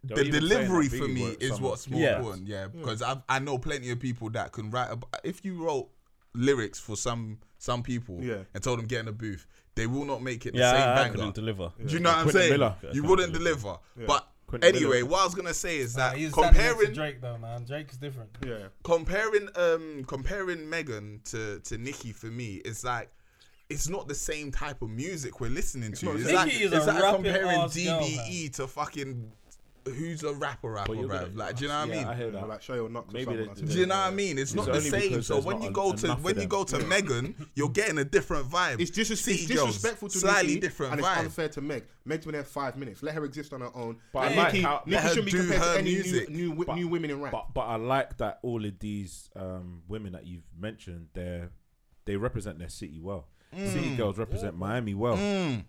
Speaker 1: the
Speaker 3: even saying
Speaker 1: delivery
Speaker 3: that
Speaker 1: for
Speaker 3: Biggie
Speaker 1: me
Speaker 3: worked
Speaker 1: is
Speaker 3: somewhat.
Speaker 1: what's more
Speaker 5: Yeah.
Speaker 1: important. Yeah, because I've I know plenty of people that can write. About, if you wrote lyrics for some some people
Speaker 4: Yeah.
Speaker 1: and told them get in a booth, they will not make it the
Speaker 5: yeah, I, I
Speaker 1: same banger.
Speaker 5: couldn't deliver.
Speaker 1: Do you know what I'm
Speaker 3: Quentin
Speaker 1: saying?
Speaker 3: Miller.
Speaker 1: You wouldn't deliver. But
Speaker 3: Quentin
Speaker 1: anyway,
Speaker 3: Miller.
Speaker 1: what I was gonna say is that
Speaker 2: Uh, He's comparing
Speaker 1: comparing
Speaker 2: Drake though, man. Drake is different.
Speaker 4: yeah.
Speaker 1: comparing um comparing Megan to to Nicki for me is like it's not the same type of music we're listening to. It's
Speaker 4: Nicki
Speaker 1: like,
Speaker 2: is
Speaker 1: it's
Speaker 2: a
Speaker 1: like
Speaker 2: rapping
Speaker 1: comparing
Speaker 2: ass girl,
Speaker 1: DBE to fucking who's a rapper rapper,
Speaker 3: you're
Speaker 1: bruv.
Speaker 3: gonna-
Speaker 1: Like, do you know what I
Speaker 3: Yeah, I
Speaker 1: mean?
Speaker 3: hear
Speaker 4: Or
Speaker 3: that.
Speaker 4: like show your knocks
Speaker 3: Maybe
Speaker 4: or something.
Speaker 3: they-
Speaker 4: like
Speaker 3: they-
Speaker 4: that.
Speaker 1: Do you know what I mean? It's not the
Speaker 3: only
Speaker 1: same.
Speaker 3: because
Speaker 1: So
Speaker 3: there's
Speaker 1: when
Speaker 3: not
Speaker 1: you
Speaker 3: a-
Speaker 1: go to
Speaker 3: enough of
Speaker 1: when you
Speaker 3: them.
Speaker 1: go to Megan, you're getting a different vibe.
Speaker 4: It's, just,
Speaker 1: City
Speaker 4: it's
Speaker 1: Girls,
Speaker 4: disrespectful to
Speaker 1: slightly
Speaker 4: Nicki,
Speaker 1: different
Speaker 4: and it's
Speaker 1: vibe.
Speaker 4: unfair to Meg. Meg's been there five minutes. Let her exist on her own.
Speaker 3: But I
Speaker 4: And
Speaker 3: like
Speaker 4: Nicki,
Speaker 3: how-
Speaker 1: let
Speaker 4: Nicki
Speaker 1: her
Speaker 4: shouldn't be
Speaker 1: do
Speaker 4: compared
Speaker 1: her
Speaker 4: to any
Speaker 1: music.
Speaker 4: new, new,
Speaker 3: But-
Speaker 4: new women in rap.
Speaker 3: But but I like that all of these um, women that you've mentioned, they they represent their city well. City girls represent Miami well. uh,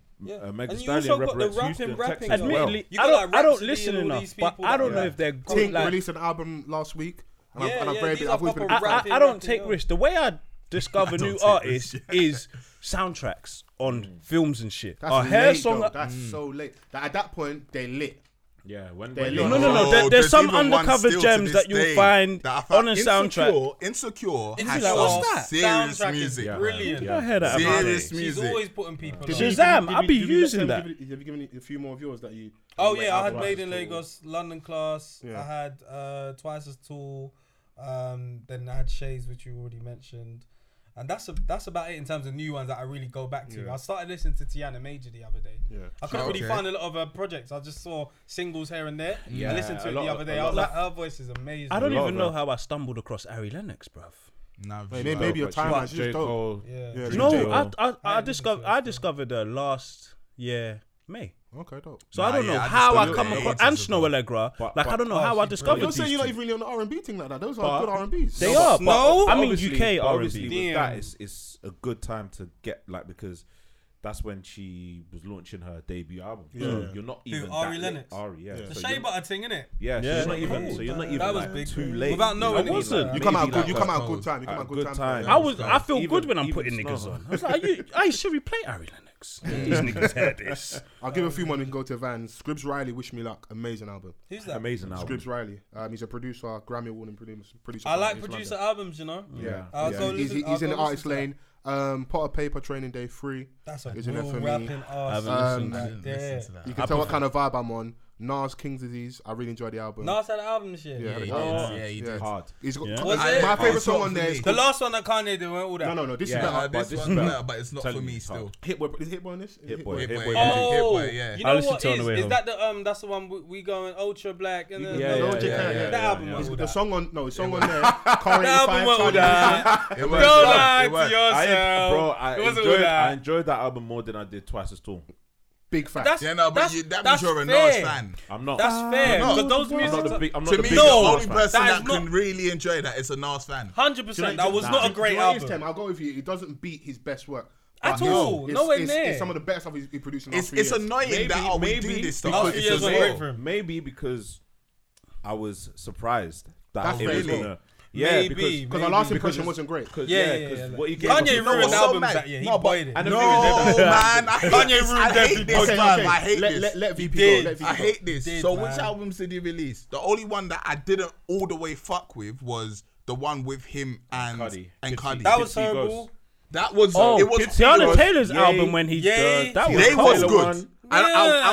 Speaker 3: Megan
Speaker 2: And you
Speaker 3: Stallion
Speaker 2: also got the
Speaker 3: represents
Speaker 2: rapping,
Speaker 3: Houston,
Speaker 2: rapping
Speaker 3: Texas
Speaker 2: as
Speaker 3: as well.
Speaker 2: well.
Speaker 5: Admittedly,
Speaker 2: You
Speaker 5: I
Speaker 2: got,
Speaker 5: don't,
Speaker 2: like,
Speaker 5: I don't
Speaker 2: Rhapsody
Speaker 5: listen
Speaker 2: and all
Speaker 5: enough,
Speaker 2: these
Speaker 5: but
Speaker 2: people
Speaker 5: I
Speaker 2: that-
Speaker 5: don't know if they're good.
Speaker 4: Tink
Speaker 5: Like,
Speaker 4: released an album last week, and
Speaker 2: Yeah,
Speaker 4: I've, and
Speaker 2: yeah,
Speaker 4: I've read
Speaker 2: these
Speaker 4: it.
Speaker 2: are
Speaker 4: I've always been a
Speaker 2: proper
Speaker 4: big
Speaker 5: I,
Speaker 4: fan.
Speaker 5: I, I don't take risks. The way I discover new artists is soundtracks on films and shit.
Speaker 4: That's
Speaker 5: a hair
Speaker 4: late,
Speaker 5: song.
Speaker 4: though. That's so late. That at that point they lit.
Speaker 3: Yeah, when
Speaker 4: They're
Speaker 3: when
Speaker 4: lit.
Speaker 5: No, no, no.
Speaker 7: Oh,
Speaker 5: there- there's some
Speaker 7: even one
Speaker 5: undercover
Speaker 7: still to
Speaker 5: gems
Speaker 7: this
Speaker 5: that you'll
Speaker 7: day
Speaker 5: find
Speaker 7: that I found-
Speaker 5: on a soundtrack.
Speaker 7: Insecure, Insecure has
Speaker 2: Insecure.
Speaker 7: some
Speaker 2: What's that?
Speaker 7: serious
Speaker 2: Soundtrack is
Speaker 7: music.
Speaker 3: Yeah,
Speaker 2: Brilliant.
Speaker 3: yeah.
Speaker 5: I hear that. about it.
Speaker 7: Serious
Speaker 2: She's
Speaker 7: music.
Speaker 2: always putting people.
Speaker 5: Did you-
Speaker 2: on.
Speaker 5: Shazam,
Speaker 4: Did you-
Speaker 5: I'll
Speaker 4: did
Speaker 5: be
Speaker 4: you- did you
Speaker 5: using
Speaker 4: let
Speaker 5: that.
Speaker 4: them give you- Have you given a few more of yours that you?
Speaker 2: Oh
Speaker 4: you went
Speaker 2: yeah, I
Speaker 4: out
Speaker 2: had
Speaker 4: the
Speaker 2: Made in
Speaker 4: last-
Speaker 2: Lagos, London Class.
Speaker 4: Yeah.
Speaker 2: I had uh, Twice as Tall. Um, then I had Shades, which you already mentioned, and that's a, that's about it in terms of new ones that I really go back to. I started listening to Tiana Major the other day.
Speaker 4: Yeah.
Speaker 2: I couldn't really
Speaker 7: Okay.
Speaker 2: find a lot of her projects. I just saw singles here and there.
Speaker 3: Yeah,
Speaker 2: I listened to
Speaker 3: a
Speaker 2: it
Speaker 3: lot
Speaker 2: the
Speaker 3: of-
Speaker 2: other
Speaker 3: a
Speaker 2: day.
Speaker 3: lot
Speaker 2: I was
Speaker 3: of-
Speaker 2: like, her voice is amazing.
Speaker 5: I don't
Speaker 3: Love
Speaker 5: even
Speaker 3: it.
Speaker 5: know how I stumbled across Ari Lennox, bruv.
Speaker 7: Nah,
Speaker 4: Maybe-
Speaker 7: nah.
Speaker 4: maybe your
Speaker 3: but
Speaker 4: time
Speaker 3: she
Speaker 4: out
Speaker 3: was
Speaker 4: is just
Speaker 3: J.
Speaker 4: dope.
Speaker 3: Cole.
Speaker 2: Yeah.
Speaker 4: Yeah,
Speaker 3: Dream
Speaker 5: No,
Speaker 3: Girl.
Speaker 5: I
Speaker 2: I
Speaker 5: I, I
Speaker 2: haven't
Speaker 5: discovered
Speaker 2: listened to
Speaker 5: I
Speaker 2: it.
Speaker 5: discovered her last year May.
Speaker 4: Okay, dope.
Speaker 5: So
Speaker 7: Nah,
Speaker 5: I don't know
Speaker 7: yeah, I
Speaker 5: how I
Speaker 7: discovered
Speaker 5: come
Speaker 7: it
Speaker 5: across
Speaker 7: ages
Speaker 5: and
Speaker 7: ago.
Speaker 5: Snow Allegra.
Speaker 3: But-
Speaker 5: like I
Speaker 3: but-
Speaker 5: don't know how I discovered
Speaker 4: You're
Speaker 5: these.
Speaker 4: saying you're
Speaker 5: two.
Speaker 4: not even really on the R and B thing like that. Those
Speaker 3: But-
Speaker 4: are good R and B's.
Speaker 5: They
Speaker 3: No,
Speaker 5: are.
Speaker 3: but-
Speaker 5: but-
Speaker 2: no.
Speaker 5: I mean
Speaker 3: Obviously-
Speaker 5: UK
Speaker 3: but
Speaker 5: R and
Speaker 3: Obviously,
Speaker 5: B.
Speaker 2: Damn.
Speaker 3: with that, it's, it's a good time to get like because that's when she was launching her debut album. So you're not even
Speaker 2: Ari
Speaker 3: that
Speaker 2: Lennox?
Speaker 3: late. Ari, yeah.
Speaker 2: The
Speaker 3: So
Speaker 2: shea
Speaker 3: you're-
Speaker 2: butter thing, innit?
Speaker 3: Yeah, so
Speaker 5: Yeah.
Speaker 3: you're not even. So you're not even
Speaker 2: That was
Speaker 3: like,
Speaker 2: big.
Speaker 3: too late.
Speaker 2: Without knowing
Speaker 3: I
Speaker 2: it, it's
Speaker 3: wasn't.
Speaker 2: like-
Speaker 4: You come out
Speaker 3: Maybe
Speaker 4: good. You
Speaker 3: like
Speaker 4: come out
Speaker 7: a-
Speaker 4: good time. You come
Speaker 3: a
Speaker 4: out
Speaker 3: good
Speaker 4: good
Speaker 3: time.
Speaker 4: time.
Speaker 5: I was. I feel
Speaker 3: Even-
Speaker 5: good when I'm
Speaker 3: even
Speaker 5: putting niggas
Speaker 3: Snow.
Speaker 5: on. I was like, you, I should we play Ari Lennox? These niggas heard this.
Speaker 4: I'll give a few more. and We can go to Van. Scribs Riley, Wish Me Luck, amazing album.
Speaker 2: Who's that?
Speaker 3: amazing album.
Speaker 4: Scribs Riley. Um, he's a producer, Grammy award winning producer.
Speaker 2: I like
Speaker 4: He's
Speaker 2: producer
Speaker 4: London.
Speaker 2: albums, you know.
Speaker 3: Yeah,
Speaker 2: I'll
Speaker 3: yeah.
Speaker 2: go
Speaker 4: He's,
Speaker 2: listen-
Speaker 4: he's
Speaker 2: I'll
Speaker 4: in the
Speaker 2: go listen
Speaker 4: artist
Speaker 2: to that.
Speaker 4: lane. Um, pot of paper, training day three.
Speaker 2: That's a
Speaker 4: Is in there
Speaker 2: real
Speaker 4: for me?
Speaker 2: rapping ass.
Speaker 5: haven't listened
Speaker 2: right
Speaker 5: to
Speaker 7: it.
Speaker 2: there.
Speaker 7: Listen to that.
Speaker 4: You can tell what kind of vibe I'm on. Nas, King's Disease. I really enjoy the album.
Speaker 2: Nas had an album this year.
Speaker 4: Yeah, I
Speaker 7: Yeah,
Speaker 4: like
Speaker 7: he
Speaker 4: that
Speaker 7: did.
Speaker 4: one.
Speaker 7: Yeah, he
Speaker 4: Yeah.
Speaker 7: did.
Speaker 3: Hard.
Speaker 4: He's got
Speaker 5: Yeah.
Speaker 2: Was
Speaker 4: my
Speaker 2: it?
Speaker 7: Oh,
Speaker 4: favorite
Speaker 7: it's not
Speaker 4: song on
Speaker 7: for
Speaker 4: there.
Speaker 7: me.
Speaker 4: Is
Speaker 2: The
Speaker 4: called,
Speaker 2: last one that Kanye did weren't all that.
Speaker 4: no, no, no. This
Speaker 3: Yeah.
Speaker 4: is better.
Speaker 7: Nah,
Speaker 3: But
Speaker 7: this
Speaker 3: this
Speaker 7: one's
Speaker 3: is better.
Speaker 7: better, but it's not
Speaker 3: Tell
Speaker 7: for
Speaker 3: you,
Speaker 7: me
Speaker 3: it's
Speaker 7: still.
Speaker 3: hard.
Speaker 4: Hit boy, is hit boy on this? Is
Speaker 3: Hit Boy.
Speaker 7: Hit
Speaker 3: Hit
Speaker 7: Boy.
Speaker 3: Boy.
Speaker 7: Oh,
Speaker 2: Oh,
Speaker 7: Hitboy, yeah.
Speaker 2: you
Speaker 5: I
Speaker 2: know
Speaker 5: listened
Speaker 2: what
Speaker 5: to it on
Speaker 2: is?
Speaker 5: the way
Speaker 2: Is
Speaker 5: home.
Speaker 2: that the um? That's the one we, we going ultra black and then
Speaker 3: Yeah,
Speaker 2: no,
Speaker 3: yeah,
Speaker 2: that
Speaker 3: yeah, yeah, yeah,
Speaker 2: album.
Speaker 3: yeah.
Speaker 2: was all
Speaker 4: The
Speaker 2: that.
Speaker 4: song on no, the song on there. Car
Speaker 2: That album was all that.
Speaker 7: It
Speaker 2: Don't
Speaker 7: was.
Speaker 2: lie
Speaker 7: It
Speaker 2: to
Speaker 7: was.
Speaker 3: I,
Speaker 2: yourself.
Speaker 3: bro, I
Speaker 2: It wasn't all
Speaker 3: enjoyed,
Speaker 2: that.
Speaker 3: I enjoyed that album more than I did twice as tall.
Speaker 4: Big fact.
Speaker 2: That's-
Speaker 7: Yeah, no, but
Speaker 2: That's-
Speaker 7: you, that
Speaker 2: that's
Speaker 7: means you're a
Speaker 2: fair.
Speaker 7: Nas fan.
Speaker 3: I'm not.
Speaker 2: That's fair.
Speaker 7: no,
Speaker 2: Because those
Speaker 3: I'm not the
Speaker 2: music.
Speaker 3: big. I'm not
Speaker 7: To
Speaker 3: the
Speaker 7: me,
Speaker 3: biggest
Speaker 7: the
Speaker 2: No,
Speaker 7: only
Speaker 3: Nas fan.
Speaker 7: person
Speaker 2: that is
Speaker 7: that can
Speaker 2: not-
Speaker 7: really enjoy that is a Nas fan.
Speaker 2: Hundred percent. That was not a great
Speaker 4: Do you know what it is, Tem?
Speaker 2: album.
Speaker 4: I'll go with you. It doesn't beat his best work.
Speaker 2: At
Speaker 4: But
Speaker 2: all.
Speaker 4: it's-
Speaker 2: No way
Speaker 4: it's,
Speaker 2: near.
Speaker 4: It's some of the best stuff he's he produced in the
Speaker 7: It's
Speaker 4: last few
Speaker 7: it's
Speaker 4: years.
Speaker 7: annoying that I would do this stuff.
Speaker 2: because
Speaker 7: It's
Speaker 2: he has
Speaker 7: annoying.
Speaker 2: Oh, a great for him.
Speaker 3: maybe because I was surprised that
Speaker 4: That's
Speaker 3: it was
Speaker 4: really-
Speaker 3: gonna. Yeah,
Speaker 2: Maybe,
Speaker 3: because
Speaker 4: because our last
Speaker 3: because
Speaker 4: impression
Speaker 3: it's-
Speaker 4: wasn't great.
Speaker 3: Cause,
Speaker 2: Yeah,
Speaker 3: yeah,
Speaker 2: yeah,
Speaker 3: because
Speaker 2: yeah,
Speaker 3: what he
Speaker 2: yeah.
Speaker 3: gave
Speaker 2: Kanye ruined
Speaker 3: us- No,
Speaker 2: albums
Speaker 3: what's so mad-
Speaker 2: that year. He
Speaker 3: no, but-
Speaker 2: buried it.
Speaker 3: and the
Speaker 7: No,
Speaker 3: thing is that-
Speaker 7: man, I hate
Speaker 2: Kanye
Speaker 7: this.
Speaker 2: ruined
Speaker 7: I hate
Speaker 2: everything.
Speaker 7: this,
Speaker 2: Okay,
Speaker 7: man.
Speaker 4: okay.
Speaker 7: I hate
Speaker 4: Let-
Speaker 7: this.
Speaker 4: let- let
Speaker 7: He
Speaker 4: VP go,
Speaker 7: did.
Speaker 4: let VP
Speaker 7: I
Speaker 4: go.
Speaker 7: hate this.
Speaker 2: He did,
Speaker 7: so which
Speaker 2: man.
Speaker 7: albums did he release? The only one that I didn't all the way fuck with was the one with him and
Speaker 3: Cardi.
Speaker 7: and Cardi.
Speaker 2: That was
Speaker 3: Gypsy
Speaker 2: terrible.
Speaker 3: Ghost.
Speaker 7: That was
Speaker 5: Oh,
Speaker 7: it was
Speaker 5: Tiana
Speaker 7: it was-
Speaker 5: Taylor's
Speaker 3: Yay.
Speaker 5: album when he
Speaker 2: Yay.
Speaker 5: does that was
Speaker 7: They
Speaker 5: cold.
Speaker 7: was
Speaker 3: Taylor
Speaker 7: good.
Speaker 3: one.
Speaker 7: I, I, I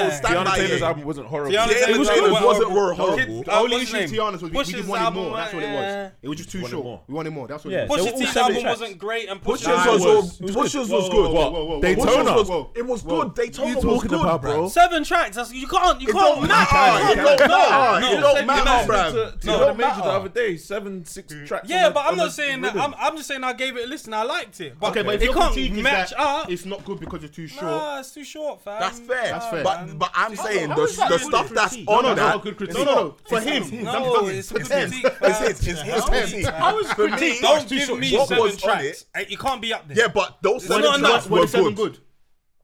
Speaker 7: will
Speaker 2: Yeah.
Speaker 7: stand
Speaker 3: Tiana
Speaker 7: by
Speaker 3: Taylor's
Speaker 7: it.
Speaker 3: album wasn't horrible.
Speaker 2: Tiana
Speaker 7: Taylor
Speaker 2: Taylor's
Speaker 7: Taylor's
Speaker 2: album
Speaker 7: wasn't horrible.
Speaker 2: Kid-
Speaker 4: The
Speaker 2: uh,
Speaker 4: only
Speaker 2: what's
Speaker 4: issue
Speaker 2: his
Speaker 4: with
Speaker 2: name?
Speaker 4: Tiana's was we, we
Speaker 2: Bush's
Speaker 4: did wanted
Speaker 2: album,
Speaker 4: more. That's what it was.
Speaker 2: uh,
Speaker 4: It was just too
Speaker 3: wanted
Speaker 4: short.
Speaker 3: more.
Speaker 4: We wanted more. That's what
Speaker 5: Yeah.
Speaker 4: it was.
Speaker 5: They were
Speaker 2: Pusha
Speaker 5: all
Speaker 2: T's
Speaker 5: separate
Speaker 2: album
Speaker 5: tracks.
Speaker 2: wasn't great, and
Speaker 7: Pusha's
Speaker 2: Pusha
Speaker 3: Nah,
Speaker 7: was,
Speaker 3: it was.
Speaker 7: was,
Speaker 3: It was
Speaker 7: Pusha's
Speaker 3: good.
Speaker 7: was
Speaker 3: Whoa,
Speaker 7: good.
Speaker 3: whoa, whoa, whoa,
Speaker 4: whoa.
Speaker 7: Pusha's
Speaker 3: Daytona.
Speaker 7: was,
Speaker 4: Whoa.
Speaker 7: it was
Speaker 4: Whoa.
Speaker 7: good. Daytona
Speaker 3: You
Speaker 7: was
Speaker 3: talking
Speaker 7: good,
Speaker 3: about, bro?
Speaker 7: bruv.
Speaker 2: Seven tracks. That's, you can't. You
Speaker 7: It
Speaker 2: can't
Speaker 7: don't
Speaker 2: match.
Speaker 7: matter. It
Speaker 2: You
Speaker 7: don't
Speaker 2: can't-
Speaker 7: matter.
Speaker 2: no,
Speaker 7: It don't
Speaker 2: no,
Speaker 7: matter,
Speaker 2: no,
Speaker 7: bruv.
Speaker 3: To, to
Speaker 2: No,
Speaker 3: no,
Speaker 2: it
Speaker 3: major the
Speaker 2: matter.
Speaker 3: other day, seven, six tracks.
Speaker 2: Mm. Yeah,
Speaker 3: on a-
Speaker 2: but
Speaker 3: on
Speaker 2: I'm
Speaker 3: a
Speaker 2: not saying that.
Speaker 3: rhythm.
Speaker 2: I'm, I'm just saying I gave it a listen. I liked it. But
Speaker 4: Okay, but if
Speaker 2: it
Speaker 4: your
Speaker 2: can't
Speaker 4: critique is
Speaker 2: match
Speaker 4: that
Speaker 2: up.
Speaker 4: It's not good because it's too short.
Speaker 2: Nah, it's too short, fam.
Speaker 7: That's fair.
Speaker 4: That's fair.
Speaker 7: But but I'm saying the,
Speaker 5: how is that
Speaker 7: the
Speaker 5: good
Speaker 7: stuff that's
Speaker 5: critique?
Speaker 7: on
Speaker 4: no,
Speaker 7: that.
Speaker 4: no, good
Speaker 7: it's
Speaker 4: critique. No,
Speaker 7: not-
Speaker 4: no, for him.
Speaker 2: No, it's a critique.
Speaker 7: It's
Speaker 2: fam.
Speaker 7: his. It's his critique.
Speaker 5: How is
Speaker 7: For me,
Speaker 5: critique?
Speaker 2: Don't give me
Speaker 7: What
Speaker 2: seven
Speaker 7: was on it-
Speaker 2: tracks. It it can't be up there.
Speaker 7: Yeah, but those
Speaker 2: not
Speaker 7: seven
Speaker 2: enough.
Speaker 7: tracks
Speaker 4: Were
Speaker 7: were
Speaker 4: the seven
Speaker 7: good.
Speaker 4: good?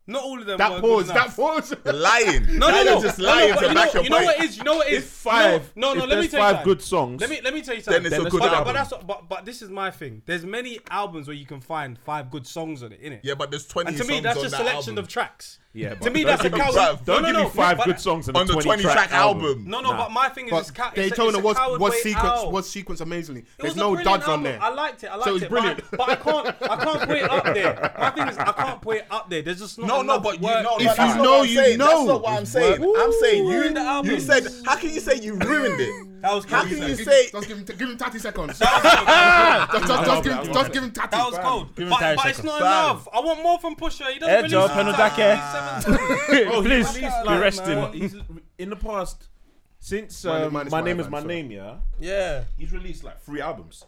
Speaker 2: Not all of them. were
Speaker 4: That
Speaker 2: good
Speaker 4: pause.
Speaker 2: enough.
Speaker 4: That pause.
Speaker 7: Lying.
Speaker 2: No, no,
Speaker 7: Now
Speaker 2: no.
Speaker 7: you're just
Speaker 2: No, no,
Speaker 7: lying
Speaker 2: but
Speaker 7: to
Speaker 2: you know,
Speaker 7: back your
Speaker 2: you know what
Speaker 7: point.
Speaker 2: it is. You know what it is.
Speaker 3: If five,
Speaker 2: No, no.
Speaker 3: if
Speaker 2: let me
Speaker 3: there's
Speaker 2: tell you
Speaker 3: five
Speaker 2: something.
Speaker 3: good songs,
Speaker 2: Let me let me tell you something.
Speaker 7: Then it's a
Speaker 3: it's
Speaker 7: good
Speaker 3: fine.
Speaker 2: but,
Speaker 7: album.
Speaker 2: but that's what, but but this is my thing. There's many albums where you can find five good songs on it, innit?
Speaker 7: Yeah, but there's 20
Speaker 2: And to me,
Speaker 7: songs
Speaker 2: that's
Speaker 7: on
Speaker 2: just
Speaker 7: that
Speaker 2: selection
Speaker 7: album.
Speaker 2: of tracks.
Speaker 3: Yeah,
Speaker 2: to
Speaker 3: but
Speaker 2: me
Speaker 3: don't
Speaker 2: that's a
Speaker 7: give me
Speaker 2: coward.
Speaker 7: five-
Speaker 2: no,
Speaker 3: don't
Speaker 2: no,
Speaker 3: give
Speaker 2: no,
Speaker 3: me five
Speaker 2: but-
Speaker 3: good songs and
Speaker 7: on the 20 track album.
Speaker 2: No, no,
Speaker 3: Nah.
Speaker 2: but my thing is,
Speaker 4: But
Speaker 2: it's, ca- it's a-
Speaker 4: Daytona
Speaker 2: it's a
Speaker 4: was
Speaker 2: coward
Speaker 4: was
Speaker 2: way
Speaker 4: secrets
Speaker 2: out.
Speaker 4: was sequenced amazingly.
Speaker 2: It
Speaker 4: There's
Speaker 2: was a
Speaker 4: no
Speaker 2: brilliant
Speaker 4: duds on
Speaker 2: album.
Speaker 4: there.
Speaker 2: I liked it. I liked
Speaker 4: it was
Speaker 2: it. but I-
Speaker 4: brilliant.
Speaker 2: But, I can't. I can't put it up there. My thing is, I can't put it up there. There's just not
Speaker 7: No, no,
Speaker 2: enough
Speaker 7: but you
Speaker 2: work.
Speaker 7: know.
Speaker 4: If you know, you know.
Speaker 7: That's not what I'm saying. I'm saying
Speaker 2: Ruined the
Speaker 7: you.
Speaker 2: album.
Speaker 7: You said. How can you say you ruined it?
Speaker 2: That was
Speaker 7: How
Speaker 2: cold.
Speaker 7: can you
Speaker 4: Give-
Speaker 7: say-
Speaker 4: Just give him, give him 30 seconds. just,
Speaker 2: that
Speaker 4: [LAUGHS] just, just, give, him- just give him 30.
Speaker 2: was cold. But,
Speaker 5: him time
Speaker 2: but it's
Speaker 5: second.
Speaker 2: not
Speaker 7: Fam.
Speaker 2: enough. I want more from Pusha. He doesn't
Speaker 5: Head
Speaker 2: release
Speaker 5: job,
Speaker 2: his
Speaker 5: Penodake.
Speaker 2: album every seven-
Speaker 3: [LAUGHS] Oh,
Speaker 5: Please be
Speaker 2: like,
Speaker 5: resting.
Speaker 3: He's in the past since
Speaker 4: My
Speaker 3: um,
Speaker 4: Name-
Speaker 3: my,
Speaker 4: Mine is My
Speaker 3: name is
Speaker 4: Band,
Speaker 3: my
Speaker 4: sorry.
Speaker 3: name. Yeah,
Speaker 2: Yeah.
Speaker 3: he's released like three albums.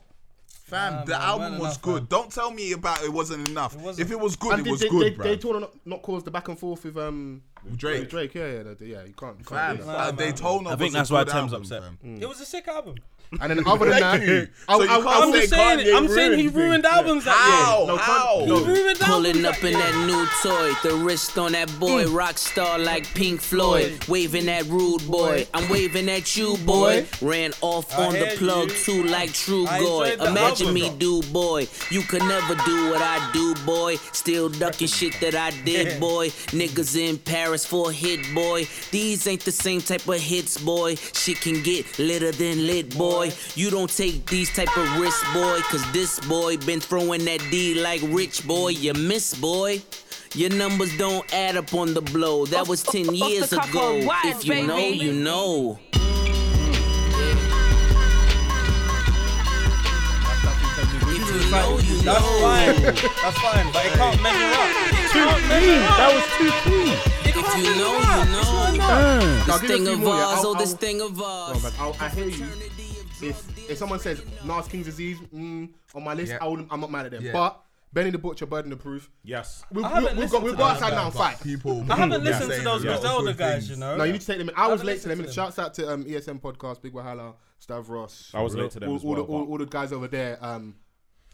Speaker 7: Fam, the
Speaker 2: man,
Speaker 7: album
Speaker 2: well
Speaker 7: was
Speaker 2: enough,
Speaker 7: good. Don't tell me about it wasn't enough.
Speaker 2: wasn't.
Speaker 7: If it was good,
Speaker 4: And
Speaker 7: it was
Speaker 4: they, they,
Speaker 7: good,
Speaker 4: they, they
Speaker 7: bruv.
Speaker 4: told her not, not cause the back and forth with um
Speaker 7: Drake.
Speaker 4: Drake. Yeah, yeah, they- yeah. You can't. You can't
Speaker 7: Fam,
Speaker 4: do that.
Speaker 7: like, Daytona
Speaker 5: I think
Speaker 7: was a
Speaker 5: that's why
Speaker 7: good
Speaker 5: Tem's
Speaker 7: album,
Speaker 5: upset.
Speaker 7: fam.
Speaker 2: It was a sick album.
Speaker 4: And then other
Speaker 2: [LAUGHS]
Speaker 4: than that,
Speaker 7: Thank you.
Speaker 4: I,
Speaker 7: So you
Speaker 4: I,
Speaker 7: can't
Speaker 4: I,
Speaker 2: I'm
Speaker 7: say
Speaker 4: would
Speaker 2: just saying it. I'm saying he
Speaker 4: things.
Speaker 2: ruined albums that
Speaker 7: How?
Speaker 4: no,
Speaker 7: How?
Speaker 4: can't-
Speaker 2: year. He ruined albums
Speaker 9: Pulling up
Speaker 2: that
Speaker 9: in
Speaker 2: year.
Speaker 9: that new toy, the wrist on that boy,
Speaker 2: Mm.
Speaker 9: rock star like Pink Floyd, waving that rude boy. I'm waving at you, boy. Ran off
Speaker 2: I
Speaker 9: on the
Speaker 2: hear
Speaker 9: plug
Speaker 2: you.
Speaker 9: too like True
Speaker 2: I
Speaker 9: Goy.
Speaker 2: enjoyed the
Speaker 9: Imagine
Speaker 2: album,
Speaker 9: me,
Speaker 2: though.
Speaker 9: do boy. You could never do what I do, boy. Still ducking shit that I did, boy. Niggas in Paris for a hit, boy. These ain't the same type of hits, boy. Shit can get litter than lit, boy. You don't take these type of risks, boy. Cause this boy been throwing that D like rich boy. You miss, boy. Your numbers don't add up on the blow. That was 10 years
Speaker 10: the cuff
Speaker 9: ago.
Speaker 10: on wax,
Speaker 9: If you know,
Speaker 10: baby.
Speaker 9: you know. If you know, you
Speaker 2: That's
Speaker 9: know.
Speaker 2: fine. That's fine. But it can't measure up. It can't measure up.
Speaker 5: That was too clean.
Speaker 2: It
Speaker 9: If
Speaker 2: can't
Speaker 9: you
Speaker 2: measure
Speaker 9: know,
Speaker 2: up.
Speaker 9: you
Speaker 2: It's not
Speaker 9: know.
Speaker 2: enough.
Speaker 9: This
Speaker 4: give you
Speaker 9: thing
Speaker 4: a few
Speaker 9: of
Speaker 4: more, yeah.
Speaker 9: ours,
Speaker 4: I'll-
Speaker 9: oh, this
Speaker 4: I'll-
Speaker 9: thing of
Speaker 4: No,
Speaker 9: ours.
Speaker 4: but I'll- I hear you.
Speaker 9: Eternity of
Speaker 4: If
Speaker 9: drug
Speaker 4: if someone says Nas King's disease mm, on my list,
Speaker 7: Yeah.
Speaker 4: I would, I'm not mad at them.
Speaker 7: Yeah.
Speaker 4: But Benny the Butcher, Burden the Proof.
Speaker 3: Yes.
Speaker 4: We'll,
Speaker 2: haven't
Speaker 4: we'll, we'll, go,
Speaker 2: listened
Speaker 4: we'll
Speaker 2: to
Speaker 4: go
Speaker 2: that
Speaker 4: outside now and fight.
Speaker 7: People,
Speaker 2: I haven't
Speaker 7: people
Speaker 2: listened to
Speaker 7: saying
Speaker 2: those
Speaker 7: a lot of
Speaker 2: Griselda
Speaker 7: good
Speaker 2: guys, you
Speaker 7: things.
Speaker 2: know.
Speaker 4: No, you need to take them. in. I was
Speaker 2: haven't
Speaker 4: late to
Speaker 2: listened
Speaker 4: them.
Speaker 2: to them.
Speaker 4: Shouts out to um, ESM Podcast, Big Wahala, Stav Ross.
Speaker 3: I was late to them
Speaker 4: all,
Speaker 3: as
Speaker 4: all the-
Speaker 3: well.
Speaker 4: all, all the guys over there. Um,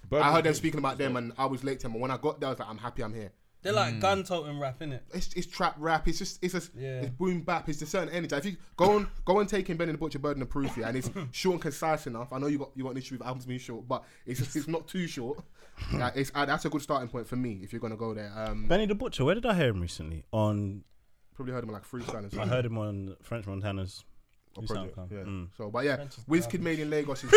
Speaker 3: but-
Speaker 4: I heard them speaking about them, and I was late to them. And when I got there, I was like, I'm happy I'm here.
Speaker 2: They're
Speaker 9: Mm.
Speaker 2: like gun toting rap, innit?
Speaker 4: It's, it's trap rap. It's just it's just
Speaker 2: Yeah.
Speaker 4: it's boom bap. It's a certain energy. If you go on go and take in Ben and the Butcher Bird and the Proof yeah, and
Speaker 3: [LAUGHS]
Speaker 4: it's short and concise enough. I know you got you got an issue with albums being short, but it's just, it's not
Speaker 3: [LAUGHS]
Speaker 4: too short. Like, it's uh, that's a good starting point for me if you're gonna go there. Um,
Speaker 5: Benny the Butcher, where did I hear him recently? On
Speaker 4: probably heard him on, like freestyle and
Speaker 5: I
Speaker 4: stuff.
Speaker 5: heard him on French Montana's
Speaker 4: Or
Speaker 5: new
Speaker 4: project,
Speaker 5: SoundCloud.
Speaker 4: yeah.
Speaker 5: Mm.
Speaker 4: So, but yeah,
Speaker 2: French is
Speaker 4: Wizkid
Speaker 2: garbage.
Speaker 4: made
Speaker 2: [LAUGHS]
Speaker 4: in Lagos is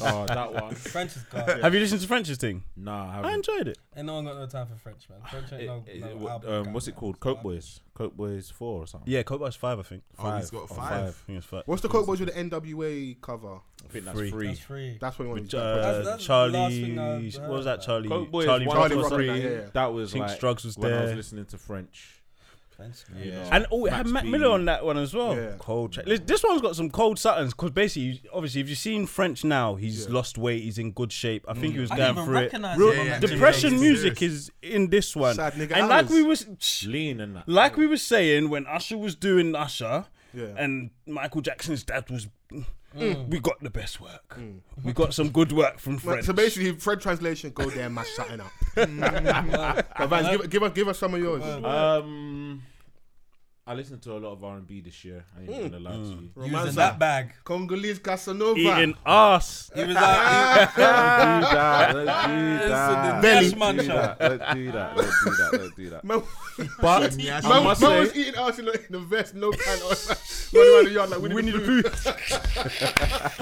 Speaker 3: Oh, that one.
Speaker 2: French is
Speaker 5: [LAUGHS]
Speaker 2: garbage.
Speaker 5: Have you listened to French's thing?
Speaker 3: Nah, I
Speaker 5: I
Speaker 3: haven't.
Speaker 5: enjoyed it.
Speaker 2: Ain't no one got no time for French, man. French ain't
Speaker 3: It-
Speaker 2: no,
Speaker 3: it-
Speaker 2: no
Speaker 3: w-
Speaker 2: album guy,
Speaker 3: um, what's it
Speaker 2: man.
Speaker 3: called? Coke Boys. Coke Boys 4 or something.
Speaker 5: Yeah, Coke Boys five, I think.
Speaker 7: Oh, he's got
Speaker 3: or
Speaker 7: five.
Speaker 5: I think it's five.
Speaker 4: What's the Coke Boys with the NWA cover?
Speaker 3: I think that's
Speaker 5: Three.
Speaker 3: three.
Speaker 2: That's free.
Speaker 4: That's what we want.
Speaker 5: With,
Speaker 4: to
Speaker 5: uh,
Speaker 2: That's- that's the last
Speaker 5: Charlie,
Speaker 2: thing I've
Speaker 5: what
Speaker 2: heard
Speaker 5: was that?
Speaker 2: about.
Speaker 5: Charlie,
Speaker 3: Coke Boys
Speaker 5: Charlie,
Speaker 3: one
Speaker 5: Rock
Speaker 4: Charlie
Speaker 3: to
Speaker 5: or
Speaker 4: Rock,
Speaker 5: something.
Speaker 3: three.
Speaker 4: yeah, yeah.
Speaker 3: That was
Speaker 5: Think
Speaker 3: like
Speaker 5: Strugs was
Speaker 3: when I was
Speaker 5: there.
Speaker 3: listening to French.
Speaker 2: French.
Speaker 3: you know.
Speaker 5: And oh, it had
Speaker 3: Max
Speaker 5: Matt
Speaker 3: B.
Speaker 5: Miller on that one as well.
Speaker 4: Yeah.
Speaker 5: Cold track. Lis- This one's got some cold Suttons because basically, obviously, if you've seen French now, he's lost weight, he's in good shape. I think he was
Speaker 2: I
Speaker 5: going
Speaker 2: didn't even
Speaker 5: through it.
Speaker 2: recognize
Speaker 7: Real-
Speaker 2: him.
Speaker 7: Yeah, yeah.
Speaker 5: Depression
Speaker 7: Jesus.
Speaker 5: music is in this one.
Speaker 4: Sad nigga
Speaker 5: and like
Speaker 4: hours.
Speaker 5: we was
Speaker 3: Lean and that.
Speaker 5: like we were saying when Usher was doing Usher,
Speaker 4: Yeah.
Speaker 5: and Michael Jackson's dad was,
Speaker 2: Mm.
Speaker 5: we got the best work. We got some good work from
Speaker 4: Right,
Speaker 5: French.
Speaker 4: Mm. So basically, Fred translation, go there and mash
Speaker 2: [LAUGHS]
Speaker 4: something up. But Vance, give, give us give us some of yours.
Speaker 3: Um, I listened to a lot of R and B this year. I ain't gonna lie to you.
Speaker 2: Using that bag.
Speaker 4: Congolese Casanova.
Speaker 5: Eating ass.
Speaker 2: He was out.
Speaker 3: Don't do that. Don't do that.
Speaker 2: Belly.
Speaker 3: Don't do that. Don't do that. Don't do that. Don't do that.
Speaker 4: Man, [LAUGHS]
Speaker 3: But
Speaker 7: Yeah,
Speaker 3: I
Speaker 4: man,
Speaker 3: must
Speaker 4: man was
Speaker 3: say-
Speaker 4: eating ass in the, in the vest, no pants, on, [LAUGHS] like, running around the yard like Winnie the Pooh. [LAUGHS]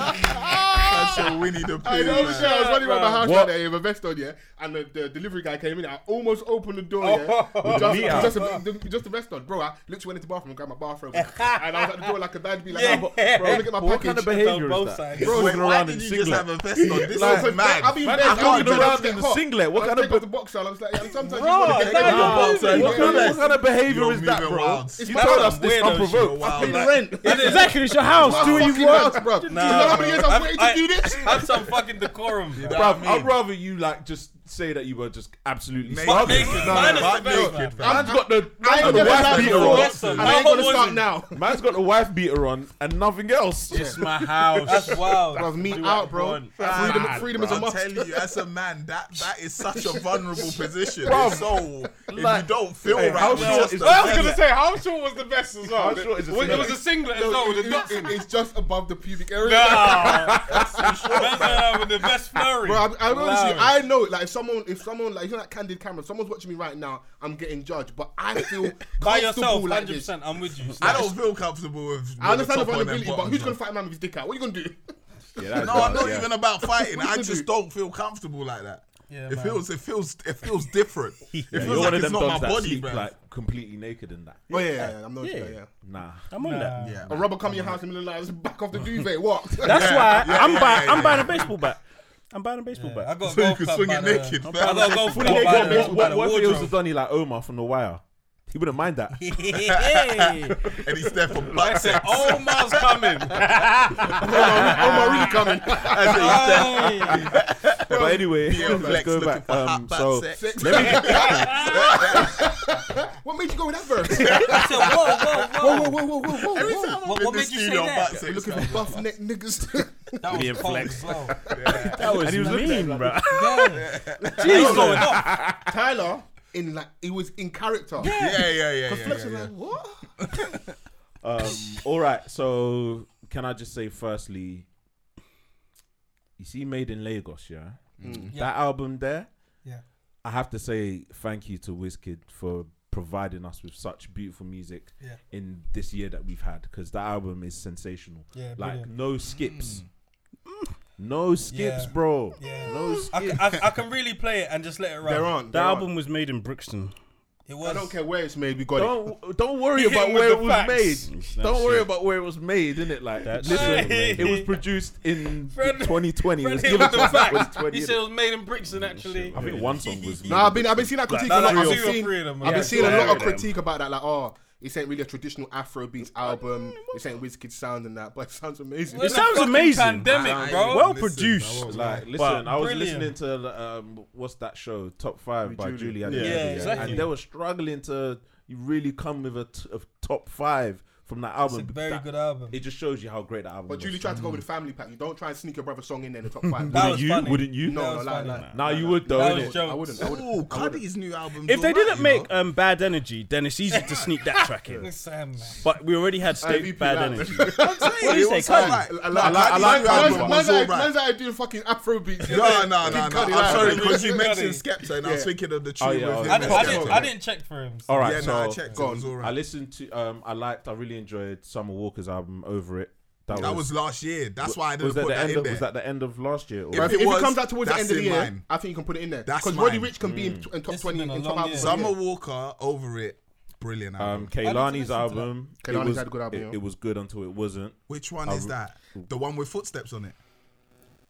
Speaker 7: That's your Winnie the Pooh.
Speaker 4: I know,
Speaker 7: man.
Speaker 4: yeah, I was running around my house
Speaker 3: What?
Speaker 4: that day with a vest on, yeah, and the, the delivery guy came in. I almost opened the
Speaker 3: [LAUGHS]
Speaker 4: door, yeah, with just,
Speaker 3: meat out.
Speaker 4: just, a, the, just the vest on, bro. I literally went into the bathroom and grabbed my bathroom,
Speaker 3: [LAUGHS]
Speaker 4: and I was at the door like a dad, be like,
Speaker 2: Yeah.
Speaker 4: "Nah, bro, bro, look at my
Speaker 3: What
Speaker 4: package.
Speaker 3: kind of
Speaker 2: on
Speaker 3: behavior
Speaker 2: both
Speaker 3: is that?
Speaker 2: sides.
Speaker 4: Bro,
Speaker 7: Wait,
Speaker 3: walking
Speaker 7: why
Speaker 3: around
Speaker 7: did
Speaker 3: in
Speaker 7: you just have
Speaker 3: singlet.
Speaker 7: a vest on? This
Speaker 4: No,
Speaker 7: is
Speaker 4: but
Speaker 7: mad.
Speaker 4: I've been
Speaker 7: Man,
Speaker 4: there,
Speaker 7: I'm
Speaker 4: I've
Speaker 7: walking
Speaker 4: been
Speaker 7: around
Speaker 4: there,
Speaker 3: in
Speaker 4: it's
Speaker 3: the
Speaker 4: hot.
Speaker 3: singlet. What
Speaker 4: I
Speaker 3: kind of
Speaker 4: take out the boxer? I was like, yeah, and sometimes you
Speaker 2: Bro,
Speaker 4: want to get
Speaker 2: now
Speaker 4: it
Speaker 2: you're
Speaker 4: out.
Speaker 2: moving.
Speaker 3: What
Speaker 4: So, yeah,
Speaker 3: kind
Speaker 4: yeah,
Speaker 3: of- what kind of behavior
Speaker 7: You're
Speaker 3: is that,
Speaker 7: moving
Speaker 3: bro?
Speaker 7: wild.
Speaker 3: You
Speaker 4: It's
Speaker 3: told
Speaker 4: wild.
Speaker 3: us this
Speaker 2: Weirdo shit,
Speaker 3: unprovoked.
Speaker 7: wild.
Speaker 4: Pay the
Speaker 7: Like,
Speaker 4: rent.
Speaker 5: That's exactly, it's your house.
Speaker 4: My
Speaker 5: Do what
Speaker 4: fucking
Speaker 5: you want.
Speaker 4: house, bro.
Speaker 2: Nah,
Speaker 4: you know how many
Speaker 2: bro.
Speaker 4: years I've waited to
Speaker 2: I-
Speaker 4: do this?
Speaker 2: Have some fucking decorum.
Speaker 3: Bruv, I'd rather you like just say that you were just absolutely
Speaker 7: Naked.
Speaker 3: starving.
Speaker 2: Naked. Minus
Speaker 7: butt
Speaker 2: the belt,
Speaker 7: naked,
Speaker 2: man.
Speaker 7: bro.
Speaker 4: I've got the. I
Speaker 3: got
Speaker 4: ain't
Speaker 3: the
Speaker 4: never
Speaker 3: wife
Speaker 4: done
Speaker 3: beater
Speaker 4: it
Speaker 3: on.
Speaker 4: before,
Speaker 2: Yes, sir.
Speaker 4: and
Speaker 2: My
Speaker 4: I ain't gonna
Speaker 2: hot
Speaker 4: start
Speaker 2: wasn't.
Speaker 4: now.
Speaker 3: Man's got the wife beater on and nothing else.
Speaker 5: It's my house.
Speaker 2: That's
Speaker 4: [LAUGHS]
Speaker 2: wild.
Speaker 4: Bruv, me
Speaker 2: Do what
Speaker 4: out,
Speaker 2: you
Speaker 4: bro.
Speaker 2: want.
Speaker 4: Freedom,
Speaker 7: Mad,
Speaker 4: freedom
Speaker 7: bro.
Speaker 4: is a
Speaker 7: I'm
Speaker 4: must. [LAUGHS]
Speaker 7: telling you, as a man, that that is such a vulnerable position.
Speaker 3: Bro,
Speaker 7: so if
Speaker 3: like,
Speaker 7: you don't feel
Speaker 3: hey,
Speaker 7: right,
Speaker 3: how
Speaker 7: it's
Speaker 3: short
Speaker 7: just
Speaker 3: is
Speaker 7: a
Speaker 3: the- I
Speaker 7: thing.
Speaker 3: was gonna
Speaker 6: say, how short was the best as well?
Speaker 3: How short is a
Speaker 6: Well, It was a
Speaker 3: singlet?
Speaker 6: singlet as
Speaker 4: No,
Speaker 6: well
Speaker 4: it-
Speaker 6: with a
Speaker 4: it-
Speaker 6: nuts.
Speaker 4: it- It's just above the pubic area.
Speaker 2: That's uh, with the
Speaker 9: [LAUGHS]
Speaker 2: best flurry.
Speaker 4: Bro, I, I honestly,
Speaker 2: Wow.
Speaker 4: I know. Like, if someone, if someone, like, you know, that candid camera. If someone's watching me right now, I'm getting judged. But [LAUGHS] I feel
Speaker 2: By
Speaker 4: comfortable
Speaker 2: yourself,
Speaker 4: like
Speaker 2: 100.
Speaker 4: this.
Speaker 2: percent I'm with you.
Speaker 7: I don't feel comfortable with. with
Speaker 4: I understand the
Speaker 7: top on and
Speaker 4: vulnerability, but
Speaker 7: bottom,
Speaker 4: who's
Speaker 7: bro.
Speaker 4: gonna fight a man with his dick out? What are you gonna do?
Speaker 3: Yeah, that is
Speaker 7: No,
Speaker 3: wild,
Speaker 7: I'm not
Speaker 3: yeah.
Speaker 7: even about fighting. I
Speaker 4: you
Speaker 7: just
Speaker 4: do?
Speaker 7: don't feel comfortable like that.
Speaker 2: Yeah,
Speaker 7: it
Speaker 2: man.
Speaker 7: feels, it feels, it feels different. It
Speaker 3: Yeah,
Speaker 7: feels
Speaker 3: you're
Speaker 7: like
Speaker 3: one of them
Speaker 7: it's not my
Speaker 3: dogs that
Speaker 7: body,
Speaker 3: sleep
Speaker 7: bro.
Speaker 3: like completely naked in that.
Speaker 4: Oh yeah, yeah, yeah. I'm not. Yeah, yeah.
Speaker 3: Nah.
Speaker 5: I'm on that.
Speaker 7: yeah,
Speaker 4: A
Speaker 7: man.
Speaker 4: rubber come in your house and be like, "Just back off the duvet. What?
Speaker 5: That's why
Speaker 7: yeah,
Speaker 5: I'm
Speaker 7: yeah,
Speaker 5: buying.
Speaker 7: yeah,
Speaker 5: I'm
Speaker 7: yeah.
Speaker 5: buying a baseball bat. I'm buying a baseball
Speaker 2: I
Speaker 5: bat.
Speaker 2: got
Speaker 7: So you
Speaker 2: golf
Speaker 7: can
Speaker 2: club
Speaker 7: swing
Speaker 2: by
Speaker 7: it
Speaker 2: the-
Speaker 7: naked,
Speaker 2: I
Speaker 7: fam.
Speaker 2: got golf
Speaker 3: Fully
Speaker 2: club
Speaker 3: naked.
Speaker 2: by the-
Speaker 3: What,
Speaker 2: by
Speaker 3: what,
Speaker 2: the
Speaker 3: what if he was
Speaker 2: wardrobe.
Speaker 3: done you like Omar from The Wire? He wouldn't mind [LAUGHS] that.
Speaker 7: and he's there for butt sex.
Speaker 6: Omar's coming.
Speaker 4: Omar really
Speaker 7: [LAUGHS]
Speaker 4: coming.
Speaker 3: but anyway, [LAUGHS]
Speaker 7: Yeah,
Speaker 3: let's
Speaker 7: Flex
Speaker 3: go
Speaker 7: looking
Speaker 3: back.
Speaker 7: for hot
Speaker 3: Um,
Speaker 7: butt
Speaker 3: so
Speaker 7: sex.
Speaker 4: What made you go with that
Speaker 7: [LAUGHS]
Speaker 4: verse?
Speaker 2: I said, whoa, whoa, whoa.
Speaker 4: whoa, whoa, whoa, whoa, whoa.
Speaker 7: Every
Speaker 4: whoa.
Speaker 7: time I'm
Speaker 2: What-
Speaker 7: in
Speaker 2: what
Speaker 7: the
Speaker 2: made you say
Speaker 7: studio,
Speaker 2: that?
Speaker 7: butt
Speaker 4: You're
Speaker 7: sex.
Speaker 4: looking for buff neck niggas.
Speaker 2: That was
Speaker 3: Brilliant
Speaker 2: cold
Speaker 3: flex.
Speaker 2: as well.
Speaker 5: That was mean, bro.
Speaker 2: He's going off.
Speaker 4: Tyler, in like, he was in character.
Speaker 7: Yeah, yeah, yeah, yeah. yeah,
Speaker 4: Flex was
Speaker 7: yeah.
Speaker 4: like, what?
Speaker 3: um, all right. So can I just say, firstly, you see, Made in Lagos, yeah,
Speaker 2: Mm. Yeah.
Speaker 3: that album there.
Speaker 2: Yeah.
Speaker 3: I have to say thank you to Wizkid for providing us with such beautiful music
Speaker 2: Yeah.
Speaker 3: in this year that we've had because that album is sensational.
Speaker 2: Yeah,
Speaker 3: like
Speaker 2: brilliant. Mm.
Speaker 3: no skips, no skips,
Speaker 2: Yeah.
Speaker 3: bro.
Speaker 2: Yeah.
Speaker 3: No skips.
Speaker 2: I, can- I, I can really play it and just let it run.
Speaker 4: They're on.
Speaker 5: The
Speaker 4: they're on.
Speaker 5: album was made in Brixton.
Speaker 2: It was.
Speaker 4: I don't care where it's made, we got it.
Speaker 3: Don't don't worry
Speaker 7: Hit
Speaker 3: about
Speaker 7: with
Speaker 3: where
Speaker 7: the
Speaker 3: it was
Speaker 7: facts.
Speaker 3: made.
Speaker 5: That's
Speaker 3: don't worry
Speaker 5: it.
Speaker 3: about where it was made, innit? Like
Speaker 5: That's
Speaker 3: listen,
Speaker 5: it, man.
Speaker 3: it was produced [LAUGHS] in
Speaker 2: Fred-
Speaker 3: 2020.
Speaker 2: Fred
Speaker 3: Let's
Speaker 2: hit
Speaker 3: give
Speaker 2: with
Speaker 3: it
Speaker 2: the
Speaker 3: to
Speaker 2: facts.
Speaker 3: 2020.
Speaker 2: He
Speaker 3: innit?
Speaker 2: said it was made in Brixton,
Speaker 5: Mm,
Speaker 2: actually.
Speaker 3: I think one song was.
Speaker 4: Nah, I've been, I've been seeing that critique.
Speaker 2: Nah,
Speaker 4: a lot.
Speaker 2: nah, I
Speaker 4: I've
Speaker 2: see all
Speaker 4: seen,
Speaker 2: three of them,
Speaker 4: I've
Speaker 2: yeah.
Speaker 4: been seeing a
Speaker 5: Yeah,
Speaker 4: lot of
Speaker 5: them.
Speaker 4: critique about that. Like, oh, this ain't really a traditional Afrobeats album. This ain't Wizkid sound and that, but it sounds amazing.
Speaker 2: It
Speaker 5: It sounds amazing.
Speaker 2: Pandemic, bro.
Speaker 5: Well
Speaker 7: Listen,
Speaker 5: produced.
Speaker 7: I won't lie.
Speaker 3: Like, listen, I was
Speaker 2: Brilliant.
Speaker 3: listening to the, um, what's that show? Top Five by
Speaker 4: Julie.
Speaker 3: Julie. and
Speaker 4: Yeah.
Speaker 3: Julia,
Speaker 2: Yeah, exactly.
Speaker 3: And they were struggling to really come with a, t- a top five from that album.
Speaker 2: It's a very
Speaker 3: That-
Speaker 2: good album.
Speaker 3: It just shows you how great that album.
Speaker 4: But
Speaker 3: was.
Speaker 4: Julie tried to go with the family pack. You don't try and sneak your brother's song in there in the top five.
Speaker 2: That
Speaker 4: no,
Speaker 2: was
Speaker 5: you?
Speaker 2: funny.
Speaker 5: Wouldn't you?
Speaker 2: That
Speaker 4: no,
Speaker 2: was
Speaker 4: like,
Speaker 2: funny.
Speaker 4: like,
Speaker 3: Now you would though.
Speaker 2: That
Speaker 3: innit?
Speaker 2: was
Speaker 4: I
Speaker 2: jokes.
Speaker 4: wouldn't. I wouldn't.
Speaker 7: Ooh, Cuddy's new album.
Speaker 5: If they didn't make um, Bad Energy, then it's easy to sneak that track in.
Speaker 2: Sam, man.
Speaker 5: But we already had
Speaker 4: MVP
Speaker 5: State Bad
Speaker 4: Lounge.
Speaker 5: Energy.
Speaker 7: what
Speaker 5: do you say, Cuddy?
Speaker 4: I
Speaker 7: I
Speaker 4: like,
Speaker 7: like
Speaker 4: I like,
Speaker 7: the new
Speaker 4: man's-
Speaker 7: album.
Speaker 4: man's
Speaker 7: It's all
Speaker 4: out-
Speaker 7: right.
Speaker 4: man's out doing fucking Afrobeats.
Speaker 7: No, no, no,
Speaker 4: Kid
Speaker 7: no.
Speaker 4: Cudi,
Speaker 7: I'm
Speaker 4: like-
Speaker 7: sorry, because you
Speaker 2: Kid
Speaker 7: mentioned
Speaker 2: Cudi.
Speaker 7: Skepta, and I was
Speaker 4: Yeah.
Speaker 7: thinking of the tune
Speaker 3: Oh, yeah,
Speaker 7: with
Speaker 3: oh,
Speaker 7: him.
Speaker 3: yeah.
Speaker 2: I,
Speaker 7: and
Speaker 2: didn't- I, didn't, I
Speaker 7: Skepta.
Speaker 2: didn't check for him. so-
Speaker 3: All right,
Speaker 7: Yeah,
Speaker 3: so
Speaker 7: no, I checked. It was all
Speaker 3: I
Speaker 7: right.
Speaker 3: listened to. Um, I liked. I really enjoyed Summer Walker's album. Over it.
Speaker 7: That was last year. That's why I didn't
Speaker 3: was that
Speaker 7: put
Speaker 3: the
Speaker 7: that
Speaker 3: end
Speaker 7: in
Speaker 3: of, was
Speaker 7: there.
Speaker 3: that the end of last year? Or
Speaker 4: If,
Speaker 7: If
Speaker 4: if
Speaker 7: it
Speaker 4: it,
Speaker 7: was,
Speaker 4: comes out towards the end
Speaker 7: that's
Speaker 4: of the
Speaker 7: in
Speaker 4: year,
Speaker 7: mine.
Speaker 4: I think you can put it in there.
Speaker 7: That's
Speaker 4: Because Roddy
Speaker 7: mine.
Speaker 4: Rich can be in, t- in top
Speaker 2: It's
Speaker 4: twenty
Speaker 2: been a
Speaker 4: in top
Speaker 2: long
Speaker 4: albums.
Speaker 2: year.
Speaker 4: of the
Speaker 7: Summer
Speaker 4: year.
Speaker 7: Walker, Over It, brilliant album.
Speaker 3: um, Kaylani's
Speaker 2: listen to
Speaker 3: album. it
Speaker 4: Kehlani's
Speaker 3: was-
Speaker 4: had a good album,
Speaker 3: It,
Speaker 4: yeah.
Speaker 3: it was good until it wasn't.
Speaker 7: Which one is that? The one with footsteps on it?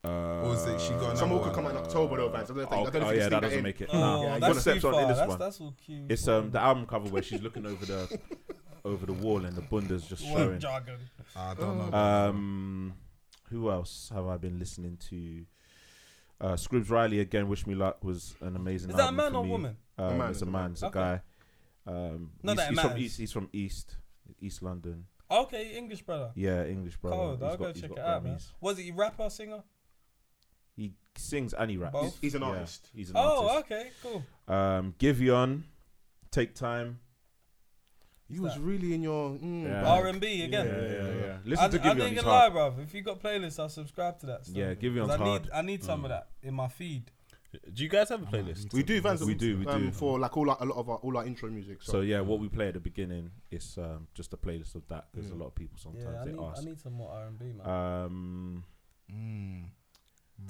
Speaker 3: Uh,
Speaker 7: Or is it she got
Speaker 4: Summer
Speaker 7: another
Speaker 4: Walker
Speaker 7: one?
Speaker 4: come out in October though, Vance. I don't think. I
Speaker 3: oh,
Speaker 4: don't know
Speaker 3: oh,
Speaker 4: if you
Speaker 3: yeah,
Speaker 4: can
Speaker 3: that
Speaker 4: sneak
Speaker 3: doesn't
Speaker 4: in.
Speaker 3: make it.
Speaker 2: Oh,
Speaker 3: Nah. Yeah,
Speaker 2: that's
Speaker 3: Concepts
Speaker 2: too
Speaker 3: on
Speaker 2: far.
Speaker 3: it, this
Speaker 2: that's,
Speaker 3: one.
Speaker 2: that's all cute.
Speaker 3: It's um the album cover where she's looking over the over the wall and the bunda's just
Speaker 2: Word
Speaker 3: showing.
Speaker 2: jargon.
Speaker 7: I don't know.
Speaker 3: Um, who else have I been listening to? Uh, Scribs Riley again. Wish me luck was an amazing.
Speaker 2: Is that a
Speaker 3: album
Speaker 2: man
Speaker 3: for
Speaker 2: or
Speaker 3: me.
Speaker 2: woman?
Speaker 3: Um,
Speaker 4: man,
Speaker 3: It's
Speaker 4: it's
Speaker 3: a
Speaker 4: a
Speaker 3: man. It's a
Speaker 2: Okay.
Speaker 3: guy. Um,
Speaker 2: Not
Speaker 3: he's,
Speaker 2: that it
Speaker 3: he's from
Speaker 2: matters.
Speaker 3: East. He's from East. East London.
Speaker 2: Okay, English brother.
Speaker 3: Yeah, English brother.
Speaker 2: Cold.
Speaker 3: He's
Speaker 2: I'll go
Speaker 3: got- he's
Speaker 2: check it
Speaker 3: got
Speaker 2: out, man.
Speaker 3: Grammys.
Speaker 2: Was he rapper, singer?
Speaker 3: He sings and he raps.
Speaker 2: Both?
Speaker 4: He's- he's an
Speaker 3: Yeah,
Speaker 4: artist.
Speaker 3: he's an
Speaker 2: Oh,
Speaker 3: artist.
Speaker 2: okay, cool.
Speaker 3: Um, Giveon, take time.
Speaker 4: You was really in your. mm,
Speaker 3: Yeah.
Speaker 4: bag.
Speaker 2: R and B again.
Speaker 3: Uh, yeah.
Speaker 2: I,
Speaker 3: Listen
Speaker 2: I
Speaker 3: to Giveon.
Speaker 2: didn't
Speaker 3: He's
Speaker 2: gonna lie,
Speaker 3: hard.
Speaker 2: bro. If you got playlists, I'll subscribe to that. Stuff.
Speaker 3: Yeah, Giveon's
Speaker 2: 'Cause I need,
Speaker 3: hard.
Speaker 2: I need some of that in my feed.
Speaker 5: Do you guys have a playlist?
Speaker 4: We do, Vance.
Speaker 3: We do, we
Speaker 4: um,
Speaker 3: do.
Speaker 4: For like all our, a lot of our all our intro music. So,
Speaker 3: So yeah, what we play at the beginning is um, just a playlist of that because a lot of people sometimes
Speaker 2: Yeah, I
Speaker 3: they
Speaker 2: need, I
Speaker 3: ask.
Speaker 2: need some more R and B, man.
Speaker 3: Um,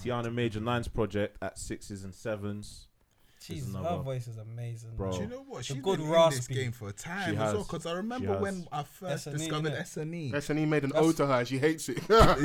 Speaker 3: Tiana Major Nines project at sixes and sevens,
Speaker 2: Jesus, her
Speaker 3: another-
Speaker 2: voice is amazing. man.
Speaker 3: bro.
Speaker 7: Do you know what? She's
Speaker 2: good
Speaker 7: been in this
Speaker 2: raspy.
Speaker 7: game for a time
Speaker 3: She
Speaker 7: as well.
Speaker 3: has.
Speaker 7: Because I
Speaker 3: She
Speaker 7: remember
Speaker 3: has. E.
Speaker 7: when I first
Speaker 2: SNE,
Speaker 7: discovered
Speaker 2: innit?
Speaker 7: SNE.
Speaker 4: SNE made an ode to her. She hates it.
Speaker 7: [LAUGHS] Yeah, I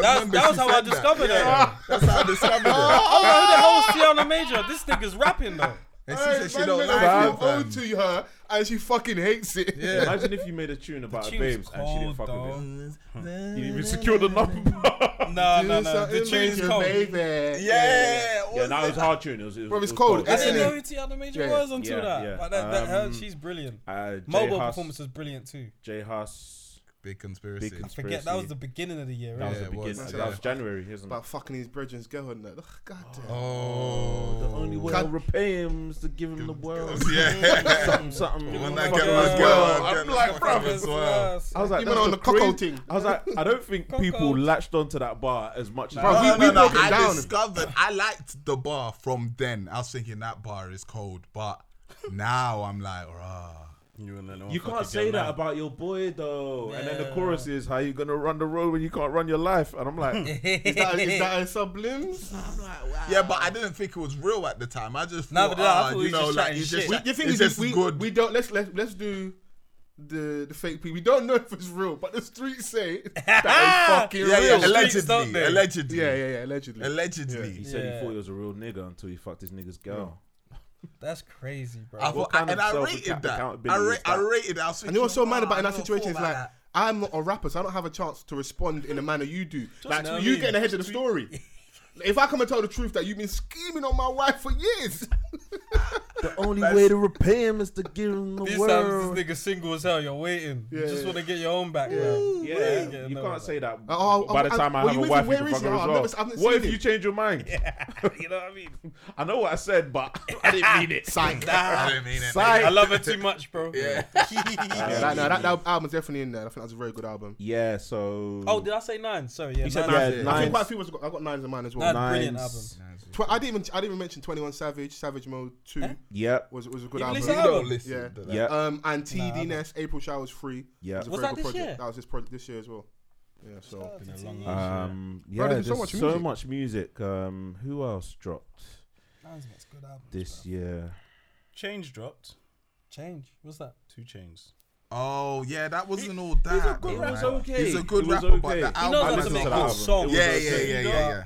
Speaker 2: That's, that was
Speaker 7: remember she
Speaker 2: how I
Speaker 7: said that.
Speaker 2: discovered her.
Speaker 7: That's how I
Speaker 3: [LAUGHS]
Speaker 7: discovered her.
Speaker 2: Oh, who the hell is Tiana Major? This nigga's rapping though.
Speaker 7: And she
Speaker 4: Hey,
Speaker 7: said she
Speaker 4: man,
Speaker 7: don't
Speaker 4: made
Speaker 7: like
Speaker 4: an
Speaker 7: it.
Speaker 4: ode
Speaker 7: fam.
Speaker 4: to her, and she fucking hates it.
Speaker 7: Yeah.
Speaker 3: Imagine if you made a tune about
Speaker 2: tune's
Speaker 3: babes and she
Speaker 2: cold,
Speaker 3: didn't fuck with
Speaker 2: dog.
Speaker 3: it. You didn't even secure the [LAUGHS] number.
Speaker 2: No, Uh, no,
Speaker 4: Do
Speaker 2: no. The
Speaker 4: something with
Speaker 2: tune's
Speaker 4: your
Speaker 2: cold.
Speaker 4: baby.
Speaker 7: Yeah,
Speaker 3: yeah,
Speaker 7: what's
Speaker 3: now
Speaker 7: that?
Speaker 3: it's hard tune. It was, it was,
Speaker 4: Bro, it's
Speaker 3: it was
Speaker 4: cold.
Speaker 2: I didn't
Speaker 4: Yeah.
Speaker 2: know who Tiana Major
Speaker 4: Yeah.
Speaker 2: was until
Speaker 3: Yeah,
Speaker 2: that.
Speaker 3: yeah.
Speaker 2: But that, that her,
Speaker 3: Um,
Speaker 2: she's brilliant.
Speaker 3: Uh,
Speaker 2: Mobile
Speaker 3: J Huss,
Speaker 2: performance was brilliant too.
Speaker 3: J Huss,
Speaker 7: Big
Speaker 3: Big
Speaker 7: conspiracy.
Speaker 3: Conspiracy.
Speaker 2: Forget that was the beginning of the year.
Speaker 3: That
Speaker 2: Right?
Speaker 3: was the
Speaker 7: Yeah, it was.
Speaker 3: beginning.
Speaker 7: That's
Speaker 3: That
Speaker 7: it.
Speaker 3: was January, isn't it?
Speaker 4: About fucking his brethren's girl and that. Ugh, God damn.
Speaker 7: Oh,
Speaker 3: The only way
Speaker 4: God-
Speaker 3: to repay him is to give him the world.
Speaker 7: [LAUGHS] yeah.
Speaker 3: something, something.
Speaker 7: When
Speaker 2: my
Speaker 7: I get
Speaker 2: God.
Speaker 7: my girl,
Speaker 4: I'm
Speaker 7: I'm
Speaker 4: like,
Speaker 7: like,
Speaker 4: bruv,
Speaker 7: bro, as well.
Speaker 3: I was like,
Speaker 4: Even
Speaker 3: that's
Speaker 4: on the cuckold
Speaker 3: crazy-
Speaker 4: thing.
Speaker 3: I was like, I don't think people
Speaker 2: Cuckold.
Speaker 3: latched onto that bar as much as
Speaker 4: Bro,
Speaker 3: we
Speaker 4: we-
Speaker 7: No, no, no.
Speaker 4: broke it
Speaker 7: I
Speaker 4: down.
Speaker 7: discovered I liked the bar from then. I was thinking that bar is cold, but now I'm like, rah.
Speaker 3: You can't say that about your boy though. And then the chorus is, "How you gonna run the road when you can't run your life?" And I'm like,
Speaker 4: Is that, is that a sublims?
Speaker 7: Yeah, but I didn't think it was real at the time. I just
Speaker 2: No,
Speaker 7: thought,
Speaker 2: but no, I
Speaker 7: ah,
Speaker 2: thought he
Speaker 7: you
Speaker 2: was
Speaker 7: know,
Speaker 2: just
Speaker 7: like
Speaker 2: chatting
Speaker 7: it's just,
Speaker 2: shit.
Speaker 4: We, the thing
Speaker 7: it's
Speaker 4: is,
Speaker 7: just
Speaker 4: we,
Speaker 7: good.
Speaker 4: we don't let's let's let's do the the fake people. We don't know if it's real, but the streets say [LAUGHS] that it's fucking
Speaker 7: yeah,
Speaker 4: real.
Speaker 7: yeah,
Speaker 2: don't
Speaker 7: allegedly,
Speaker 2: they?
Speaker 7: allegedly,
Speaker 4: yeah, yeah, yeah, allegedly.
Speaker 3: he
Speaker 7: allegedly.
Speaker 3: said he
Speaker 2: Yeah.
Speaker 3: thought he was a real nigga until he fucked his nigga's girl.
Speaker 2: That's crazy, bro.
Speaker 7: I thought,
Speaker 3: What kind
Speaker 7: and
Speaker 3: of
Speaker 7: I
Speaker 3: self-
Speaker 7: rated that. I,
Speaker 3: accountability
Speaker 7: ra-
Speaker 3: is
Speaker 7: I
Speaker 3: that?
Speaker 7: rated that.
Speaker 4: And you know what's so mad about in that
Speaker 2: I never
Speaker 4: situation is
Speaker 2: thought
Speaker 4: like,
Speaker 2: about that.
Speaker 4: I'm not a rapper, so I don't have a chance to respond in the manner you do. like,
Speaker 2: know what I
Speaker 4: you
Speaker 2: mean?
Speaker 4: getting ahead of the story. if I come and tell the truth that you've been scheming on my wife for years,
Speaker 3: The only way to repay him is to give him the
Speaker 2: These times
Speaker 3: world.
Speaker 2: this nigga single as hell. You're waiting. you just
Speaker 4: yeah.
Speaker 2: want to get your own back, bro.
Speaker 3: Yeah,
Speaker 2: Yeah,
Speaker 3: you
Speaker 2: no,
Speaker 3: can't
Speaker 2: no.
Speaker 3: say that.
Speaker 4: Oh,
Speaker 3: By the
Speaker 4: I-
Speaker 3: time I,
Speaker 4: well,
Speaker 3: have
Speaker 4: you
Speaker 3: a
Speaker 4: with-
Speaker 3: wife, you
Speaker 4: where
Speaker 3: can
Speaker 4: is
Speaker 3: fuck
Speaker 4: he?
Speaker 3: her
Speaker 4: Oh, I've
Speaker 3: as well.
Speaker 4: never- I've never
Speaker 3: What
Speaker 4: seen
Speaker 3: if you
Speaker 4: it.
Speaker 3: change your mind?
Speaker 2: you know what I mean?
Speaker 3: I know what I said, but I didn't mean it.
Speaker 4: psych.
Speaker 7: I didn't mean it.
Speaker 2: I love her too much, bro. Yeah. [LAUGHS]
Speaker 3: Uh,
Speaker 4: Yeah, like, no, that, that album's definitely in there. I think that's a very good album.
Speaker 3: Yeah, so.
Speaker 2: oh, did I say nine? Sorry, yeah.
Speaker 3: said
Speaker 2: nine.
Speaker 3: yeah,
Speaker 4: I
Speaker 3: nine.
Speaker 4: think quite a few was got, I got nines in mine as well.
Speaker 2: Nine, brilliant album.
Speaker 3: Nines.
Speaker 4: Tw- I didn't even I didn't even mention Twenty One Savage, Savage Mode Two
Speaker 3: Yep.
Speaker 4: was was a good
Speaker 2: Eh? You
Speaker 4: album.
Speaker 2: released that
Speaker 7: Don't
Speaker 2: album?
Speaker 7: listen
Speaker 4: Yeah.
Speaker 7: to that.
Speaker 3: Yep.
Speaker 4: Um, and TD Ness, April Showers Free.
Speaker 3: Yeah.
Speaker 4: was, a
Speaker 2: Was
Speaker 4: very
Speaker 2: that
Speaker 4: good
Speaker 2: this
Speaker 4: project.
Speaker 2: year?
Speaker 4: That was his project this year as well. Yeah, so
Speaker 3: Um, yeah,
Speaker 4: Bro,
Speaker 3: there's so much music. Um, who else dropped
Speaker 2: Nine's next good album.
Speaker 3: this year?
Speaker 5: Change dropped.
Speaker 2: Change. What's that?
Speaker 5: Two chains.
Speaker 7: Oh yeah, that wasn't all
Speaker 2: Ah,
Speaker 7: that.
Speaker 5: good
Speaker 7: though,
Speaker 5: rapper.
Speaker 7: man.
Speaker 5: It was okay.
Speaker 7: He's a good
Speaker 5: It was
Speaker 7: rapper, but
Speaker 5: okay.
Speaker 7: the
Speaker 5: He
Speaker 2: He
Speaker 7: album.
Speaker 2: knows how to
Speaker 3: listened
Speaker 2: make
Speaker 3: to
Speaker 2: good
Speaker 3: that album.
Speaker 2: songs.
Speaker 7: yeah, yeah, yeah, yeah, yeah.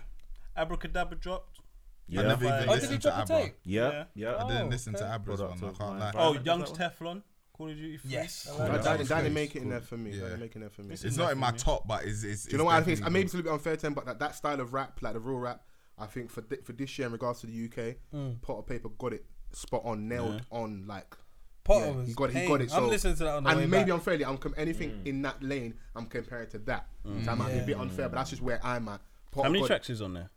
Speaker 5: Abracadabra dropped.
Speaker 7: I never
Speaker 5: Yeah.
Speaker 7: even
Speaker 5: Oh,
Speaker 2: Oh, did he
Speaker 7: listened to
Speaker 2: drop a
Speaker 7: Abra.
Speaker 2: tape?
Speaker 3: Yeah, yeah.
Speaker 7: I didn't
Speaker 2: Oh,
Speaker 7: listen to
Speaker 2: okay.
Speaker 7: Abra's one.
Speaker 3: Product
Speaker 7: I
Speaker 3: of
Speaker 7: can't
Speaker 3: my
Speaker 7: lie.
Speaker 5: Oh,
Speaker 3: environment.
Speaker 5: Young's Teflon. Call of Duty. Free.
Speaker 2: Yes. I
Speaker 4: I
Speaker 2: like that.
Speaker 4: didn't
Speaker 7: that was
Speaker 4: make it in
Speaker 7: cool.
Speaker 4: there for me.
Speaker 7: Yeah.
Speaker 4: Yeah. make it in there for me.
Speaker 7: It's not in my top, but it's. it's
Speaker 4: Do you know what I think? It's, I maybe it's a little bit unfair to him, but that, that style of rap, like the real rap, I think for thi- for this year in regards to the UK,
Speaker 2: Mm.
Speaker 4: Pot of Paper got it spot on, nailed on. Like
Speaker 2: Potter
Speaker 4: yeah,
Speaker 2: was
Speaker 4: he got it, he
Speaker 2: pain.
Speaker 4: got it. So,
Speaker 2: I'm listening to that on the
Speaker 4: and
Speaker 2: way
Speaker 4: maybe
Speaker 2: back.
Speaker 4: unfairly, I'm com- anything in that lane, I'm comparing to that.
Speaker 2: Mm.
Speaker 4: So I might be a bit unfair, but that's just where I'm at. Potter
Speaker 5: How many
Speaker 4: got it
Speaker 5: tracks is on there?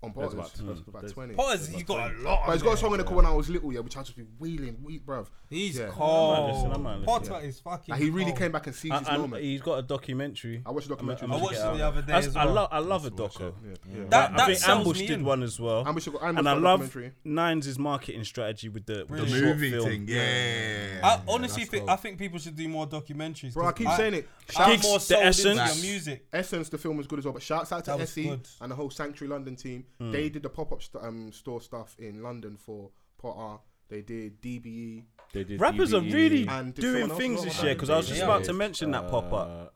Speaker 4: on Potter's?
Speaker 3: about-
Speaker 4: About,
Speaker 3: there's-
Speaker 4: about
Speaker 3: there's-
Speaker 4: twenty.
Speaker 2: Potter's, he got a lot.
Speaker 4: But he's got a song in the when I was little, yeah, which I just be wheeling, wheat, bruv.
Speaker 2: He's
Speaker 4: Yeah.
Speaker 5: I might listen, I might
Speaker 2: cold.
Speaker 5: listen.
Speaker 2: Potter is fucking.
Speaker 4: Like he really
Speaker 2: cold.
Speaker 4: came back and seized
Speaker 5: I,
Speaker 4: his
Speaker 5: I'm-
Speaker 4: moment.
Speaker 5: he's got a documentary.
Speaker 4: I watched a documentary.
Speaker 5: I'm-
Speaker 4: on
Speaker 5: I'm
Speaker 2: I watched it
Speaker 4: him.
Speaker 2: the other day
Speaker 5: That's-
Speaker 2: as
Speaker 5: I,
Speaker 2: well.
Speaker 5: love. I love a doco.
Speaker 4: Yeah.
Speaker 2: That
Speaker 5: I
Speaker 2: that
Speaker 5: think
Speaker 2: sells
Speaker 5: Ambush
Speaker 2: me
Speaker 5: did
Speaker 2: in.
Speaker 5: one as well.
Speaker 4: Ambush got- Ambush
Speaker 5: and I
Speaker 4: got a
Speaker 5: love
Speaker 4: documentary.
Speaker 5: Nines' marketing strategy with the, the
Speaker 2: Really?
Speaker 5: short
Speaker 7: movie
Speaker 5: film.
Speaker 7: thing. Yeah.
Speaker 2: I honestly think I think people should do more documentaries.
Speaker 4: Bro, I
Speaker 2: 'cause
Speaker 4: keep saying it.
Speaker 2: I'm
Speaker 5: Gigs,
Speaker 2: more
Speaker 5: the
Speaker 2: sold into
Speaker 5: essence.
Speaker 2: your music.
Speaker 4: Essence, the film was good as well. But shouts out
Speaker 2: That
Speaker 4: to
Speaker 2: was
Speaker 4: SE
Speaker 2: good. Hmm.
Speaker 4: and the whole Sanctuary London team. They did the pop up st- um, store stuff in London for Potter. They did E, DBE.
Speaker 3: They did E.
Speaker 5: Rappers are
Speaker 3: DBE,
Speaker 5: really
Speaker 4: And did
Speaker 5: doing
Speaker 4: someone else as
Speaker 5: things
Speaker 4: well?
Speaker 5: this year because I was
Speaker 3: They
Speaker 5: just
Speaker 2: did.
Speaker 5: about to mention that pop up.
Speaker 3: uh,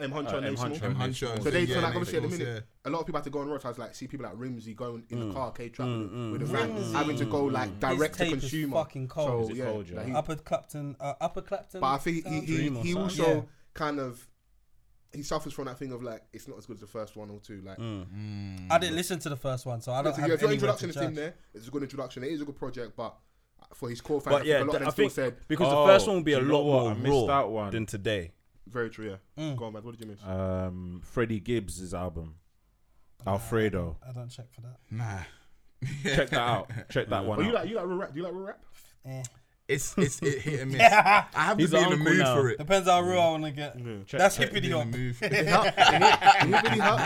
Speaker 4: M Hunter
Speaker 3: Uh,
Speaker 4: and
Speaker 3: M.
Speaker 4: M Small.
Speaker 3: Hunter and M. Hunter.
Speaker 4: So they so like obviously at the minute, a lot of people had to go on road. I was like, see people like Rimsey going in
Speaker 2: Hmm.
Speaker 4: the car, K trapping with the rap, having to go like direct to
Speaker 2: tape is
Speaker 4: consumer.
Speaker 2: fucking cold.
Speaker 3: Is
Speaker 4: So
Speaker 3: it
Speaker 4: yeah,
Speaker 3: cold, yeah?
Speaker 4: like, he-
Speaker 2: Upper Clapton, uh, Upper Clapton.
Speaker 4: But I think he he,
Speaker 5: Dream or
Speaker 4: he
Speaker 5: something.
Speaker 4: also
Speaker 2: Yeah.
Speaker 4: kind of he suffers from that thing of like it's not as good as the first one or two. Like
Speaker 2: Hmm. I didn't listen to the first one, so I don't
Speaker 4: so
Speaker 2: have
Speaker 4: if your
Speaker 2: anywhere
Speaker 4: introduction
Speaker 2: to
Speaker 4: is
Speaker 2: judge.
Speaker 4: in there, it's a good introduction. It is a good project, but for his core fans, I
Speaker 5: But
Speaker 4: think a
Speaker 5: yeah,
Speaker 4: lot
Speaker 5: th-
Speaker 4: of them
Speaker 5: I
Speaker 4: still
Speaker 5: think
Speaker 4: said
Speaker 5: because
Speaker 3: Oh,
Speaker 5: the first one will be
Speaker 3: do
Speaker 5: a
Speaker 3: you know
Speaker 5: lot
Speaker 3: what? I
Speaker 5: more
Speaker 3: missed
Speaker 5: raw
Speaker 3: that one.
Speaker 5: than today.
Speaker 4: very true. Yeah,
Speaker 2: Mm.
Speaker 4: go on, man. What did you miss?
Speaker 5: Uh,
Speaker 3: um, Freddie Gibbs' album, Alfredo.
Speaker 2: I don't check for that.
Speaker 7: Nah.
Speaker 3: Check that out. Check
Speaker 5: [LAUGHS]
Speaker 3: that one
Speaker 4: Are you
Speaker 3: out.
Speaker 4: like you like real rap? Do you like real rap?
Speaker 7: It's uh, it's it hit and miss. I have to
Speaker 5: He's
Speaker 7: be in the
Speaker 5: an uncle
Speaker 7: mood
Speaker 5: now.
Speaker 7: for it.
Speaker 2: Depends how real I want to get. That's hippity
Speaker 7: Be
Speaker 2: hop.
Speaker 7: in the mood for it.
Speaker 4: Anybody help?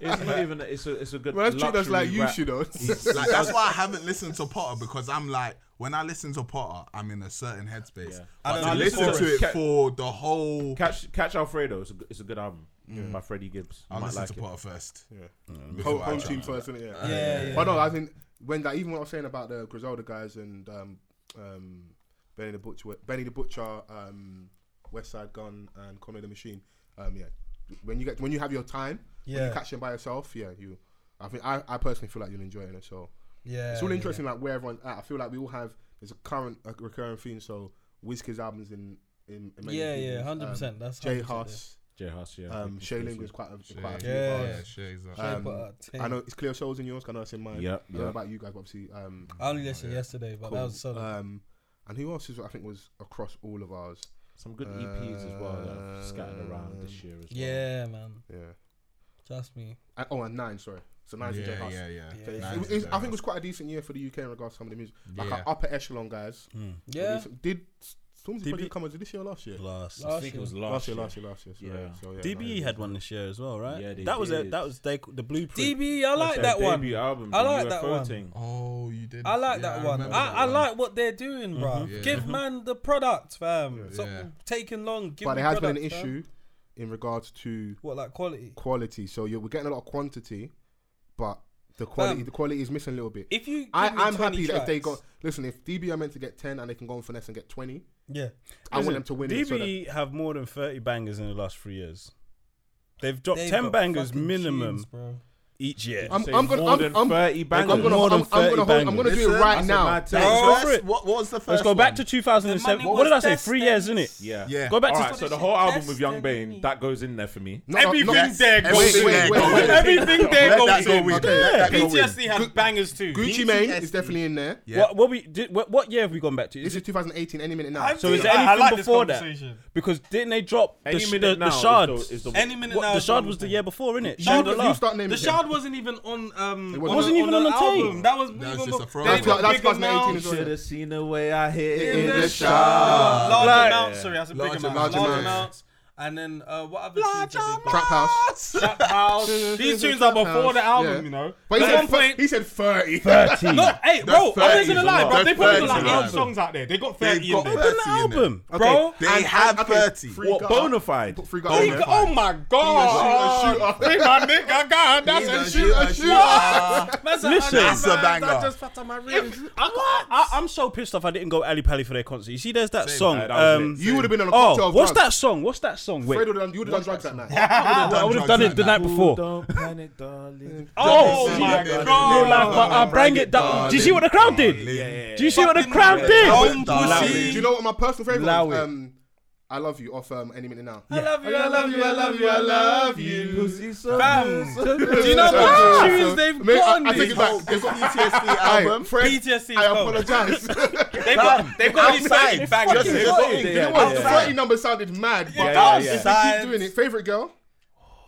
Speaker 3: It's
Speaker 4: [LAUGHS]
Speaker 3: not even. It's a. It's a good.
Speaker 4: Well, that's true. That's
Speaker 3: luxury
Speaker 4: like you
Speaker 3: rap.
Speaker 4: should know.
Speaker 2: [LAUGHS]
Speaker 7: Like, that's why I haven't listened to Potter because I'm like, when I listen to Potter, I'm in a certain headspace. But
Speaker 2: don't
Speaker 7: to
Speaker 2: know
Speaker 7: listen
Speaker 2: the
Speaker 7: to it
Speaker 3: chorus.
Speaker 7: for the whole,
Speaker 3: Catch Catch Alfredo. It's a, good- it's a good album by Freddie Gibbs. You
Speaker 7: I'll
Speaker 3: might
Speaker 7: listen
Speaker 3: like
Speaker 7: to
Speaker 3: it.
Speaker 7: Potter first.
Speaker 4: Home, home team first, isn't it? Yeah.
Speaker 2: Yeah, yeah.
Speaker 4: But no, I think when that even what I was saying about the Griselda guys and um, um, Benny the Butcher, Benny the Butcher, um, West Side Gun, and Conway the Machine. Um, yeah, when you get when you have your time, when
Speaker 2: Yeah.
Speaker 4: you catch them by yourself, yeah, you. I think I, I personally feel like you'll enjoy it. So
Speaker 2: Yeah,
Speaker 4: it's all
Speaker 2: yeah.
Speaker 4: interesting, like where everyone's at. I feel like we all have there's a current a recurring theme. So Wizkid's albums in in, in many
Speaker 2: Yeah,
Speaker 4: people's,
Speaker 2: yeah,
Speaker 4: um,
Speaker 2: 100%, that's
Speaker 4: Jay
Speaker 2: 100%,
Speaker 4: Huss,
Speaker 3: Jay Huss. Yeah.
Speaker 4: um, Shay Linger's quite a, quite a few.
Speaker 2: Yeah.
Speaker 4: bars.
Speaker 7: Yeah, sure, exactly.
Speaker 2: Jay
Speaker 4: Um,
Speaker 2: Potter, Tay.
Speaker 4: I know it's clear souls in yours. I know it's in mine.
Speaker 3: Yep,
Speaker 4: I don't know
Speaker 3: yep.
Speaker 4: about you guys, but obviously. Um,
Speaker 2: I only
Speaker 7: Oh,
Speaker 2: listened yesterday, but Ah, that was
Speaker 4: cool.
Speaker 2: solid.
Speaker 7: Uh,
Speaker 4: um, and who else is I think was across all of ours?
Speaker 3: Some good EPs as well that are scattered around this year as well.
Speaker 2: yeah, man.
Speaker 4: Yeah.
Speaker 2: Trust me.
Speaker 4: And, oh, and nine. Sorry. So nine's and Jay
Speaker 7: Yeah,
Speaker 4: Huss.
Speaker 7: yeah, yeah.
Speaker 4: So it's-
Speaker 7: Nines
Speaker 4: it was-
Speaker 7: and
Speaker 4: it's- I
Speaker 7: Jay
Speaker 4: think it was quite a decent year for the UK in regards to some of the music, like
Speaker 7: Yeah.
Speaker 4: our upper echelon guys.
Speaker 2: Hmm. Yeah.
Speaker 4: Did Stormzy Project come out this year or last year?
Speaker 5: Last.
Speaker 3: I think it was last
Speaker 4: Last year,
Speaker 3: year.
Speaker 4: last year, last year. So,
Speaker 3: Yeah.
Speaker 4: yeah. So, yeah
Speaker 5: DBE
Speaker 4: no,
Speaker 5: E had one this year as well, right?
Speaker 3: Yeah, they
Speaker 5: that was a,
Speaker 3: did.
Speaker 5: that was they, the blueprint.
Speaker 2: DB, I like
Speaker 3: Their
Speaker 2: that one.
Speaker 3: debut album.
Speaker 2: I
Speaker 3: the
Speaker 2: like that
Speaker 3: UFO
Speaker 2: one.
Speaker 3: Thing.
Speaker 7: Oh, you did.
Speaker 2: I like that one. I,
Speaker 7: remember that
Speaker 2: I
Speaker 7: one. Mm-hmm.
Speaker 2: like what they're doing, bruv.
Speaker 7: Yeah.
Speaker 2: Give man the product, fam. Stop
Speaker 7: Yeah.
Speaker 2: taking long. Give
Speaker 4: But
Speaker 2: me
Speaker 4: there has been
Speaker 2: product,
Speaker 4: an
Speaker 2: fam.
Speaker 4: issue in regards to
Speaker 2: What like quality?
Speaker 4: quality. So you're, we're getting a lot of quantity, but the quality
Speaker 2: Fam.
Speaker 4: the quality is missing a little bit.
Speaker 2: If you, give
Speaker 4: I,
Speaker 2: me
Speaker 4: I'm
Speaker 2: 20
Speaker 4: happy that if they
Speaker 2: tracks-
Speaker 4: got listen, if DB are meant to get ten and they can go and finesse and get twenty,
Speaker 2: yeah.
Speaker 4: I want them to win it. So that,
Speaker 5: DBE E have more than 30 bangers in the last three years. They've dropped
Speaker 2: They've
Speaker 5: 10
Speaker 2: got
Speaker 5: bangers
Speaker 2: fucking
Speaker 5: minimum
Speaker 2: tunes, bro.
Speaker 5: each year.
Speaker 4: I'm,
Speaker 3: Say
Speaker 4: I'm gonna,
Speaker 3: more
Speaker 4: I'm,
Speaker 3: than
Speaker 4: I'm,
Speaker 3: 30
Speaker 4: I'm
Speaker 3: bangers.
Speaker 4: gonna,
Speaker 5: More
Speaker 4: I'm,
Speaker 5: than
Speaker 4: I'm gonna,
Speaker 5: 30
Speaker 4: hold, I'm gonna do it
Speaker 7: Listen,
Speaker 4: right
Speaker 3: that's
Speaker 4: now.
Speaker 3: a mad take.
Speaker 5: Go for
Speaker 7: First,
Speaker 5: it.
Speaker 7: what, what was the first
Speaker 5: Let's go back
Speaker 7: one?
Speaker 5: to 2007.
Speaker 6: money
Speaker 5: What did I
Speaker 6: was
Speaker 5: say? Three years,
Speaker 6: destined.
Speaker 5: innit?
Speaker 3: Yeah.
Speaker 7: Yeah.
Speaker 5: Go back
Speaker 3: All
Speaker 5: to
Speaker 3: right, so the whole album with Young Bane, that goes in there for me.
Speaker 4: No, no,
Speaker 2: Everything
Speaker 4: no.
Speaker 2: there
Speaker 4: Wait,
Speaker 2: goes
Speaker 4: wait,
Speaker 7: in.
Speaker 4: wait, wait, wait.
Speaker 2: Everything there
Speaker 7: Let that
Speaker 2: goes
Speaker 7: go
Speaker 2: in.
Speaker 7: win.
Speaker 4: Okay.
Speaker 7: Let that go win.
Speaker 2: PTSD had bangers too.
Speaker 4: Gucci Mane is definitely in there.
Speaker 7: Yeah.
Speaker 5: What, what we did, what, what year have we gone back to? Is
Speaker 4: This is
Speaker 5: it,
Speaker 4: 2018. Any minute now.
Speaker 5: so is there
Speaker 2: I- I
Speaker 5: anything
Speaker 2: like this
Speaker 5: before that?
Speaker 2: conversation.
Speaker 5: Because didn't they drop the,
Speaker 3: Any
Speaker 5: sh-
Speaker 3: minute
Speaker 5: the,
Speaker 3: now
Speaker 5: the
Speaker 3: is
Speaker 5: shards?
Speaker 3: the- is the-
Speaker 2: Any minute now.
Speaker 5: what, the
Speaker 2: is
Speaker 5: shard
Speaker 2: what
Speaker 5: was the
Speaker 2: we
Speaker 5: year before, innit?
Speaker 4: You-
Speaker 5: Shard
Speaker 4: you,
Speaker 5: alone.
Speaker 4: start naming
Speaker 2: The
Speaker 4: them.
Speaker 2: shard wasn't even on. Um,
Speaker 4: It wasn't.
Speaker 2: on-
Speaker 4: Wasn't
Speaker 5: even on
Speaker 2: the
Speaker 5: the tape.
Speaker 2: album. That was. we
Speaker 7: was
Speaker 2: were-
Speaker 7: just a throwaway.
Speaker 2: they
Speaker 4: That's-
Speaker 2: got
Speaker 4: that's
Speaker 2: bigger
Speaker 4: 2018
Speaker 2: mouths.
Speaker 4: as well.
Speaker 3: have seen the way I hit
Speaker 2: In the
Speaker 4: the
Speaker 2: shop.
Speaker 4: shop.
Speaker 2: Large
Speaker 5: Like-
Speaker 2: amounts, sorry, that's a big
Speaker 7: Large
Speaker 2: amount.
Speaker 4: amounts.
Speaker 2: Large
Speaker 4: Large
Speaker 2: amounts. And then uh, what other tunes have they
Speaker 4: Trap house. [LAUGHS]
Speaker 2: got? Trap House. These tunes are before the album,
Speaker 4: Yeah.
Speaker 2: you know.
Speaker 4: But he
Speaker 2: At
Speaker 4: said,
Speaker 2: one point,
Speaker 4: he said 30.
Speaker 2: no, hey,
Speaker 4: [LAUGHS]
Speaker 2: bro, I'm not
Speaker 7: 30s
Speaker 2: gonna
Speaker 7: a
Speaker 2: lie,
Speaker 7: lot.
Speaker 2: bro. They probably
Speaker 7: That's 30s
Speaker 2: got
Speaker 7: a
Speaker 2: like
Speaker 7: lot.
Speaker 2: eight songs out there. They got
Speaker 7: They've
Speaker 2: 30 in
Speaker 7: got
Speaker 2: there.
Speaker 5: It's an
Speaker 7: 30 in there.
Speaker 5: album.
Speaker 4: Okay,
Speaker 2: Bro,
Speaker 7: They
Speaker 4: and-
Speaker 7: have
Speaker 4: okay,
Speaker 7: 30.
Speaker 4: free
Speaker 3: What
Speaker 4: gutter.
Speaker 3: bona fide?
Speaker 4: Put free gutter
Speaker 2: They
Speaker 4: on
Speaker 2: got-
Speaker 4: there.
Speaker 2: Oh my
Speaker 4: He's
Speaker 2: god.
Speaker 4: a shooter,
Speaker 2: Hey, Oh. my nigga, God, that's a
Speaker 7: He's a
Speaker 2: shooter.
Speaker 7: shooter, [LAUGHS]
Speaker 2: shooter. That's a-
Speaker 5: Listen.
Speaker 7: That's a banger.
Speaker 2: If- I-
Speaker 5: I, I'm so pissed off I didn't go Ali Pally for their concert. You see, there's that song.
Speaker 3: That was
Speaker 5: um,
Speaker 3: it.
Speaker 4: You would have been on a cocktail
Speaker 5: oh,
Speaker 4: of
Speaker 5: what's
Speaker 4: drugs.
Speaker 5: that song? What's that song? Wait, Ah,
Speaker 4: Fred would have done, you would have done drugs that night.
Speaker 5: I would have done it the night before.
Speaker 3: Don't panic,
Speaker 6: [LAUGHS]
Speaker 3: darling.
Speaker 5: Oh
Speaker 2: Oh
Speaker 5: my
Speaker 2: my
Speaker 5: God.
Speaker 2: god.
Speaker 5: Real life, but I bring it down. Do you see what the crowd did? Do you see what the crowd did?
Speaker 2: Don't
Speaker 4: Do
Speaker 2: pussy.
Speaker 4: you know what my personal favourite
Speaker 5: Allow
Speaker 4: was?
Speaker 5: it.
Speaker 4: Um, I love you off um, any minute now.
Speaker 2: I love you, I love you, I love you, I love you. Fam.
Speaker 4: Do
Speaker 2: you know what tunes they've got on
Speaker 4: I, I
Speaker 2: this?
Speaker 4: take it back. They've got [LAUGHS] PTSD album. Fred,
Speaker 2: PTSD
Speaker 4: I
Speaker 2: is cold.
Speaker 4: apologise.
Speaker 2: [LAUGHS] They've got, they've got these side bangers.
Speaker 4: Just-
Speaker 2: They've
Speaker 4: just
Speaker 2: got-
Speaker 4: saying,
Speaker 3: yeah,
Speaker 4: you know what?
Speaker 3: yeah,
Speaker 4: The
Speaker 3: yeah.
Speaker 4: 30 number sounded mad, but
Speaker 3: yeah, yeah.
Speaker 4: if they
Speaker 2: Sides.
Speaker 4: keep doing it. Favourite girl?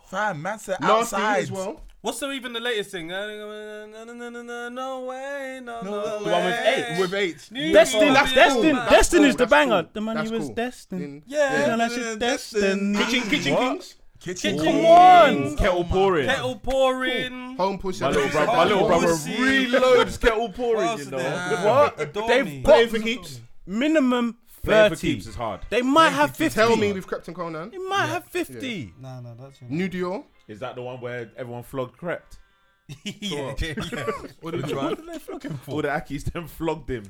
Speaker 7: Fam, man said
Speaker 4: Nasty
Speaker 7: outside.
Speaker 4: as well.
Speaker 2: What's the, even the latest thing? No, no, no, no, no, no way, no, no,
Speaker 5: The one with
Speaker 2: way.
Speaker 5: eight.
Speaker 7: With eight.
Speaker 2: New
Speaker 5: Destin,
Speaker 2: York,
Speaker 4: oh, that's
Speaker 2: yeah.
Speaker 5: Destin,
Speaker 4: cool.
Speaker 5: Destin is
Speaker 4: That's
Speaker 5: the
Speaker 4: cool.
Speaker 5: banger. The money
Speaker 4: That's
Speaker 5: was
Speaker 4: cool.
Speaker 5: destined.
Speaker 2: Yeah.
Speaker 5: Girl, that's your destined.
Speaker 2: Kitchen, kitchen kings.
Speaker 7: Kitchen.
Speaker 2: Kitchen
Speaker 7: King.
Speaker 2: King.
Speaker 5: One.
Speaker 3: Kettle pouring.
Speaker 2: Kettle pouring.
Speaker 4: Home push.
Speaker 3: My little brother, my little brother
Speaker 2: Pussy.
Speaker 3: reloads kettle pouring.
Speaker 2: else
Speaker 3: You
Speaker 2: is
Speaker 3: know.
Speaker 2: there?
Speaker 5: What?
Speaker 2: Adore me.
Speaker 4: Playing
Speaker 5: They've got
Speaker 4: for keeps.
Speaker 5: minimum
Speaker 3: Playing for
Speaker 5: 30.
Speaker 3: keeps is hard.
Speaker 5: They might have 50.
Speaker 4: Tell me we've crept in Conan.
Speaker 5: They might have 50.
Speaker 6: Nah, nah, that's
Speaker 4: New Dior.
Speaker 3: Is that the one where everyone flogged crept?
Speaker 2: Yeah, yeah, yeah.
Speaker 3: All the Akis [LAUGHS] then flogged him.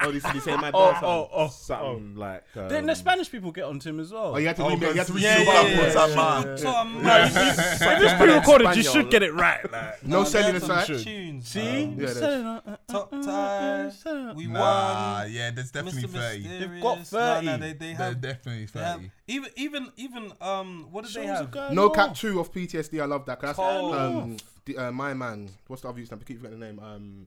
Speaker 11: Oh, this is
Speaker 3: [LAUGHS]
Speaker 11: my
Speaker 5: Oh,
Speaker 11: dad.
Speaker 5: oh, oh.
Speaker 3: Something like. Um,
Speaker 5: Didn't the Spanish people get onto him as well?
Speaker 4: Oh, you had to
Speaker 7: Oh,
Speaker 4: remake. You had to
Speaker 7: God.
Speaker 4: remake.
Speaker 7: Yeah,
Speaker 4: Yeah,
Speaker 7: yeah, yeah.
Speaker 2: So I'm
Speaker 5: If it's pre-recorded, you should get it right.
Speaker 4: No selling aside.
Speaker 2: Tunes.
Speaker 5: See?
Speaker 4: [LAUGHS] yeah,
Speaker 2: Top tier. We
Speaker 7: Nah,
Speaker 2: won.
Speaker 7: yeah, there's definitely
Speaker 2: Mr.
Speaker 7: 30.
Speaker 2: Mysterious.
Speaker 5: They've got
Speaker 2: Nah, nah,
Speaker 5: 30.
Speaker 2: they, they
Speaker 7: There's
Speaker 2: have.
Speaker 7: definitely
Speaker 2: They have
Speaker 7: 30.
Speaker 2: even, even, even. Um, what did they have?
Speaker 4: No cap two of PTSD. I love that. 'cause That's
Speaker 2: Cold.
Speaker 4: um, the, uh, my man. What's the other YouTube? I keep forgetting the name. Um,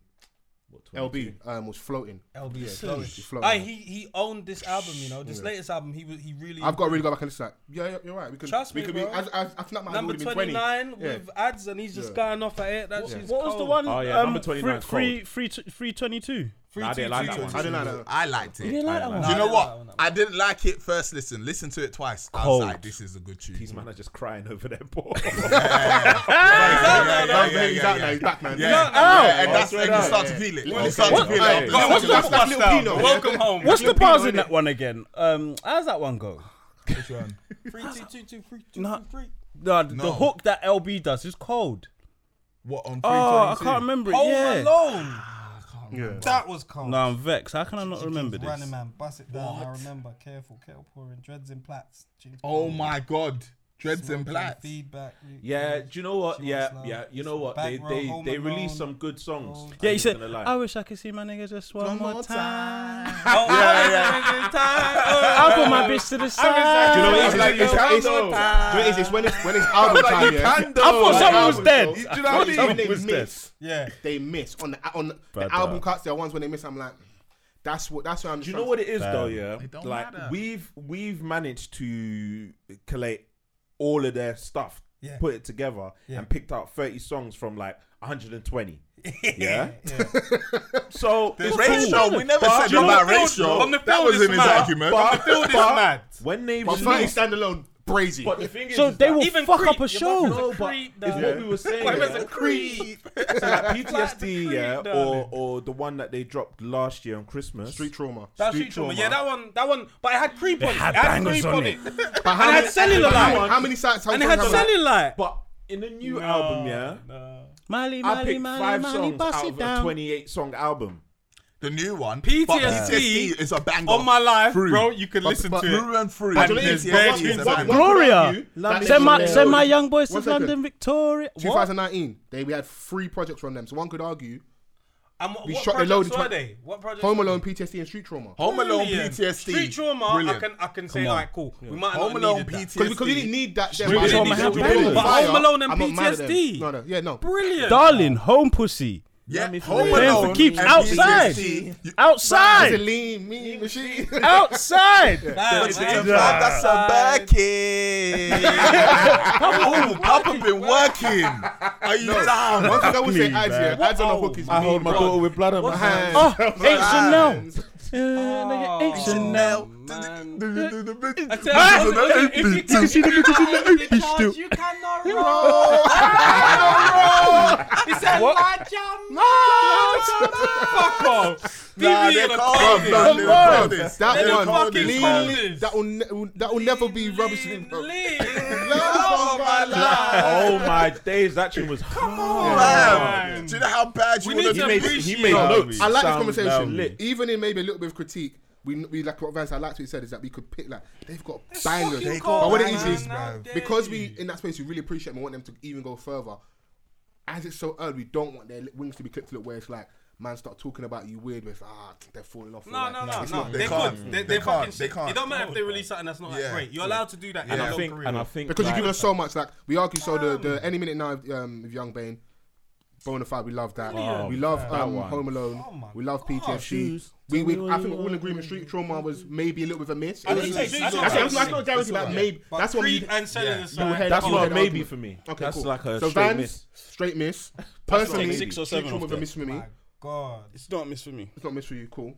Speaker 4: LB um, was floating. He's
Speaker 2: LBS.
Speaker 4: floating.
Speaker 2: Aye, he he owned this album, you know. This latest album, he was he really.
Speaker 4: I've got to really go back and listen to that. Yeah, yeah, you're right. We could,
Speaker 2: Trust
Speaker 4: we
Speaker 2: me,
Speaker 4: could be.
Speaker 2: bro.
Speaker 4: I, I, I snapped my hand,
Speaker 2: number
Speaker 4: it would've been 20.
Speaker 2: twenty nine
Speaker 4: Yeah.
Speaker 2: with ads, and he's just
Speaker 4: Yeah.
Speaker 2: going off at it. That
Speaker 5: What
Speaker 2: shit's
Speaker 5: was the
Speaker 2: cold.
Speaker 5: one?
Speaker 3: Oh, yeah,
Speaker 5: um,
Speaker 3: number 29 's
Speaker 5: Free, free, free, free 22.
Speaker 2: Three,
Speaker 3: Nah, I
Speaker 2: two,
Speaker 3: didn't like
Speaker 2: two,
Speaker 3: that
Speaker 2: two,
Speaker 3: one.
Speaker 2: two.
Speaker 4: I don't know. I don't know.
Speaker 7: I liked it.
Speaker 5: You like that one?
Speaker 7: Do you know
Speaker 2: Nah,
Speaker 7: what?
Speaker 2: that one, that
Speaker 7: I didn't like it first listen. Listen to it twice. I was
Speaker 5: Cold.
Speaker 7: like, this is a good tune.
Speaker 3: These men are just crying over their ball.
Speaker 7: yeah, yeah,
Speaker 4: No,
Speaker 7: yeah,
Speaker 4: no, he's
Speaker 7: yeah,
Speaker 4: out
Speaker 7: yeah.
Speaker 4: now. He's back, man.
Speaker 7: Yeah,
Speaker 4: Yeah.
Speaker 7: yeah, and that's
Speaker 3: Oh,
Speaker 7: when you
Speaker 3: yeah.
Speaker 7: start to feel it. When you start to
Speaker 5: What-
Speaker 7: feel it.
Speaker 4: Hey,
Speaker 5: What's
Speaker 4: that's
Speaker 5: the-
Speaker 4: that little Pino. yeah.
Speaker 2: Welcome home.
Speaker 5: What's the bars in that one again? Um, how's that one go?
Speaker 2: Three, two, two, two, three, two,
Speaker 5: Nah.
Speaker 2: two, three.
Speaker 5: No, the
Speaker 7: No.
Speaker 5: hook that LB does is cold.
Speaker 7: What on
Speaker 5: Oh, I
Speaker 7: 322?
Speaker 5: can't remember it.
Speaker 2: Home
Speaker 5: yeah.
Speaker 2: Alone.
Speaker 4: Yeah.
Speaker 2: That was cold.
Speaker 5: No, I'm vexed. How can I not remember
Speaker 6: Running
Speaker 5: this?
Speaker 6: man, bust it down. I remember. Careful, kettle pouring, dreads in plats. Jeans
Speaker 7: Oh
Speaker 6: pouring,
Speaker 7: my god. Dreads
Speaker 6: smoking,
Speaker 7: and Blacks.
Speaker 6: Feedback.
Speaker 3: [LAUGHS] yeah, do you know what?
Speaker 6: She
Speaker 3: Yeah,
Speaker 6: wants love.
Speaker 3: yeah, you know what?
Speaker 6: Back
Speaker 3: They
Speaker 6: row,
Speaker 3: they
Speaker 6: home
Speaker 3: they released some
Speaker 6: alone.
Speaker 3: good songs.
Speaker 5: Yeah,
Speaker 3: I'm
Speaker 5: he
Speaker 3: not
Speaker 5: said,
Speaker 3: gonna lie.
Speaker 5: I wish I could see my nigga just one, more, time.
Speaker 2: Oh,
Speaker 5: I'll put my bitch to the side.
Speaker 4: Do you know what it
Speaker 3: It's
Speaker 4: is?
Speaker 3: like
Speaker 4: It's,
Speaker 3: you
Speaker 4: it's,
Speaker 3: can
Speaker 4: it's,
Speaker 3: though.
Speaker 4: do you know what it is? It's when it's when it's album time. Yeah.
Speaker 3: I
Speaker 5: I thought someone was
Speaker 4: album,
Speaker 5: dead.
Speaker 4: bro.
Speaker 5: I
Speaker 4: Do you know what
Speaker 5: thought
Speaker 4: I mean?
Speaker 5: someone
Speaker 4: When they
Speaker 5: was dead.
Speaker 4: miss,
Speaker 2: Yeah.
Speaker 4: they miss on the on the,
Speaker 3: Brother.
Speaker 4: the album cuts. There are ones when they miss. I'm like, that's what that's what I'm.
Speaker 3: Do you know what it is though? Yeah,
Speaker 7: don't
Speaker 3: like
Speaker 7: matter.
Speaker 3: we've we've managed to collate all of their stuff,
Speaker 2: Yeah.
Speaker 3: put it together, and picked out thirty songs from like 120. Yeah. so
Speaker 7: The
Speaker 3: it's
Speaker 7: ratio,
Speaker 3: cool.
Speaker 7: we never
Speaker 3: But-
Speaker 7: said about ratio.
Speaker 2: on the
Speaker 7: that
Speaker 2: field
Speaker 7: was
Speaker 2: is
Speaker 7: in his
Speaker 2: mad.
Speaker 7: argument.
Speaker 3: But- but
Speaker 2: mad.
Speaker 3: When they
Speaker 4: But 30
Speaker 3: released,
Speaker 4: standalone, brazy.
Speaker 3: but the thing is,
Speaker 5: So
Speaker 3: is
Speaker 5: they
Speaker 3: that-
Speaker 5: will
Speaker 2: Even
Speaker 5: fuck
Speaker 2: Creep,
Speaker 5: up a
Speaker 2: your
Speaker 5: show.
Speaker 2: boyfriend-
Speaker 3: No, but
Speaker 2: Creep,
Speaker 3: it's
Speaker 2: though.
Speaker 3: what we were saying.
Speaker 2: Why was
Speaker 3: yeah.
Speaker 2: it creep?
Speaker 3: So like
Speaker 2: Creep,
Speaker 3: PTSD, yeah,
Speaker 2: darling.
Speaker 3: or or the one that they dropped last year on Christmas.
Speaker 4: Street trauma.
Speaker 2: That's street trauma. Yeah, that one, that one, but it had creep on it.
Speaker 5: had
Speaker 2: it had
Speaker 5: bangers
Speaker 2: creep
Speaker 5: on
Speaker 2: on
Speaker 5: it.
Speaker 2: it.
Speaker 4: But how
Speaker 2: And
Speaker 4: many-
Speaker 2: had cellulite.
Speaker 4: How many- how many sites?
Speaker 2: And it had cellulite.
Speaker 3: But in the new album, yeah,
Speaker 5: Mali,
Speaker 3: I
Speaker 5: Mali,
Speaker 3: picked
Speaker 5: Mali,
Speaker 3: five
Speaker 5: Mali,
Speaker 3: songs
Speaker 5: bust
Speaker 3: out
Speaker 5: it
Speaker 3: of a
Speaker 5: down.
Speaker 3: 28 song album.
Speaker 7: The new one.
Speaker 2: PTSD
Speaker 7: But PTSD is a banger.
Speaker 2: on my life,
Speaker 7: Through.
Speaker 2: bro. You can
Speaker 7: But-
Speaker 2: listen
Speaker 7: but
Speaker 2: to
Speaker 7: through
Speaker 2: it.
Speaker 7: and through.
Speaker 2: But
Speaker 7: And
Speaker 2: it is
Speaker 7: PTSD
Speaker 2: bad.
Speaker 7: is a
Speaker 2: What-
Speaker 7: banger.
Speaker 5: Gloria. Send my send my young boys to
Speaker 4: One second.
Speaker 5: London, Victoria. What?
Speaker 4: 2019, they we had three projects from them, so one could argue
Speaker 2: And what,
Speaker 4: We
Speaker 2: what
Speaker 4: shot the
Speaker 2: projects
Speaker 4: loaded
Speaker 2: were
Speaker 4: tw-
Speaker 2: they? What projects?
Speaker 4: Home
Speaker 2: were
Speaker 4: Alone, PTSD, and Street Trauma.
Speaker 7: Home
Speaker 2: they?
Speaker 7: Alone
Speaker 2: Brilliant.
Speaker 7: PTSD.
Speaker 2: Street trauma.
Speaker 7: Brilliant.
Speaker 2: I can I can say alright, cool. We might
Speaker 7: Home
Speaker 2: not
Speaker 7: Alone
Speaker 2: have needed that.
Speaker 7: PTSD.
Speaker 4: Because you didn't need that. then,
Speaker 5: Street
Speaker 4: but I
Speaker 5: Trauma
Speaker 4: didn't
Speaker 5: had
Speaker 4: need to do
Speaker 5: bangers.
Speaker 4: it.
Speaker 5: But
Speaker 2: Home
Speaker 4: Fire,
Speaker 2: Alone and
Speaker 4: I'm not mad at them.
Speaker 2: PTSD.
Speaker 4: No, no, yeah, no.
Speaker 2: Brilliant.
Speaker 5: Darling, home pussy.
Speaker 7: Yeah,
Speaker 5: Playing
Speaker 7: Home
Speaker 5: for
Speaker 7: Alone.
Speaker 5: keeps
Speaker 7: and
Speaker 5: outside.
Speaker 7: PTSD. You-
Speaker 4: It's a
Speaker 5: Outside.
Speaker 4: lean, mean machine.
Speaker 5: [LAUGHS] Outside.
Speaker 2: Damn,
Speaker 7: That's
Speaker 2: man.
Speaker 7: a bad kid. Oh, Papa been working. Are you
Speaker 4: [LAUGHS]
Speaker 7: down?
Speaker 4: One thing I would say, ads, yeah, ads on a hook is
Speaker 3: I hold
Speaker 4: mean,
Speaker 3: my
Speaker 4: bro.
Speaker 3: daughter with blood on my hands.
Speaker 5: Oh, H&L. Uh,
Speaker 2: Oh,
Speaker 5: H&L.
Speaker 2: I tell you, if you can- if you charge, you cannot roll. He said, "Large amount." Fuck off.
Speaker 4: Ah,
Speaker 7: Nah,
Speaker 2: BB
Speaker 7: they
Speaker 2: in the
Speaker 7: can't
Speaker 2: corner.
Speaker 7: do that. They can't do this.
Speaker 4: That
Speaker 7: They
Speaker 2: They're
Speaker 4: one,
Speaker 7: can't do
Speaker 2: fucking
Speaker 4: lean,
Speaker 7: this, man.
Speaker 2: cold.
Speaker 4: lean, that will ne- will- that will never be rubbish. to me, bro.
Speaker 2: Lean,
Speaker 4: Love
Speaker 2: love
Speaker 4: of
Speaker 2: of my
Speaker 4: my
Speaker 2: life.
Speaker 3: Oh my days, that tune was.
Speaker 7: Man, Do you know how bad
Speaker 2: We
Speaker 7: you
Speaker 2: need
Speaker 7: want
Speaker 2: to
Speaker 7: to
Speaker 3: made- he
Speaker 2: appreciate
Speaker 3: made
Speaker 2: it.
Speaker 3: no-
Speaker 4: I like this
Speaker 3: Sound
Speaker 4: conversation.
Speaker 3: lovely.
Speaker 4: Even in maybe a little bit of critique, we, we like what Vance. I liked what he said is that we could pick like they've got bangers.
Speaker 2: fucking
Speaker 4: but what it
Speaker 2: cold,
Speaker 4: is
Speaker 2: man,
Speaker 4: is
Speaker 2: I dare
Speaker 4: because we in that space we really appreciate them and want them to even go further. As it's so early, we don't want their wings to be clipped to look where it's like man start talking about you weird. Where it's ah they're falling off. or
Speaker 2: No,
Speaker 4: like,
Speaker 2: no, no,
Speaker 4: it's
Speaker 2: no.
Speaker 4: not-
Speaker 7: they
Speaker 2: They're
Speaker 7: can't.
Speaker 2: good.
Speaker 7: Mm.
Speaker 2: They,
Speaker 7: They
Speaker 2: they
Speaker 7: can't.
Speaker 2: fucking
Speaker 7: They can't.
Speaker 2: It don't matter if they release something that's not that
Speaker 7: Yeah.
Speaker 2: great. You're allowed to do that.
Speaker 7: And
Speaker 2: in
Speaker 7: I
Speaker 2: your
Speaker 3: think,
Speaker 2: career.
Speaker 3: and I think
Speaker 4: Because
Speaker 3: like,
Speaker 4: you're giving us so much. Like we argue, so the, the any minute now um, with Young Bane, Bonafide, we love that.
Speaker 2: Brilliant.
Speaker 4: we love
Speaker 3: that
Speaker 4: um,
Speaker 3: one.
Speaker 4: Home Alone.
Speaker 2: Oh my
Speaker 4: we love PTSD.
Speaker 5: shoes.
Speaker 4: We, we,
Speaker 5: Tell me
Speaker 4: I
Speaker 5: what
Speaker 4: think
Speaker 5: you
Speaker 4: we're all in
Speaker 5: want.
Speaker 4: agreement. Street trauma was maybe a little bit of a miss.
Speaker 2: I
Speaker 4: It
Speaker 2: think
Speaker 4: wasn't-
Speaker 2: Shoes
Speaker 4: That's
Speaker 2: is
Speaker 4: that's- that's
Speaker 2: alright.
Speaker 4: not guaranteed that maybe.
Speaker 2: But
Speaker 4: That's what we.
Speaker 2: Creed and selling
Speaker 7: Yeah.
Speaker 2: the
Speaker 4: you
Speaker 2: song.
Speaker 4: had-
Speaker 3: That's
Speaker 4: you
Speaker 3: not
Speaker 4: had
Speaker 3: a
Speaker 4: an
Speaker 3: maybe
Speaker 4: argument.
Speaker 3: for me.
Speaker 4: Okay,
Speaker 3: That's
Speaker 4: cool.
Speaker 3: like a
Speaker 4: so
Speaker 3: straight
Speaker 4: Vans,
Speaker 3: miss.
Speaker 4: Straight miss. Personally,
Speaker 5: like six or
Speaker 4: Street
Speaker 5: seven
Speaker 4: Trauma
Speaker 5: off
Speaker 4: was a
Speaker 5: there.
Speaker 4: miss for me.
Speaker 2: God.
Speaker 5: It's not miss for me.
Speaker 4: It's not miss for you. Cool.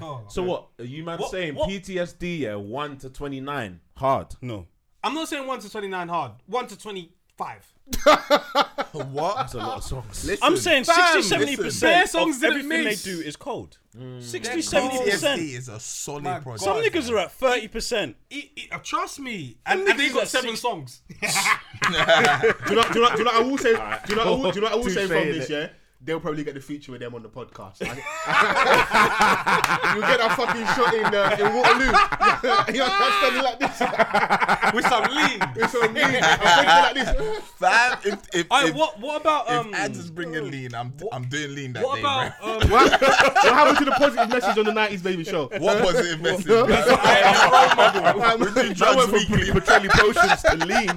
Speaker 2: So-
Speaker 3: So what? Are you man
Speaker 2: What-
Speaker 3: saying
Speaker 2: what-
Speaker 3: PTSD? Yeah, one to twenty nine, hard.
Speaker 5: No.
Speaker 2: I'm not saying one to twenty nine hard. One to twenty five.
Speaker 3: That's a lot of songs.
Speaker 5: I'm saying 60 70
Speaker 7: listen.
Speaker 5: percent
Speaker 2: Their
Speaker 5: of
Speaker 2: songs didn't
Speaker 5: everything they
Speaker 2: miss.
Speaker 5: do is cold. 60
Speaker 2: They're
Speaker 5: 70 percent.
Speaker 7: PTSD is a
Speaker 2: My
Speaker 7: solid project.
Speaker 5: Some
Speaker 2: God.
Speaker 5: niggas are at 30 percent.
Speaker 2: It, it, uh, trust me. And,
Speaker 5: Them
Speaker 2: and they
Speaker 5: niggas
Speaker 2: got
Speaker 5: are
Speaker 2: seven
Speaker 5: sick.
Speaker 2: songs.
Speaker 4: Do you know? Do you know? Do you know? what I will say. Do you know? what I will- Do you know? what I will say
Speaker 3: Touche,
Speaker 4: from this.
Speaker 3: innit?
Speaker 4: Yeah, they'll probably get the feature with them on the podcast. [LAUGHS] I- you get that fucking shot in uh, in Waterloo. [LAUGHS] You're standing like this.
Speaker 2: with some lean.
Speaker 4: It's on me. I'm thinking like this.
Speaker 7: Fam, if, if,
Speaker 2: Alright,
Speaker 7: if,
Speaker 2: what what about
Speaker 7: if
Speaker 2: um
Speaker 7: ads is bringing lean, I'm, I'm doing lean that
Speaker 2: what
Speaker 7: day,
Speaker 2: about
Speaker 7: bro.
Speaker 2: um
Speaker 4: What? what happened to the positive message on the '90s baby [LAUGHS] show?
Speaker 7: What positive message, bro?
Speaker 2: I am a role model?
Speaker 4: Um,
Speaker 7: We do drugs weekly.
Speaker 3: Kelly potions to lean.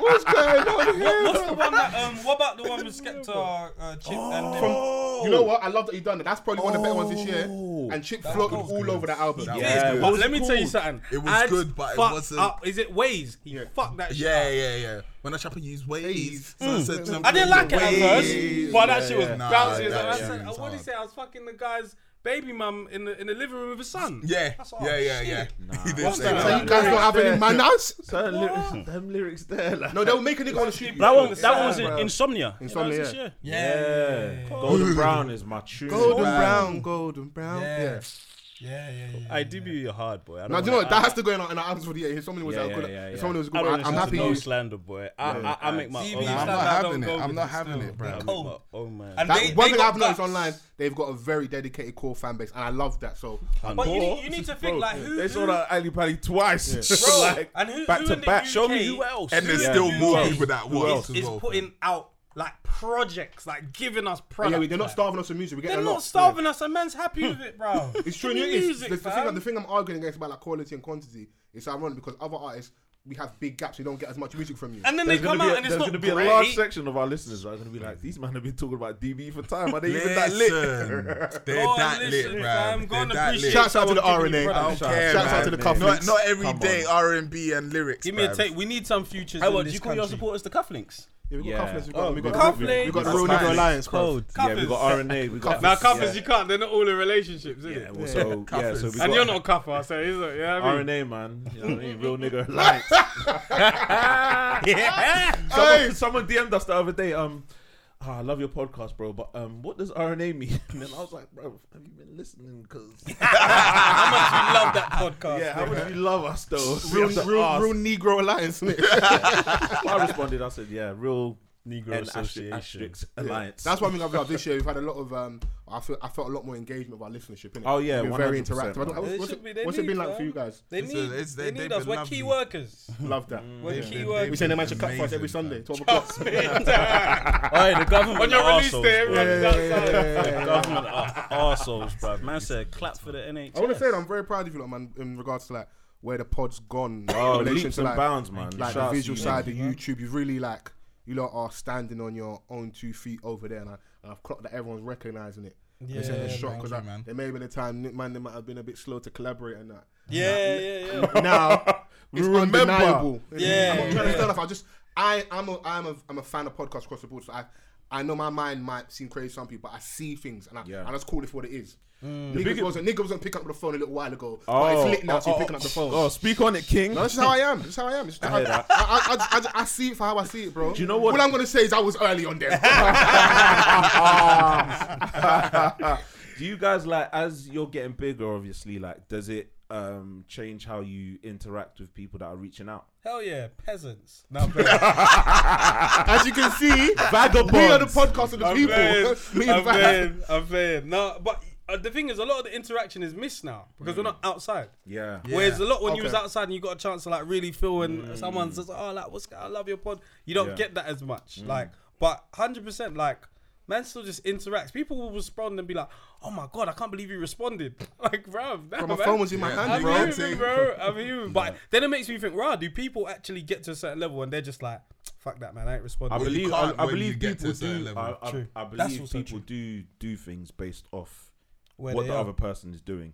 Speaker 4: What's going on here?
Speaker 2: What's the one that um what about the one with Skepta uh Chip and them?
Speaker 4: You know what? I love that you done that. That's probably one of the better ones this year. And Chip floated all over that album.
Speaker 7: That
Speaker 2: Yeah,
Speaker 7: was
Speaker 2: but
Speaker 7: good.
Speaker 2: let me tell you something.
Speaker 7: It was
Speaker 2: Ads
Speaker 7: good, but it
Speaker 2: fucked
Speaker 7: wasn't-
Speaker 2: Up. Is it Waze? He fucked that shit.
Speaker 7: Yeah, yeah, yeah. When I chopper use ways, so I, said to them,
Speaker 2: I didn't like it
Speaker 7: "Ways."
Speaker 2: at first, but that shit was
Speaker 7: Nah,
Speaker 2: bouncy. as
Speaker 7: that
Speaker 2: hell. I
Speaker 7: shit
Speaker 2: said,
Speaker 7: was
Speaker 2: what did he
Speaker 7: hard.
Speaker 2: say? I was fucking the guy's baby mum in the in the living room with his son.
Speaker 7: Yeah,
Speaker 2: That's all.
Speaker 7: yeah, yeah, yeah.
Speaker 2: Shit.
Speaker 7: He did say
Speaker 4: So you
Speaker 7: that.
Speaker 4: guys don't have any manners?
Speaker 3: Certain lyrics, [LAUGHS] them lyrics there. Like,
Speaker 4: No, they'll make a nigga on the street.
Speaker 5: That one, that
Speaker 2: Yeah,
Speaker 5: one was in,
Speaker 4: bro.
Speaker 5: Insomnia.
Speaker 4: Insomnia,
Speaker 5: That was this
Speaker 4: yeah.
Speaker 5: year.
Speaker 3: yeah. Golden Brown is my tune.
Speaker 4: Golden brown, golden brown. Yeah.
Speaker 2: Yeah, yeah, yeah.
Speaker 5: I do be a hard boy. I don't
Speaker 4: Now, do you know
Speaker 5: wanna-
Speaker 4: what? That has to go in our, in our albums for the year. His family was
Speaker 3: Yeah,
Speaker 4: a
Speaker 3: yeah,
Speaker 4: good.
Speaker 3: yeah,
Speaker 4: his
Speaker 3: yeah.
Speaker 4: family was good.
Speaker 5: I
Speaker 4: I
Speaker 5: don't
Speaker 4: am
Speaker 5: listen to
Speaker 4: happy.
Speaker 5: no
Speaker 4: you-
Speaker 5: slander, boy. I, I, I make my
Speaker 2: See,
Speaker 5: own.
Speaker 2: we
Speaker 7: I'm
Speaker 2: stand
Speaker 7: not
Speaker 2: out,
Speaker 7: having
Speaker 2: don't
Speaker 7: it.
Speaker 2: go
Speaker 7: I'm
Speaker 2: with
Speaker 7: not
Speaker 2: it
Speaker 7: having
Speaker 2: still.
Speaker 7: it, bro.
Speaker 5: I make my own man.
Speaker 2: And
Speaker 4: That
Speaker 2: they,
Speaker 4: one
Speaker 2: they
Speaker 4: thing
Speaker 2: got
Speaker 4: I've noticed
Speaker 2: guts.
Speaker 4: online, they've got a very dedicated core fan base, and I love that. So
Speaker 2: But you need, you need to think like who,
Speaker 3: They
Speaker 2: who
Speaker 3: saw that Ali Pally twice.
Speaker 2: bro,
Speaker 3: like,
Speaker 2: and who,
Speaker 3: back
Speaker 2: who
Speaker 3: to
Speaker 2: in the
Speaker 3: back.
Speaker 2: UK
Speaker 3: Show me who else.
Speaker 7: And there's
Speaker 2: Yeah.
Speaker 7: still
Speaker 2: Who
Speaker 7: more
Speaker 2: else?
Speaker 7: people that
Speaker 3: Who
Speaker 7: watch
Speaker 3: else?
Speaker 7: as
Speaker 2: is
Speaker 7: well.
Speaker 2: putting out like projects, like giving us
Speaker 4: yeah,
Speaker 2: products.
Speaker 4: they're not
Speaker 2: like.
Speaker 4: starving us with music. We get
Speaker 2: They're
Speaker 4: a lot.
Speaker 2: not starving us. A man's happy with it, bro.
Speaker 4: It's true.
Speaker 2: Give me
Speaker 4: you know, it's-
Speaker 2: music,
Speaker 4: the, the thing,
Speaker 2: fam.
Speaker 4: the thing I'm arguing against about like quality and quantity is ironic because other artists we have big gaps. We don't get as much music from you.
Speaker 2: And then
Speaker 3: There's
Speaker 2: they
Speaker 3: gonna
Speaker 2: come
Speaker 3: be
Speaker 2: out
Speaker 3: a-
Speaker 2: and it's
Speaker 3: there's
Speaker 2: not
Speaker 3: gonna be a
Speaker 2: great.
Speaker 3: large section of our listeners that are gonna be like, these man have been talking about DB for time. Are they even that lit? [LAUGHS]
Speaker 7: Listen, they're
Speaker 2: Go and
Speaker 7: that
Speaker 2: listen,
Speaker 7: lit,
Speaker 2: fam.
Speaker 7: bro.
Speaker 2: Go and
Speaker 7: They're that
Speaker 2: appreciate
Speaker 7: lit.
Speaker 4: Shouts out to the
Speaker 2: someone giving you
Speaker 4: R&A.
Speaker 2: products.
Speaker 7: I don't care,
Speaker 4: Shouts out
Speaker 7: man.
Speaker 4: to the cuff
Speaker 7: Not,
Speaker 4: links.
Speaker 7: not every
Speaker 3: Come
Speaker 7: day
Speaker 3: on.
Speaker 7: R and B and lyrics.
Speaker 2: Give me a
Speaker 7: bruv.
Speaker 2: take. We need some futures
Speaker 5: Hey,
Speaker 2: in
Speaker 5: what, do
Speaker 2: this
Speaker 5: you call your
Speaker 2: country.
Speaker 5: supporters the cufflinks?
Speaker 4: yeah, we got
Speaker 3: Yeah.
Speaker 4: cufflinks. We got, we Oh, got,
Speaker 2: got
Speaker 4: we got, we got the
Speaker 2: cufflinks.
Speaker 4: Real Nigga
Speaker 7: Cufflinks.
Speaker 4: Alliance. Cold.
Speaker 3: Yeah, we got R and A. We got
Speaker 2: Now, cuffers, you can't. They're not all in relationships, is
Speaker 3: Yeah,
Speaker 2: it?
Speaker 3: well, so yeah, so we
Speaker 2: And you're
Speaker 3: got
Speaker 2: not a cuffer, so is it? Yeah, I
Speaker 3: R
Speaker 2: mean,
Speaker 3: and A, man. You know what I mean? Real nigga alliance.
Speaker 5: Yeah.
Speaker 3: [LAUGHS] Someone, someone DM'd us the other day. Um, "Ah, I love your podcast, bro. But um, what does RNA mean? [LAUGHS] And then I was like, bro, have you been listening? Because
Speaker 2: how much you love that podcast?
Speaker 3: yeah, how much [LAUGHS] do you love us though?
Speaker 4: Real,
Speaker 3: We have to
Speaker 4: real,
Speaker 3: ask.
Speaker 4: real Negro Alliance. innit?
Speaker 3: I responded. I said, yeah, real
Speaker 5: Negro
Speaker 3: N asterisk,
Speaker 5: Association.
Speaker 3: asterisk Alliance.
Speaker 4: That's one thing I've loved this year. We've had a lot of. Um, I feel I felt a lot more engagement with our listenership. Innit?
Speaker 3: Oh, yeah,
Speaker 4: It's been very
Speaker 3: 100%,
Speaker 4: interactive. I don't-
Speaker 3: man.
Speaker 4: what's,
Speaker 2: It
Speaker 4: what's
Speaker 2: should
Speaker 4: it,
Speaker 2: be, they
Speaker 4: what's it
Speaker 2: need,
Speaker 4: been like
Speaker 2: man.
Speaker 4: for you guys?
Speaker 2: They Mm.
Speaker 7: It's a-
Speaker 2: need,
Speaker 7: it's-
Speaker 2: they,
Speaker 7: they-
Speaker 2: need
Speaker 7: they've
Speaker 2: us.
Speaker 7: been
Speaker 2: We're
Speaker 7: lovely.
Speaker 2: key workers.
Speaker 4: Love that.
Speaker 2: We're
Speaker 7: They've
Speaker 2: key
Speaker 7: been-
Speaker 4: We
Speaker 2: workers.
Speaker 4: saying they might should cut for us every
Speaker 7: Amazing,
Speaker 4: Sunday,
Speaker 7: man.
Speaker 4: twelve o'clock.
Speaker 5: Hey, the government
Speaker 2: On your release
Speaker 5: arseholes,
Speaker 2: day,
Speaker 5: bruv.
Speaker 2: everyone's outside.
Speaker 5: The government are arseholes, bruv. Man said, clap for the NHS.
Speaker 4: I want to say that I'm very proud of you, lot, man, in regards to like where the pod's gone
Speaker 3: oh,
Speaker 4: in relation
Speaker 3: leaps
Speaker 4: to
Speaker 3: and
Speaker 4: like,
Speaker 3: bounds, man.
Speaker 4: like
Speaker 3: Shout
Speaker 4: the
Speaker 3: out to
Speaker 4: visual
Speaker 3: you,
Speaker 4: side
Speaker 3: man.
Speaker 4: of YouTube. You really like you lot are standing on your own two feet over there, and, I, and I've clocked that everyone's recognizing it. Yeah, it's a
Speaker 2: Yeah,
Speaker 4: shock
Speaker 7: thank
Speaker 4: because
Speaker 7: you, man.
Speaker 4: there may have been a time, Nick, man, they might have been a bit slow to collaborate and that.
Speaker 2: Yeah, yeah, yeah.
Speaker 3: [LAUGHS]
Speaker 4: now it's
Speaker 7: remember.
Speaker 4: undeniable.
Speaker 2: Yeah,
Speaker 4: I'm not trying
Speaker 2: yeah.
Speaker 4: to sell off. I just I I'm a, I'm a I'm a fan of podcasts across the board. So I I know my mind might seem crazy to some people, but I see things and I
Speaker 3: Yeah. Mm.
Speaker 4: and I just call it for what it is. Niggas, wasn't, niggas wasn't picking up the phone a little while ago.
Speaker 3: Oh,
Speaker 4: but it's lit now,
Speaker 3: oh,
Speaker 4: so you're picking up the phone.
Speaker 3: Oh, speak on it, King.
Speaker 4: No, that's just how I am. That's how I am. It's just how I,
Speaker 3: hear that.
Speaker 4: I, I, I, I, I see it for how I see it, bro. Do
Speaker 3: you know what-
Speaker 4: All I'm gonna say is I was early on there.
Speaker 3: do you guys like as you're getting bigger obviously like does it um change how you interact with people that are reaching out
Speaker 2: Hell yeah,
Speaker 4: [LAUGHS]
Speaker 2: peasants. No, I'm playing.
Speaker 4: [LAUGHS] As you can see,
Speaker 3: vagabonds
Speaker 4: we are the podcast of the
Speaker 2: I'm
Speaker 4: people.
Speaker 2: [LAUGHS] playing.
Speaker 4: [LAUGHS] Me
Speaker 2: I'm
Speaker 4: and Fab.
Speaker 2: playing. I'm playing. No, but uh, the thing is, a lot of the interaction is missed now because we're not outside.
Speaker 3: yeah
Speaker 2: Whereas a lot when you was
Speaker 4: Mm. Okay. Mm.
Speaker 2: outside and you got a chance to like really feel and someone says, "Oh, like what's I love your pod," you don't
Speaker 3: Yeah.
Speaker 2: get that as much.
Speaker 4: Mm.
Speaker 2: Like, but hundred percent, like man still just interacts. People will respond and be like, "Oh my god, I can't believe you responded!" [LAUGHS] Like, bruv, nah,
Speaker 4: Bro, my
Speaker 2: man.
Speaker 4: phone was in my
Speaker 7: Yeah.
Speaker 4: hand,
Speaker 2: I'm
Speaker 7: bro.
Speaker 2: human, bro. I'm human. But then it makes me think, rah, do people actually get to a certain level and they're just like, "Fuck that, man, I ain't
Speaker 3: I
Speaker 2: responding."
Speaker 7: Well, you
Speaker 3: believe, I,
Speaker 7: can't
Speaker 3: I
Speaker 7: when you
Speaker 3: believe
Speaker 7: get to
Speaker 3: people
Speaker 7: a certain
Speaker 3: do.
Speaker 7: level.
Speaker 3: I, I,
Speaker 2: True.
Speaker 3: I
Speaker 2: That's
Speaker 3: believe
Speaker 2: also
Speaker 3: people
Speaker 2: true.
Speaker 3: do do things based off
Speaker 2: Where
Speaker 3: what
Speaker 2: they
Speaker 3: the
Speaker 2: are.
Speaker 3: other person is doing.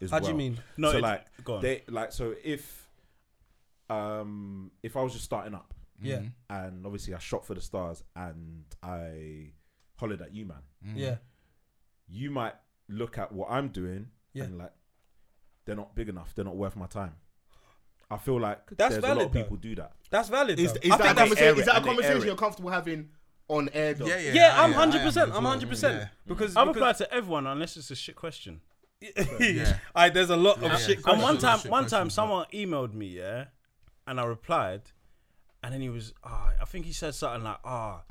Speaker 3: As
Speaker 2: How do you
Speaker 3: well.
Speaker 2: mean?
Speaker 5: No,
Speaker 3: so
Speaker 5: it-
Speaker 3: like,
Speaker 5: go on.
Speaker 3: they like so if, um, if I was just starting up,
Speaker 2: Yeah,
Speaker 3: and obviously I shot for the stars, and I hollered at you, man.
Speaker 2: yeah,
Speaker 3: You might look at what I'm doing
Speaker 2: Yeah.
Speaker 3: and like, they're not big enough. They're not worth my time. I feel like
Speaker 2: That's
Speaker 3: there's a lot
Speaker 2: valid,
Speaker 3: of
Speaker 2: though.
Speaker 3: people
Speaker 2: [LAUGHS]
Speaker 3: do that.
Speaker 2: that's valid.
Speaker 4: Is,
Speaker 2: though.
Speaker 4: is,
Speaker 3: I
Speaker 4: that, a
Speaker 3: think they air
Speaker 4: conversation,
Speaker 3: it
Speaker 4: is that a
Speaker 3: and they air
Speaker 4: conversation
Speaker 3: it.
Speaker 4: you're comfortable having on air? Though?
Speaker 7: Yeah, yeah.
Speaker 2: yeah,
Speaker 7: I-
Speaker 2: I'm
Speaker 7: I am
Speaker 2: hundred percent.
Speaker 7: as
Speaker 2: I'm
Speaker 7: well.
Speaker 2: hundred percent
Speaker 7: Yeah.
Speaker 2: because
Speaker 5: I've
Speaker 2: because-
Speaker 5: applied to everyone unless it's a shit question.
Speaker 2: [LAUGHS]
Speaker 7: Yeah.
Speaker 2: Alright, there's a lot of shit.
Speaker 5: And one
Speaker 7: Questions,
Speaker 5: time,
Speaker 7: shit
Speaker 5: one time,
Speaker 7: questions,
Speaker 5: someone emailed me, yeah, and I replied, and then he was, ah, I think he said something like, ah,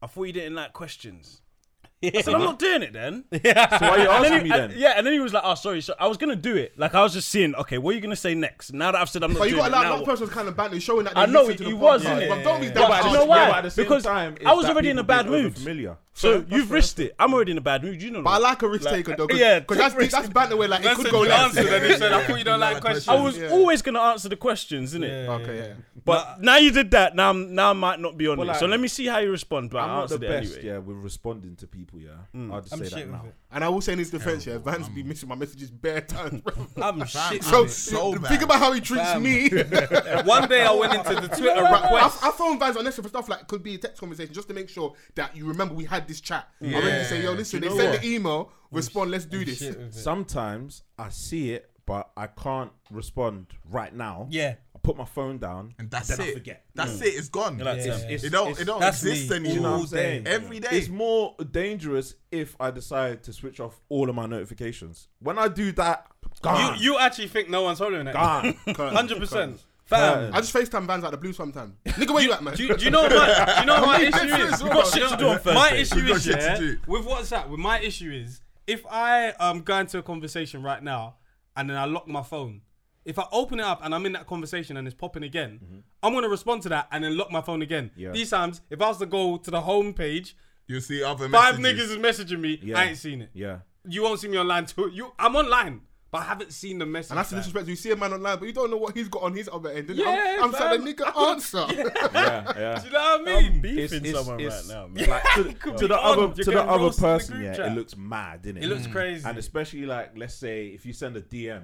Speaker 5: I thought you didn't like questions. I said, I'm not doing it then.
Speaker 3: So why are you
Speaker 5: And
Speaker 3: asking
Speaker 5: then
Speaker 3: me
Speaker 5: he,
Speaker 3: then?
Speaker 5: and- yeah, and then he was like, "Oh, sorry, so I was gonna do it. Like, I was just seeing, okay, what are you gonna say next? Now that I've said I'm not
Speaker 4: But you
Speaker 5: doing
Speaker 4: got
Speaker 5: it
Speaker 4: like
Speaker 5: now,
Speaker 4: that
Speaker 5: what-
Speaker 4: person's kind of banter showing that.
Speaker 5: I
Speaker 4: they
Speaker 5: know
Speaker 4: listen to
Speaker 5: he
Speaker 4: the
Speaker 5: was,
Speaker 4: podcast.
Speaker 5: innit?
Speaker 4: But don't be
Speaker 5: Yeah.
Speaker 4: that.
Speaker 5: But
Speaker 3: Do
Speaker 5: you
Speaker 3: you know
Speaker 5: why?
Speaker 3: why?
Speaker 5: Because I was already in a bad mood.
Speaker 3: Familiar.
Speaker 5: so you've risked it. I'm already in a bad mood. You know,
Speaker 4: But I
Speaker 5: that.
Speaker 4: like a risk taker though. Cause,
Speaker 5: yeah,
Speaker 4: yeah, because that's that's banter where like it could
Speaker 2: Listen,
Speaker 4: go
Speaker 2: you
Speaker 4: left.
Speaker 2: answered and he said, I thought you don't like
Speaker 7: Like
Speaker 2: questions.
Speaker 5: I was
Speaker 4: Yeah.
Speaker 5: always gonna answer the questions, innit?
Speaker 4: [LAUGHS]
Speaker 5: it?
Speaker 4: Okay, yeah.
Speaker 5: But now you did that. Now I'm now I might not be on
Speaker 3: Well,
Speaker 5: it. So
Speaker 3: I-
Speaker 5: let me see how you respond. But
Speaker 3: I'm
Speaker 5: I
Speaker 3: not the
Speaker 5: answered it
Speaker 3: best.
Speaker 5: anyway. Mm.
Speaker 3: Yeah, we're responding to people. Yeah, I'll just
Speaker 2: I'm
Speaker 3: say that
Speaker 2: shit with
Speaker 3: now.
Speaker 2: it.
Speaker 4: And I will say in his defense, yeah, Vance be missing my messages bare times, bro.
Speaker 2: I'm shit.
Speaker 4: [LAUGHS] So,
Speaker 2: with
Speaker 7: so
Speaker 4: think
Speaker 7: bad.
Speaker 4: about how he treats
Speaker 2: Fam.
Speaker 4: me.
Speaker 2: it. One day I went into [LAUGHS] the Twitter
Speaker 4: I,
Speaker 2: request.
Speaker 4: I phone Vance on this for stuff like could be a text conversation just to make sure that you remember we had this chat. I already say, yo, listen, they send the email, respond, let's do this. [LAUGHS]
Speaker 2: Shit with it.
Speaker 3: Sometimes I see it, but I can't respond right now.
Speaker 2: Yeah.
Speaker 3: I put my phone down.
Speaker 7: And that's
Speaker 3: then
Speaker 7: it.
Speaker 3: I forget.
Speaker 7: That's it. It's gone.
Speaker 3: Like,
Speaker 2: Yeah.
Speaker 3: it's- it's-
Speaker 7: It don't.
Speaker 3: it's-
Speaker 7: It don't
Speaker 2: That's
Speaker 7: exist
Speaker 2: me.
Speaker 3: you know
Speaker 7: anymore.
Speaker 3: what I'm
Speaker 2: all day.
Speaker 3: saying?
Speaker 7: Every day.
Speaker 3: It's more dangerous if I decide to switch off all of my notifications. When I do that,
Speaker 2: You,
Speaker 3: gone,
Speaker 2: you actually think no one's holding it?
Speaker 3: gone. [LAUGHS]
Speaker 2: Hundred percent.
Speaker 3: Fam.
Speaker 2: Fam.
Speaker 4: I just FaceTime Vans out of the blue sometimes. Nigga, where you at, man?
Speaker 2: Do you, do you know what my, do you know what my issue is?
Speaker 4: We've got
Speaker 2: Do you
Speaker 5: shit to
Speaker 2: know-
Speaker 5: do on Thursday.
Speaker 2: My issue
Speaker 7: We've got
Speaker 2: is
Speaker 7: shit to
Speaker 2: yeah,
Speaker 7: do.
Speaker 2: with WhatsApp. With my issue is if I um go into a conversation right now and then I lock my phone. If I open it up and I'm in that conversation and it's popping again, I'm gonna respond to that and then lock my phone again.
Speaker 3: Yeah.
Speaker 2: These times, if I was to go to the home page,
Speaker 7: You see other
Speaker 2: five
Speaker 7: messages.
Speaker 2: niggas is messaging me.
Speaker 3: Yeah.
Speaker 2: I ain't seen it.
Speaker 3: Yeah.
Speaker 2: You won't see me online too. You, I'm online, but I haven't seen the message.
Speaker 4: And that's the
Speaker 2: fam.
Speaker 4: disrespect. You see a man online, but you don't know what he's got on his other end. innit?
Speaker 2: [LAUGHS] Yeah,
Speaker 4: I'm, I'm saying,
Speaker 2: fam.
Speaker 4: nigga, answer.
Speaker 3: Yeah. Yeah.
Speaker 2: Do you know what I mean?
Speaker 3: It's-
Speaker 5: Beefing
Speaker 3: it's-
Speaker 5: someone
Speaker 3: it's-
Speaker 5: right now, man.
Speaker 3: like, to, to
Speaker 2: be
Speaker 3: the
Speaker 2: on.
Speaker 3: other
Speaker 2: You're
Speaker 3: to the
Speaker 2: getting
Speaker 3: other
Speaker 2: roasted in the
Speaker 3: person,
Speaker 2: group
Speaker 3: yeah,
Speaker 2: chat.
Speaker 3: it looks mad, innit?
Speaker 2: It looks crazy.
Speaker 3: And especially like, let's say if you send a DM,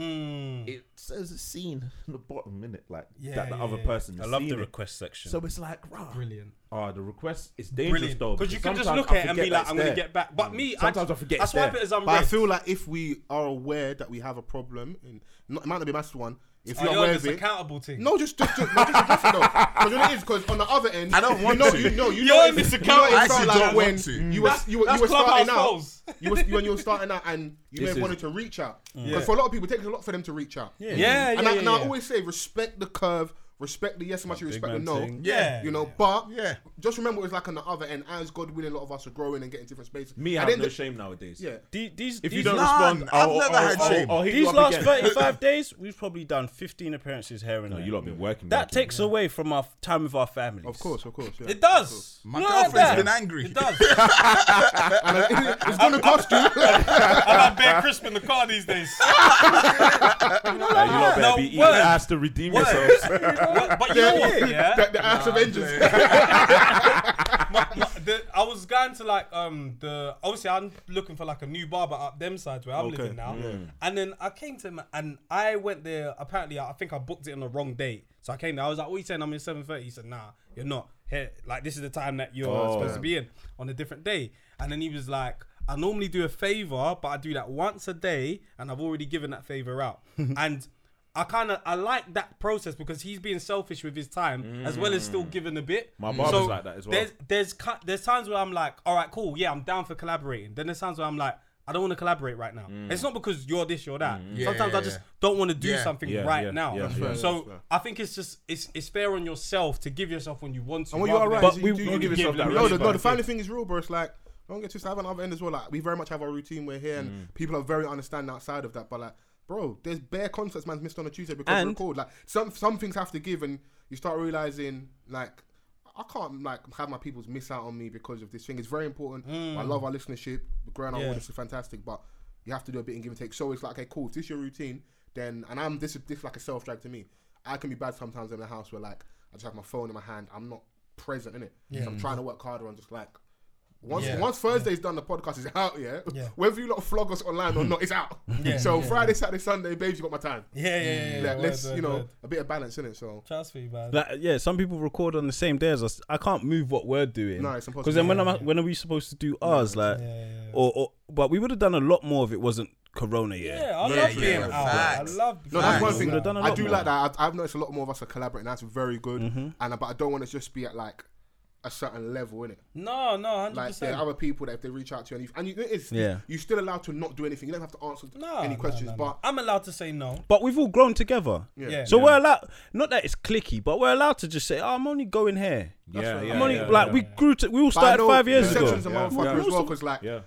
Speaker 3: it says it's seen in the bottom minute, like that the
Speaker 2: yeah,
Speaker 3: other
Speaker 2: yeah.
Speaker 3: person.
Speaker 5: I
Speaker 3: has
Speaker 5: love
Speaker 3: seen
Speaker 5: the
Speaker 3: it.
Speaker 5: request section.
Speaker 3: So it's like, rah.
Speaker 2: Brilliant.
Speaker 3: Oh, the request is dangerous
Speaker 2: Brilliant.
Speaker 3: though.
Speaker 2: Because you can just
Speaker 3: sometimes
Speaker 2: look at it
Speaker 3: I
Speaker 2: and
Speaker 3: forget
Speaker 2: be
Speaker 3: that
Speaker 2: like,
Speaker 3: it's
Speaker 2: I'm going to
Speaker 3: there.
Speaker 2: get back. But me,
Speaker 3: Sometimes
Speaker 2: I,
Speaker 3: I forget
Speaker 2: I
Speaker 3: it's
Speaker 2: swipe
Speaker 3: there.
Speaker 2: it as I'm
Speaker 4: But I
Speaker 2: ready.
Speaker 4: feel like if we are aware that we have a problem, and not, it might not be a massive one, if
Speaker 2: Oh,
Speaker 4: you're
Speaker 2: you're
Speaker 4: aware
Speaker 2: this
Speaker 4: of it.
Speaker 2: accountable thing.
Speaker 4: No, just just just, no, just address it though. Because you know it is. Because on the other end,
Speaker 7: I don't want
Speaker 4: you know,
Speaker 7: to.
Speaker 4: You know, you
Speaker 2: You're
Speaker 4: know,
Speaker 2: in this
Speaker 4: you
Speaker 2: account.
Speaker 4: know it
Speaker 2: I
Speaker 4: felt
Speaker 7: actually
Speaker 4: like
Speaker 7: don't
Speaker 4: when
Speaker 7: want to.
Speaker 4: you were you were, you
Speaker 2: that's
Speaker 4: were starting
Speaker 2: clubhouse
Speaker 4: out.
Speaker 2: goals.
Speaker 4: You were when you were starting out, and you may
Speaker 3: This
Speaker 4: have
Speaker 3: is-
Speaker 4: wanted to reach out. Because for a lot of people, it takes a lot for them to reach out.
Speaker 2: yeah,
Speaker 4: and
Speaker 2: yeah,
Speaker 4: I,
Speaker 2: yeah,
Speaker 4: and I
Speaker 2: yeah.
Speaker 4: always say respect the curve, Respect the yes as much as you
Speaker 3: Big
Speaker 4: respect the
Speaker 3: man
Speaker 4: no.
Speaker 3: thing.
Speaker 7: Yeah.
Speaker 4: You know, but
Speaker 7: Yeah.
Speaker 4: just remember it's like on the other end. As God willing, a lot of us are growing and getting different spaces.
Speaker 3: Me, I
Speaker 4: And
Speaker 3: have
Speaker 4: then
Speaker 3: no
Speaker 4: the-
Speaker 3: shame nowadays.
Speaker 4: Yeah.
Speaker 5: The- These,
Speaker 3: If you
Speaker 5: these-
Speaker 3: don't
Speaker 7: Nah,
Speaker 3: respond,
Speaker 7: I've
Speaker 3: I'll,
Speaker 7: never
Speaker 3: I'll,
Speaker 7: had
Speaker 3: I'll,
Speaker 7: shame.
Speaker 3: I'll hit you
Speaker 5: These
Speaker 3: up
Speaker 5: last
Speaker 3: again. [LAUGHS]
Speaker 5: 35 days, we've probably done 15 appearances here and
Speaker 3: No,
Speaker 5: there.
Speaker 3: you lot been working.
Speaker 5: that
Speaker 3: working.
Speaker 5: takes away from our f- time with our families.
Speaker 4: Of course, of course. Yeah.
Speaker 6: It does.
Speaker 7: My
Speaker 6: You know,
Speaker 7: girlfriend's
Speaker 6: like that.
Speaker 7: been angry.
Speaker 6: It does.
Speaker 4: it's going to
Speaker 6: [LAUGHS]
Speaker 4: cost you.
Speaker 6: I like Bear Crisp in the car these days.
Speaker 3: Like, you lot better
Speaker 6: No,
Speaker 3: be eating
Speaker 6: word.
Speaker 3: ass to redeem yourselves.
Speaker 6: but, but you know what? Yeah.
Speaker 4: the the acts of vengeance.
Speaker 6: my, my, the, I was going to like um the obviously I'm looking for like a new barber up them sides where I'm living now, and then I came to him and I went there. Apparently, I I think I booked it on the wrong date, so I came there. I was like, "What you saying? I'm in 7:30." He said, "Nah, you're not here. Like this is the time that you're
Speaker 3: Oh,
Speaker 6: supposed to be in on a different day." And then he was like. I normally do a favor, but I do that once a day, and I've already given that
Speaker 3: [LAUGHS]
Speaker 6: favor out. and I kind of I like that process because he's being selfish with his time as well as still giving a bit.
Speaker 3: Mm. My barber's like that as well.
Speaker 6: There's there's ki- there's times where I'm like, all right, cool, yeah, I'm down for collaborating. Then there's times where I'm like, I don't want to collaborate right now.
Speaker 3: Mm.
Speaker 6: It's not because you're this, you're that. Sometimes
Speaker 7: yeah,
Speaker 6: I just
Speaker 7: yeah.
Speaker 6: don't want to do
Speaker 7: Yeah.
Speaker 6: something
Speaker 3: Yeah,
Speaker 6: right
Speaker 3: yeah,
Speaker 6: now.
Speaker 3: yeah, That's yeah. fair,
Speaker 4: that's
Speaker 6: So
Speaker 4: fair.
Speaker 6: I think it's just it's it's fair on yourself to give yourself when you want to.
Speaker 4: And when you are
Speaker 6: rather
Speaker 4: right,
Speaker 6: than-
Speaker 4: but you, do, you give yourself that. No,
Speaker 3: respect.
Speaker 4: the, no, the family thing is real, bro. It's like don't get too sad on the other end as well. Like we very much have our routine. We're here, and people are very understanding outside of that. But like, bro, there's bare concerts man's missed on a Tuesday because we're
Speaker 5: And-
Speaker 4: cold. Like some some things have to give, and you start realizing like. I can't like have my peoples miss out on me because of this thing. It's very important. I love our listenership. Growing our
Speaker 6: Yeah.
Speaker 4: audience is fantastic, but you have to do a bit and give and take. So it's like, okay, cool. If this is your routine, then and I'm this is this is like a self drag to me. I can be bad sometimes in the house where like I just have my phone in my hand. I'm not present in it. So I'm trying to work harder on just like once once Thursday's done, the podcast is out. Yeah?
Speaker 6: Yeah.
Speaker 4: [LAUGHS] whether you lot flog us online or not,
Speaker 6: [LAUGHS]
Speaker 4: it's out. so Friday, Saturday, Sunday, babes, you got my time.
Speaker 6: yeah, yeah, yeah. yeah,
Speaker 4: Like,
Speaker 6: word,
Speaker 4: let's
Speaker 6: word,
Speaker 4: you know
Speaker 6: word.
Speaker 4: a bit of balance in it. So
Speaker 6: trust me, man.
Speaker 5: Like, yeah, some people record on the same day as us. I can't move what we're doing.
Speaker 4: No, it's impossible.
Speaker 5: Because then when am I, when are we supposed to do ours? like, Or, or but we would have done a lot more if it wasn't Corona. Yeah.
Speaker 6: yeah, I love
Speaker 7: yeah,
Speaker 6: being out. I
Speaker 7: facts.
Speaker 6: love.
Speaker 4: no, that's
Speaker 7: Nice.
Speaker 4: one
Speaker 7: We
Speaker 4: thing.
Speaker 5: would've done a
Speaker 4: I
Speaker 5: lot
Speaker 4: do
Speaker 5: more.
Speaker 4: like that. I, I've noticed a lot more of us are collaborating. That's very good.
Speaker 6: Mm-hmm.
Speaker 4: And but I don't want it to just be at like a certain level in it.
Speaker 6: No, no, hundred
Speaker 4: Like there
Speaker 6: percent.
Speaker 4: are other people that if they reach out to you and you, and you it is
Speaker 5: Yeah.
Speaker 4: you still allowed to not do anything. You don't have to answer
Speaker 6: No,
Speaker 4: any
Speaker 6: no,
Speaker 4: questions.
Speaker 6: no, no.
Speaker 4: But
Speaker 6: I'm allowed to say no.
Speaker 5: But we've all grown together.
Speaker 6: Yeah.
Speaker 5: So we're allowed. Not that it's clicky, but we're allowed to just say, oh, "I'm only going here."
Speaker 3: Yeah, yeah.
Speaker 5: I'm only
Speaker 3: yeah,
Speaker 5: like
Speaker 3: yeah.
Speaker 5: we grew. To, we all
Speaker 4: but I
Speaker 5: started
Speaker 4: know
Speaker 5: five years ago.
Speaker 4: perceptions are motherfucker
Speaker 3: Yeah.
Speaker 4: as well because like
Speaker 3: Yeah.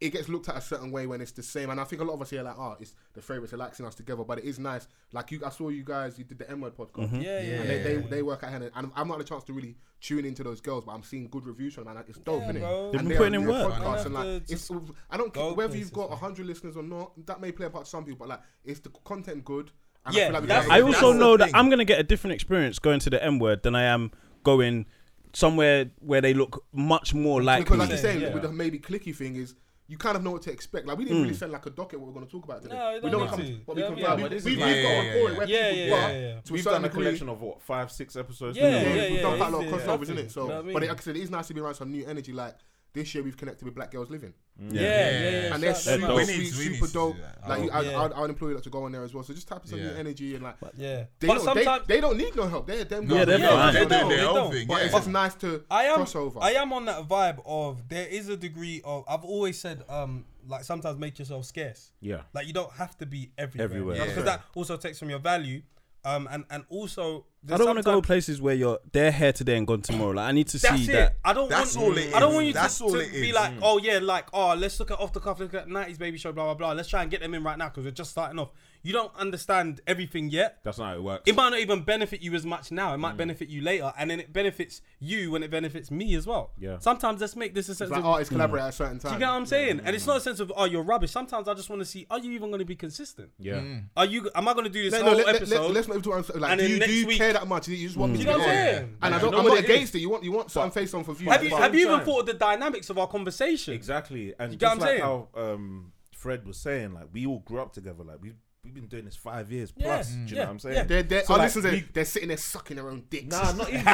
Speaker 4: it gets looked at a certain way when it's the same. And I think a lot of us here, like, oh, it's the favorites relaxing us together. But it is nice. Like you, I saw you guys. You did the M word podcast.
Speaker 5: Mm-hmm.
Speaker 6: Yeah, yeah,
Speaker 4: And they,
Speaker 6: yeah,
Speaker 4: they, they work at hand, and I'm not had a chance to really tune into those girls, but I'm seeing good reviews from them. And it's dope,
Speaker 6: Yeah,
Speaker 4: innit?
Speaker 6: bro. They've
Speaker 4: And
Speaker 5: been
Speaker 4: they
Speaker 5: putting
Speaker 4: are
Speaker 5: in
Speaker 4: doing
Speaker 5: work.
Speaker 4: podcasts
Speaker 6: You
Speaker 4: and,
Speaker 6: have
Speaker 4: like,
Speaker 6: to
Speaker 4: it's, I don't care
Speaker 6: go
Speaker 4: whether you've
Speaker 6: places,
Speaker 4: got
Speaker 6: man.
Speaker 4: 100 listeners or not. That may play a part to some people, but like, it's the content good. And
Speaker 6: Yeah,
Speaker 4: we
Speaker 6: that's-
Speaker 4: can-
Speaker 5: I also
Speaker 7: the
Speaker 5: know that
Speaker 7: thing.
Speaker 5: I'm gonna get a different experience going to the M word than I am going somewhere where they look much more like
Speaker 4: because
Speaker 5: me.
Speaker 4: like you're saying
Speaker 6: Yeah.
Speaker 4: with the maybe clicky thing is you kind of know what to expect. Like we didn't really send like a docket what we're going to talk about today.
Speaker 6: No, you
Speaker 4: we
Speaker 6: don't
Speaker 4: know
Speaker 6: need
Speaker 4: what comes,
Speaker 6: to.
Speaker 4: but we
Speaker 6: Yeah,
Speaker 4: can
Speaker 6: yeah,
Speaker 4: we,
Speaker 6: but
Speaker 4: we,
Speaker 7: this
Speaker 4: we've
Speaker 7: is
Speaker 4: got
Speaker 7: like- Yeah,
Speaker 4: on
Speaker 7: yeah,
Speaker 4: board
Speaker 7: yeah.
Speaker 4: where
Speaker 6: Yeah,
Speaker 4: people
Speaker 6: yeah,
Speaker 4: but
Speaker 6: yeah, yeah.
Speaker 4: to
Speaker 3: We've
Speaker 4: certain
Speaker 3: done a
Speaker 4: degree,
Speaker 3: collection of what five, six episodes. now?
Speaker 6: Yeah,
Speaker 4: Yeah,
Speaker 6: yeah,
Speaker 4: we've
Speaker 6: yeah,
Speaker 4: done quite a lot of
Speaker 6: it's- it's
Speaker 4: crossovers, innit?
Speaker 6: nothing,
Speaker 4: So,
Speaker 6: you know what I
Speaker 4: but
Speaker 6: mean?
Speaker 4: like I said, it is nice to be around some new energy. Like this year, we've connected with Black Girls Living,
Speaker 6: Yeah, yeah, yeah.
Speaker 4: and they're
Speaker 6: shout them
Speaker 4: super
Speaker 6: out.
Speaker 3: dope.
Speaker 7: We
Speaker 4: sweet,
Speaker 7: need to- we need
Speaker 4: super
Speaker 7: to do
Speaker 4: dope.
Speaker 7: that.
Speaker 4: Like you- I'd,
Speaker 6: Yeah.
Speaker 4: I'd, I'd employ you lot to go on there as well. So just tap some new
Speaker 7: Yeah.
Speaker 4: energy and like
Speaker 6: Yeah,
Speaker 4: they
Speaker 6: but
Speaker 4: don't,
Speaker 6: sometimes
Speaker 4: they, they don't need no help. They're them.
Speaker 5: Yeah, they're
Speaker 4: guys.
Speaker 5: fine.
Speaker 7: They're
Speaker 6: They
Speaker 7: doing their
Speaker 6: don't,
Speaker 7: own
Speaker 6: they
Speaker 7: thing.
Speaker 4: But it's
Speaker 7: Yeah.
Speaker 4: just nice to
Speaker 6: I am
Speaker 4: crossover.
Speaker 6: I am on that vibe of there is a degree of I've always said um like sometimes make yourself scarce.
Speaker 3: Yeah.
Speaker 6: Like you don't have to be everywhere.
Speaker 3: Everywhere.
Speaker 6: Because that also takes from your value. Um and and also
Speaker 5: I don't want to go places where you're they're here today and gone tomorrow. Like I need to
Speaker 6: That's
Speaker 5: see
Speaker 6: it.
Speaker 5: that.
Speaker 6: I don't
Speaker 7: That's
Speaker 6: want.
Speaker 7: all it
Speaker 6: I don't
Speaker 7: is.
Speaker 6: want you
Speaker 7: That's
Speaker 6: to,
Speaker 7: all
Speaker 6: to
Speaker 7: it
Speaker 6: be
Speaker 7: is. Mm.
Speaker 6: like, oh yeah, like oh let's look at off the cuff, look at nineties baby show, blah blah blah. Let's try and get them in right now because we're just starting off. You don't understand everything yet.
Speaker 3: That's not how it works.
Speaker 6: it might not even benefit you as much now. It might
Speaker 7: Mm.
Speaker 6: benefit you later, and then it benefits you when it benefits me as well.
Speaker 3: Yeah.
Speaker 6: Sometimes let's make this a sense
Speaker 4: Like oh,
Speaker 6: of.
Speaker 4: artists collaborate at a certain time.
Speaker 6: do you get what I'm saying? And it's not a sense of oh you're rubbish. Sometimes I just want to see are you even going to be consistent?
Speaker 3: yeah.
Speaker 6: Are you? Am I going to do this
Speaker 4: No, no,
Speaker 6: whole
Speaker 4: let, let,
Speaker 6: episode?
Speaker 4: let, us not even talk about like,
Speaker 6: And
Speaker 4: do
Speaker 6: then
Speaker 4: you, do
Speaker 6: next
Speaker 4: you
Speaker 6: week- Mm.
Speaker 4: care that much? You just want me
Speaker 6: You
Speaker 4: to
Speaker 6: know
Speaker 4: be
Speaker 6: what I'm
Speaker 4: there.
Speaker 6: saying?
Speaker 4: And I don't,
Speaker 3: know
Speaker 4: I'm
Speaker 3: what
Speaker 4: not
Speaker 3: it
Speaker 4: against it. You want, you want certain face on for views.
Speaker 6: have you
Speaker 4: but-
Speaker 6: have you even
Speaker 3: time.
Speaker 6: thought of the dynamics of our conversation?
Speaker 3: Exactly. And
Speaker 6: get what
Speaker 3: just
Speaker 6: I'm
Speaker 3: like
Speaker 6: saying?
Speaker 3: how um, Fred was saying, like we all grew up together. Like we we've been doing this five years
Speaker 6: Yeah.
Speaker 3: plus. Do you know
Speaker 6: Yeah.
Speaker 3: what I'm saying?
Speaker 6: Yeah.
Speaker 4: They're, they're,
Speaker 3: So,
Speaker 4: oh,
Speaker 3: like,
Speaker 4: listen,
Speaker 3: we-
Speaker 4: they're sitting there sucking their own dicks.
Speaker 3: Nah, not even.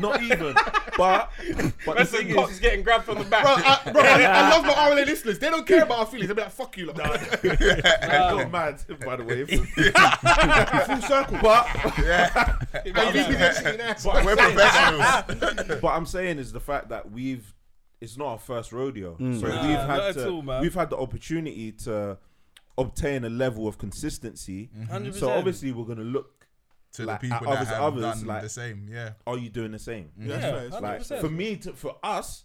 Speaker 3: not even. But but the thing is,
Speaker 6: getting grabbed from the back.
Speaker 4: bro, I, bro I, I love my RLA listeners. They don't care about our feelings. They'll be like, fuck you. Lot.
Speaker 3: [LAUGHS]
Speaker 6: [LAUGHS]
Speaker 3: I go mad. By the way, full circle. [LAUGHS] But
Speaker 4: and you be there sitting there.
Speaker 7: We're professionals.
Speaker 3: but I'm saying is the fact that we've it's not our first rodeo, so
Speaker 6: Mm. Nah,
Speaker 3: we've
Speaker 6: not
Speaker 3: had
Speaker 6: at
Speaker 3: to,
Speaker 6: all, man.
Speaker 3: we've had the opportunity to obtain a level of consistency. So
Speaker 6: 100%.
Speaker 3: obviously we're gonna look
Speaker 7: to
Speaker 3: Like,
Speaker 7: the
Speaker 3: at
Speaker 7: people that
Speaker 3: others-
Speaker 7: have
Speaker 3: others,
Speaker 7: done
Speaker 3: like-
Speaker 7: the same. Yeah.
Speaker 3: Are you doing the same?
Speaker 4: Yeah,
Speaker 3: Like
Speaker 2: 100%.
Speaker 3: for me, to, for us,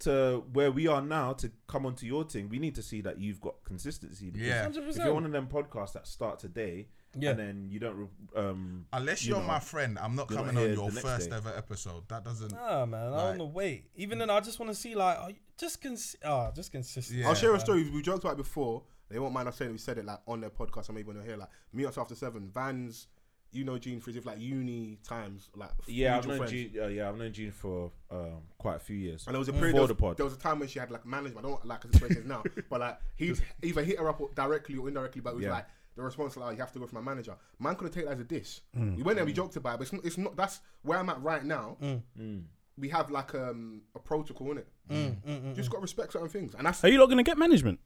Speaker 3: to where we are now, to come onto your thing, we need to see that you've got consistency. because
Speaker 7: Yeah.
Speaker 3: If you're one of them podcasts that start today,
Speaker 2: Yeah.
Speaker 3: and then you don't, re- um,
Speaker 7: Unless
Speaker 3: you
Speaker 7: you're
Speaker 3: know,
Speaker 7: my friend, I'm not
Speaker 3: you're not
Speaker 7: coming on
Speaker 3: here
Speaker 7: your
Speaker 3: the next
Speaker 7: first
Speaker 3: day.
Speaker 7: ever episode. That doesn't.
Speaker 2: Nah, man, I want to wait. Even then, I just want to see like, are you- just cons- oh, just consistent.
Speaker 7: Yeah.
Speaker 4: I'll share a story we joked about it before. They won't mind us saying we said it like on their podcast or maybe when they're here. Like meet us after seven. Vans, you know Gene Frizz, if like uni times, like f-
Speaker 3: yeah, I've
Speaker 4: mutual
Speaker 3: known
Speaker 4: friends.
Speaker 3: June, uh, yeah, I've known June for um, quite a few years.
Speaker 4: And there was a period
Speaker 3: Before
Speaker 4: there
Speaker 3: the
Speaker 4: was,
Speaker 3: pod.
Speaker 4: there was a time when she had like management. I don't like cause it's what it
Speaker 2: [LAUGHS]
Speaker 4: is now, but like he either hit her up or directly or indirectly. But it was
Speaker 3: Yeah.
Speaker 4: like the response like oh, you have to go for my manager. Man couldn't take that as a diss.
Speaker 2: Hmm.
Speaker 4: We went there, we joked about it, but it's not, it's not. That's where I'm at right now. Hmm. We have like um, a protocol in it.
Speaker 2: Hmm.
Speaker 4: Just got to respect certain things, and that's
Speaker 5: Are you not gonna get management?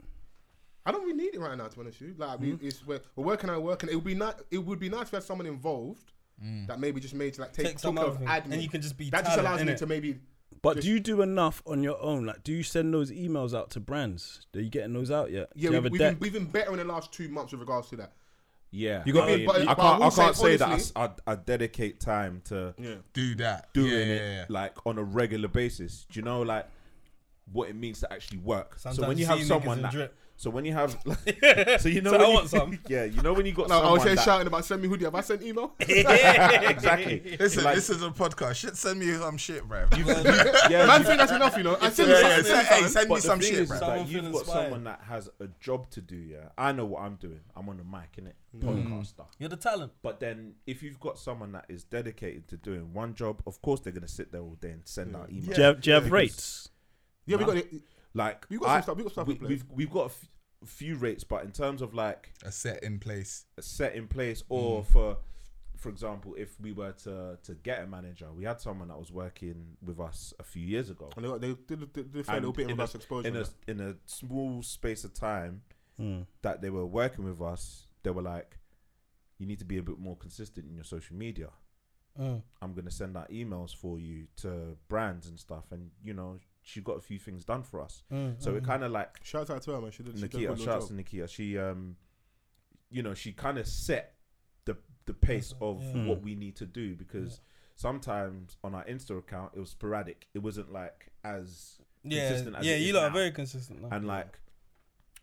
Speaker 4: I don't really need it right now, to be honest with you. Like,
Speaker 2: Hmm.
Speaker 4: we, it's, we're, we're working on working. It would be nice. It would be nice to have someone involved that maybe just made like take,
Speaker 2: Hmm. Take
Speaker 4: took
Speaker 2: some
Speaker 4: of
Speaker 2: other thing.
Speaker 4: admin,
Speaker 2: And you can just be
Speaker 4: that just
Speaker 2: talent,
Speaker 4: allows me
Speaker 2: innit?
Speaker 4: to maybe.
Speaker 5: But do you do enough on your own? Like, do you send those emails out to brands? Are you getting those out yet?
Speaker 4: Yeah,
Speaker 5: do you
Speaker 4: we,
Speaker 5: have a
Speaker 4: we've,
Speaker 5: deck?
Speaker 4: been, we've been better in the last two months with regards to that.
Speaker 3: yeah,
Speaker 5: You got-
Speaker 3: I, mean,
Speaker 4: but-
Speaker 3: I
Speaker 4: but I
Speaker 3: can't, I
Speaker 4: will
Speaker 3: can't
Speaker 4: say
Speaker 3: say, that I s-
Speaker 4: honestly-
Speaker 3: I, I dedicate time to
Speaker 7: Do that.
Speaker 3: doing
Speaker 7: yeah,
Speaker 3: it
Speaker 7: yeah, yeah.
Speaker 3: like on a regular basis. Do you know like what it means to actually work? so when
Speaker 2: Sometimes
Speaker 3: you have
Speaker 2: seeing niggas
Speaker 3: someone
Speaker 2: in
Speaker 3: that,
Speaker 2: drip.
Speaker 3: so when you have, so you know,
Speaker 2: So I
Speaker 3: when you,
Speaker 2: want some.
Speaker 3: [LAUGHS] yeah, you know when you got
Speaker 4: No, I
Speaker 3: someone
Speaker 4: was here
Speaker 3: that-
Speaker 4: shouting about send me hoodie. Have I
Speaker 3: [LAUGHS]
Speaker 4: sent email?
Speaker 3: exactly.
Speaker 7: Listen,
Speaker 3: Like-
Speaker 7: this is a podcast. Shit, send me some shit, bruv.
Speaker 3: [LAUGHS] Yeah,
Speaker 4: Man,
Speaker 3: you-
Speaker 4: think that's enough, you know. I send
Speaker 7: yeah,
Speaker 4: you
Speaker 7: yeah,
Speaker 4: something,
Speaker 7: send, hey, send me
Speaker 3: But the
Speaker 7: some
Speaker 3: thing
Speaker 7: shit,
Speaker 3: is, is that
Speaker 7: bruv.
Speaker 2: Someone feel
Speaker 3: you've got
Speaker 2: inspired.
Speaker 3: someone that has a job to do. Yeah, I know what I'm doing. I'm on the mic, innit? Podcaster.
Speaker 2: You're the talent.
Speaker 3: But then, if you've got someone that is dedicated to doing one job, of course they're gonna sit there all day and send out emails.
Speaker 5: do you have, do you have rates?
Speaker 4: Yeah, we got it.
Speaker 3: Like
Speaker 4: We've got some stuff- we've got stuff in
Speaker 3: we,
Speaker 4: place.
Speaker 3: we've we've got a f- few rates, but in terms of like
Speaker 7: A set in place.
Speaker 3: set in place,
Speaker 4: Mm.
Speaker 3: or for for example, if we were to to get a manager, we had someone that was working with us a few years ago.
Speaker 4: And they, got, they did, did, did a fair little
Speaker 3: And
Speaker 4: bit in
Speaker 3: in
Speaker 4: regards
Speaker 3: a-
Speaker 4: to exposure.
Speaker 3: in a in a small space of time that they were working with us. They were like, "You need to be a bit more consistent in your social media." I'm gonna send out emails for you to brands and stuff, and you know she got a few things done for us. so it kind of like
Speaker 4: Shout out to her, man. She did. She did a
Speaker 3: Nikia,
Speaker 4: good
Speaker 3: shout out
Speaker 4: job.
Speaker 3: to Nikia. She um, you know, she kind of set the the pace of what we need to do because sometimes on our Insta account it was sporadic. It wasn't like as
Speaker 2: Yeah,
Speaker 3: consistent as
Speaker 2: yeah,
Speaker 3: it is
Speaker 2: you lot are
Speaker 3: now.
Speaker 2: very consistent. Now.
Speaker 3: and like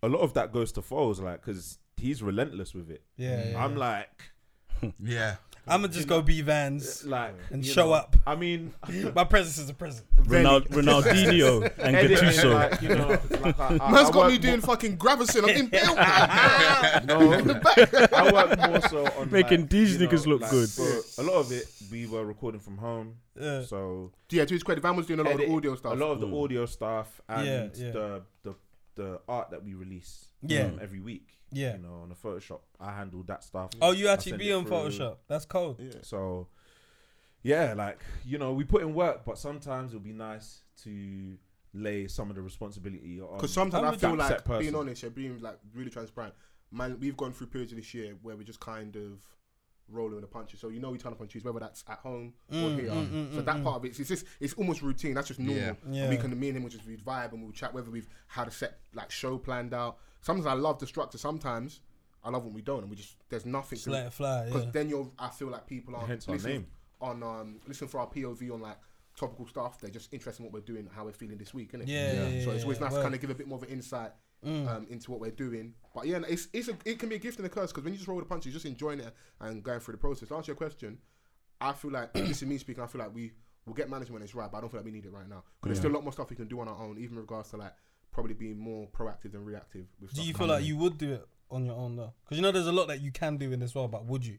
Speaker 3: a lot of that goes to Foles, like because he's relentless with it.
Speaker 4: Mm.
Speaker 2: yeah, yeah.
Speaker 3: I'm like,
Speaker 7: Yeah.
Speaker 2: I'm gonna just go be Vans
Speaker 3: like,
Speaker 2: and
Speaker 3: you
Speaker 2: show
Speaker 3: know,
Speaker 2: up.
Speaker 3: I
Speaker 2: [LAUGHS]
Speaker 3: mean, [LAUGHS]
Speaker 2: My presence is a present.
Speaker 5: Ronald,
Speaker 6: [LAUGHS]
Speaker 5: Ronaldinho and
Speaker 3: editing,
Speaker 5: Gattuso.
Speaker 3: like, you know, like I, I,
Speaker 4: Man's
Speaker 3: I
Speaker 4: got
Speaker 3: work
Speaker 4: me doing fucking
Speaker 3: [LAUGHS]
Speaker 4: Gravison. I'm in build.
Speaker 2: [LAUGHS]
Speaker 3: more, I work more so on
Speaker 5: Oh, Making
Speaker 3: like,
Speaker 5: these
Speaker 3: you know,
Speaker 5: niggas look
Speaker 3: like,
Speaker 5: good.
Speaker 3: for a lot of it, we were recording from home, so
Speaker 4: [LAUGHS] Yeah, to his credit, Van was doing a lot of
Speaker 3: edit-
Speaker 4: the audio stuff.
Speaker 3: a lot of the
Speaker 5: Mm.
Speaker 3: audio stuff, and
Speaker 2: Yeah, yeah.
Speaker 3: the the the art that we release,
Speaker 2: Yeah.
Speaker 3: um, every week,
Speaker 2: Yeah.
Speaker 3: you know, on the Photoshop, I handle that stuff.
Speaker 2: Oh, you
Speaker 3: I
Speaker 2: actually
Speaker 3: send
Speaker 2: be
Speaker 3: it
Speaker 2: on
Speaker 3: through.
Speaker 2: Photoshop? That's cold.
Speaker 3: So, yeah, like you know, we put in work, but sometimes it'll be nice to lay some of the responsibility on.
Speaker 4: Because sometimes I
Speaker 3: that
Speaker 4: feel like
Speaker 3: set person.
Speaker 4: being honest, yeah, being like really transparent. Man, we've gone through periods of this year where we're just kind of rolling with the punches. So you know we turn up on Tuesday, whether that's at home or here. so that part of it, it's just it's almost routine. That's just normal.
Speaker 7: Yeah.
Speaker 4: And we can me and him will just we vibe and we'll chat whether we've had a set like show planned out. Sometimes I love the structure. Sometimes I love when we don't and we just there's nothing. to-
Speaker 2: let it fly,
Speaker 4: Because
Speaker 2: yeah.
Speaker 4: then you're, I feel like people aren't
Speaker 3: Hence our
Speaker 4: listening
Speaker 3: name.
Speaker 4: on um listen for our POV on like topical stuff. They're just interested in what we're doing, how we're feeling this week, innit?
Speaker 2: Yeah, Yeah. yeah,
Speaker 4: so it's
Speaker 2: yeah, Mm.
Speaker 4: always nice
Speaker 2: word.
Speaker 4: to kind of give a bit more of an insight um, into what we're doing. But yeah, it's it's a, it can be a gift and a curse because when you just roll the punches, you're just enjoying it and going through the process. To answer your question, I feel like [CLEARS THROAT] this is me speaking. I feel like we will get management when it's right, but I don't feel like we need it right now because there's still a lot more stuff we can do on our own, even in regards to like probably being more proactive than reactive. With
Speaker 2: Do
Speaker 4: stuff.
Speaker 2: you feel
Speaker 3: Mm.
Speaker 2: like you would do it on your own though? Because you know, there's a lot that you can do in this world, but would you?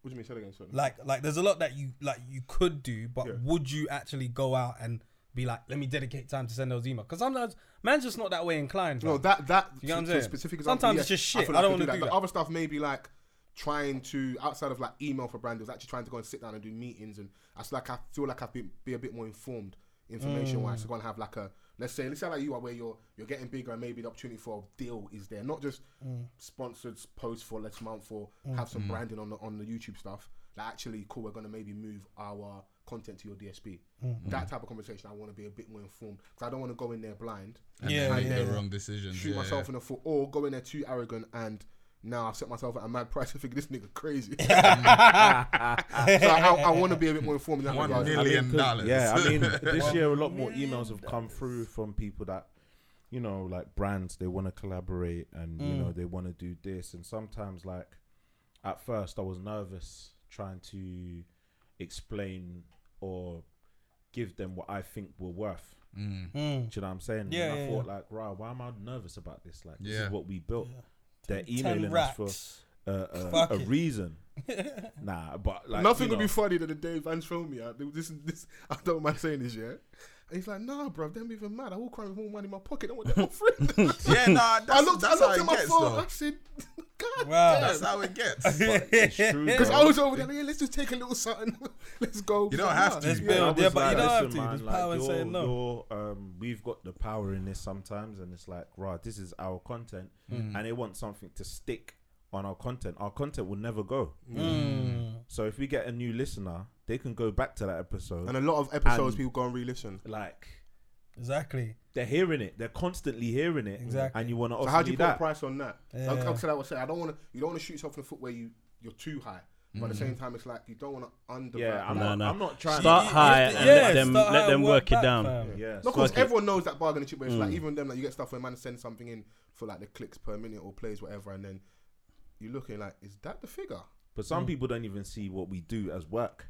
Speaker 4: What do you mean? Say that again. Sorry.
Speaker 2: Like, like there's a lot that you like you could do, but would you actually go out and be like, let me dedicate time to send those emails? Because sometimes man's just not that way inclined.
Speaker 4: No,
Speaker 2: bruv.
Speaker 4: that that
Speaker 2: You get what I'm
Speaker 4: to- to
Speaker 2: saying?
Speaker 4: specific example,
Speaker 2: Sometimes
Speaker 4: yeah,
Speaker 2: it's just shit.
Speaker 4: feel
Speaker 2: I
Speaker 4: like
Speaker 2: don't
Speaker 4: could
Speaker 2: wanna do
Speaker 4: The
Speaker 2: that.
Speaker 4: other stuff maybe like trying to outside of like email for brand deals, actually trying to go and sit down and do meetings, and I feel like I feel like I've been be a bit more informed information
Speaker 2: Mm.
Speaker 4: wise to go and have like a let's say let's say like you are where you're you're getting bigger and maybe the opportunity for a deal is there, not just
Speaker 2: Mm.
Speaker 4: sponsored posts for next month or have some branding on the on the YouTube stuff. Like actually, cool, we're gonna maybe move our content to your DSP.
Speaker 2: Mm.
Speaker 4: That type of conversation, I want to be a bit more informed because I don't want to go in there blind
Speaker 7: And
Speaker 2: Yeah,
Speaker 7: then make
Speaker 2: yeah,
Speaker 7: the
Speaker 2: yeah.
Speaker 7: wrong decisions.
Speaker 4: shoot
Speaker 7: yeah,
Speaker 4: myself in the foot or go in there too arrogant and now I've set myself at a mad price. I think this nigga crazy. [LAUGHS] so I, I want to be a bit more informed in that
Speaker 7: One
Speaker 4: regard.
Speaker 7: million.
Speaker 3: mean, 'cause-
Speaker 7: dollars.
Speaker 3: Yeah, I
Speaker 4: [LAUGHS]
Speaker 3: mean, this year a lot more emails have come through from people that, you know, like brands they want to collaborate and you
Speaker 6: Mm.
Speaker 3: know they want to do this. And sometimes, like, at first I was nervous trying to explain or give them what I think were worth.
Speaker 4: Mm.
Speaker 3: Do you know what I'm saying?
Speaker 6: Mm. Yeah,
Speaker 3: And I
Speaker 6: yeah,
Speaker 3: thought like, right, why am I nervous about this? Like, this
Speaker 7: Yeah.
Speaker 3: is what we built. They're
Speaker 6: Ten
Speaker 3: emailing us
Speaker 6: racks.
Speaker 3: for uh,
Speaker 6: Fuck
Speaker 3: a, a
Speaker 6: it. [LAUGHS]
Speaker 3: reason. nah, but like
Speaker 4: Nothing
Speaker 3: you
Speaker 4: would be
Speaker 3: know,
Speaker 4: [LAUGHS] funny than the day Vance filmed me. I, this, this, I don't mind saying this, yeah. And he's like, nah, bro, don't be even mad. I walk around with more money in my pocket. I
Speaker 7: [LAUGHS]
Speaker 4: want that more free.
Speaker 7: Yeah, nah,
Speaker 4: [LAUGHS]
Speaker 7: that's,
Speaker 4: I looked, I looked
Speaker 7: that's how
Speaker 4: at
Speaker 7: it
Speaker 4: my
Speaker 7: gets,
Speaker 4: phone.
Speaker 7: though.
Speaker 4: I said, [LAUGHS] God
Speaker 6: Wow.
Speaker 4: damn.
Speaker 7: That's how it gets.
Speaker 3: but it's
Speaker 4: [LAUGHS]
Speaker 3: true,
Speaker 4: Because
Speaker 3: bro.
Speaker 4: I was over there, like, yeah, let's just take a little something. [LAUGHS] let's go.
Speaker 7: You don't have to.
Speaker 4: Nah.
Speaker 6: Let's
Speaker 7: Yeah,
Speaker 3: And I
Speaker 6: build,
Speaker 3: was
Speaker 6: yeah, but you
Speaker 3: like,
Speaker 6: don't have to.
Speaker 3: "Listen, man,
Speaker 6: There's
Speaker 3: like,
Speaker 6: power in
Speaker 3: you're-
Speaker 6: saying no.
Speaker 3: you're, um, we've got the power in this sometimes, and it's like, right, this is our content,
Speaker 6: Hmm.
Speaker 3: and they want something to stick on our content. Our content will never go.
Speaker 6: Hmm.
Speaker 3: So if we get a new listener, they can go back to that episode.
Speaker 4: And a lot of
Speaker 3: And-
Speaker 4: episodes, people go and re-listen.
Speaker 3: like
Speaker 6: Exactly.
Speaker 3: they're hearing it, they're constantly hearing it,
Speaker 6: Exactly.
Speaker 3: and Oh, you want to
Speaker 4: So
Speaker 3: offer
Speaker 4: how do
Speaker 3: me
Speaker 4: you put a
Speaker 3: that?
Speaker 4: price on that? Like, like I said, I was saying, I don't want to. You don't want to shoot yourself in the foot where you you're too high. But at the same time, it's like you don't want to under.
Speaker 3: yeah, I'm,
Speaker 5: Mm. No,
Speaker 3: not,
Speaker 5: no.
Speaker 3: I'm not trying.
Speaker 5: Start
Speaker 3: to,
Speaker 5: high
Speaker 6: yeah,
Speaker 5: and
Speaker 6: yeah,
Speaker 5: let them
Speaker 6: start high
Speaker 5: let them
Speaker 6: and
Speaker 5: work
Speaker 6: work
Speaker 5: it
Speaker 6: back,
Speaker 5: down.
Speaker 6: fam.
Speaker 3: yeah,
Speaker 4: No, because
Speaker 5: Fuck it. Mm.
Speaker 4: everyone knows that bargaining chip. Where it's like even them, like you get stuff where man sends something in for like the clicks per minute or plays whatever, and then you're looking like, is that the figure?
Speaker 3: but
Speaker 6: Hmm.
Speaker 3: some people don't even see what we do as work.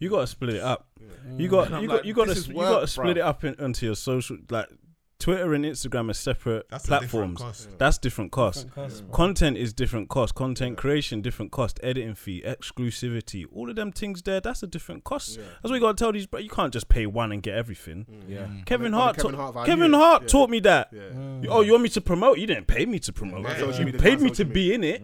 Speaker 5: You gotta split it up. You got
Speaker 7: Mm.
Speaker 3: I'm
Speaker 5: you
Speaker 3: like,
Speaker 5: got you got to
Speaker 3: this is
Speaker 5: you
Speaker 3: work,
Speaker 5: got to split
Speaker 3: bruv.
Speaker 5: it up in, into your social like Twitter and Instagram are separate
Speaker 7: That's a different
Speaker 5: platforms.
Speaker 7: cost.
Speaker 5: That's different costs. Content is different cost. Content creation different cost. Editing fee, exclusivity, all of them things there. That's a different cost. That's what you got to tell these. But you can't just pay one and get everything.
Speaker 3: Yeah,
Speaker 5: Kevin
Speaker 4: Mm. And
Speaker 5: Hart,
Speaker 4: Kevin Hart
Speaker 5: Kevin Hart,
Speaker 4: value
Speaker 5: Kevin
Speaker 4: it.
Speaker 5: Hart
Speaker 4: Yeah.
Speaker 5: taught me that.
Speaker 4: Yeah.
Speaker 5: You- Oh, you want me to promote? You didn't pay me to promote.
Speaker 4: That's what you
Speaker 5: You
Speaker 4: mean,
Speaker 5: paid
Speaker 4: that's
Speaker 5: me
Speaker 4: what
Speaker 5: to
Speaker 4: you
Speaker 5: be in it.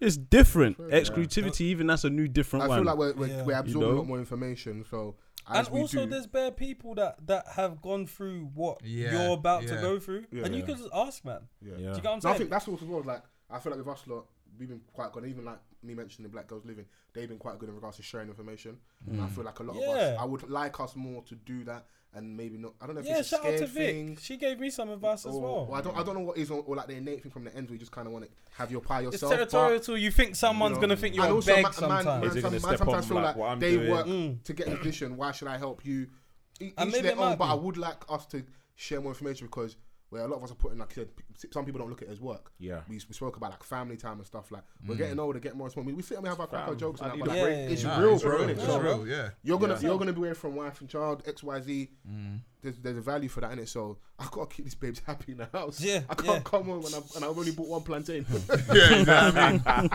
Speaker 5: It's different. Exclusivity, even that's a new different
Speaker 4: I
Speaker 5: one.
Speaker 4: feel like we're, we're, we're absorbing
Speaker 5: know?
Speaker 4: a lot more information. So as
Speaker 6: And
Speaker 4: we
Speaker 6: also,
Speaker 4: do,
Speaker 6: there's bare people that that have gone through what
Speaker 7: Yeah,
Speaker 6: you're about to
Speaker 7: yeah.
Speaker 6: go through, and you
Speaker 4: Yeah.
Speaker 6: can just ask, man. Do you
Speaker 3: Yeah.
Speaker 6: get what I'm
Speaker 4: So I
Speaker 6: saying?
Speaker 4: think that's also well. Like I feel like with us lot, we've been quite good. Even like me mentioning Black Girls Living, they've been quite good in regards to sharing information. And I feel like a lot of us,
Speaker 6: Yeah.
Speaker 4: I would like us more to do that, and maybe not. I don't know if
Speaker 6: yeah,
Speaker 4: it's a
Speaker 6: shout out
Speaker 4: scared
Speaker 6: to Vic.
Speaker 4: thing. Oh,
Speaker 6: She gave me some advice as
Speaker 4: or-
Speaker 6: well.
Speaker 4: or I don't. I don't know what is on, or like the innate thing from the end. We just kind of want to have your pie
Speaker 6: it's
Speaker 4: yourself. but,
Speaker 6: territorial till you think someone's
Speaker 4: you know,
Speaker 6: gonna think you're
Speaker 4: and
Speaker 6: a
Speaker 4: also
Speaker 6: beg
Speaker 4: ma- a man, man,
Speaker 6: sometimes. Mm.
Speaker 3: it
Speaker 4: some-
Speaker 3: gonna
Speaker 4: man
Speaker 3: step
Speaker 4: sometimes
Speaker 3: on,
Speaker 4: feel
Speaker 3: like,
Speaker 4: like,
Speaker 3: what I'm
Speaker 4: they
Speaker 3: doing?
Speaker 4: work to get in position. Why should I help you? E-
Speaker 6: And
Speaker 4: Each
Speaker 6: maybe
Speaker 4: their
Speaker 6: it might
Speaker 4: own, but
Speaker 6: be.
Speaker 4: I would like us to share more information because where a lot of us are putting, like I said, p- some people don't look at it as work.
Speaker 3: Yeah. Mm.
Speaker 4: we, we spoke about like family time and stuff. Like we're getting older, getting more responsible. We sit and we have our crack our jokes and that,
Speaker 3: I
Speaker 4: but
Speaker 3: need
Speaker 6: a
Speaker 4: like,
Speaker 6: break.
Speaker 4: it's
Speaker 6: Yeah, yeah,
Speaker 4: real,
Speaker 7: it's
Speaker 4: bro.
Speaker 7: real,
Speaker 4: innit?
Speaker 7: it's
Speaker 4: So
Speaker 7: real, yeah.
Speaker 4: You're gonna you're gonna be away from wife and child, X Y Z.
Speaker 3: Mm.
Speaker 4: There's, there's a value for that in it, so [LAUGHS] I gotta keep these babes happy in the house.
Speaker 6: Yeah,
Speaker 4: I can't
Speaker 6: yeah.
Speaker 4: come home and I've, and I've only bought one plantain.
Speaker 3: [LAUGHS]
Speaker 7: Yeah, you know what I mean?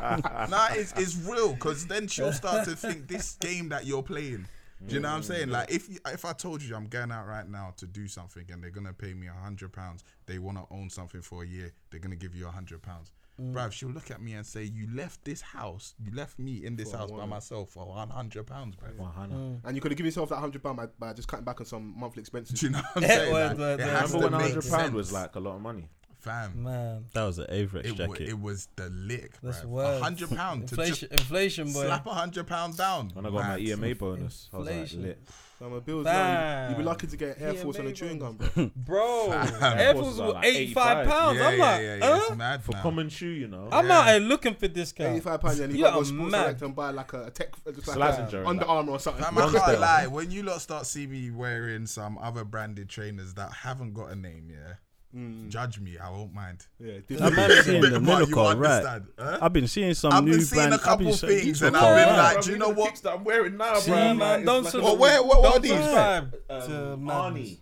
Speaker 7: nah, it's, it's real because then she'll start to think this game that you're playing. Do you know what I'm saying? Like if you, if I told you I'm going out right now to do something and they're gonna pay me a hundred pounds, they wanna own something for a year, they're gonna give you a hundred pounds. Bruv, she'll look at me and say, You left this house, you left me in this house by myself for one hundred pounds, bruv.
Speaker 6: Hmm.
Speaker 4: and you could have given yourself that hundred pound by, by just cutting back on some monthly expenses.
Speaker 7: [LAUGHS] Do you know [LAUGHS] what I'm saying?
Speaker 6: word,
Speaker 7: Like,
Speaker 6: word,
Speaker 7: it
Speaker 6: word.
Speaker 7: has
Speaker 3: Remember
Speaker 7: to
Speaker 3: when
Speaker 7: make
Speaker 3: hundred pound was
Speaker 7: sense.
Speaker 3: like a lot of money?
Speaker 7: fam.
Speaker 6: man,
Speaker 5: that was an Avrex
Speaker 7: It, w-
Speaker 5: jacket.
Speaker 7: it was the lick,
Speaker 6: That's
Speaker 7: bruv.
Speaker 6: word.
Speaker 7: A hundred pound to just
Speaker 6: inflation, inflation, boy.
Speaker 7: slap a hundred pound down.
Speaker 3: When I got my E
Speaker 7: Mad.
Speaker 3: EMA bonus, I was like,
Speaker 6: Inflation.
Speaker 3: lit.
Speaker 4: So my bills,
Speaker 6: Bam.
Speaker 4: now, you'd be lucky to get Air
Speaker 6: Yeah,
Speaker 4: Force and a
Speaker 6: maybe.
Speaker 4: chewing gum, bro.
Speaker 7: [LAUGHS]
Speaker 6: bro. Air
Speaker 3: Of course
Speaker 6: Force
Speaker 3: it's
Speaker 6: were
Speaker 3: like
Speaker 6: 85
Speaker 3: 85.
Speaker 6: pounds.
Speaker 7: Yeah,
Speaker 6: I'm
Speaker 7: yeah,
Speaker 6: like,
Speaker 7: yeah, yeah.
Speaker 6: huh?
Speaker 7: It's mad
Speaker 3: For
Speaker 7: now.
Speaker 3: common shoe, you know.
Speaker 6: I'm out here looking for this guy.
Speaker 4: Eighty-five pounds, and you
Speaker 6: You're
Speaker 4: gotta go to Sports
Speaker 6: mad.
Speaker 4: Direct and buy like a, a tech, just like
Speaker 3: Slazenger,
Speaker 4: a
Speaker 3: like-
Speaker 4: Under Armour or something.
Speaker 7: Fam, I
Speaker 3: Monster.
Speaker 7: can't lie. When you lot start seeing me wearing some other branded trainers that haven't got a name, yeah, judge me. I won't mind.
Speaker 4: yeah,
Speaker 5: I've
Speaker 4: Disney.
Speaker 5: been seeing
Speaker 7: But
Speaker 5: the
Speaker 7: you
Speaker 5: Medical, right?
Speaker 7: understand, huh?
Speaker 5: I've been seeing some
Speaker 7: I've
Speaker 5: new
Speaker 7: been seeing
Speaker 5: brand.
Speaker 7: a couple
Speaker 5: I've been seeing
Speaker 7: things
Speaker 5: these
Speaker 7: and
Speaker 5: people
Speaker 7: I've been
Speaker 5: are-
Speaker 7: like, do you know what?
Speaker 3: that I'm wearing now,
Speaker 6: See, man, don't sub-
Speaker 7: Well, where- what- what are
Speaker 6: don't
Speaker 7: these?
Speaker 6: subscribe
Speaker 4: Um,
Speaker 6: to madness.
Speaker 3: Arnie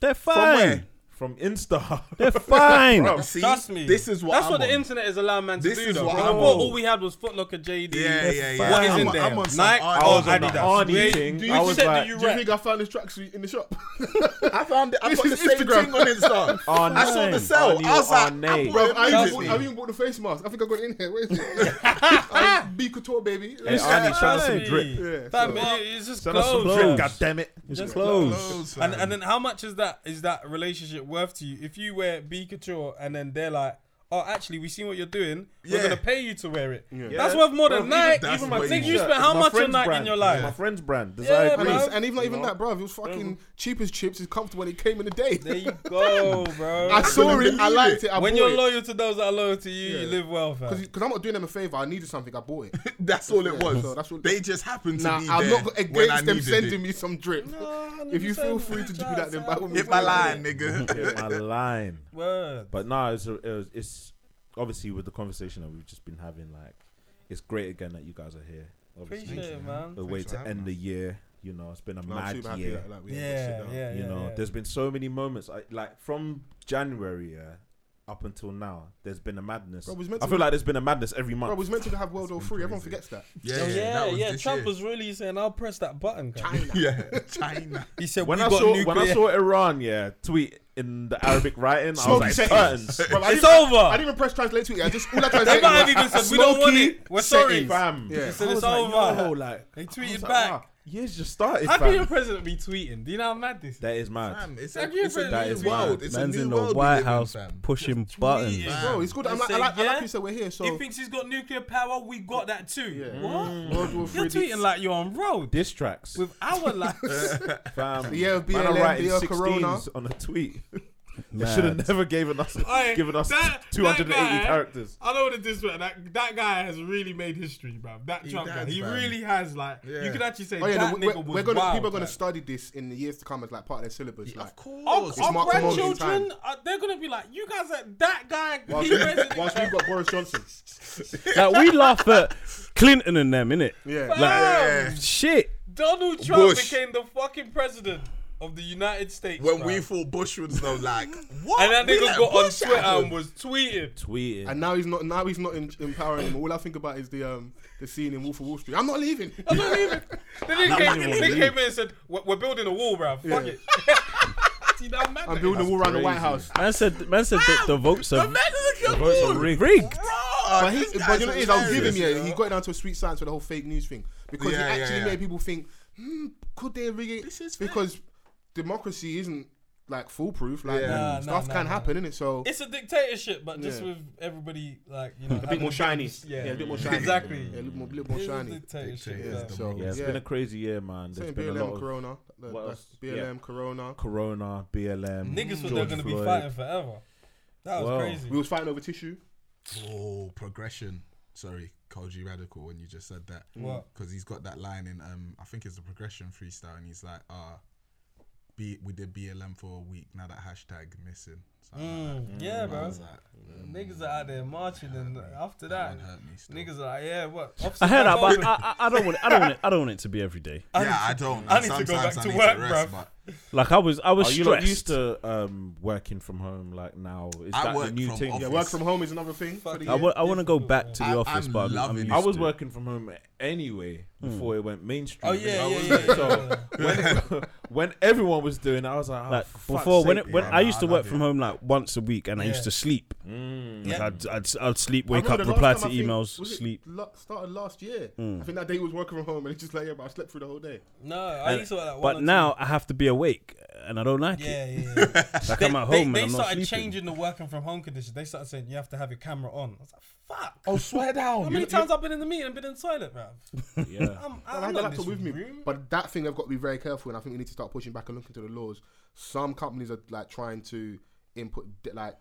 Speaker 5: They're
Speaker 3: from
Speaker 5: fine.
Speaker 3: where? From
Speaker 4: [LAUGHS]
Speaker 3: Insta. [LAUGHS]
Speaker 7: [LAUGHS]
Speaker 5: They're fine.
Speaker 7: Bro, see,
Speaker 6: Trust me.
Speaker 7: This is what
Speaker 6: That's
Speaker 7: I'm
Speaker 6: what the
Speaker 7: on.
Speaker 6: internet is allowing man to
Speaker 7: This
Speaker 6: do.
Speaker 7: is
Speaker 6: though.
Speaker 7: what
Speaker 6: Before,
Speaker 7: I'm on.
Speaker 6: all we had was Footlocker, JD.
Speaker 7: Yeah, yeah, yeah.
Speaker 6: What is
Speaker 7: I'm
Speaker 6: in
Speaker 7: on-
Speaker 6: there?
Speaker 7: I'm on some
Speaker 6: Nike
Speaker 2: oh,
Speaker 7: Arnie-
Speaker 6: or
Speaker 7: I was on the
Speaker 6: Adidas?
Speaker 3: Arnie
Speaker 6: Where-
Speaker 3: thing.
Speaker 6: Do you
Speaker 3: I
Speaker 6: you
Speaker 3: was
Speaker 6: said
Speaker 3: like-
Speaker 6: that you
Speaker 4: Do you
Speaker 6: rap?
Speaker 4: think I found this tracksuit in the shop?
Speaker 7: [LAUGHS] I found it. I
Speaker 4: This
Speaker 7: got the
Speaker 4: is
Speaker 7: same
Speaker 4: Instagram.
Speaker 7: thing on
Speaker 4: [LAUGHS]
Speaker 7: Insta.
Speaker 3: Arnie.
Speaker 7: I saw the sale.
Speaker 3: Arnie
Speaker 7: I was like,
Speaker 3: Arne.
Speaker 7: I
Speaker 4: Bro,
Speaker 7: bought
Speaker 4: I,
Speaker 7: it
Speaker 4: even bought, I
Speaker 7: immediately.
Speaker 4: even bought the face mask. I think I got it in here. Where is
Speaker 7: [LAUGHS]
Speaker 4: it? Be couture, baby.
Speaker 3: Arnie, send us some
Speaker 6: Hey,
Speaker 3: drip.
Speaker 6: Fam, it- it's just
Speaker 3: Send us some
Speaker 6: clothes.
Speaker 3: drip, goddammit.
Speaker 6: Just
Speaker 7: Clothes,
Speaker 6: clothes. And,
Speaker 7: fam.
Speaker 6: and then how much is that is that relationship worth to you? If you wear B couture and then they're like,
Speaker 2: oh, actually, we seen what you're doing.
Speaker 7: Yeah.
Speaker 2: We're gonna pay you to wear it.
Speaker 3: Yeah.
Speaker 2: That's worth more than
Speaker 3: Bro, even-
Speaker 2: Nike.
Speaker 7: that's
Speaker 2: Even my
Speaker 7: way
Speaker 2: thing.
Speaker 7: more.
Speaker 2: You spent how
Speaker 3: My
Speaker 2: much
Speaker 3: friend's
Speaker 2: on Nike in
Speaker 3: brand.
Speaker 2: your life?
Speaker 3: My
Speaker 7: [LAUGHS]
Speaker 3: friend's brand. Does
Speaker 2: Yeah,
Speaker 3: I agree?
Speaker 4: And, he's-
Speaker 2: bruv.
Speaker 4: and even not even
Speaker 3: No.
Speaker 4: that, bro. It was fucking cheap as chips. It's comfortable when it came in the day.
Speaker 2: There you go, bro.
Speaker 4: I saw it. I liked it. I
Speaker 2: when
Speaker 4: bought
Speaker 2: you're
Speaker 4: it.
Speaker 2: loyal to those that are loyal to you, you live well, fam.
Speaker 4: Because I'm not doing them a favor. I needed something. I bought it.
Speaker 7: That's all it was.
Speaker 4: so that's what-
Speaker 7: they just happened to
Speaker 4: Nah,
Speaker 7: be
Speaker 4: I'm
Speaker 7: there
Speaker 4: not
Speaker 7: when I
Speaker 4: against them
Speaker 7: needed
Speaker 4: sending
Speaker 7: it.
Speaker 4: me some drip. if you feel free to do that, then by all means.
Speaker 7: Hit my
Speaker 4: do
Speaker 7: line,
Speaker 4: it.
Speaker 7: nigga.
Speaker 3: Hit my line.
Speaker 2: Word.
Speaker 3: But no, it's, a, it was- it's obviously with the conversation that we've just been having. Like, it's great again that you guys are here. Obviously,
Speaker 2: Appreciate it, man.
Speaker 3: a way to
Speaker 7: having
Speaker 3: end the year. You know, it's been a
Speaker 4: No, I'm
Speaker 3: mad
Speaker 4: super happy
Speaker 3: year.
Speaker 4: that like, we ain't got shit
Speaker 2: Yeah,
Speaker 4: down.
Speaker 2: yeah,
Speaker 3: you
Speaker 2: yeah,
Speaker 3: know,
Speaker 2: yeah.
Speaker 3: there's been so many moments. I, like from January yeah, up until now, there's been a madness.
Speaker 4: Bro, it was meant
Speaker 3: I
Speaker 4: to
Speaker 3: feel
Speaker 4: be-
Speaker 3: like there's been a madness every month.
Speaker 4: Bro, it was meant to have World War Three. Everyone forgets that.
Speaker 2: Oh, yeah,
Speaker 7: that was
Speaker 2: yeah.
Speaker 7: this
Speaker 2: Trump
Speaker 7: year.
Speaker 2: was really saying, "I'll press that button." guys."
Speaker 7: Yeah, China.
Speaker 2: He said,
Speaker 3: when
Speaker 2: "We
Speaker 3: I
Speaker 2: got
Speaker 3: saw
Speaker 2: nuclear."
Speaker 3: when I saw Iran, yeah, tweet in the Arabic writing, I was
Speaker 4: Smoky
Speaker 3: like,
Speaker 4: settings.
Speaker 3: curtains.
Speaker 2: [LAUGHS]
Speaker 3: [LAUGHS]
Speaker 4: Bro, I
Speaker 2: It's
Speaker 4: didn't-
Speaker 2: over.
Speaker 4: I didn't even press translate to it. I just all I
Speaker 2: they
Speaker 4: translated.
Speaker 2: might have
Speaker 4: was-
Speaker 2: even said, "We don't want it. We're sorry."
Speaker 4: settings.
Speaker 3: fam.
Speaker 4: Yeah. He
Speaker 2: said
Speaker 3: I
Speaker 2: it's
Speaker 3: was like,
Speaker 2: over.
Speaker 3: Yo, like,
Speaker 2: They
Speaker 3: I
Speaker 2: tweeted
Speaker 3: was like,
Speaker 2: back.
Speaker 3: wow, years just started.
Speaker 2: How can your
Speaker 3: Fam.
Speaker 2: president be tweeting? Do you know how mad this is?
Speaker 3: [LAUGHS] That is mad.
Speaker 7: Fam, it's
Speaker 2: Thank
Speaker 7: a,
Speaker 2: you
Speaker 7: it's
Speaker 2: for
Speaker 7: a
Speaker 2: that
Speaker 7: new
Speaker 2: is
Speaker 7: world.
Speaker 2: wild.
Speaker 7: It's a new world we live in, fam.
Speaker 5: pushing buttons.
Speaker 2: Tweeting.
Speaker 4: Bro, it's good. I'm
Speaker 2: They
Speaker 4: like, I
Speaker 2: say,
Speaker 4: like, I
Speaker 2: yeah.
Speaker 4: like you said we're here. So Mm.
Speaker 2: He thinks he's got nuclear power. We got that too. What?
Speaker 4: World War
Speaker 2: You're
Speaker 4: Three.
Speaker 2: tweeting like you're on road
Speaker 3: Diss tracks,
Speaker 2: with our lives.
Speaker 3: [LAUGHS]
Speaker 2: [LAUGHS]
Speaker 3: fam.
Speaker 4: Yeah,
Speaker 3: Man, I'm
Speaker 4: BLM,
Speaker 3: writing
Speaker 4: yeah, Corona.
Speaker 3: 16s on a tweet. [LAUGHS] They should have never given us
Speaker 2: Aye,
Speaker 3: given us
Speaker 2: that- that
Speaker 3: 280
Speaker 2: guy- eh?
Speaker 3: characters.
Speaker 2: I know what it is, but that that guy has really made history, bro. That Trump
Speaker 7: does,
Speaker 2: guy, he
Speaker 7: bruv.
Speaker 2: really has. Like, you
Speaker 7: Yeah.
Speaker 2: could actually say
Speaker 4: Oh yeah,
Speaker 2: that
Speaker 4: no, we're,
Speaker 2: nigga was
Speaker 4: we're gonna
Speaker 2: wild.
Speaker 4: people are gonna
Speaker 2: like.
Speaker 4: study this in the years to come as like part of their syllabus. Like,
Speaker 7: Of course.
Speaker 2: Our,
Speaker 4: It's
Speaker 2: our
Speaker 4: marked a moment in
Speaker 2: grandchildren,
Speaker 4: time.
Speaker 2: uh, they're gonna be like, you guys are that guy. [LAUGHS]
Speaker 4: whilst,
Speaker 2: he read it.
Speaker 4: whilst we've got Boris Johnson.
Speaker 5: Like we laugh
Speaker 7: [LAUGHS]
Speaker 5: at Clinton and them, innit?
Speaker 4: Yeah.
Speaker 2: Fam,
Speaker 7: Yeah.
Speaker 5: Shit.
Speaker 2: Donald Trump
Speaker 7: Bush.
Speaker 2: became the fucking president of the United States.
Speaker 7: When
Speaker 2: fam.
Speaker 7: we thought Bush was no like what?
Speaker 2: and that
Speaker 7: We
Speaker 2: nigga
Speaker 7: let
Speaker 2: got on
Speaker 7: Bush
Speaker 2: Twitter
Speaker 7: happen.
Speaker 2: and was tweeting.
Speaker 3: Tweeted.
Speaker 4: And now he's not. Now he's not in, in power anymore. All I think about is the um the scene in Wolf of Wall Street. I'm not leaving.
Speaker 7: [LAUGHS]
Speaker 2: I don't even. The nigga came, the nigga came in and said, "We're, we're building a wall, bro. Fuck it." See, that mad
Speaker 4: I'm
Speaker 2: nigga.
Speaker 4: building a wall around the White House.
Speaker 5: Man said, man said that
Speaker 7: Ah,
Speaker 5: the votes are
Speaker 7: Mexican
Speaker 5: votes are
Speaker 7: food.
Speaker 5: rigged.
Speaker 7: Bruh,
Speaker 4: But, he,
Speaker 7: this
Speaker 4: but you know,
Speaker 7: guy's
Speaker 4: what it is, I'll give him.
Speaker 7: hilarious,
Speaker 4: Yeah,
Speaker 7: you know?
Speaker 4: he got it down to a sweet science with the whole fake news thing because
Speaker 7: Yeah,
Speaker 4: he
Speaker 7: yeah,
Speaker 4: actually
Speaker 7: yeah.
Speaker 4: made people think, hmm, could they rig it? because democracy isn't like foolproof. Like
Speaker 2: Nah, nah,
Speaker 4: stuff
Speaker 2: nah,
Speaker 4: can
Speaker 2: nah.
Speaker 4: happen, innit? So
Speaker 2: It's a dictatorship, but just
Speaker 4: Yeah.
Speaker 2: with everybody like you know
Speaker 12: A bit more shiny.
Speaker 2: Yeah,
Speaker 4: yeah, a bit
Speaker 3: [LAUGHS]
Speaker 4: more shiny.
Speaker 2: Exactly.
Speaker 4: Yeah, a little more, little more
Speaker 2: It is a
Speaker 4: shiny.
Speaker 2: dictatorship,
Speaker 7: Dictators,
Speaker 2: fam.
Speaker 7: the
Speaker 4: So
Speaker 3: yeah, it's
Speaker 4: yeah.
Speaker 3: been a crazy year, man. There's
Speaker 4: Saying
Speaker 3: been a lot
Speaker 4: BLM
Speaker 3: of
Speaker 4: Corona, the-
Speaker 3: what
Speaker 4: that's
Speaker 3: else?
Speaker 4: BLM Corona.
Speaker 3: Corona, BLM.
Speaker 2: Niggas
Speaker 3: George
Speaker 2: was they're gonna
Speaker 3: Floyd.
Speaker 2: be fighting forever. That was
Speaker 3: Wow.
Speaker 2: crazy.
Speaker 4: We was fighting over tissue.
Speaker 7: Oh, progression. Sorry, Koji Radical when you just said that.
Speaker 2: What?
Speaker 7: Because he's got that line in um I think it's the progression freestyle and he's like, ah, B we did BLM for a week, now that hashtag missing. Something like
Speaker 2: Mm, yeah,
Speaker 7: that. I
Speaker 2: bro.
Speaker 7: was like,
Speaker 2: Niggas are out there marching, and after that,
Speaker 7: that one hurt me still.
Speaker 2: niggas are like, yeah, what?
Speaker 5: I heard that, but
Speaker 2: Officer
Speaker 5: I, I, I don't want it. I don't want it. I don't want it to be every day.
Speaker 7: yeah, I don't.
Speaker 2: I need to go
Speaker 7: Sometimes
Speaker 2: back
Speaker 7: I
Speaker 2: to
Speaker 7: need
Speaker 2: work, bruv.
Speaker 7: rest, but
Speaker 5: Like I was, I was
Speaker 3: Are Oh, you not
Speaker 5: stressed.
Speaker 3: used to um, working from home like now? Is
Speaker 7: I
Speaker 3: that the
Speaker 7: work
Speaker 3: new
Speaker 7: from
Speaker 3: thing?
Speaker 7: office.
Speaker 4: Yeah, work from home is another thing. for the year.
Speaker 5: I, w- I want to go back to the
Speaker 7: I-
Speaker 5: office,
Speaker 7: I'm
Speaker 5: but I'm, I'm
Speaker 7: loving
Speaker 5: used
Speaker 7: it.
Speaker 3: I was
Speaker 5: to it.
Speaker 3: working from home anyway before it went mainstream.
Speaker 2: Oh, yeah,
Speaker 3: I
Speaker 2: yeah,
Speaker 3: was-
Speaker 2: yeah, yeah,
Speaker 3: [LAUGHS] So when, [LAUGHS] when everyone was doing, it, I was like, oh,
Speaker 5: Like
Speaker 3: for
Speaker 5: before,
Speaker 3: fuck's
Speaker 5: when
Speaker 3: sake,
Speaker 5: it, when
Speaker 7: yeah,
Speaker 5: I
Speaker 7: nah,
Speaker 5: used to
Speaker 7: I
Speaker 5: work
Speaker 7: love
Speaker 5: from
Speaker 7: it.
Speaker 5: home like once a week, and I
Speaker 2: Yeah.
Speaker 5: used to sleep. Like
Speaker 2: Yeah.
Speaker 5: I'd, I'd I'd sleep,
Speaker 4: I
Speaker 5: wake up,
Speaker 4: remember the
Speaker 5: reply
Speaker 4: last
Speaker 5: to
Speaker 4: time I think-
Speaker 5: emails,
Speaker 4: was it
Speaker 5: sleep.
Speaker 4: lo- started last year. I think that day he was working from home and it's just like, yeah, but I slept through the whole day.
Speaker 2: no, I used to like one or
Speaker 5: But
Speaker 2: two.
Speaker 5: now I have to be awake, and I don't like
Speaker 2: Yeah,
Speaker 5: it.
Speaker 2: yeah. yeah.
Speaker 5: [LAUGHS] Like
Speaker 2: they,
Speaker 5: I'm at home
Speaker 2: they-
Speaker 5: and
Speaker 2: they
Speaker 5: I'm not
Speaker 2: started
Speaker 5: sleeping.
Speaker 2: changing the working from home conditions. They started saying you have to have your camera on. I was like, fuck.
Speaker 7: Oh,
Speaker 2: [LAUGHS]
Speaker 7: swear
Speaker 2: How
Speaker 7: down.
Speaker 2: many times I've been in the meeting and been in the toilet, man?
Speaker 3: Yeah.
Speaker 2: [LAUGHS] I'm,
Speaker 4: I
Speaker 2: I'm
Speaker 4: had the
Speaker 2: not in
Speaker 4: laptop
Speaker 2: this
Speaker 4: with me.
Speaker 2: room.
Speaker 4: But that thing they've got to be very careful, and I think we need to start pushing back and looking to the laws. Some companies are like trying to input di- like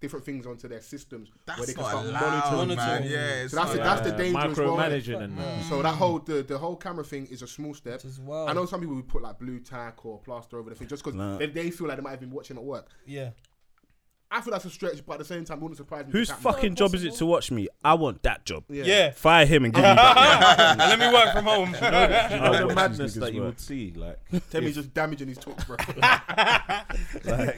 Speaker 4: different things onto their systems where they
Speaker 7: That's
Speaker 4: can
Speaker 7: not
Speaker 4: start
Speaker 7: allowed,
Speaker 4: monitoring.
Speaker 7: man.
Speaker 2: monitoring.
Speaker 7: Yeah, it's
Speaker 4: So that's
Speaker 7: not
Speaker 4: the, that's the
Speaker 3: Uh,
Speaker 4: danger as well. innit?
Speaker 3: micromanaging and that.
Speaker 4: So that whole the, the whole camera thing is a small step.
Speaker 2: is wild.
Speaker 4: I know some people would put like blue tack or plaster over the thing just because they, they feel like they might have been watching at work.
Speaker 2: Yeah.
Speaker 4: I feel that's a stretch, but at the same time, it wouldn't surprise me. if
Speaker 5: Whose
Speaker 4: it happened.
Speaker 5: fucking job is it to watch me? I want that job.
Speaker 4: Yeah.
Speaker 3: [LAUGHS]
Speaker 2: Yeah.
Speaker 5: Fire him and give me
Speaker 2: and
Speaker 5: that.
Speaker 2: let me work from home.
Speaker 3: [LAUGHS] You
Speaker 5: I
Speaker 3: know
Speaker 5: watch
Speaker 3: the
Speaker 5: these
Speaker 3: madness
Speaker 5: niggas
Speaker 3: that you
Speaker 5: work.
Speaker 3: would see, like,
Speaker 5: [LAUGHS]
Speaker 4: Temi's just damaging his talks, bro.
Speaker 3: like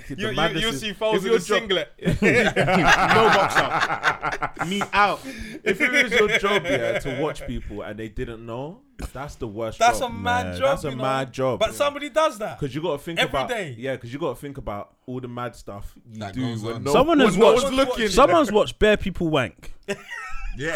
Speaker 3: the
Speaker 2: [LAUGHS] you, you,
Speaker 3: madness
Speaker 2: you'll
Speaker 3: is-
Speaker 2: see
Speaker 3: if
Speaker 2: Foles in
Speaker 3: your
Speaker 2: a
Speaker 3: job-
Speaker 2: singlet.
Speaker 4: no boxer. Me out.
Speaker 3: If it was
Speaker 5: [LAUGHS]
Speaker 3: your job, yeah, to watch people and they didn't know, that's the worst.
Speaker 2: That's a
Speaker 3: job,
Speaker 2: mad
Speaker 3: man.
Speaker 2: job.
Speaker 3: That's a
Speaker 2: you know?
Speaker 3: mad job.
Speaker 2: But somebody does that. [LAUGHS]
Speaker 3: because you got to think
Speaker 2: Every
Speaker 3: about
Speaker 2: day.
Speaker 3: yeah, because you got to think about all the mad stuff you
Speaker 7: That
Speaker 3: do
Speaker 7: goes
Speaker 3: when
Speaker 7: on.
Speaker 3: no,
Speaker 5: Someone
Speaker 3: when
Speaker 5: has
Speaker 3: no
Speaker 5: watched-
Speaker 3: one's looking.
Speaker 5: Someone's watched bare people wank.
Speaker 7: Yeah,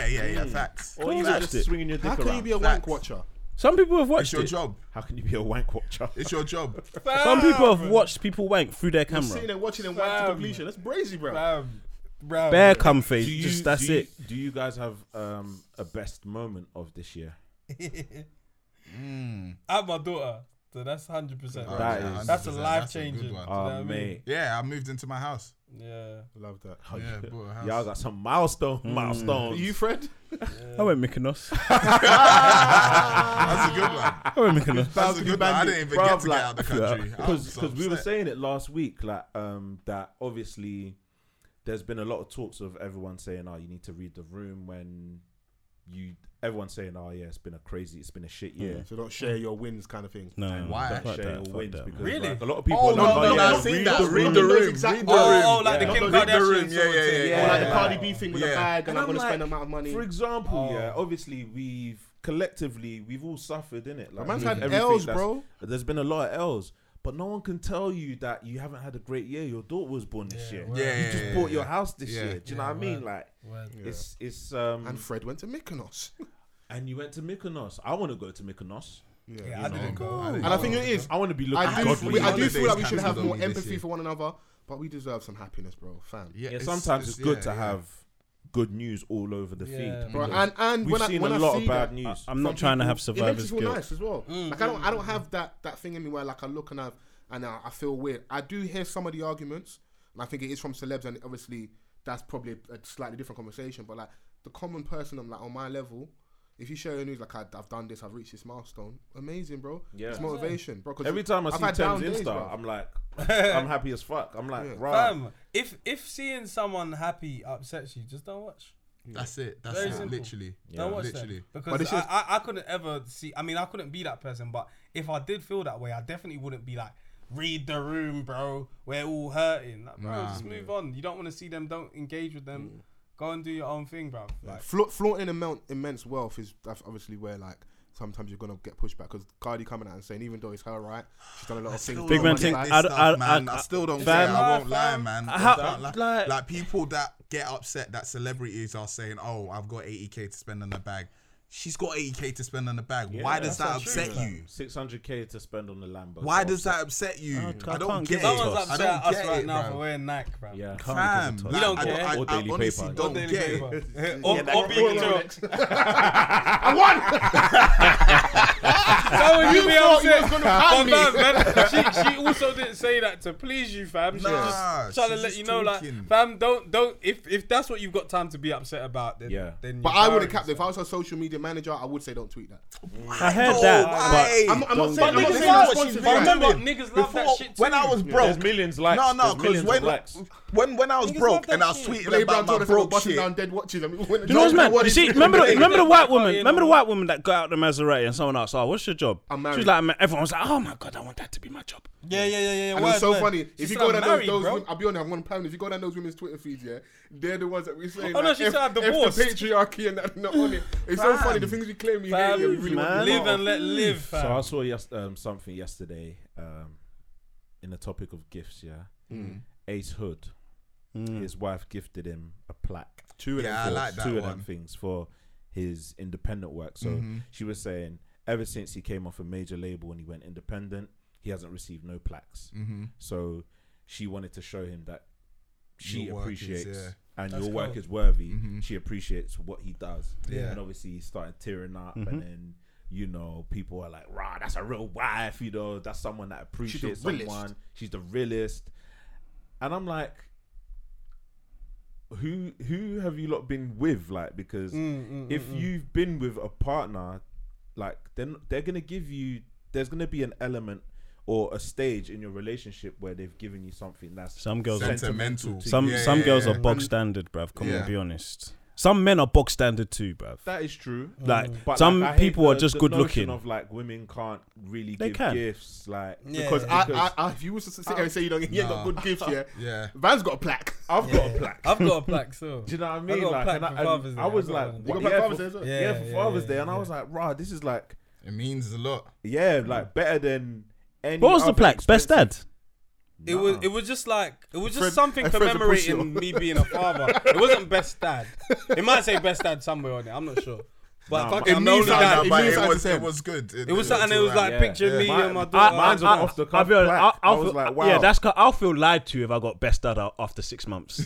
Speaker 7: yeah,
Speaker 2: Mm.
Speaker 7: yeah. Facts.
Speaker 3: or you
Speaker 5: watched
Speaker 3: just
Speaker 5: it.
Speaker 3: swinging your dick
Speaker 4: How can
Speaker 3: around.
Speaker 4: you be a wank
Speaker 7: Facts.
Speaker 4: watcher?
Speaker 5: Some people have
Speaker 7: It's
Speaker 5: watched
Speaker 7: your
Speaker 5: it.
Speaker 7: job.
Speaker 3: How can you be a wank
Speaker 7: [LAUGHS]
Speaker 3: watcher?
Speaker 7: It's your job.
Speaker 2: [LAUGHS]
Speaker 5: Some people have watched people wank through their camera.
Speaker 4: Sitting there watching and wank to
Speaker 2: Fam.
Speaker 4: completion. That's brazy, bro.
Speaker 2: Fam. Bro. [LAUGHS]
Speaker 5: Bare cum face.
Speaker 3: Do you-
Speaker 5: Just that's
Speaker 3: do you-
Speaker 5: it.
Speaker 3: do you guys have um, a best moment of this year?
Speaker 2: I have my daughter, so that's hundred percent.
Speaker 7: Oh,
Speaker 3: That
Speaker 7: yeah,
Speaker 3: is-
Speaker 7: 100%.
Speaker 2: That's a life
Speaker 7: That's a good
Speaker 2: changing.
Speaker 7: one.
Speaker 3: Oh,
Speaker 2: I mean?
Speaker 3: mate.
Speaker 7: Yeah, I moved into my house.
Speaker 3: [LAUGHS]
Speaker 2: Yeah.
Speaker 4: Love that.
Speaker 3: Oh,
Speaker 7: Yeah,
Speaker 3: you-
Speaker 7: bought a house.
Speaker 3: Y'all got some milestone,
Speaker 5: Hmm.
Speaker 3: milestones.
Speaker 4: You, Fred?
Speaker 5: I went Mykonos.
Speaker 7: [LAUGHS] That's a good one.
Speaker 5: I went Mykonos.
Speaker 7: That's a good one. I didn't even get to get out of the country. I was
Speaker 3: because
Speaker 7: so
Speaker 3: we were
Speaker 7: upset.
Speaker 3: saying it last week, like um, that obviously there's been a lot of talks of everyone saying, "Oh, you need to read the room." When you everyone saying, "Oh, yeah, it's been a crazy, it's been a shit year."
Speaker 4: So don't share your wins kind of thing.
Speaker 5: No.
Speaker 7: Why?
Speaker 5: Hmm. fuck
Speaker 3: Share
Speaker 5: that,
Speaker 3: your
Speaker 5: fuck
Speaker 3: wins
Speaker 5: that, man.
Speaker 3: because
Speaker 2: Really?
Speaker 3: like, a lot of people. are
Speaker 7: Oh, no,
Speaker 4: Oh,
Speaker 3: like,
Speaker 7: no,
Speaker 3: yeah,
Speaker 7: I've seen
Speaker 3: read
Speaker 7: that.
Speaker 3: the
Speaker 7: Read
Speaker 3: room.
Speaker 7: the room.
Speaker 4: Exactly.
Speaker 7: Read the
Speaker 2: Oh, oh,
Speaker 7: room.
Speaker 2: like
Speaker 3: Yeah.
Speaker 2: the Kim
Speaker 4: Not the-
Speaker 2: Kardashian.
Speaker 7: Read the room.
Speaker 2: sort
Speaker 7: Yeah,
Speaker 2: of
Speaker 7: yeah,
Speaker 2: thing.
Speaker 4: Or
Speaker 7: yeah.
Speaker 4: like
Speaker 7: yeah.
Speaker 4: the Cardi B thing with
Speaker 7: Yeah.
Speaker 4: the bag, and,
Speaker 2: And
Speaker 4: I'm,
Speaker 2: I'm
Speaker 4: gonna
Speaker 2: like,
Speaker 4: spend the amount of money.
Speaker 3: For example,
Speaker 2: Oh.
Speaker 3: yeah, obviously we've collectively we've all suffered in it. Like
Speaker 4: man's
Speaker 3: with
Speaker 4: had
Speaker 3: everything
Speaker 4: L's,
Speaker 3: that's-
Speaker 4: bro.
Speaker 3: There's been a lot of L's, but no one can tell you that you haven't had a great year. Your daughter was born this year.
Speaker 7: Yeah,
Speaker 3: you
Speaker 7: yeah,
Speaker 3: just
Speaker 7: yeah,
Speaker 3: bought your
Speaker 7: yeah.
Speaker 3: house this
Speaker 7: Yeah.
Speaker 3: year. Do you know what I mean? Like, it's it's um,
Speaker 4: and
Speaker 3: and,
Speaker 4: Fred went to Mykonos.
Speaker 3: you went to Mykonos. I want to go to Mykonos.
Speaker 2: Yeah, I didn't go.
Speaker 7: I didn't
Speaker 4: And I think it is.
Speaker 3: I want to be looking
Speaker 4: I do,
Speaker 3: godly.
Speaker 4: we, I do
Speaker 7: Holidays
Speaker 4: feel like we should
Speaker 7: cancelled
Speaker 4: have
Speaker 7: on
Speaker 4: more
Speaker 7: me this
Speaker 4: empathy
Speaker 7: year.
Speaker 4: for one another, but we deserve some happiness, bro, fam.
Speaker 7: Yeah,
Speaker 3: Yeah,
Speaker 7: it's-
Speaker 3: sometimes it's, good
Speaker 7: yeah,
Speaker 3: to
Speaker 7: yeah.
Speaker 3: have good news all over the
Speaker 2: Yeah.
Speaker 3: feed.
Speaker 4: Bro,
Speaker 3: because
Speaker 4: and and
Speaker 3: we've
Speaker 4: when I
Speaker 3: seen
Speaker 4: when
Speaker 3: a
Speaker 4: I
Speaker 3: lot
Speaker 4: see
Speaker 3: of bad
Speaker 4: that,
Speaker 3: news.
Speaker 5: I'm not
Speaker 4: from
Speaker 5: trying to
Speaker 4: people,
Speaker 5: have
Speaker 4: It makes
Speaker 5: survivor's
Speaker 4: you feel
Speaker 5: guilt.
Speaker 4: nice as well. Like I don't, I don't have that that thing in me where like I look and I and I, I feel weird. I do hear some of the arguments, and I think it is from celebs, and obviously that's probably a slightly different conversation. But like the common person, I'm like on my level. If you share your news, like I, I've done this, I've reached this milestone, amazing, bro.
Speaker 3: Yeah.
Speaker 4: it's motivation, bro. 'cause
Speaker 3: Every time I
Speaker 4: I've
Speaker 3: see
Speaker 4: had down
Speaker 3: Thames
Speaker 4: days,
Speaker 3: Insta,
Speaker 4: bro.
Speaker 3: I'm
Speaker 4: [LAUGHS]
Speaker 3: like, I'm happy as fuck. I'm like, right.
Speaker 2: Fam, if if seeing someone happy upsets you, just don't watch.
Speaker 7: That's it. That's
Speaker 2: Very
Speaker 7: it.
Speaker 2: simple.
Speaker 7: Literally.
Speaker 2: Don't watch
Speaker 7: Literally.
Speaker 2: that because
Speaker 4: it's
Speaker 2: I,
Speaker 4: just-
Speaker 2: I I couldn't ever see. I mean, I couldn't be that person. But if I did feel that way, I definitely wouldn't be like. Read the room, bro. We're all hurting. Like, bro,
Speaker 7: Nah.
Speaker 2: just move on. You don't want to see them. Don't engage with them. Go and do your own thing, bro. Like,
Speaker 4: Fla- flaunting amount, immense wealth is that's obviously where like sometimes you're gonna get pushback because Cardi coming out and saying even though it's her right, she's done a lot of things.
Speaker 7: still
Speaker 5: Big
Speaker 7: don't
Speaker 5: man
Speaker 7: get
Speaker 5: thing,
Speaker 7: this
Speaker 5: I d-
Speaker 7: stuff,
Speaker 5: I- I-
Speaker 7: man. I
Speaker 5: I-
Speaker 7: still don't
Speaker 5: fam.
Speaker 7: get it. I won't lie, man. I
Speaker 5: how-
Speaker 7: don't like,
Speaker 5: like-
Speaker 7: like, people that get upset that celebrities are saying, "Oh, I've got 80k to spend on the bag." She's got 80k to spend on the bag. Why does that upset you?
Speaker 3: 600k to spend on the Lambo.
Speaker 7: Why
Speaker 3: So
Speaker 7: does that upset you?
Speaker 5: I
Speaker 7: I don't
Speaker 5: can't
Speaker 7: get it.
Speaker 5: give a
Speaker 2: someone's
Speaker 5: toss.
Speaker 7: I
Speaker 2: upset at
Speaker 7: don't
Speaker 2: us
Speaker 7: get
Speaker 2: right
Speaker 7: it,
Speaker 2: now for
Speaker 7: bro.
Speaker 2: wearing Nike, bro.
Speaker 3: Yeah, can't
Speaker 7: Fam,
Speaker 3: because of
Speaker 7: like,
Speaker 2: don't
Speaker 7: I,
Speaker 2: care.
Speaker 7: I, I,
Speaker 3: Or Daily
Speaker 7: honestly
Speaker 3: Paper.
Speaker 7: don't
Speaker 2: Daily
Speaker 7: get [LAUGHS] it.
Speaker 2: Paper. or or
Speaker 4: Royal
Speaker 2: being controlled.
Speaker 4: I won. [LAUGHS]
Speaker 2: That would you be
Speaker 4: thought you
Speaker 2: upset.
Speaker 4: was gonna pan
Speaker 2: But
Speaker 4: me.
Speaker 2: fam, man, she, she also didn't say that to please you, fam. She
Speaker 7: Nah,
Speaker 2: was just trying to
Speaker 7: she's
Speaker 2: let
Speaker 7: just
Speaker 2: you know,
Speaker 7: talking.
Speaker 2: like, fam, don't, don't. If if that's what you've got time to be upset about, then
Speaker 3: Yeah.
Speaker 2: Then
Speaker 4: But
Speaker 2: you're
Speaker 4: I would
Speaker 2: powering
Speaker 4: have capped it. If I was her social media manager, I would say don't tweet that.
Speaker 5: I heard
Speaker 7: No,
Speaker 5: that,
Speaker 7: why?
Speaker 4: I'm, I'm not saying. I'm not
Speaker 2: niggas love
Speaker 4: saying that's
Speaker 2: what
Speaker 4: what
Speaker 2: she's
Speaker 4: she's
Speaker 2: doing.
Speaker 4: doing.
Speaker 2: Remember, niggas love that
Speaker 7: Before-
Speaker 2: shit
Speaker 7: When
Speaker 2: too.
Speaker 7: I was broke,
Speaker 3: There's millions likes.
Speaker 7: no, no,
Speaker 3: There's millions
Speaker 7: because
Speaker 3: of
Speaker 7: when,
Speaker 3: likes.
Speaker 7: when when I was
Speaker 2: Niggas love
Speaker 7: broke
Speaker 2: that
Speaker 7: and I was
Speaker 2: shit.
Speaker 7: tweeting
Speaker 4: Blade Brown
Speaker 7: about my
Speaker 4: told us about
Speaker 7: broke
Speaker 4: busting
Speaker 7: shit.
Speaker 4: down dead watches. and we went and
Speaker 5: but you know what's
Speaker 4: did
Speaker 5: mad?
Speaker 4: what
Speaker 5: You
Speaker 4: it
Speaker 5: see,
Speaker 4: is.
Speaker 5: remember the, remember the white woman?
Speaker 2: Yeah.
Speaker 5: Remember the white woman that got out the Maserati and someone asked, "Oh, what's your job?"
Speaker 4: I'm
Speaker 5: She was
Speaker 4: married.
Speaker 5: like, "Man," "Everyone was like, oh my god, I want that to be my job."
Speaker 2: Yeah, yeah, yeah, yeah.
Speaker 4: And
Speaker 2: word,
Speaker 4: it's so
Speaker 2: man.
Speaker 4: funny.
Speaker 2: She
Speaker 4: If you
Speaker 2: said,
Speaker 4: go
Speaker 2: "I'm
Speaker 4: down
Speaker 2: married,
Speaker 4: those, those
Speaker 2: bro."
Speaker 4: women, I'll be honest, I'm one pound. If you go down those women's Twitter feeds, yeah, they're the ones that we say.
Speaker 2: Oh, no,
Speaker 4: like,
Speaker 2: she
Speaker 4: F-
Speaker 2: said I'm
Speaker 4: F the
Speaker 2: divorced.
Speaker 4: patriarchy and that not on it. It's so funny. The things we claim we hate,
Speaker 2: Fam,
Speaker 4: yeah, we really want to
Speaker 5: man.
Speaker 4: be
Speaker 2: live
Speaker 4: part
Speaker 2: and
Speaker 4: of.
Speaker 2: let live, fam.
Speaker 3: So I saw yes, um, something yesterday um, in the topic of gifts. Yeah, Mm. Ace Hood, his wife gifted him a plaque. Mm. Two
Speaker 7: of them Yeah, I things. like that
Speaker 3: two of them
Speaker 7: one.
Speaker 3: things for his independent work. So she was saying, ever since he came off a major label and he went independent, he hasn't received no plaques. So she wanted to show him that she
Speaker 7: Your work is,
Speaker 3: appreciates.
Speaker 7: yeah. Mm-hmm.
Speaker 3: And
Speaker 2: That's
Speaker 3: your work
Speaker 2: cool.
Speaker 3: is worthy. She appreciates what he does,
Speaker 7: Yeah.
Speaker 3: and obviously he started tearing up, and then you know people are like, "Rah, that's a real wife," you know, that's someone that appreciates
Speaker 4: realest.
Speaker 3: someone. She's the realest, and I'm like, who who have you lot been with? Like, because
Speaker 2: Mm,
Speaker 3: if you've been with a partner, like then they're gonna give you. There's gonna be an element or a stage in your relationship where they've given you something that's
Speaker 5: Some girls are
Speaker 7: Sentimental.
Speaker 5: Some
Speaker 7: Yeah,
Speaker 5: some
Speaker 7: yeah,
Speaker 5: girls
Speaker 7: yeah.
Speaker 5: are bog standard, bruv. Come
Speaker 7: Yeah.
Speaker 5: on, be honest. Some men are bog standard too, bruv.
Speaker 3: That is true.
Speaker 2: Mm.
Speaker 5: Like, some
Speaker 3: I hate
Speaker 5: people are
Speaker 3: the-
Speaker 5: just
Speaker 3: the
Speaker 5: good
Speaker 3: notion
Speaker 5: looking.
Speaker 3: Of like women can't really
Speaker 5: They
Speaker 3: give
Speaker 5: can.
Speaker 3: gifts. Like
Speaker 4: Because
Speaker 2: Yeah.
Speaker 4: I, I, I, if you was to sit here and say you don't, you ain't got good gifts, yeah.
Speaker 7: Yeah.
Speaker 4: Van's got a plaque.
Speaker 3: I've got a plaque.
Speaker 2: I've got a plaque, so.
Speaker 3: Do you know what I mean?
Speaker 2: got a
Speaker 3: like,
Speaker 2: plaque
Speaker 3: and I,
Speaker 2: for
Speaker 3: and
Speaker 2: Father's Day.
Speaker 3: I was
Speaker 2: I've
Speaker 3: like,
Speaker 2: got one.
Speaker 3: what-
Speaker 4: You got
Speaker 3: yeah,
Speaker 4: Father's
Speaker 3: for-
Speaker 4: Day as well?
Speaker 3: yeah,
Speaker 2: Yeah,
Speaker 3: for
Speaker 2: yeah,
Speaker 3: Father's Day,
Speaker 2: yeah,
Speaker 3: and I was like, rah, this is like,
Speaker 7: It means a lot.
Speaker 3: yeah, like better than any.
Speaker 5: Mm. What was the
Speaker 3: other
Speaker 5: plaque? Best
Speaker 3: expensive-
Speaker 5: dad.
Speaker 2: It was it was just like it was just
Speaker 4: Fred-
Speaker 2: something
Speaker 4: a Fred
Speaker 2: commemorating
Speaker 4: Aparicio.
Speaker 2: me being a father. It wasn't best dad. It might say best dad somewhere on it. I'm not sure. But
Speaker 3: Nah,
Speaker 2: fuck
Speaker 3: my-
Speaker 2: it,
Speaker 7: It
Speaker 2: I'm the
Speaker 7: means
Speaker 2: only guy.
Speaker 7: that,
Speaker 2: It
Speaker 7: but
Speaker 2: means
Speaker 7: it
Speaker 2: I-
Speaker 7: was, it was good.
Speaker 2: it was something that was like
Speaker 3: Yeah.
Speaker 2: picture me
Speaker 3: Mine-
Speaker 2: and my
Speaker 3: Ah,
Speaker 2: daughter.
Speaker 3: mine's
Speaker 2: I-
Speaker 3: an off the
Speaker 5: I'll
Speaker 3: cuff.
Speaker 5: be honest.
Speaker 3: plaque.
Speaker 5: I'll, I'll
Speaker 3: I was
Speaker 5: feel,
Speaker 3: like, wow.
Speaker 5: Yeah, that's. co- I'll feel lied to if I got best dad out after six months.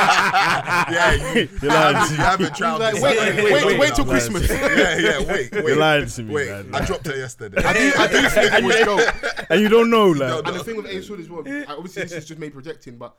Speaker 7: yeah, you, you haven't, you haven't tried
Speaker 4: Like,
Speaker 7: this.
Speaker 4: wait, wait, wait, wait till
Speaker 7: Yeah,
Speaker 4: Christmas.
Speaker 7: yeah, yeah, wait, wait.
Speaker 5: You're lying to me,
Speaker 7: Wait,
Speaker 5: man.
Speaker 7: I dropped her yesterday.
Speaker 4: I do, I do think it was dope.
Speaker 5: and you don't know, like.
Speaker 7: No,
Speaker 4: And the thing with Ace Hood as
Speaker 3: [LAUGHS]
Speaker 4: well, I- obviously this is just me projecting, but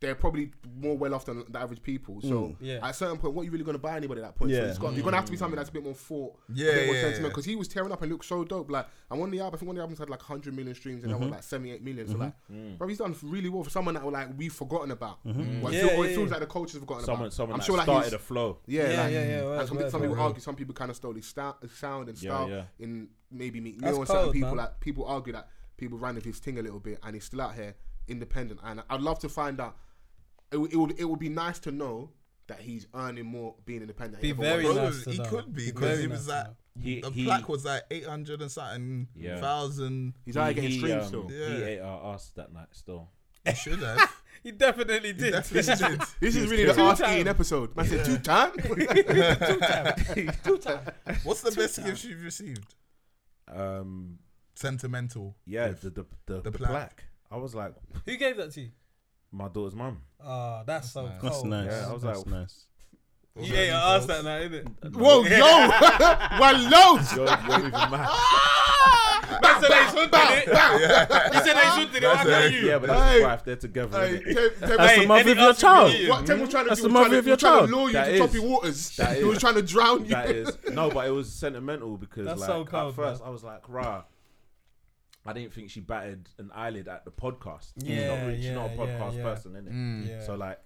Speaker 4: they're probably more well off than the average people. So
Speaker 3: Mm.
Speaker 4: at a certain point, what are you really going to buy anybody at that point? So
Speaker 5: Yeah.
Speaker 4: it's got, you're going to have to be something that's a bit more thought,
Speaker 7: Yeah,
Speaker 4: a bit more
Speaker 7: yeah,
Speaker 4: sentiment.
Speaker 7: yeah.
Speaker 4: Because he was tearing up and looked so dope. Like, and one of the albums, I think one of the albums had like 100 million streams and that one
Speaker 3: Mm-hmm.
Speaker 4: like 78 million. So like, bro, he's done really well for someone that like we've forgotten about.
Speaker 3: Mm-hmm.
Speaker 4: Well, it, feel- or it feels like the culture's forgotten
Speaker 3: Someone,
Speaker 4: about.
Speaker 3: someone
Speaker 4: I'm
Speaker 3: that
Speaker 4: sure like
Speaker 3: started
Speaker 4: he's-
Speaker 3: a flow.
Speaker 4: yeah,
Speaker 6: Yeah,
Speaker 4: like,
Speaker 6: yeah, yeah,
Speaker 4: and
Speaker 6: word,
Speaker 4: some,
Speaker 6: word,
Speaker 4: some people
Speaker 6: word,
Speaker 4: argue, some people kind of stole his sta- his sound and
Speaker 3: Yeah,
Speaker 4: style
Speaker 3: yeah.
Speaker 4: in maybe Meek
Speaker 6: That's
Speaker 4: Mill and certain
Speaker 6: cold,
Speaker 4: people.
Speaker 6: man.
Speaker 4: Like people argue that people ran with his thing a little bit, and he's still out here independent. And I'd love to find out. It, would- it would it would be nice to know that he's earning more being independent.
Speaker 6: Be
Speaker 4: He ever
Speaker 6: very
Speaker 4: was.
Speaker 7: Bro,
Speaker 6: nice to
Speaker 7: he
Speaker 6: know.
Speaker 7: could be
Speaker 6: Very
Speaker 7: because he was
Speaker 6: nice
Speaker 7: like
Speaker 6: to know.
Speaker 3: He-
Speaker 7: the
Speaker 3: he-
Speaker 7: plaque was like eight hundred and something
Speaker 3: Yeah.
Speaker 7: thousand.
Speaker 4: He's out here getting streams
Speaker 3: um,
Speaker 4: still.
Speaker 3: He
Speaker 7: Yeah.
Speaker 3: ate our ass that night still.
Speaker 7: He should have.
Speaker 6: He definitely did.
Speaker 7: Definitely did.
Speaker 4: This is really the ask eating episode. Man said two time.
Speaker 6: [LAUGHS]
Speaker 7: What's the best gift you've received?
Speaker 3: Um,
Speaker 7: Sentimental.
Speaker 3: yeah,
Speaker 7: gift.
Speaker 3: the the, the, the plaque.
Speaker 7: plaque.
Speaker 3: I was like,
Speaker 6: Who gave that to you?
Speaker 3: my daughter's mum.
Speaker 6: Oh, that's, so cool.
Speaker 5: That's nice.
Speaker 3: Yeah, I was
Speaker 5: That's
Speaker 3: like-
Speaker 5: nice.
Speaker 6: You ate your ass that night, innit?
Speaker 4: Whoa, yo, [LAUGHS] well, loads.
Speaker 3: You're, you're even [LAUGHS] mad.
Speaker 6: That's an Ace Hood, did it? You said Ace Hood, did it? Why can't you?
Speaker 3: Yeah, but that's
Speaker 4: Hey.
Speaker 3: his wife. They're together.
Speaker 4: Hey,
Speaker 3: innit?
Speaker 4: Tem- Tem-
Speaker 5: That's the
Speaker 6: Hey,
Speaker 5: mother
Speaker 6: any
Speaker 5: of your
Speaker 6: answer
Speaker 5: child.
Speaker 6: you need?
Speaker 4: What Tem was trying to
Speaker 5: That's
Speaker 4: do?
Speaker 5: the
Speaker 4: he was
Speaker 5: mother
Speaker 4: trying
Speaker 5: of
Speaker 4: to-
Speaker 5: your
Speaker 4: he was trying
Speaker 5: child.
Speaker 4: to lure you
Speaker 3: That
Speaker 4: to
Speaker 3: is.
Speaker 4: choppy waters.
Speaker 3: That
Speaker 4: [LAUGHS] He was
Speaker 3: is.
Speaker 4: trying to drown you.
Speaker 3: That is no, but it was sentimental because
Speaker 6: That's
Speaker 3: like
Speaker 6: so cold,
Speaker 3: at first I was like, rah. I didn't think she batted an eyelid at the podcast. she's
Speaker 6: Yeah,
Speaker 3: not, really, she's not a
Speaker 6: yeah, yeah,
Speaker 3: podcast
Speaker 6: yeah. Mm.
Speaker 3: person, innit?
Speaker 6: Yeah.
Speaker 3: So like,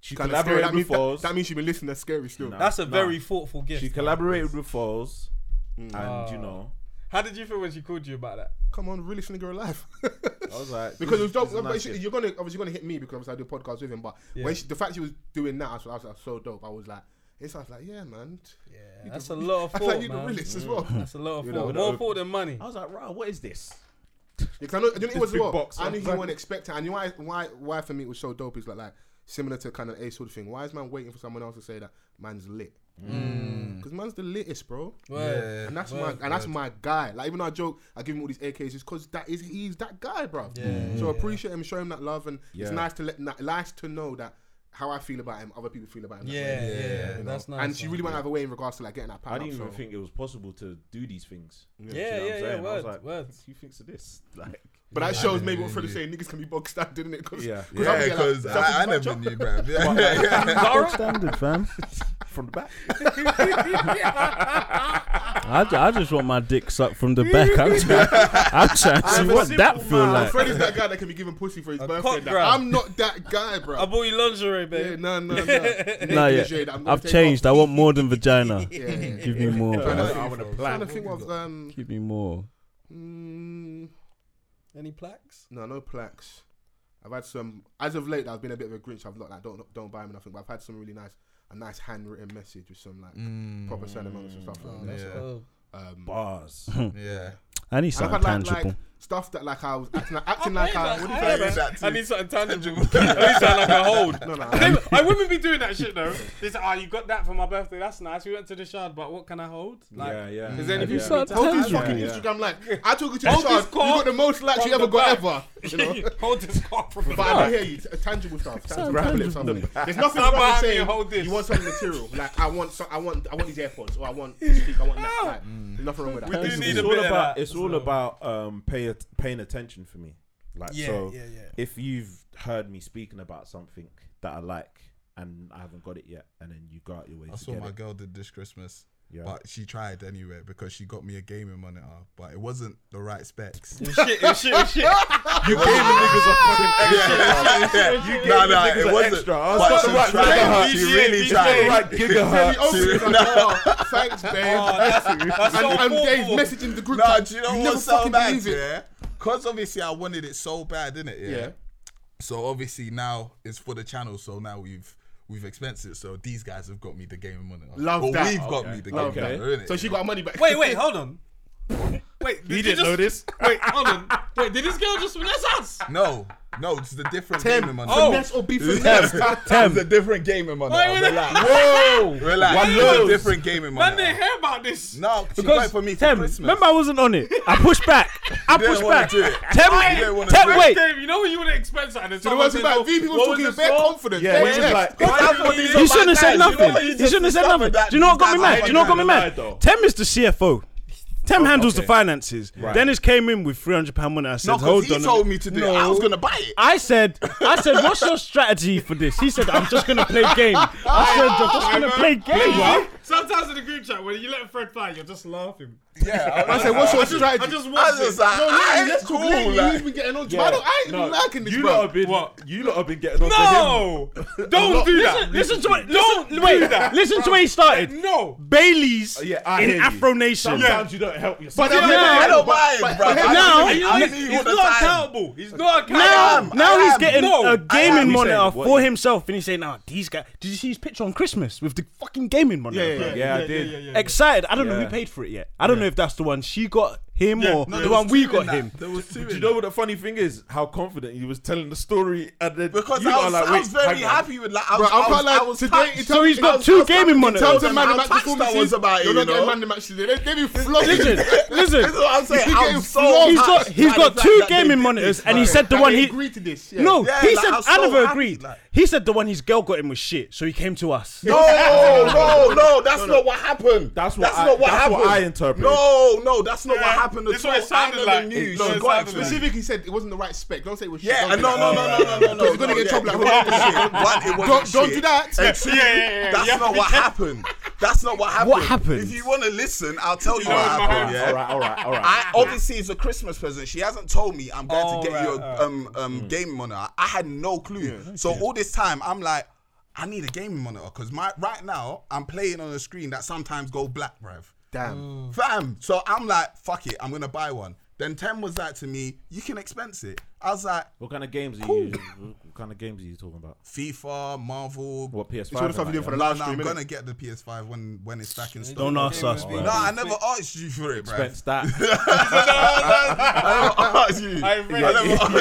Speaker 3: she
Speaker 4: Kinda scary.
Speaker 3: collaborated
Speaker 4: That means-
Speaker 3: with Foles.
Speaker 4: That, that means you've been listening to scary still.
Speaker 3: Nah.
Speaker 6: That's a
Speaker 3: Nah.
Speaker 6: very thoughtful gift.
Speaker 3: she
Speaker 6: man.
Speaker 3: collaborated with Foles, and
Speaker 6: Ah.
Speaker 3: you know,
Speaker 6: How did you feel when she called you about that?
Speaker 4: Come on, really nigga alive. [LAUGHS]
Speaker 3: I was like,
Speaker 4: because it was dope.
Speaker 3: this is
Speaker 4: But
Speaker 3: nice
Speaker 4: she-
Speaker 3: gift.
Speaker 4: you're gonna obviously gonna hit me because obviously I do podcasts with him. But when she, the fact she was doing that, I was, I was like, so dope. I was like, it's I was like, yeah, man.
Speaker 6: Yeah, that's a lot of
Speaker 4: [LAUGHS] I
Speaker 6: thought,
Speaker 4: was like, you the
Speaker 6: man. Mm.
Speaker 4: realest as well.
Speaker 6: That's a lot of
Speaker 4: You know,
Speaker 6: thought.
Speaker 4: that
Speaker 6: More
Speaker 4: would-
Speaker 6: thought than money.
Speaker 3: I was like, rah, what is this?
Speaker 4: Because I know, I know it
Speaker 3: This
Speaker 4: was
Speaker 3: big
Speaker 4: well.
Speaker 3: box,
Speaker 4: I knew he
Speaker 3: man.
Speaker 4: wasn't expecting. I knew why, why, why for me it was so dope is like, like similar to kind of a sort of thing. Why is man waiting for someone else to say that man's lit?
Speaker 6: Mm.
Speaker 4: Because man's the litest, bro.
Speaker 6: Word.
Speaker 4: And that's my and that's my guy. Like even though I joke, I give him all these AKs, it's because that is he's that guy, bro. So appreciate him, show him that love, and
Speaker 3: Yeah.
Speaker 4: it's nice to let ni- nice to know that how I feel about him, other people feel about him. that
Speaker 6: Yeah,
Speaker 4: way,
Speaker 6: yeah, yeah,
Speaker 4: you know?
Speaker 6: that's nice,
Speaker 4: And she
Speaker 6: man.
Speaker 4: really went out of her way in regards to like getting that.
Speaker 3: I
Speaker 4: pat
Speaker 3: didn't
Speaker 4: up,
Speaker 3: even
Speaker 4: so-
Speaker 3: think it was possible to do these things.
Speaker 6: Yeah,
Speaker 3: Do you know
Speaker 6: yeah,
Speaker 3: what I'm
Speaker 6: yeah.
Speaker 3: saying? I was
Speaker 6: Words,
Speaker 3: like,
Speaker 6: words.
Speaker 3: Who thinks of this? [LAUGHS] Like,
Speaker 4: But that shows maybe what Fred is saying. Niggas can be bogged down, didn't it? Cause,
Speaker 3: Yeah.
Speaker 4: I'll
Speaker 7: Yeah,
Speaker 4: be like,
Speaker 7: because
Speaker 4: "Something's
Speaker 7: I, I
Speaker 4: about
Speaker 7: never
Speaker 4: you."
Speaker 7: knew, bro. Yeah, yeah, yeah.
Speaker 5: standard, fam.
Speaker 3: from the back.
Speaker 5: I, ju- I just want my dick sucked from the back. I'm [LAUGHS] trying, I'm trying to see what that feel like.
Speaker 4: Fred is that guy that can be given pussy for his birthday.
Speaker 6: cock
Speaker 4: Now,
Speaker 6: grab.
Speaker 4: I'm not that guy, bro.
Speaker 6: I bought you lingerie, babe.
Speaker 4: yeah,
Speaker 6: [LAUGHS]
Speaker 4: no, no, no.
Speaker 5: Nah, yeah.
Speaker 4: Negligee that I'm gonna
Speaker 5: I've
Speaker 4: take
Speaker 5: changed.
Speaker 4: off.
Speaker 5: I want more than [LAUGHS] vagina.
Speaker 6: [LAUGHS]
Speaker 4: Yeah, yeah, yeah.
Speaker 5: Give me more.
Speaker 3: I,
Speaker 5: bruv.
Speaker 3: want a
Speaker 4: I'm trying
Speaker 3: plan.
Speaker 4: to think of um.
Speaker 5: Give me more.
Speaker 4: mm,
Speaker 6: Any plaques?
Speaker 4: No, no plaques. I've had some as of late. I've been a bit of a Grinch. I've not like don't don't buy me nothing, but I've had some really nice, a nice handwritten message with some like proper sentiments and stuff like that.
Speaker 7: Yeah.
Speaker 6: Oh,
Speaker 3: [LAUGHS]
Speaker 4: Um,
Speaker 3: [LAUGHS] Bars.
Speaker 7: yeah.
Speaker 5: I need
Speaker 4: and I've
Speaker 5: something
Speaker 4: had like,
Speaker 5: tangible.
Speaker 4: like stuff that like
Speaker 6: [LAUGHS]
Speaker 4: I was acting, acting like I. What do you
Speaker 7: I
Speaker 4: say?
Speaker 7: heard that
Speaker 6: I
Speaker 7: too.
Speaker 6: need something tangible. I need
Speaker 7: [LAUGHS]
Speaker 6: something like a hold.
Speaker 4: No, no.
Speaker 6: They- I wouldn't be doing that shit though. They say, "Ah, you got that for my birthday. That's nice. We went to the shard, but what can I hold?" Like,
Speaker 3: yeah, yeah.
Speaker 6: Is there anything? you
Speaker 5: you saw
Speaker 6: can
Speaker 5: that?
Speaker 4: Hold this
Speaker 5: Yeah,
Speaker 4: fucking
Speaker 3: yeah.
Speaker 4: Instagram like I took it to
Speaker 6: Hold
Speaker 4: the
Speaker 6: this
Speaker 4: shard. You
Speaker 6: cock
Speaker 4: got the most likes you
Speaker 6: from
Speaker 4: ever
Speaker 6: the
Speaker 4: got ever.
Speaker 6: back.
Speaker 4: You
Speaker 6: [LAUGHS]
Speaker 4: know?
Speaker 6: take? hold this card from
Speaker 4: But I do hear you. T- tangible stuff. Tangible
Speaker 3: Grab it
Speaker 4: stuff.
Speaker 3: from the back.
Speaker 4: There's nothing
Speaker 6: Stand
Speaker 4: wrong with
Speaker 6: behind me
Speaker 4: saying
Speaker 6: and hold this.
Speaker 4: you want something material. Like I want, so, I want, I want these AirPods, or I want this speaker, I want that.
Speaker 6: Ah.
Speaker 4: Like, there's nothing wrong with that.
Speaker 6: do need
Speaker 3: it's
Speaker 6: a
Speaker 3: all
Speaker 6: bit of
Speaker 3: about
Speaker 6: that
Speaker 3: it's
Speaker 6: as
Speaker 3: all
Speaker 6: well.
Speaker 3: about um pay at, paying attention for me. Like
Speaker 6: Yeah,
Speaker 3: so,
Speaker 6: yeah, yeah.
Speaker 3: if you've heard me speaking about something that I like and I haven't got it yet, and then you go out your way
Speaker 7: That's
Speaker 3: to
Speaker 7: what
Speaker 3: get
Speaker 7: my
Speaker 3: it.
Speaker 7: girl did this Christmas.
Speaker 3: Yeah.
Speaker 7: But she tried anyway because she got me a gaming monitor, but it wasn't the right specs.
Speaker 6: shit, and shit, and shit.
Speaker 3: You gave the [LAUGHS] niggas a
Speaker 6: [LAUGHS]
Speaker 3: fucking
Speaker 7: No, no,
Speaker 3: niggas
Speaker 7: it
Speaker 3: an
Speaker 7: wasn't.
Speaker 3: extra. I was
Speaker 7: but
Speaker 3: like,
Speaker 7: she
Speaker 3: right,
Speaker 7: tried.
Speaker 3: right,
Speaker 7: She
Speaker 6: right,
Speaker 7: really
Speaker 6: right,
Speaker 7: tried.
Speaker 3: right, gigahertz.
Speaker 4: Oh, she's like, oh, [LAUGHS] thanks, babe.
Speaker 6: That's so
Speaker 4: and, and Dave
Speaker 6: thoughtful.
Speaker 4: messaging the group.
Speaker 7: Nah,
Speaker 4: like,
Speaker 7: do you know
Speaker 4: you never
Speaker 7: what's so
Speaker 4: fucking
Speaker 7: bad?
Speaker 4: believe it.
Speaker 7: Yeah, because obviously I wanted it so bad, didn't it?
Speaker 4: Yeah.
Speaker 7: So obviously now it's for the channel. So now we've we've expensed it. So these guys have got me the gaming monitor.
Speaker 4: Love
Speaker 7: but
Speaker 4: that.
Speaker 7: We've got me the gaming
Speaker 4: Love
Speaker 7: monitor, innit?
Speaker 4: So she got her money back.
Speaker 6: Wait, wait, hold on. Wait, did you
Speaker 3: didn't know
Speaker 6: just-
Speaker 3: this.
Speaker 6: Wait, hold on. Wait, did this girl just finesse us?
Speaker 7: no. No, it's the different
Speaker 4: Tem, Oh,
Speaker 7: game, man.
Speaker 4: finesse or
Speaker 7: [LAUGHS]
Speaker 4: be finessed.
Speaker 3: It's a different game, man. Relax.
Speaker 7: Whoa! Relax.
Speaker 3: One
Speaker 7: it's a
Speaker 3: lose.
Speaker 7: different game, man.
Speaker 6: Man didn't hear about this.
Speaker 7: No, she got
Speaker 5: Because
Speaker 7: it for me for
Speaker 5: Tem,
Speaker 7: Christmas.
Speaker 5: remember I wasn't on it. I pushed back. I
Speaker 7: didn't
Speaker 5: pushed
Speaker 7: wanna
Speaker 5: back.
Speaker 7: do it. You didn't
Speaker 5: Tem,
Speaker 7: wanna do
Speaker 5: Tem,
Speaker 7: it.
Speaker 5: wait.
Speaker 6: Dave, you know when you would expect something. and
Speaker 4: So the
Speaker 6: someone
Speaker 4: ones
Speaker 6: said,
Speaker 4: about
Speaker 6: "Oh,
Speaker 4: V people
Speaker 6: what
Speaker 4: talking
Speaker 6: was
Speaker 4: bare
Speaker 6: it for?"
Speaker 4: confidence.
Speaker 3: Yeah,
Speaker 4: bare
Speaker 3: he's
Speaker 4: chest.
Speaker 3: like,
Speaker 4: Don't
Speaker 7: Why
Speaker 4: tell
Speaker 7: do
Speaker 4: me what
Speaker 7: you
Speaker 4: these
Speaker 7: need
Speaker 4: are
Speaker 5: You
Speaker 7: my
Speaker 5: shouldn't have said
Speaker 7: guys, you know
Speaker 5: nothing.
Speaker 7: what
Speaker 5: You
Speaker 7: you
Speaker 5: shouldn't have said
Speaker 7: discovered
Speaker 5: nothing.
Speaker 7: that-
Speaker 5: Do you know what got me
Speaker 7: that's
Speaker 5: mad? Do you know what got me
Speaker 3: how you
Speaker 5: mad?
Speaker 3: lied,
Speaker 5: Tem is the CFO.
Speaker 7: Oh,
Speaker 5: Tem handles the finances.
Speaker 3: Right.
Speaker 5: Dennis came in with three hundred pound money. I said,
Speaker 7: No,
Speaker 5: "Hold
Speaker 7: because
Speaker 5: on."
Speaker 7: he
Speaker 5: a
Speaker 7: told
Speaker 5: minute."
Speaker 7: me to do it. I was gonna buy it.
Speaker 5: I said, "I said, what's your strategy for this?" He said, "I'm just
Speaker 7: [LAUGHS]
Speaker 5: gonna play game." I said, "I'm just gonna play game."
Speaker 6: Sometimes in the group chat, when you let Fred fly, you're just laughing.
Speaker 7: Yeah, I
Speaker 4: I said, what's your strategy?
Speaker 6: I just
Speaker 7: I
Speaker 6: watched
Speaker 7: was
Speaker 6: it.
Speaker 7: just like,
Speaker 4: No,
Speaker 7: I
Speaker 4: listen,
Speaker 7: ain't
Speaker 4: let's talk
Speaker 7: cool.
Speaker 4: lately.
Speaker 7: like-
Speaker 4: You've been getting on. I, don't, I ain't been liking this,
Speaker 3: you
Speaker 4: bro.
Speaker 3: lot have been, you lot have been getting on
Speaker 6: No, don't do that.
Speaker 5: Listen to what.
Speaker 6: Don't
Speaker 5: Listen, wait.
Speaker 6: do that,
Speaker 5: Listen to where he started.
Speaker 6: No,
Speaker 7: Oh,
Speaker 5: Bailey's
Speaker 3: Yeah, I
Speaker 5: in
Speaker 3: hear you.
Speaker 5: Afro Nation.
Speaker 3: Sometimes you don't help yourself.
Speaker 4: But I'm
Speaker 5: Yeah.
Speaker 4: not-
Speaker 7: I don't
Speaker 4: but-
Speaker 7: buy it,
Speaker 4: but-
Speaker 7: bro.
Speaker 4: but
Speaker 7: I
Speaker 5: now-
Speaker 7: don't
Speaker 5: you-
Speaker 7: think I
Speaker 6: he's
Speaker 7: see you all the
Speaker 6: not
Speaker 7: time.
Speaker 6: accountable. He's not accountable.
Speaker 5: Now,
Speaker 7: am,
Speaker 5: now
Speaker 7: I
Speaker 5: he's
Speaker 7: am.
Speaker 5: getting
Speaker 6: No,
Speaker 5: a gaming
Speaker 3: am. What are you
Speaker 5: monitor
Speaker 3: saying? What are
Speaker 5: for
Speaker 3: you-
Speaker 5: himself, and he's saying, "Nah, these guys. Did you see his picture on Christmas with the fucking gaming monitor?" bro?
Speaker 3: Yeah, I did.
Speaker 5: excited. I don't know
Speaker 3: Yeah.
Speaker 5: who paid for it yet. I don't know if that's the one she got him
Speaker 7: No,
Speaker 5: or the
Speaker 7: there
Speaker 5: one
Speaker 7: was
Speaker 5: we
Speaker 7: two
Speaker 5: got
Speaker 7: in that.
Speaker 5: him.
Speaker 7: There was two. in
Speaker 3: Do you
Speaker 7: that.
Speaker 3: know what the funny thing is? How confident he was telling the story, and then
Speaker 7: Because
Speaker 3: you
Speaker 7: I
Speaker 3: lot
Speaker 7: was,
Speaker 3: are like,
Speaker 7: I
Speaker 3: "Wait,
Speaker 7: was very
Speaker 3: hang on."
Speaker 7: happy with like I
Speaker 4: Bro,
Speaker 7: was,
Speaker 4: I
Speaker 7: I was,
Speaker 4: can't
Speaker 7: I
Speaker 4: lie.
Speaker 7: was
Speaker 4: Today,
Speaker 7: touched.
Speaker 4: it
Speaker 5: So he's
Speaker 4: it
Speaker 5: got
Speaker 4: tells-
Speaker 5: two
Speaker 4: it tells-
Speaker 5: gaming
Speaker 4: It tells
Speaker 5: monitors.
Speaker 4: the man
Speaker 7: How
Speaker 4: about
Speaker 7: touched I was
Speaker 4: performances.
Speaker 7: about it,
Speaker 4: You're not
Speaker 7: you
Speaker 4: getting
Speaker 7: know?
Speaker 4: man of the match today. They they be flogging.
Speaker 7: [LAUGHS]
Speaker 5: Listen,
Speaker 7: This
Speaker 5: listen.
Speaker 7: is what I'm saying.
Speaker 4: You're
Speaker 7: I'm
Speaker 4: getting
Speaker 7: so
Speaker 4: flogged.
Speaker 5: He's
Speaker 7: touched
Speaker 5: got
Speaker 7: by
Speaker 5: he's
Speaker 7: the
Speaker 5: got
Speaker 7: fact
Speaker 5: two
Speaker 7: that they
Speaker 5: gaming
Speaker 7: did
Speaker 5: monitors,
Speaker 7: this,
Speaker 5: and he
Speaker 7: bro.
Speaker 5: said the
Speaker 4: That
Speaker 5: one
Speaker 4: they
Speaker 5: he
Speaker 4: agreed to this. yeah.
Speaker 5: no,
Speaker 7: Yeah,
Speaker 5: he
Speaker 7: like,
Speaker 5: said
Speaker 7: I'm so
Speaker 5: I never
Speaker 7: happy,
Speaker 5: agreed.
Speaker 7: like-
Speaker 5: He said the one his girl got him was shit, so he came to us.
Speaker 7: No, no, no, that's not what happened.
Speaker 3: That's what
Speaker 7: that's
Speaker 3: I-
Speaker 7: not what
Speaker 3: that's
Speaker 7: happened.
Speaker 3: what I interpreted.
Speaker 7: No, no, that's not what happened
Speaker 6: this
Speaker 7: at
Speaker 6: is what it
Speaker 7: all. I
Speaker 6: sounded
Speaker 7: never
Speaker 6: like.
Speaker 7: knew.
Speaker 6: It-
Speaker 7: No,
Speaker 6: no, it
Speaker 7: go
Speaker 6: sounded
Speaker 7: explain.
Speaker 6: like-
Speaker 4: Specifically said it wasn't the right spec. Don't say it was shit.
Speaker 7: Yeah,
Speaker 4: Don't do
Speaker 7: no,
Speaker 4: that.
Speaker 7: no, no, no, no, no.
Speaker 4: Because you're gonna
Speaker 7: no,
Speaker 4: get
Speaker 7: yeah,
Speaker 4: trouble.
Speaker 7: it
Speaker 4: like,
Speaker 7: wasn't
Speaker 4: "Hold on,
Speaker 7: shit. One, it wasn't
Speaker 4: Don't- don't do
Speaker 7: shit.
Speaker 4: that.
Speaker 7: And two,
Speaker 6: Yeah, yeah, yeah, yeah.
Speaker 7: That's
Speaker 6: You have
Speaker 7: not
Speaker 6: to
Speaker 7: what
Speaker 6: be
Speaker 7: happened. That's not what happened.
Speaker 5: What happened?
Speaker 7: If you want to listen, I'll tell you what
Speaker 6: it's my
Speaker 7: happened.
Speaker 3: All
Speaker 7: Yeah.
Speaker 3: right, all right, all right.
Speaker 7: [LAUGHS] I obviously it's a Christmas present. She hasn't told me I'm going to get you a um um gaming monitor. I had no clue. so all this time I'm like, I need a gaming monitor because my right now I'm playing on a screen that sometimes go black, bruv.
Speaker 6: Mm.
Speaker 4: Damn.
Speaker 7: Fam. So I'm like, fuck it, I'm gonna buy one. Then Tem was like to me, you can expense it. I was like,
Speaker 3: What kind of games are you? What kind of games are you talking about?
Speaker 7: FIFA, Marvel.
Speaker 3: What PS5?
Speaker 4: all the stuff you do for the
Speaker 7: No,
Speaker 4: live
Speaker 7: no, I'm
Speaker 4: stream,
Speaker 7: gonna
Speaker 4: innit?
Speaker 7: get the PS5 when when it's back in stock.
Speaker 5: Don't ask us,
Speaker 6: Oh,
Speaker 5: bro.
Speaker 7: No, I never asked you for it, bruv.
Speaker 3: Spence that.
Speaker 7: I
Speaker 6: [LAUGHS]
Speaker 7: never asked you. [LAUGHS]
Speaker 6: I read it.
Speaker 7: never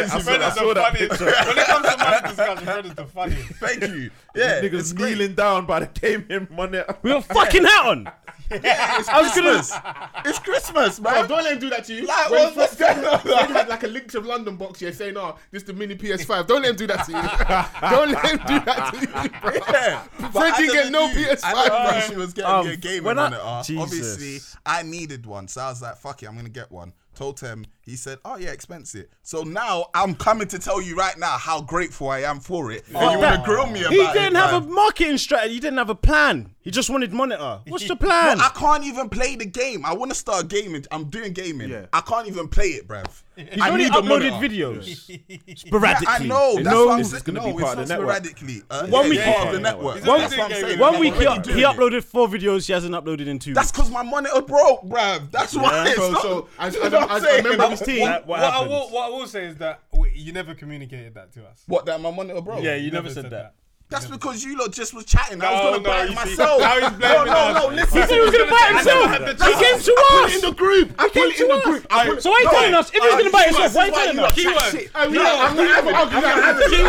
Speaker 7: asked you
Speaker 6: Fred
Speaker 7: for
Speaker 6: is
Speaker 7: that.
Speaker 6: the funniest. When it comes to money discussion, Fred is the funniest.
Speaker 7: Thank you. [LAUGHS] Yeah, it's
Speaker 3: Niggas
Speaker 7: great.
Speaker 3: kneeling down by the game in money. [LAUGHS]
Speaker 5: We were fucking out on. I was gonna.
Speaker 7: It's Christmas,
Speaker 4: Bro,
Speaker 7: man.
Speaker 4: don't let him do that to you.
Speaker 7: Like,
Speaker 4: When
Speaker 7: what- what's going on?
Speaker 4: Fred had like a Links of London box here saying, "Oh, this the mini PS5." Don't let him do that to [LAUGHS] you. don't let him do that to you, bro.
Speaker 7: Yeah. [LAUGHS] But
Speaker 4: Fred
Speaker 7: I
Speaker 4: didn't get
Speaker 7: never
Speaker 4: no
Speaker 7: knew.
Speaker 4: PS5,
Speaker 7: I never
Speaker 4: bro.
Speaker 7: knew she was getting
Speaker 5: Um,
Speaker 7: me a gaming
Speaker 5: when I-
Speaker 7: monitor.
Speaker 5: Jesus.
Speaker 7: Obviously, I needed one, so I was like, "Fuck it, I'm gonna get one." Told him, he said, "Oh yeah, expensive." So now I'm coming to tell you right now how grateful I am for it. And you wanna grill me about
Speaker 5: He
Speaker 7: it?
Speaker 5: didn't have a
Speaker 7: man.
Speaker 5: marketing strategy. He didn't have a plan. He just wanted monitor. What's the plan?
Speaker 7: Bro, I can't even play the game. I want to start gaming. I'm doing gaming.
Speaker 4: Yeah.
Speaker 7: I can't even play it, bruv.
Speaker 5: He's
Speaker 7: I
Speaker 5: only
Speaker 7: need a
Speaker 5: uploaded
Speaker 7: monitor.
Speaker 5: videos
Speaker 7: Yeah,
Speaker 5: sporadically.
Speaker 7: I know. That's
Speaker 5: No,
Speaker 7: what I'm
Speaker 3: it's
Speaker 7: saying.
Speaker 3: gonna
Speaker 7: no,
Speaker 3: be part
Speaker 7: it's
Speaker 3: of the
Speaker 7: not
Speaker 3: network.
Speaker 7: sporadically. Uh,
Speaker 5: One
Speaker 7: yeah,
Speaker 5: week-
Speaker 7: it's part of the
Speaker 3: Yeah.
Speaker 7: network.
Speaker 3: One
Speaker 7: That's what I'm saying.
Speaker 5: One
Speaker 7: I'm
Speaker 5: week he,
Speaker 7: already
Speaker 5: up,
Speaker 7: doing
Speaker 5: he
Speaker 7: it.
Speaker 5: uploaded four videos. He hasn't uploaded in two.
Speaker 7: That's
Speaker 5: weeks.
Speaker 7: because my monitor broke, bruv. That's why. It's
Speaker 4: So-
Speaker 7: not,
Speaker 4: so, I-
Speaker 7: you
Speaker 4: I-
Speaker 7: know what
Speaker 4: I- I
Speaker 7: I'm saying?
Speaker 4: remember this team.
Speaker 5: What, what
Speaker 6: What I,
Speaker 5: happens?
Speaker 6: will, what I will say is that w- you never communicated that to us.
Speaker 7: What that my monitor broke?
Speaker 5: yeah, you never said that.
Speaker 7: That's because you lot just was chatting. I was
Speaker 6: No,
Speaker 7: gonna
Speaker 6: no,
Speaker 7: buy it
Speaker 6: you see.
Speaker 7: myself.
Speaker 6: Now he's
Speaker 7: no,
Speaker 6: blaming
Speaker 7: no, no.
Speaker 6: us.
Speaker 7: Listen.
Speaker 5: He said he was gonna buy it himself. He came to
Speaker 4: Put it
Speaker 5: us.
Speaker 4: in the group. I put it in the group. I put it.
Speaker 5: So why are you telling us? If he
Speaker 7: Uh,
Speaker 5: was gonna buy it himself, why are you telling us?
Speaker 6: Keyword.
Speaker 4: I'm not having it. I'm not having it.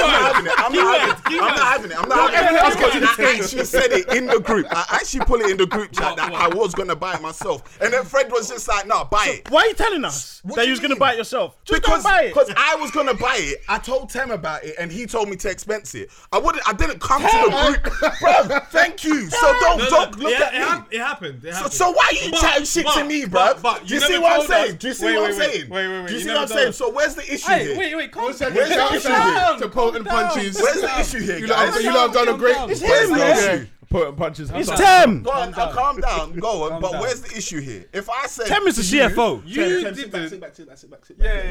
Speaker 7: I'm not having it. I'm not having it. I'm not having it. I'm not having it.
Speaker 4: else got to
Speaker 7: Because I actually said it in the group. I actually put it in the group chat that I was gonna buy it myself, and then Fred was just like, "No, buy it."
Speaker 5: Why are you telling us
Speaker 7: What
Speaker 5: that
Speaker 7: do
Speaker 5: you
Speaker 7: you
Speaker 5: was gonna
Speaker 7: mean?
Speaker 5: buy it yourself? Just
Speaker 7: because
Speaker 5: don't buy it.
Speaker 7: because I was gonna buy it, I told Tem about it, and he told me to expense it. I wouldn't. I didn't come to the group, bro. Thank you. So don't don't look
Speaker 6: it,
Speaker 7: at me.
Speaker 6: It, hap- it happened. It
Speaker 7: So,
Speaker 6: happened.
Speaker 7: so why are you
Speaker 6: But-
Speaker 7: chatting shit to
Speaker 6: but-
Speaker 7: me, bro?
Speaker 6: but- but
Speaker 7: Do
Speaker 6: you
Speaker 7: you see
Speaker 6: never
Speaker 7: what I'm
Speaker 6: told
Speaker 7: saying?
Speaker 6: us-
Speaker 7: Do you see
Speaker 6: wait,
Speaker 7: what
Speaker 6: wait,
Speaker 7: I'm
Speaker 6: wait,
Speaker 7: saying?
Speaker 6: Wait, wait, wait.
Speaker 7: Do you see
Speaker 6: never
Speaker 7: what I'm
Speaker 6: told
Speaker 7: saying?
Speaker 6: us.
Speaker 7: So where's the issue
Speaker 6: Hey,
Speaker 7: here?
Speaker 6: wait, wait, calm
Speaker 4: One
Speaker 6: down.
Speaker 4: second,
Speaker 7: Where's the
Speaker 4: shout
Speaker 7: issue
Speaker 4: out
Speaker 7: here?
Speaker 4: to potent punches.
Speaker 7: Where's the issue here,
Speaker 4: You
Speaker 7: guys?
Speaker 4: lot you lot have done a great.
Speaker 6: Calm down. It's
Speaker 7: Where's
Speaker 4: him,
Speaker 7: the
Speaker 4: man.
Speaker 7: issue?
Speaker 3: Putting punches.
Speaker 5: It's Tem.
Speaker 7: Go on, uh, calm down, go on. But where's the issue here? If I said
Speaker 5: Tem is the
Speaker 7: you-
Speaker 5: CFO.
Speaker 6: You
Speaker 4: Tim,
Speaker 6: did
Speaker 4: sit back,
Speaker 6: this.
Speaker 4: sit back, sit back, sit back, sit back.
Speaker 6: Yeah,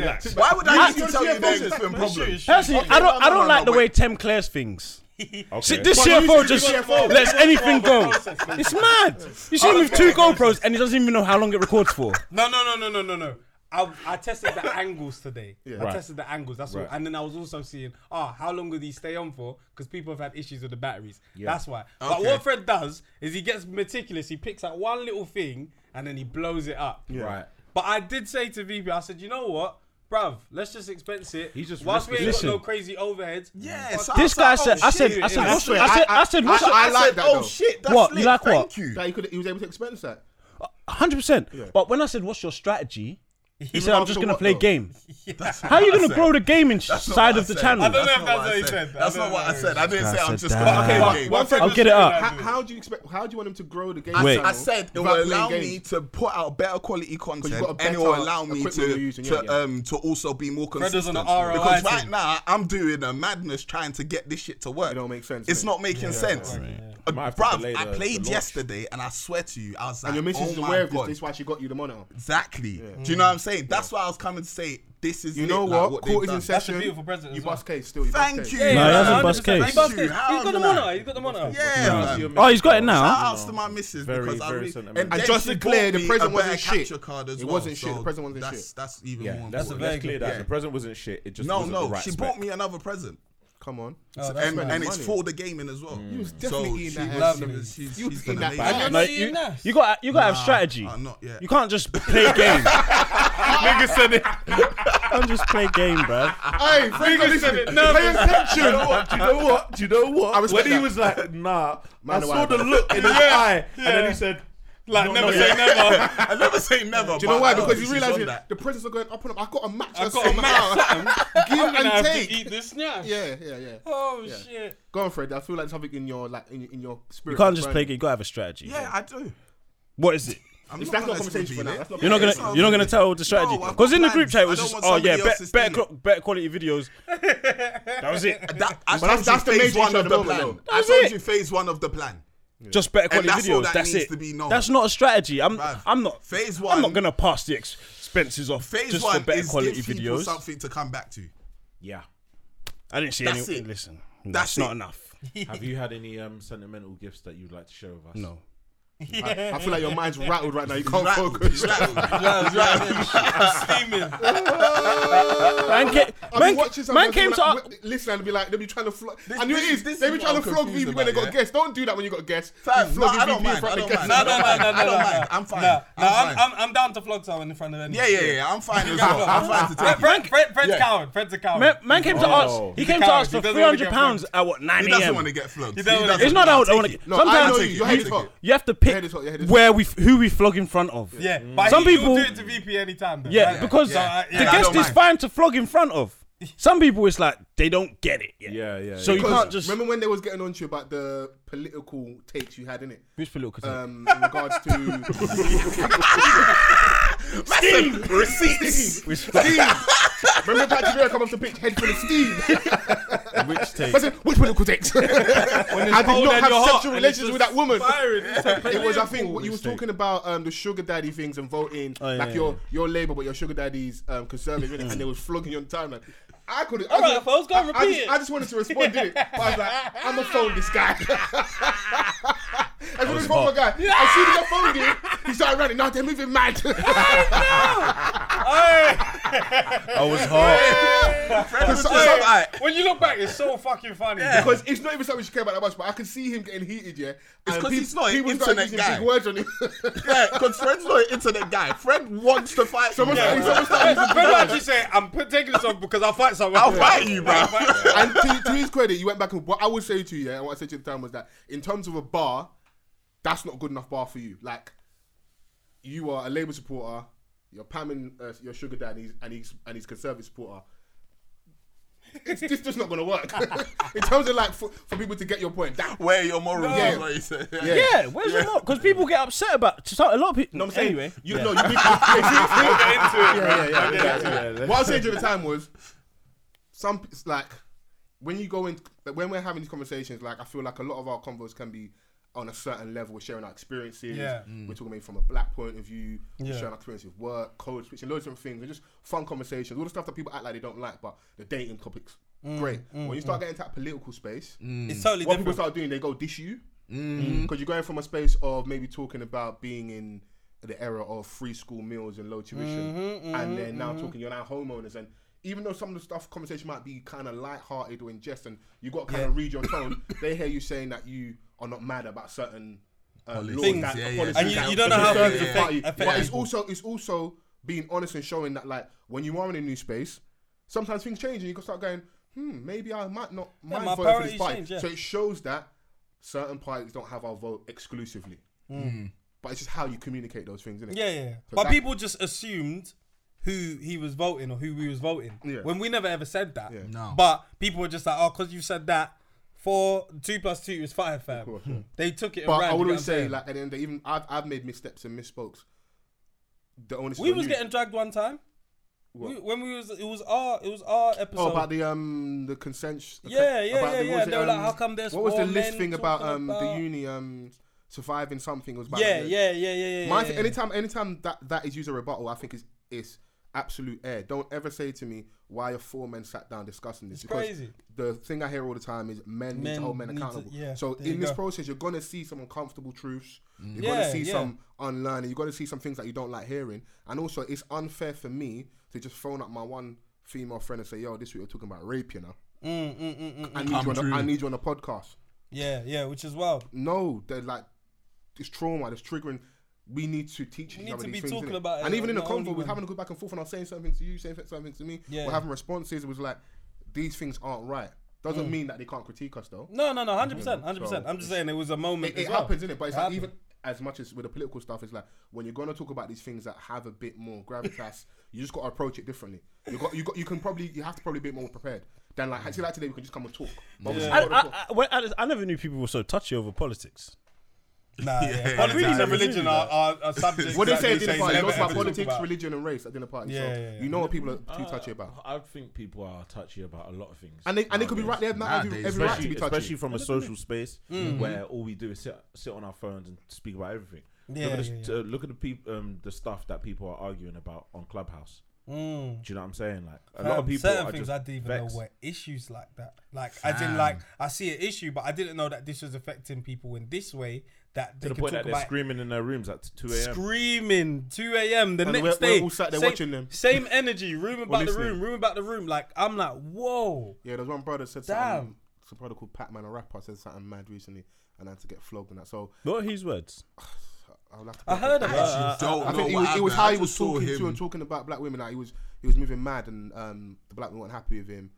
Speaker 6: yeah, yeah.
Speaker 7: why would I
Speaker 5: Matt,
Speaker 7: need to
Speaker 4: you're
Speaker 7: tell you
Speaker 4: CFO,
Speaker 7: there's been problems?
Speaker 5: Personally, I don't.
Speaker 7: no, no,
Speaker 5: I don't
Speaker 7: no,
Speaker 5: like
Speaker 7: no,
Speaker 5: the way
Speaker 7: wait.
Speaker 5: Tem clears
Speaker 7: [LAUGHS]
Speaker 5: things. See,
Speaker 3: Okay.
Speaker 5: This
Speaker 4: But you
Speaker 5: CFO
Speaker 4: see,
Speaker 5: just
Speaker 4: you got-
Speaker 5: lets anything go. It's mad. You see him with two GoPros and he doesn't even know how long it
Speaker 7: [LAUGHS]
Speaker 5: records for.
Speaker 6: No, no, no, no, no, no, no. I, I tested the angles today. I
Speaker 3: Right.
Speaker 6: tested the angles. That's all. And then I was also seeing, oh, how long will these stay on for? Because people have had issues with the batteries. That's why. But
Speaker 7: Okay.
Speaker 6: what Fred does is he gets meticulous. He picks out one little thing and then he blows it up.
Speaker 3: Right.
Speaker 6: But I did say to VP, I said, you know what? bruv, let's just expense it.
Speaker 3: He's just
Speaker 6: whilst we ain't got
Speaker 5: risking-
Speaker 6: no
Speaker 5: Listen.
Speaker 6: crazy overheads.
Speaker 7: Yeah, so
Speaker 5: This
Speaker 7: I
Speaker 5: guy
Speaker 7: was like,
Speaker 5: said,
Speaker 7: oh,
Speaker 5: I said,
Speaker 7: shit.
Speaker 5: I said,
Speaker 7: And
Speaker 5: I
Speaker 7: said,
Speaker 5: said, I said, I said, what's your-
Speaker 4: I like
Speaker 7: said,
Speaker 4: that
Speaker 7: Oh
Speaker 4: though.
Speaker 7: shit, that's
Speaker 5: What? You
Speaker 7: lit.
Speaker 5: like
Speaker 7: Thank
Speaker 5: what?
Speaker 7: you.
Speaker 4: That he, could, he was able to expense that.
Speaker 5: oh, hundred percent. But when I said, "What's your strategy?" He said,
Speaker 4: was
Speaker 5: "I'm just
Speaker 4: after
Speaker 5: gonna
Speaker 4: what,
Speaker 5: play
Speaker 4: though?
Speaker 7: [LAUGHS]
Speaker 5: game."
Speaker 7: That's
Speaker 5: How are you
Speaker 7: not what I
Speaker 5: gonna
Speaker 7: said.
Speaker 5: grow the gaming sh-
Speaker 7: That's not
Speaker 5: side
Speaker 7: what
Speaker 5: of
Speaker 7: I
Speaker 5: the
Speaker 7: said.
Speaker 5: channel?
Speaker 7: I don't
Speaker 6: know if
Speaker 7: not
Speaker 6: that's
Speaker 7: what
Speaker 6: what
Speaker 7: I
Speaker 6: he said.
Speaker 7: That's
Speaker 6: I
Speaker 7: not
Speaker 6: don't
Speaker 7: what I
Speaker 6: know.
Speaker 7: said. I didn't
Speaker 3: Guy
Speaker 7: say I'm
Speaker 3: said
Speaker 7: just
Speaker 3: that.
Speaker 7: going to
Speaker 3: Okay,
Speaker 7: play
Speaker 3: one-
Speaker 7: games.
Speaker 5: one second.
Speaker 4: How-
Speaker 5: I'll get it up.
Speaker 4: How, how do you expect? How do you want him to grow the game?
Speaker 5: Wait.
Speaker 4: channel
Speaker 7: I said it
Speaker 4: without
Speaker 7: will
Speaker 4: playing
Speaker 7: allow
Speaker 4: games?
Speaker 7: me to put out better quality content,
Speaker 4: got a
Speaker 7: and it will
Speaker 4: better
Speaker 7: allow me
Speaker 4: equipment
Speaker 7: to
Speaker 4: you're using,
Speaker 7: to
Speaker 4: yeah, yeah.
Speaker 7: um to also be more
Speaker 6: Brothers on
Speaker 7: consistent.
Speaker 6: the ROI
Speaker 7: because
Speaker 6: thing.
Speaker 7: right now I'm doing a madness trying to get this shit to work.
Speaker 4: It don't make sense,
Speaker 7: It's
Speaker 4: mate.
Speaker 7: not making sense. Uh,
Speaker 3: Might have to delay
Speaker 7: Bruv, I
Speaker 3: the- the
Speaker 7: played
Speaker 3: launch.
Speaker 7: yesterday, and I swear to you, I was like,
Speaker 4: And your missus
Speaker 7: "Oh
Speaker 4: is
Speaker 7: my
Speaker 4: aware of this.
Speaker 7: god,
Speaker 4: This is why she got you the monitor.
Speaker 7: exactly." Do you know what I'm saying? That's why I was coming to say this is
Speaker 4: You
Speaker 7: lit,
Speaker 4: know
Speaker 7: like,
Speaker 4: what?
Speaker 7: what they've
Speaker 4: Court is in
Speaker 7: done.
Speaker 6: That's a
Speaker 4: session.
Speaker 6: beautiful present
Speaker 4: You
Speaker 6: as well.
Speaker 4: bust case still. You
Speaker 7: Thank
Speaker 4: bust
Speaker 7: you.
Speaker 4: Case.
Speaker 5: No, he hasn't
Speaker 7: man.
Speaker 5: bust case.
Speaker 6: He bust case.
Speaker 7: Shoot,
Speaker 6: He's
Speaker 7: how
Speaker 6: got the
Speaker 7: did I-
Speaker 6: monitor. He's got the monitor.
Speaker 7: Yeah, man.
Speaker 5: Oh, he's got it now.
Speaker 7: Shout outs to my missus
Speaker 3: Very,
Speaker 7: because I
Speaker 3: very
Speaker 7: really,
Speaker 3: sentimental.
Speaker 7: then
Speaker 4: And just
Speaker 7: she
Speaker 4: to clear,
Speaker 7: bought
Speaker 4: the
Speaker 7: me
Speaker 4: present
Speaker 7: a
Speaker 4: wasn't
Speaker 7: better
Speaker 4: shit.
Speaker 7: capture Card as
Speaker 4: It
Speaker 7: well,
Speaker 4: wasn't shit, the
Speaker 7: so
Speaker 4: present wasn't
Speaker 7: that's,
Speaker 4: shit.
Speaker 7: That's even
Speaker 3: Yeah,
Speaker 7: more
Speaker 3: that's
Speaker 7: important.
Speaker 3: a
Speaker 6: very
Speaker 3: very clear
Speaker 6: good-
Speaker 3: that
Speaker 7: yeah.
Speaker 3: the present wasn't shit. It just
Speaker 7: No,
Speaker 3: wasn't
Speaker 7: no,
Speaker 3: the right
Speaker 7: she
Speaker 3: spec.
Speaker 7: bought me another present,
Speaker 4: Come on.
Speaker 7: and,
Speaker 4: spending
Speaker 7: and it's
Speaker 4: money.
Speaker 7: for the gaming as well.
Speaker 4: You was
Speaker 7: So
Speaker 4: definitely in
Speaker 7: she
Speaker 4: that
Speaker 7: was-
Speaker 4: house.
Speaker 7: she was- she's-
Speaker 4: You was
Speaker 7: she's
Speaker 4: in
Speaker 7: gonna
Speaker 4: that
Speaker 7: make
Speaker 4: house.
Speaker 7: it.
Speaker 6: I'm
Speaker 5: No,
Speaker 6: not seeing
Speaker 5: you,
Speaker 6: that.
Speaker 5: you got you got to have
Speaker 7: Nah,
Speaker 5: strategy.
Speaker 7: uh, not yet.
Speaker 5: You can't just play
Speaker 7: [LAUGHS]
Speaker 5: game.
Speaker 3: Nigga said it.
Speaker 5: [LAUGHS] can't just play game, bruv.
Speaker 4: Hey, Franco, listen.
Speaker 3: Do
Speaker 4: Pay
Speaker 3: [LAUGHS] you know
Speaker 4: attention.
Speaker 3: what? Do you know what? Do you know what?
Speaker 4: I respect
Speaker 3: when he
Speaker 4: that.
Speaker 3: was like, nah,
Speaker 4: Man,
Speaker 3: I
Speaker 4: the
Speaker 3: saw
Speaker 4: wife.
Speaker 3: the look
Speaker 4: [LAUGHS]
Speaker 3: in his eye, and then he said,
Speaker 6: Like,
Speaker 3: "Not
Speaker 6: never
Speaker 3: yet."
Speaker 6: say never.
Speaker 7: I never say never.
Speaker 4: Do you know
Speaker 7: but
Speaker 4: why?
Speaker 7: I know
Speaker 4: Because you
Speaker 7: she's
Speaker 4: realise
Speaker 7: on
Speaker 4: it-
Speaker 7: that.
Speaker 4: the presents are going up and up. I got to match.
Speaker 6: I
Speaker 4: her
Speaker 6: got a
Speaker 4: somehow.
Speaker 6: I'm
Speaker 4: Give
Speaker 6: gonna
Speaker 4: and
Speaker 6: have to eat
Speaker 4: take.
Speaker 6: this now.
Speaker 4: Yeah, yeah, yeah.
Speaker 6: Oh shit.
Speaker 4: Go on, Fred. I feel like something in your like in, in your spirit.
Speaker 5: You can't
Speaker 4: is
Speaker 5: just play
Speaker 4: burning.
Speaker 5: game. You got to have a strategy.
Speaker 7: Yeah, I do.
Speaker 5: What is it?
Speaker 7: I'm
Speaker 4: That's not
Speaker 7: gonna
Speaker 4: a conversation for
Speaker 7: reveal
Speaker 4: now.
Speaker 7: it.
Speaker 4: That's not
Speaker 5: You're not
Speaker 7: Yeah,
Speaker 5: gonna
Speaker 7: it's not
Speaker 5: you're not gonna
Speaker 7: reveal
Speaker 5: tell the strategy
Speaker 7: No, I've
Speaker 5: because in the
Speaker 7: got
Speaker 5: group
Speaker 7: plans.
Speaker 5: chat it was
Speaker 7: I don't
Speaker 5: just
Speaker 7: want
Speaker 5: oh yeah
Speaker 7: somebody
Speaker 5: bet-
Speaker 7: else's thing.
Speaker 5: better clo- better quality videos.
Speaker 7: [LAUGHS]
Speaker 5: that was it.
Speaker 7: it. That,
Speaker 4: But
Speaker 7: I told
Speaker 4: that's- that's
Speaker 7: you
Speaker 4: the
Speaker 7: phase
Speaker 4: major
Speaker 7: one
Speaker 4: issue
Speaker 7: of
Speaker 4: at
Speaker 7: the
Speaker 4: the moment,
Speaker 7: plan.
Speaker 5: though.
Speaker 7: I
Speaker 5: That's
Speaker 7: told
Speaker 5: it.
Speaker 7: you phase one of the plan.
Speaker 5: Just better quality
Speaker 7: that's all
Speaker 5: videos.
Speaker 7: that
Speaker 5: that's
Speaker 7: needs
Speaker 5: it.
Speaker 7: to be known.
Speaker 5: That's not a strategy. I'm
Speaker 7: Bruv,
Speaker 5: I'm not
Speaker 7: phase
Speaker 5: I'm
Speaker 7: one-
Speaker 5: not gonna pass the ex- expenses off
Speaker 7: Phase
Speaker 5: just
Speaker 7: one
Speaker 5: for better
Speaker 7: is
Speaker 5: quality
Speaker 7: give people
Speaker 5: videos.
Speaker 7: something to come back to.
Speaker 4: [LAUGHS]
Speaker 3: Yeah.
Speaker 5: I didn't see
Speaker 7: That's
Speaker 5: any.
Speaker 7: it.
Speaker 5: Listen,
Speaker 7: That's
Speaker 5: that's not
Speaker 7: it.
Speaker 5: enough.
Speaker 3: Have you had any um, sentimental gifts that you'd like to share with us?
Speaker 5: No.
Speaker 4: I feel like your mind's rattled right now. You can't
Speaker 7: Rattled,
Speaker 4: focus.
Speaker 7: rattled, rattled, rattled.
Speaker 6: Steaming.
Speaker 5: Man, ca-
Speaker 4: I
Speaker 5: man,
Speaker 4: mean, watch this and
Speaker 5: man
Speaker 4: they'll be
Speaker 5: came
Speaker 4: like,
Speaker 5: to our-
Speaker 4: w- listen and be like, they'll be trying to flog. I knew it
Speaker 7: this is-
Speaker 4: is.
Speaker 7: this
Speaker 4: They'll
Speaker 7: is
Speaker 4: be
Speaker 7: what
Speaker 4: trying to
Speaker 7: I'm
Speaker 4: flog
Speaker 7: confused
Speaker 4: VP when they
Speaker 7: about,
Speaker 4: got
Speaker 7: yeah.
Speaker 4: guests. Don't do that when you got guests.
Speaker 7: Fam,
Speaker 4: You
Speaker 7: no,
Speaker 4: flog
Speaker 7: I
Speaker 4: VP
Speaker 7: don't
Speaker 4: in
Speaker 7: mind. I
Speaker 4: front
Speaker 7: don't
Speaker 4: of guests.
Speaker 7: mind.
Speaker 6: No, no, no, no, no.
Speaker 7: I don't
Speaker 6: no.
Speaker 7: mind. I'm fine.
Speaker 6: No, no,
Speaker 7: I'm
Speaker 6: I'm,
Speaker 7: fine.
Speaker 6: I'm, I'm down to flog someone in front of anyone.
Speaker 7: Yeah, yeah, yeah. I'm fine as well. I'm fine
Speaker 6: Fred,
Speaker 7: to take. it.
Speaker 6: Fred, Fred, Fred's coward. Fred's a coward.
Speaker 5: man, man came to
Speaker 3: Oh.
Speaker 5: us. He
Speaker 3: He's
Speaker 6: a
Speaker 5: came to
Speaker 6: coward.
Speaker 5: us
Speaker 6: He
Speaker 5: for
Speaker 6: doesn't
Speaker 5: three
Speaker 6: wanna
Speaker 5: hundred
Speaker 6: get
Speaker 5: pounds at what nine
Speaker 7: He doesn't want
Speaker 5: a.m.
Speaker 7: to get flogged.
Speaker 6: He doesn't wanna
Speaker 5: It's not how I want to get.
Speaker 4: No, I know
Speaker 5: Sometimes
Speaker 4: you. Your head is
Speaker 7: take
Speaker 4: hot.
Speaker 5: you have to
Speaker 4: head
Speaker 5: pick
Speaker 4: is hot, your head is hot.
Speaker 5: where we f- who we flog in front of.
Speaker 6: Yeah,
Speaker 4: Mm.
Speaker 6: but
Speaker 5: Mm. Some
Speaker 6: Some he,
Speaker 5: people-
Speaker 6: people do it to VP anytime. Though.
Speaker 5: Yeah,
Speaker 6: Like,
Speaker 5: because
Speaker 6: so, uh, yeah,
Speaker 5: the
Speaker 6: I
Speaker 5: guest
Speaker 6: don't
Speaker 5: is
Speaker 6: mind.
Speaker 5: fine to flog in
Speaker 6: [LAUGHS]
Speaker 5: front of. Some people, it's like they don't get it. Yet.
Speaker 3: Yeah, yeah,
Speaker 5: So
Speaker 3: yeah.
Speaker 5: you
Speaker 4: Because
Speaker 5: can't just
Speaker 4: remember when they was getting on to you about the political takes you had in it,
Speaker 5: which political take?
Speaker 4: um, in regards to
Speaker 6: [LAUGHS]
Speaker 7: Massive receipts.
Speaker 5: Which-
Speaker 4: remember Patrick Vieira come off the pitch head full of steam.
Speaker 6: [LAUGHS]
Speaker 3: Which take?
Speaker 4: I said, which political takes? I did
Speaker 6: cold and
Speaker 4: not have
Speaker 6: you're hot
Speaker 4: sexual
Speaker 6: and it's
Speaker 4: relations with that
Speaker 6: just
Speaker 4: woman.
Speaker 6: firing. It's a
Speaker 4: It was, I
Speaker 6: political-
Speaker 4: think, what you was talking about um, the sugar daddy things and voting,
Speaker 6: Oh,
Speaker 5: yeah,
Speaker 4: like
Speaker 5: yeah,
Speaker 4: your your Labour, but your sugar daddy's um, conservative, innit? and they was flogging you on the timeline. I could.
Speaker 6: All right, folks, go and
Speaker 4: I,
Speaker 6: repeat
Speaker 4: just,
Speaker 6: it.
Speaker 4: I just wanted to respond, did it? But I was like, I'm a phone this guy. [LAUGHS] I was phone my guy. As soon as I phoned him, he started running. Now they're
Speaker 3: [LAUGHS]
Speaker 4: moving mad.
Speaker 3: I was hard.
Speaker 4: Because some- some-
Speaker 6: Hey, when you look back, it's so fucking funny.
Speaker 4: [LAUGHS] because it's not even something she care about that much, but I could see him getting heated, yeah. It's
Speaker 7: 'cause he's not an internet guy.
Speaker 4: big words on him. [LAUGHS]
Speaker 7: Yeah, because Fred's not an internet guy. Fred wants to fight.
Speaker 4: Someone
Speaker 7: you,
Speaker 4: started,
Speaker 7: bro.
Speaker 4: someone started using
Speaker 6: Fred
Speaker 4: big
Speaker 6: will
Speaker 4: words.
Speaker 6: actually say, "I'm p- taking this off because I'll fight someone."
Speaker 7: I'll fight you, bro.
Speaker 4: and to, to his credit, you went back and what I would say to you, yeah, and what I said to you at the time was that in terms of a bar, that's not good enough bar for you. Like, you are a Labour supporter, you're pamming uh, your sugar daddy, and he's, and he's and he's Conservative supporter. It's just, just not gonna work [LAUGHS] in terms of like for, for people to get your point. That,
Speaker 7: Where are your morals?
Speaker 4: Yeah.
Speaker 7: is what he said.
Speaker 4: yeah.
Speaker 5: yeah, where's the Because people get upset about. To start, a lot of people.
Speaker 4: You know what I'm saying?
Speaker 5: Anyway,
Speaker 4: you know,
Speaker 6: [LAUGHS]
Speaker 4: you yeah,
Speaker 6: into it.
Speaker 4: yeah, yeah, yeah, yeah.
Speaker 3: Yeah,
Speaker 4: What I was saying during the time was, some p- it's like when you go in, like, when we're having these conversations, like I feel like a lot of our convos can be on a certain level. We're sharing our experiences.
Speaker 6: Yeah.
Speaker 4: We're talking maybe from a black point of view. We're
Speaker 6: Yeah.
Speaker 4: sharing our experience with work, code switching, loads of different things. They're just fun conversations. All the stuff that people act like they don't like, but the dating topics,
Speaker 6: Mm,
Speaker 4: great. when you start getting into that political space,
Speaker 6: It's totally
Speaker 4: what people
Speaker 6: different. Mm.
Speaker 4: start doing, they go dish you because you're going from a space of maybe talking about being in the era of free school meals and low tuition,
Speaker 6: Mm-hmm,
Speaker 4: and then now talking you're now homeowners and. Even though some of the stuff conversation might be kind of light-hearted or in jest, and you got to kind of read your
Speaker 6: [COUGHS]
Speaker 4: tone, they hear you saying that you are not mad about certain uh, laws
Speaker 6: Things,
Speaker 4: that
Speaker 7: yeah, yeah.
Speaker 4: policies
Speaker 7: And
Speaker 6: you-
Speaker 4: that
Speaker 6: you don't know how
Speaker 4: concerns
Speaker 6: it
Speaker 4: the
Speaker 6: affect-
Speaker 4: party.
Speaker 6: affect
Speaker 4: But it's
Speaker 6: people.
Speaker 4: also it's also being honest and showing that like when you are in a new space, sometimes things change and you can start going, hmm, maybe I might not mind
Speaker 2: my
Speaker 4: voting for this
Speaker 2: priorities
Speaker 4: party.
Speaker 2: change, yeah.
Speaker 4: So it shows that certain parties don't have our vote exclusively. But it's just how you communicate those things, isn't it?
Speaker 2: Hmm. Yeah, yeah. yeah.
Speaker 4: So
Speaker 2: but
Speaker 4: that-
Speaker 2: people just assumed who he was voting or who we was voting
Speaker 4: Yeah.
Speaker 2: when we never ever said that.
Speaker 7: No.
Speaker 2: But people were just like, oh, because you said that. Four, two plus two is five, fam. They took it. and
Speaker 4: But
Speaker 2: ran,
Speaker 4: I
Speaker 2: you
Speaker 4: would
Speaker 2: get
Speaker 4: always
Speaker 2: what I'm
Speaker 4: say,
Speaker 2: saying?
Speaker 4: like, at the end of the day, even I've, I've made missteps and misspokes. The onus is
Speaker 2: we
Speaker 4: on
Speaker 2: was
Speaker 4: you.
Speaker 2: getting dragged one time.
Speaker 4: What?
Speaker 2: We, when we was, it was our, it was our episode.
Speaker 4: Oh, about the um the consent. the
Speaker 2: Yeah, yeah, yeah,
Speaker 4: about the- what
Speaker 2: yeah.
Speaker 4: was it,
Speaker 2: They were like,
Speaker 4: um,
Speaker 2: how come there's
Speaker 4: What was the
Speaker 2: four
Speaker 4: list
Speaker 2: men
Speaker 4: thing about
Speaker 2: talking
Speaker 4: um
Speaker 2: about-
Speaker 4: the uni um surviving something was about?
Speaker 2: yeah,
Speaker 4: the-
Speaker 2: yeah, yeah, yeah, yeah.
Speaker 4: My
Speaker 2: yeah,
Speaker 4: thing-
Speaker 2: yeah.
Speaker 4: anytime, anytime that that is used a rebuttal, I think is is absolute air. Don't ever say to me why are four men sat down discussing this.
Speaker 2: It's
Speaker 4: because
Speaker 2: crazy.
Speaker 4: The thing I hear all the time is men, need
Speaker 2: Men
Speaker 4: to hold men
Speaker 2: need to-
Speaker 4: accountable.
Speaker 2: yeah,
Speaker 4: so
Speaker 2: there you
Speaker 4: in this
Speaker 2: go. Mm.
Speaker 4: process, you're gonna see some uncomfortable truths. You're
Speaker 2: Yeah,
Speaker 4: gonna see
Speaker 2: yeah.
Speaker 4: some unlearning. You're gonna see some things that you don't like hearing. And also, it's unfair for me to just phone up my one female friend and say, "Yo, this week we're talking about rape, you know."
Speaker 2: Mm, mm, mm, mm, mm.
Speaker 4: I need
Speaker 7: Come
Speaker 4: you. On
Speaker 7: through.
Speaker 4: a, I need you on a podcast.
Speaker 2: Yeah, yeah, which is wild.
Speaker 4: No, they're like, it's trauma. It's triggering. We need to teach
Speaker 2: We
Speaker 4: each
Speaker 2: need
Speaker 4: other
Speaker 2: to
Speaker 4: these
Speaker 2: be
Speaker 4: things.
Speaker 2: talking
Speaker 4: innit?
Speaker 2: about it,
Speaker 4: and even in a
Speaker 2: like, not
Speaker 4: convo,
Speaker 2: only
Speaker 4: we're
Speaker 2: when-
Speaker 4: having a good back and forth, and I was saying something to you, saying something to me.
Speaker 2: Yeah.
Speaker 4: We're having responses. It was like, these things aren't right. Doesn't mean that they can't critique us though.
Speaker 2: Mm. No, no, no, hundred percent, hundred percent.
Speaker 4: So-
Speaker 2: I'm just saying it was a moment.
Speaker 4: It, it
Speaker 2: as well.
Speaker 4: happens, innit? But it's
Speaker 2: It
Speaker 4: like
Speaker 2: happened.
Speaker 4: even as much as with the political stuff, it's like when you're gonna talk about these things that have a bit more
Speaker 2: [LAUGHS]
Speaker 4: gravitas, you just gotta approach it differently. You got, you got, you can probably, you have to probably be more prepared than
Speaker 2: Mm.
Speaker 4: like actually like today we can just come and talk. But obviously
Speaker 5: I,
Speaker 4: you gotta talk.
Speaker 5: I, I, when- I, I never knew people were so touchy over politics.
Speaker 3: [LAUGHS]
Speaker 2: Nah, yeah.
Speaker 7: Yeah,
Speaker 2: Politics
Speaker 5: yeah,
Speaker 2: and
Speaker 5: yeah.
Speaker 2: religion are, are, are subjects.
Speaker 4: What they
Speaker 2: that
Speaker 4: say at
Speaker 2: they
Speaker 4: dinner
Speaker 2: say
Speaker 4: party,
Speaker 2: never
Speaker 4: lots about
Speaker 2: ever talk
Speaker 4: politics,
Speaker 2: about.
Speaker 4: religion, and race at dinner party.
Speaker 2: Yeah,
Speaker 4: so
Speaker 2: yeah, yeah.
Speaker 4: you know what people are too touchy about.
Speaker 3: I think people are touchy about a lot of things,
Speaker 4: And they and they could be right. They have not every,
Speaker 7: Nowadays,
Speaker 4: every right to
Speaker 3: especially,
Speaker 4: be touchy.
Speaker 3: especially from a social space
Speaker 2: Mm-hmm.
Speaker 3: where all we do is sit, sit on our phones and speak about everything.
Speaker 2: Yeah,
Speaker 3: look at,
Speaker 2: yeah,
Speaker 3: the, uh, look at the peop- um, the stuff that people are arguing about on Clubhouse.
Speaker 2: Mm.
Speaker 3: Do you know what I'm saying? Like a
Speaker 2: Fam,
Speaker 3: lot of people
Speaker 2: certain
Speaker 3: are
Speaker 2: things
Speaker 3: just
Speaker 2: I didn't even
Speaker 3: vexed.
Speaker 2: know were issues like that. Like I didn't
Speaker 7: Fam.
Speaker 2: like I see an issue, but I didn't know that this was affecting people in this way that they
Speaker 3: to the
Speaker 2: could
Speaker 3: point
Speaker 2: talk
Speaker 3: that they're
Speaker 2: about
Speaker 3: screaming in their rooms at 2 a.m.
Speaker 2: screaming 2 a.m. the
Speaker 4: And
Speaker 2: next
Speaker 4: we're- we're
Speaker 2: day.
Speaker 4: all sat there
Speaker 2: same,
Speaker 4: watching them.
Speaker 2: Same energy, room about the
Speaker 4: listening.
Speaker 2: room, room about the room. Like I'm like, whoa.
Speaker 4: Yeah, there's one brother said
Speaker 2: Damn.
Speaker 4: something. It's a brother called Pac-Man, a rapper, said something mad recently, and had to get flogged and that. So
Speaker 5: What are his words?
Speaker 4: I'll have to.
Speaker 2: I heard
Speaker 7: I
Speaker 2: about it.
Speaker 7: actually don't
Speaker 4: I
Speaker 7: know
Speaker 4: think it
Speaker 7: what
Speaker 4: was, it was
Speaker 7: happened.
Speaker 4: how
Speaker 7: I
Speaker 4: he was
Speaker 7: just saw
Speaker 4: talking to
Speaker 7: him.
Speaker 4: and talking about black women. Like he was he was moving mad, and um, the black women weren't happy with him.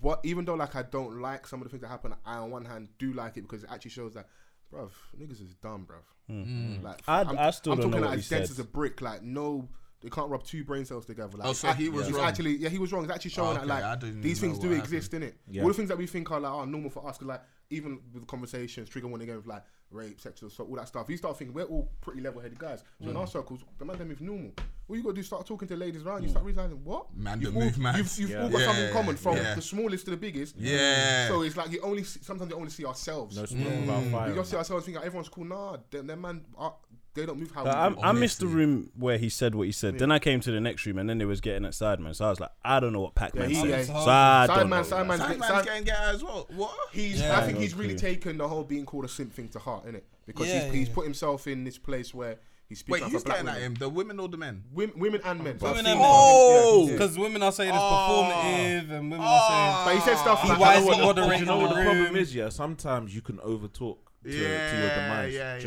Speaker 4: What even though like I don't like some of the things that happen, I on one hand do like it because it actually shows that, bruv, niggas is dumb, bruv. Like
Speaker 5: I- I still don't know
Speaker 4: talking
Speaker 5: what
Speaker 4: like
Speaker 5: he
Speaker 4: as dense
Speaker 5: said.
Speaker 4: as a brick. Like no. They can't rub two brain cells together. Like,
Speaker 7: Oh, so
Speaker 4: it's
Speaker 7: he
Speaker 4: act-
Speaker 7: was
Speaker 4: it's
Speaker 7: wrong. Oh,
Speaker 4: Actually, yeah, he was wrong. It's actually showing
Speaker 7: okay, I
Speaker 4: that
Speaker 7: didn't
Speaker 4: like these
Speaker 7: know
Speaker 4: things
Speaker 7: what
Speaker 4: do
Speaker 7: happened.
Speaker 4: exist, innit?
Speaker 3: Yeah.
Speaker 4: All the things that we think are like are normal for us, 'cause, like even with conversations, trigger warning again with like rape, sexual assault, all that stuff. You start thinking we're all pretty level-headed guys. So in our circles, the man them is normal. All you gotta do is start talking to ladies around. You start realizing what
Speaker 7: Man
Speaker 4: you've
Speaker 7: them
Speaker 4: all,
Speaker 7: move mad.
Speaker 4: You've, you've
Speaker 7: Yeah.
Speaker 4: all got something
Speaker 7: Yeah,
Speaker 4: in common from
Speaker 7: yeah.
Speaker 4: the smallest to the biggest.
Speaker 7: Yeah.
Speaker 4: So it's like you only see, sometimes you only see ourselves.
Speaker 3: No smoke without
Speaker 2: Mm.
Speaker 4: We
Speaker 3: fire.
Speaker 4: just see ourselves thinking everyone's cool. Nah, them, them man, are, they don't move how
Speaker 5: Like,
Speaker 4: we
Speaker 5: I, I
Speaker 4: do.
Speaker 5: missed the room where he said what he said. Then I came to the next room and then they was getting at Sideman. So I was like, I don't know what Pac
Speaker 4: Yeah,
Speaker 5: Man
Speaker 4: he-
Speaker 5: said.
Speaker 4: yeah.
Speaker 5: So I don't know.
Speaker 4: Sideman, Sideman's,
Speaker 7: Sandman's
Speaker 4: Side-
Speaker 7: getting get out as well. What?
Speaker 4: He's,
Speaker 2: Yeah.
Speaker 4: I think he's really
Speaker 5: Okay.
Speaker 4: taken the whole being called a simp thing to heart, innit? Because
Speaker 2: Yeah,
Speaker 4: he's,
Speaker 2: yeah,
Speaker 4: he's
Speaker 2: yeah.
Speaker 4: put himself in this place where he's
Speaker 7: Wait,
Speaker 4: speaking up
Speaker 7: who's
Speaker 4: for black
Speaker 7: getting at
Speaker 4: women.
Speaker 7: him? The women or the men?
Speaker 4: Women, women and men. So I've
Speaker 2: Women
Speaker 4: seen
Speaker 2: and
Speaker 4: that.
Speaker 2: men. Oh,
Speaker 4: Yeah, yeah.
Speaker 2: Because women are saying it's
Speaker 7: Oh.
Speaker 2: performative and women are
Speaker 4: But he
Speaker 7: Ah,
Speaker 4: said stuff
Speaker 2: saying
Speaker 4: Ah. like,
Speaker 2: he
Speaker 4: I
Speaker 2: wisely
Speaker 4: don't want-
Speaker 3: But
Speaker 2: moderating
Speaker 3: you know what
Speaker 2: the
Speaker 3: the problem
Speaker 2: room.
Speaker 3: is? Yeah, sometimes you can overtalk to, to your
Speaker 7: Yeah,
Speaker 3: demise. do
Speaker 7: yeah,
Speaker 3: you know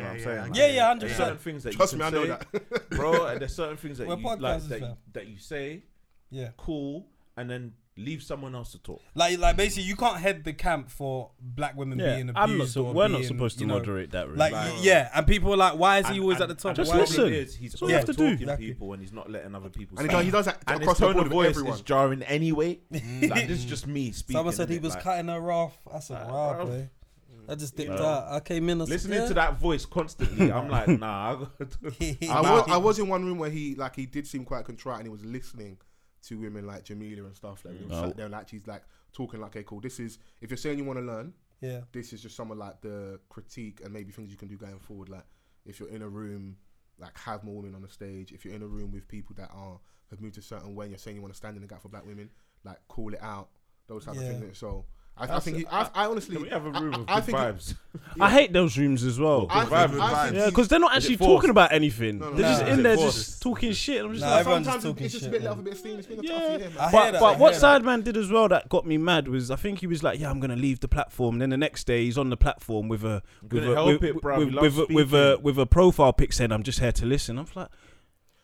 Speaker 3: what I'm
Speaker 7: yeah,
Speaker 3: saying?
Speaker 7: yeah.
Speaker 3: Like,
Speaker 2: Yeah, yeah, hundred
Speaker 3: There's certain
Speaker 2: percent.
Speaker 3: things that
Speaker 4: Trust
Speaker 3: you
Speaker 4: me, I
Speaker 3: can
Speaker 4: know
Speaker 3: say, bro.
Speaker 2: [LAUGHS]
Speaker 3: And there's certain things that
Speaker 2: We're
Speaker 3: you like
Speaker 2: podcasters,
Speaker 3: that you,
Speaker 2: fam.
Speaker 3: that you say,
Speaker 2: Yeah.
Speaker 3: cool, and then leave someone else to talk.
Speaker 2: Like, like basically, you can't head the camp for black women
Speaker 5: Yeah,
Speaker 2: being abused.
Speaker 5: I'm not. So
Speaker 2: or
Speaker 5: we're not
Speaker 2: being,
Speaker 5: supposed to
Speaker 2: you know,
Speaker 5: moderate that room.
Speaker 2: Like, yeah, and people are like, "Why is he
Speaker 3: And-
Speaker 2: always at
Speaker 3: and-
Speaker 2: the top?"
Speaker 3: and
Speaker 5: Just
Speaker 2: Why
Speaker 3: the
Speaker 2: is he-
Speaker 5: listen.
Speaker 3: problem Is, he's
Speaker 5: That's all you have to
Speaker 3: overtalking
Speaker 2: do. Exactly.
Speaker 3: people and he's not letting other people.
Speaker 4: And he
Speaker 3: speak.
Speaker 4: does- he does that
Speaker 3: And
Speaker 4: across
Speaker 3: his
Speaker 4: the
Speaker 3: tone
Speaker 4: board
Speaker 3: of
Speaker 4: with
Speaker 3: voice
Speaker 4: everyone. Mm.
Speaker 3: is jarring
Speaker 4: [LAUGHS]
Speaker 3: anyway. like this is just me speaking.
Speaker 2: Someone said he
Speaker 3: innit?
Speaker 2: was
Speaker 3: Like,
Speaker 2: cutting her off. I said,
Speaker 3: Like,
Speaker 2: "Wow,
Speaker 3: bruv.
Speaker 2: boy." I just dipped out. I came in. I said,
Speaker 3: Listening
Speaker 2: yeah.
Speaker 3: to that voice constantly, I'm like, [LAUGHS] nah. I gotta-
Speaker 4: I was, I was in one room where he like he did seem quite contrite and he was listening to women like Jamila and stuff like. that. He was sat there and like she's like talking like, okay, cool. This is if you're saying you want to learn,
Speaker 2: Yeah.
Speaker 4: this is just some of like the critique and maybe things you can do going forward. Like if you're in a room, like have more women on the stage. If you're in a room with people that are have moved a certain way, and you're saying you want to stand in the gap for black women, like call it out. Those type
Speaker 2: Yeah.
Speaker 4: of things. So I, I think he, I, I honestly,
Speaker 3: Can [LAUGHS] we have a room
Speaker 4: I,
Speaker 3: of
Speaker 4: I
Speaker 3: good
Speaker 4: think he-
Speaker 3: vibes?
Speaker 5: I hate those rooms as well.
Speaker 4: I think,
Speaker 7: Good
Speaker 4: I think
Speaker 7: vibes.
Speaker 5: Yeah,
Speaker 4: he-
Speaker 5: because they're not actually
Speaker 3: forced?
Speaker 5: talking about anything.
Speaker 4: No, no,
Speaker 5: they're
Speaker 2: no.
Speaker 5: just
Speaker 2: Is
Speaker 5: in
Speaker 3: it
Speaker 5: there
Speaker 3: forced?
Speaker 5: just talking shit. I'm just
Speaker 2: Nah,
Speaker 5: like,
Speaker 2: everyone's
Speaker 4: sometimes
Speaker 2: talking
Speaker 4: it's just a
Speaker 2: shit,
Speaker 4: bit
Speaker 2: man.
Speaker 4: left a bit of steam. It's been a tough
Speaker 5: Yeah.
Speaker 4: year,
Speaker 2: I
Speaker 4: man.
Speaker 2: hear
Speaker 5: but
Speaker 2: that, I
Speaker 5: but what
Speaker 2: hear that.
Speaker 5: Sideman did as well that got me mad was I think he was like, yeah, I'm gonna leave the platform. Then the next day he's on the platform with a with
Speaker 3: gonna
Speaker 5: a
Speaker 3: help
Speaker 5: with,
Speaker 3: it, bruv. We
Speaker 5: with,
Speaker 3: love
Speaker 5: with, a, with a
Speaker 3: speaking.
Speaker 5: with a profile pic saying I'm just here to listen. I'm like,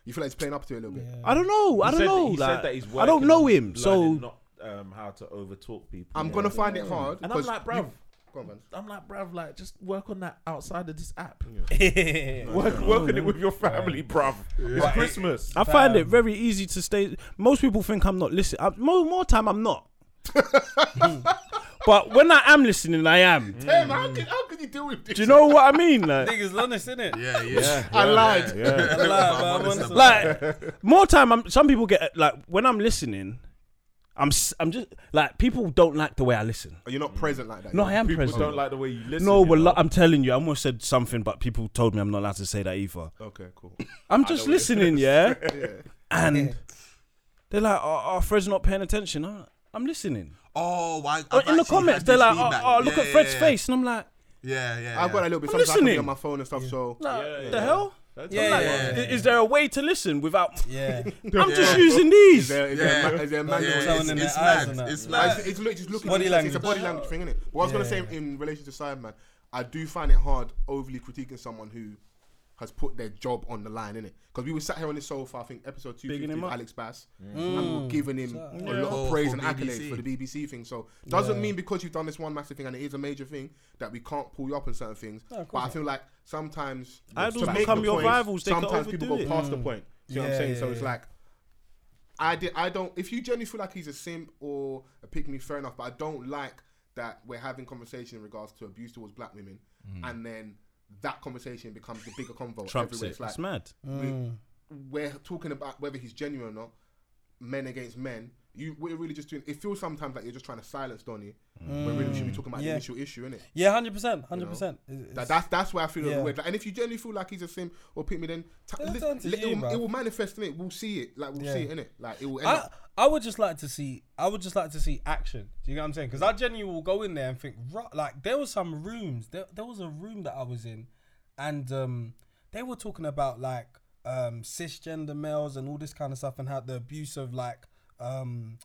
Speaker 4: You feel like he's playing up to it a little bit.
Speaker 5: I don't know. I
Speaker 3: He
Speaker 5: don't
Speaker 3: said-
Speaker 5: know.
Speaker 3: He
Speaker 5: like,
Speaker 3: said that he's working
Speaker 5: I don't know
Speaker 3: on
Speaker 5: him, so
Speaker 3: learning not um, how to overtalk people.
Speaker 4: I'm gonna find it hard.
Speaker 3: And I'm
Speaker 4: 'cause
Speaker 3: like, bruv.
Speaker 4: you- Go on, man.
Speaker 3: I'm like, bruv, like, just work on that outside of this app. [LAUGHS] work, work on it with your family, bruv. It's Christmas.
Speaker 5: I find it very easy to stay. Most people think I'm not listening. I, more more time,
Speaker 3: [LAUGHS]
Speaker 5: I'm not. but when I am listening, I am.
Speaker 4: Hey, man,
Speaker 3: Mm.
Speaker 4: how can, how can you deal with this?
Speaker 5: Do you know what I mean? Like,
Speaker 2: Niggas honest, innit?
Speaker 7: Yeah, yeah.
Speaker 4: [LAUGHS] I lied.
Speaker 7: I
Speaker 2: Nah,
Speaker 3: [LAUGHS]
Speaker 2: but I'm honest about
Speaker 5: like more time. I'm, some people get like when I'm listening, I'm s- I'm just like people don't like the way I listen.
Speaker 4: You're not present like that.
Speaker 5: No,
Speaker 4: you
Speaker 5: I
Speaker 4: know?
Speaker 5: am
Speaker 3: People
Speaker 5: present.
Speaker 3: don't like the way you listen.
Speaker 5: no,
Speaker 3: you
Speaker 5: well,
Speaker 3: know?
Speaker 5: lo- I'm telling you, I almost said something, but people told me I'm not allowed to say that either.
Speaker 4: Okay, cool.
Speaker 5: I'm just listening, yeah? And they're like, oh, oh, Fred's not paying attention. I'm, like, I'm listening.
Speaker 7: Oh, why?
Speaker 5: Or in the comments, they're like, oh, oh, look
Speaker 7: yeah,
Speaker 5: at Fred's
Speaker 7: yeah,
Speaker 5: face. And I'm like,
Speaker 7: Yeah, yeah.
Speaker 4: I've got a little bit.
Speaker 5: I'm
Speaker 4: Sometimes I can be
Speaker 5: listening.
Speaker 4: on my phone and stuff. So
Speaker 5: nah,
Speaker 3: yeah,
Speaker 5: the
Speaker 3: yeah.
Speaker 5: hell?
Speaker 3: That's
Speaker 2: Yeah,
Speaker 3: like-
Speaker 2: yeah,
Speaker 5: I- Is there a way to listen without.
Speaker 2: [LAUGHS] yeah.
Speaker 5: I'm just using these.
Speaker 4: there, is,
Speaker 7: Yeah.
Speaker 4: there, a ma- is there a
Speaker 7: Yeah,
Speaker 4: manual?
Speaker 7: it's,
Speaker 2: Someone in
Speaker 7: it's
Speaker 2: their eyes
Speaker 7: mad.
Speaker 2: and that.
Speaker 7: It's
Speaker 4: Like, it's,
Speaker 7: mad.
Speaker 4: it's, look- just looking
Speaker 2: Body
Speaker 4: at it, It's a
Speaker 2: language.
Speaker 4: body language thing, isn't it? What I was gonna say in relation to Simon, I do find it hard overly critiquing someone who has put their job on the line, innit? Because we were sat here on this sofa, I think episode two
Speaker 5: Bigging him
Speaker 4: with
Speaker 5: up. Mm.
Speaker 4: Alex Bass, and we were giving him a lot
Speaker 7: Oh,
Speaker 4: of praise
Speaker 7: for
Speaker 4: and accolades
Speaker 7: BBC.
Speaker 4: for the BBC thing. So doesn't mean because you've done this one massive thing and it is a major thing that we can't pull you up on certain things. but I feel like sometimes
Speaker 5: Idols
Speaker 4: to make
Speaker 5: become
Speaker 4: the
Speaker 5: your rivals, they can
Speaker 4: sometimes people
Speaker 5: overdo
Speaker 4: go
Speaker 5: it.
Speaker 4: past the point. Do you know what I'm
Speaker 2: Yeah,
Speaker 4: saying? so
Speaker 2: yeah,
Speaker 4: it's
Speaker 2: yeah.
Speaker 4: like I did. I don't. If you genuinely feel like he's a simp or a pick me, fair enough. But I don't like that we're having conversation in regards to abuse towards black women, and then that conversation becomes the bigger convo.
Speaker 5: Mm. Trumps
Speaker 4: everywhere.
Speaker 5: it.
Speaker 4: It's like
Speaker 5: It's mad.
Speaker 2: Mm.
Speaker 4: we, are talking about whether he's genuine or not. Men against men. You we're really just doing. It feels sometimes like you're just trying to silence Donny. When really we
Speaker 5: Mm.
Speaker 4: should be talking about
Speaker 2: Yeah.
Speaker 4: the initial issue, innit?
Speaker 2: Yeah, hundred percent, hundred percent.
Speaker 4: That, that's that's where I feel a
Speaker 2: Yeah.
Speaker 4: little weird. Like, and if you genuinely feel like he's a sim or pick me, then ta-
Speaker 2: That's
Speaker 4: li-
Speaker 2: down to
Speaker 4: li-
Speaker 2: you,
Speaker 4: it, will,
Speaker 2: bruv.
Speaker 4: it will manifest in it. We'll see it. Like we'll
Speaker 2: Yeah.
Speaker 4: see it in it. Like it will. End
Speaker 2: I,
Speaker 4: up.
Speaker 2: I would just like to see. I would just like to see action. Do you get what I'm saying? Because I genuinely will go in there and think. "Ru- Like there was some rooms. There, there was a room that I was in, and um, they were talking about like um, cisgender males and all this kind of stuff, and how the abuse of like um,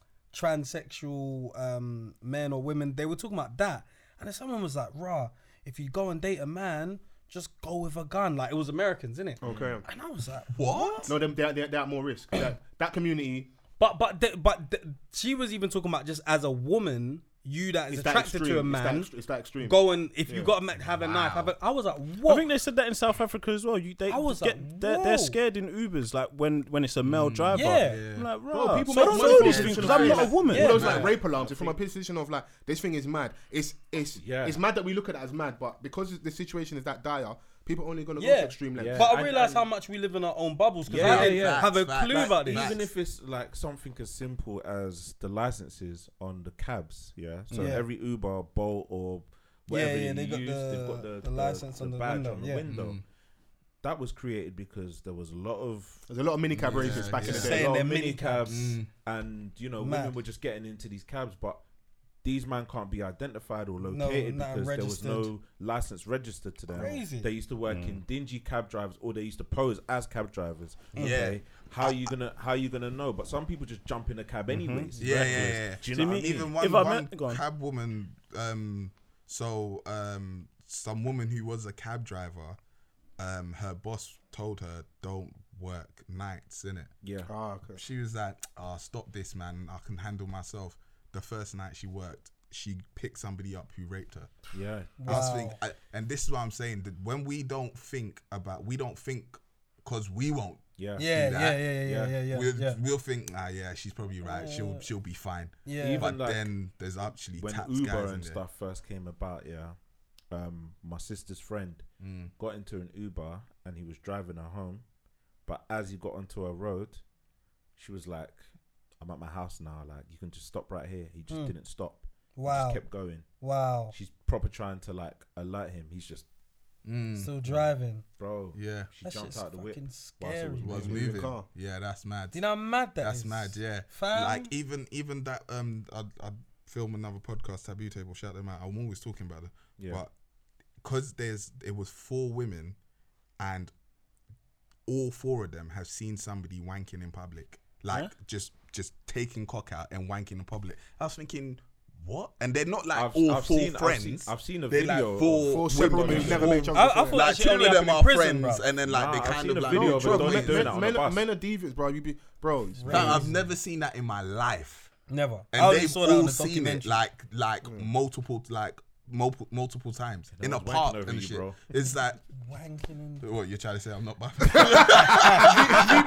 Speaker 2: transsexual um, men or women. They were talking about that, and then someone was like, "Rah, if you go and date a man." Just go with a gun, like it was Americans, innit?
Speaker 4: Okay.
Speaker 2: And I was like, "What?
Speaker 4: No, them they're, they're, they're at
Speaker 2: [CLEARS THROAT]
Speaker 4: more risk. that, that community
Speaker 2: But but th- but th- she was even talking about just as a woman, you that is
Speaker 4: is that
Speaker 2: attracted
Speaker 4: extreme.
Speaker 2: to a
Speaker 4: it's, that,
Speaker 2: man,
Speaker 4: ext- it's that extreme.
Speaker 2: go and if you got a man, have a knife. Have a, I was like,
Speaker 5: I
Speaker 2: what?
Speaker 5: think they said that in South Africa as well. You, they
Speaker 2: I was
Speaker 5: get,
Speaker 2: like,
Speaker 5: they're, they're
Speaker 2: whoa.
Speaker 5: scared in Ubers, like when, when it's a male driver.
Speaker 2: Yeah.
Speaker 5: I'm like,
Speaker 4: Bro,
Speaker 5: "Rah."
Speaker 4: people
Speaker 5: so I
Speaker 4: make
Speaker 5: don't
Speaker 4: money
Speaker 5: know
Speaker 4: from
Speaker 5: these
Speaker 4: it.
Speaker 5: things
Speaker 4: It's
Speaker 5: because I'm not a
Speaker 4: like-
Speaker 5: woman.
Speaker 4: All those like rape alarms it's from a position of like this thing is mad. It's it's
Speaker 3: Yeah.
Speaker 4: it's mad that we look at it as mad, but because the situation is that dire, people are only gonna go
Speaker 2: yeah,
Speaker 4: to extreme lengths.
Speaker 2: but I
Speaker 3: And-
Speaker 2: realized
Speaker 3: and-
Speaker 2: how much we live in our own bubbles because
Speaker 3: Yeah,
Speaker 2: I didn't
Speaker 3: yeah.
Speaker 2: have a
Speaker 7: Facts,
Speaker 2: clue
Speaker 7: facts,
Speaker 2: about this.
Speaker 7: facts.
Speaker 3: Even if it's like something as simple as the licenses on the cabs, yeah. So
Speaker 2: Yeah.
Speaker 3: every Uber, Bolt, or whatever
Speaker 2: yeah,
Speaker 3: you
Speaker 2: they got
Speaker 3: use, they've got
Speaker 2: the-
Speaker 3: the,
Speaker 2: the license on the
Speaker 3: badge
Speaker 2: window,
Speaker 3: on the
Speaker 2: yeah. Mm.
Speaker 3: window. That was created because there was a lot of
Speaker 4: There's a lot of mini cab races back in the
Speaker 3: There's a
Speaker 4: day.
Speaker 2: Saying
Speaker 3: lot of
Speaker 2: they're
Speaker 3: mini
Speaker 2: minicabs.
Speaker 3: cabs, and you know women
Speaker 2: Mm. Mad.
Speaker 3: were just getting into these cabs, but these man can't be identified or located
Speaker 2: not
Speaker 3: because there was
Speaker 2: registered.
Speaker 3: no license registered to them.
Speaker 2: Crazy.
Speaker 3: They used to work in dingy cab drivers, or they used to pose as cab drivers.
Speaker 2: Mm.
Speaker 3: Okay, how you gonna how you gonna know? But some people just jump in a cab anyways.
Speaker 7: [LAUGHS] Yeah, yeah,
Speaker 3: reckless.
Speaker 7: yeah.
Speaker 3: Do you know? What Hmm. I
Speaker 5: Jimmy-
Speaker 3: mean?
Speaker 7: even one,
Speaker 5: If I
Speaker 7: one
Speaker 5: met- go on.
Speaker 7: cab woman um so um some woman who was a cab driver um her boss told her don't work nights in it
Speaker 3: Yeah.
Speaker 4: Ah, okay.
Speaker 7: she was like oh stop this man i can handle myself the first night she worked she picked somebody up who raped her
Speaker 3: Yeah.
Speaker 7: I was think, I, and this is what i'm saying that when we don't think about we don't think because we won't
Speaker 3: Yeah.
Speaker 2: yeah,
Speaker 7: do
Speaker 2: yeah,
Speaker 7: that.
Speaker 2: yeah, yeah,
Speaker 3: Yeah.
Speaker 2: yeah, yeah,
Speaker 7: we'll,
Speaker 2: yeah.
Speaker 7: we'll think ah yeah she's probably right she'll she'll be fine
Speaker 2: Yeah.
Speaker 3: Even
Speaker 7: but
Speaker 3: like-
Speaker 7: then there's actually
Speaker 3: when
Speaker 7: tapped guys
Speaker 3: Uber
Speaker 7: in
Speaker 3: and
Speaker 7: there.
Speaker 3: stuff first came about, yeah, um, my sister's friend
Speaker 7: Mm.
Speaker 3: got into an Uber and he was driving her home, but as he got onto a road, she was like, "I'm at my house now. Like, you can just stop right here." He
Speaker 7: Mm.
Speaker 3: just didn't stop.
Speaker 2: Wow.
Speaker 3: He just kept going.
Speaker 2: Wow,
Speaker 3: She's proper trying to like alert him. He's just,
Speaker 2: still driving.
Speaker 3: bro.
Speaker 7: Yeah.
Speaker 3: She
Speaker 2: That
Speaker 3: jumped
Speaker 2: shit's
Speaker 3: out the whip.
Speaker 2: fucking
Speaker 3: whilst it
Speaker 2: scary.
Speaker 7: was
Speaker 4: moving the
Speaker 7: moving.
Speaker 4: car.
Speaker 7: Yeah, that's mad.
Speaker 2: Do you know how mad that
Speaker 7: that's
Speaker 2: is?
Speaker 7: mad. Yeah,
Speaker 2: Fam.
Speaker 7: like even even that um, I'd, I'd film another podcast, Taboo Table. Shout them out. I'm always talking about them.
Speaker 3: Yeah.
Speaker 7: But because there's it was four women, and all four of them have seen somebody wanking in public, like just just taking cock out and wanking in public. I was thinking,
Speaker 1: what? And they're not like
Speaker 3: I've,
Speaker 1: all
Speaker 3: I've
Speaker 1: four
Speaker 3: seen, I've seen-
Speaker 1: friends.
Speaker 3: I've seen a
Speaker 1: they're
Speaker 3: video.
Speaker 1: like four,
Speaker 4: Four
Speaker 1: women.
Speaker 4: separate women never made
Speaker 2: I, I
Speaker 4: chance.
Speaker 2: thought
Speaker 1: Like
Speaker 2: that shit
Speaker 1: two of
Speaker 2: only
Speaker 1: them
Speaker 2: happened
Speaker 1: are
Speaker 2: in prison,
Speaker 1: friends,
Speaker 2: bro.
Speaker 1: and then like
Speaker 3: Nah,
Speaker 1: they
Speaker 3: I've
Speaker 1: kind
Speaker 3: seen
Speaker 1: of
Speaker 3: a
Speaker 1: like
Speaker 3: video of
Speaker 1: drug
Speaker 3: Donny
Speaker 1: mates.
Speaker 3: doing
Speaker 4: Men,
Speaker 3: that on
Speaker 4: men,
Speaker 3: the bus.
Speaker 4: men are deviants, bro. You be bro. it's [LAUGHS]
Speaker 1: Fam, I've never seen that in my life,
Speaker 2: Never.
Speaker 1: and
Speaker 2: I only
Speaker 1: they've
Speaker 2: saw that on
Speaker 1: all
Speaker 2: the
Speaker 1: seen it
Speaker 2: documentary.
Speaker 1: like like multiple like multiple multiple times in a
Speaker 3: one's wanking
Speaker 1: park
Speaker 3: over
Speaker 1: and
Speaker 3: you,
Speaker 1: shit.
Speaker 3: bro.
Speaker 1: It's that
Speaker 2: Wanking and-
Speaker 1: what you're trying to say? I'm
Speaker 2: [LAUGHS]
Speaker 1: not.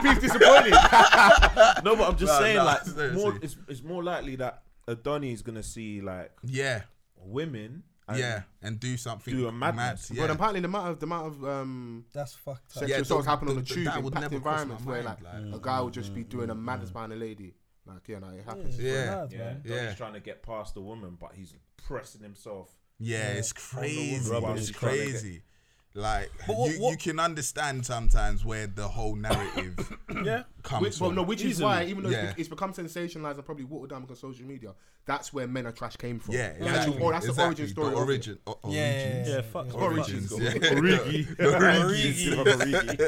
Speaker 3: VP's disappointed. no, but I'm just
Speaker 7: [LAUGHS]
Speaker 1: Nah,
Speaker 3: saying,
Speaker 1: nah,
Speaker 3: like,
Speaker 1: seriously.
Speaker 3: more, it's, it's more likely that a Donny is gonna see like
Speaker 1: [LAUGHS] yeah,
Speaker 3: women. and
Speaker 1: yeah, and do something.
Speaker 3: Do a madness.
Speaker 1: mad,
Speaker 4: But
Speaker 1: yeah.
Speaker 4: apparently, the amount of the amount of um,
Speaker 2: That's fucked up.
Speaker 4: sexual
Speaker 1: Yeah,
Speaker 4: assaults
Speaker 1: the-
Speaker 4: happen on
Speaker 1: the-
Speaker 4: the
Speaker 1: the-
Speaker 4: tube
Speaker 1: that
Speaker 4: in
Speaker 1: would
Speaker 4: packed
Speaker 1: never cross my
Speaker 4: environments where like
Speaker 1: mind, like-
Speaker 4: a guy would just be doing a madness behind a lady. Like yeah, no, it happens.
Speaker 1: Yeah,
Speaker 2: man.
Speaker 3: Yeah, Donny's
Speaker 1: Yeah.
Speaker 3: trying to get past the woman, but he's pressing himself.
Speaker 1: Yeah, it's crazy.
Speaker 3: rubber
Speaker 1: It's
Speaker 3: is trying to get-
Speaker 1: crazy. Like
Speaker 2: what-
Speaker 1: you, you
Speaker 2: what-
Speaker 1: can understand sometimes where the whole narrative
Speaker 2: Yeah.
Speaker 1: comes
Speaker 4: Which, well,
Speaker 1: from.
Speaker 4: no, which is why, even though
Speaker 1: Yeah.
Speaker 4: it's, be- it's become sensationalized and probably watered down because social media, that's where men are trash came from.
Speaker 1: yeah,
Speaker 4: The
Speaker 1: exactly.
Speaker 4: actual- oh, that's
Speaker 1: exactly.
Speaker 4: the origin story.
Speaker 1: The
Speaker 4: of it.
Speaker 1: origin. o-
Speaker 2: Yeah, yeah,
Speaker 1: origins.
Speaker 2: yeah, fuck.
Speaker 1: Origins. [LAUGHS] Yeah.
Speaker 3: Origi.
Speaker 1: [LAUGHS]
Speaker 2: Origi.
Speaker 3: Origi.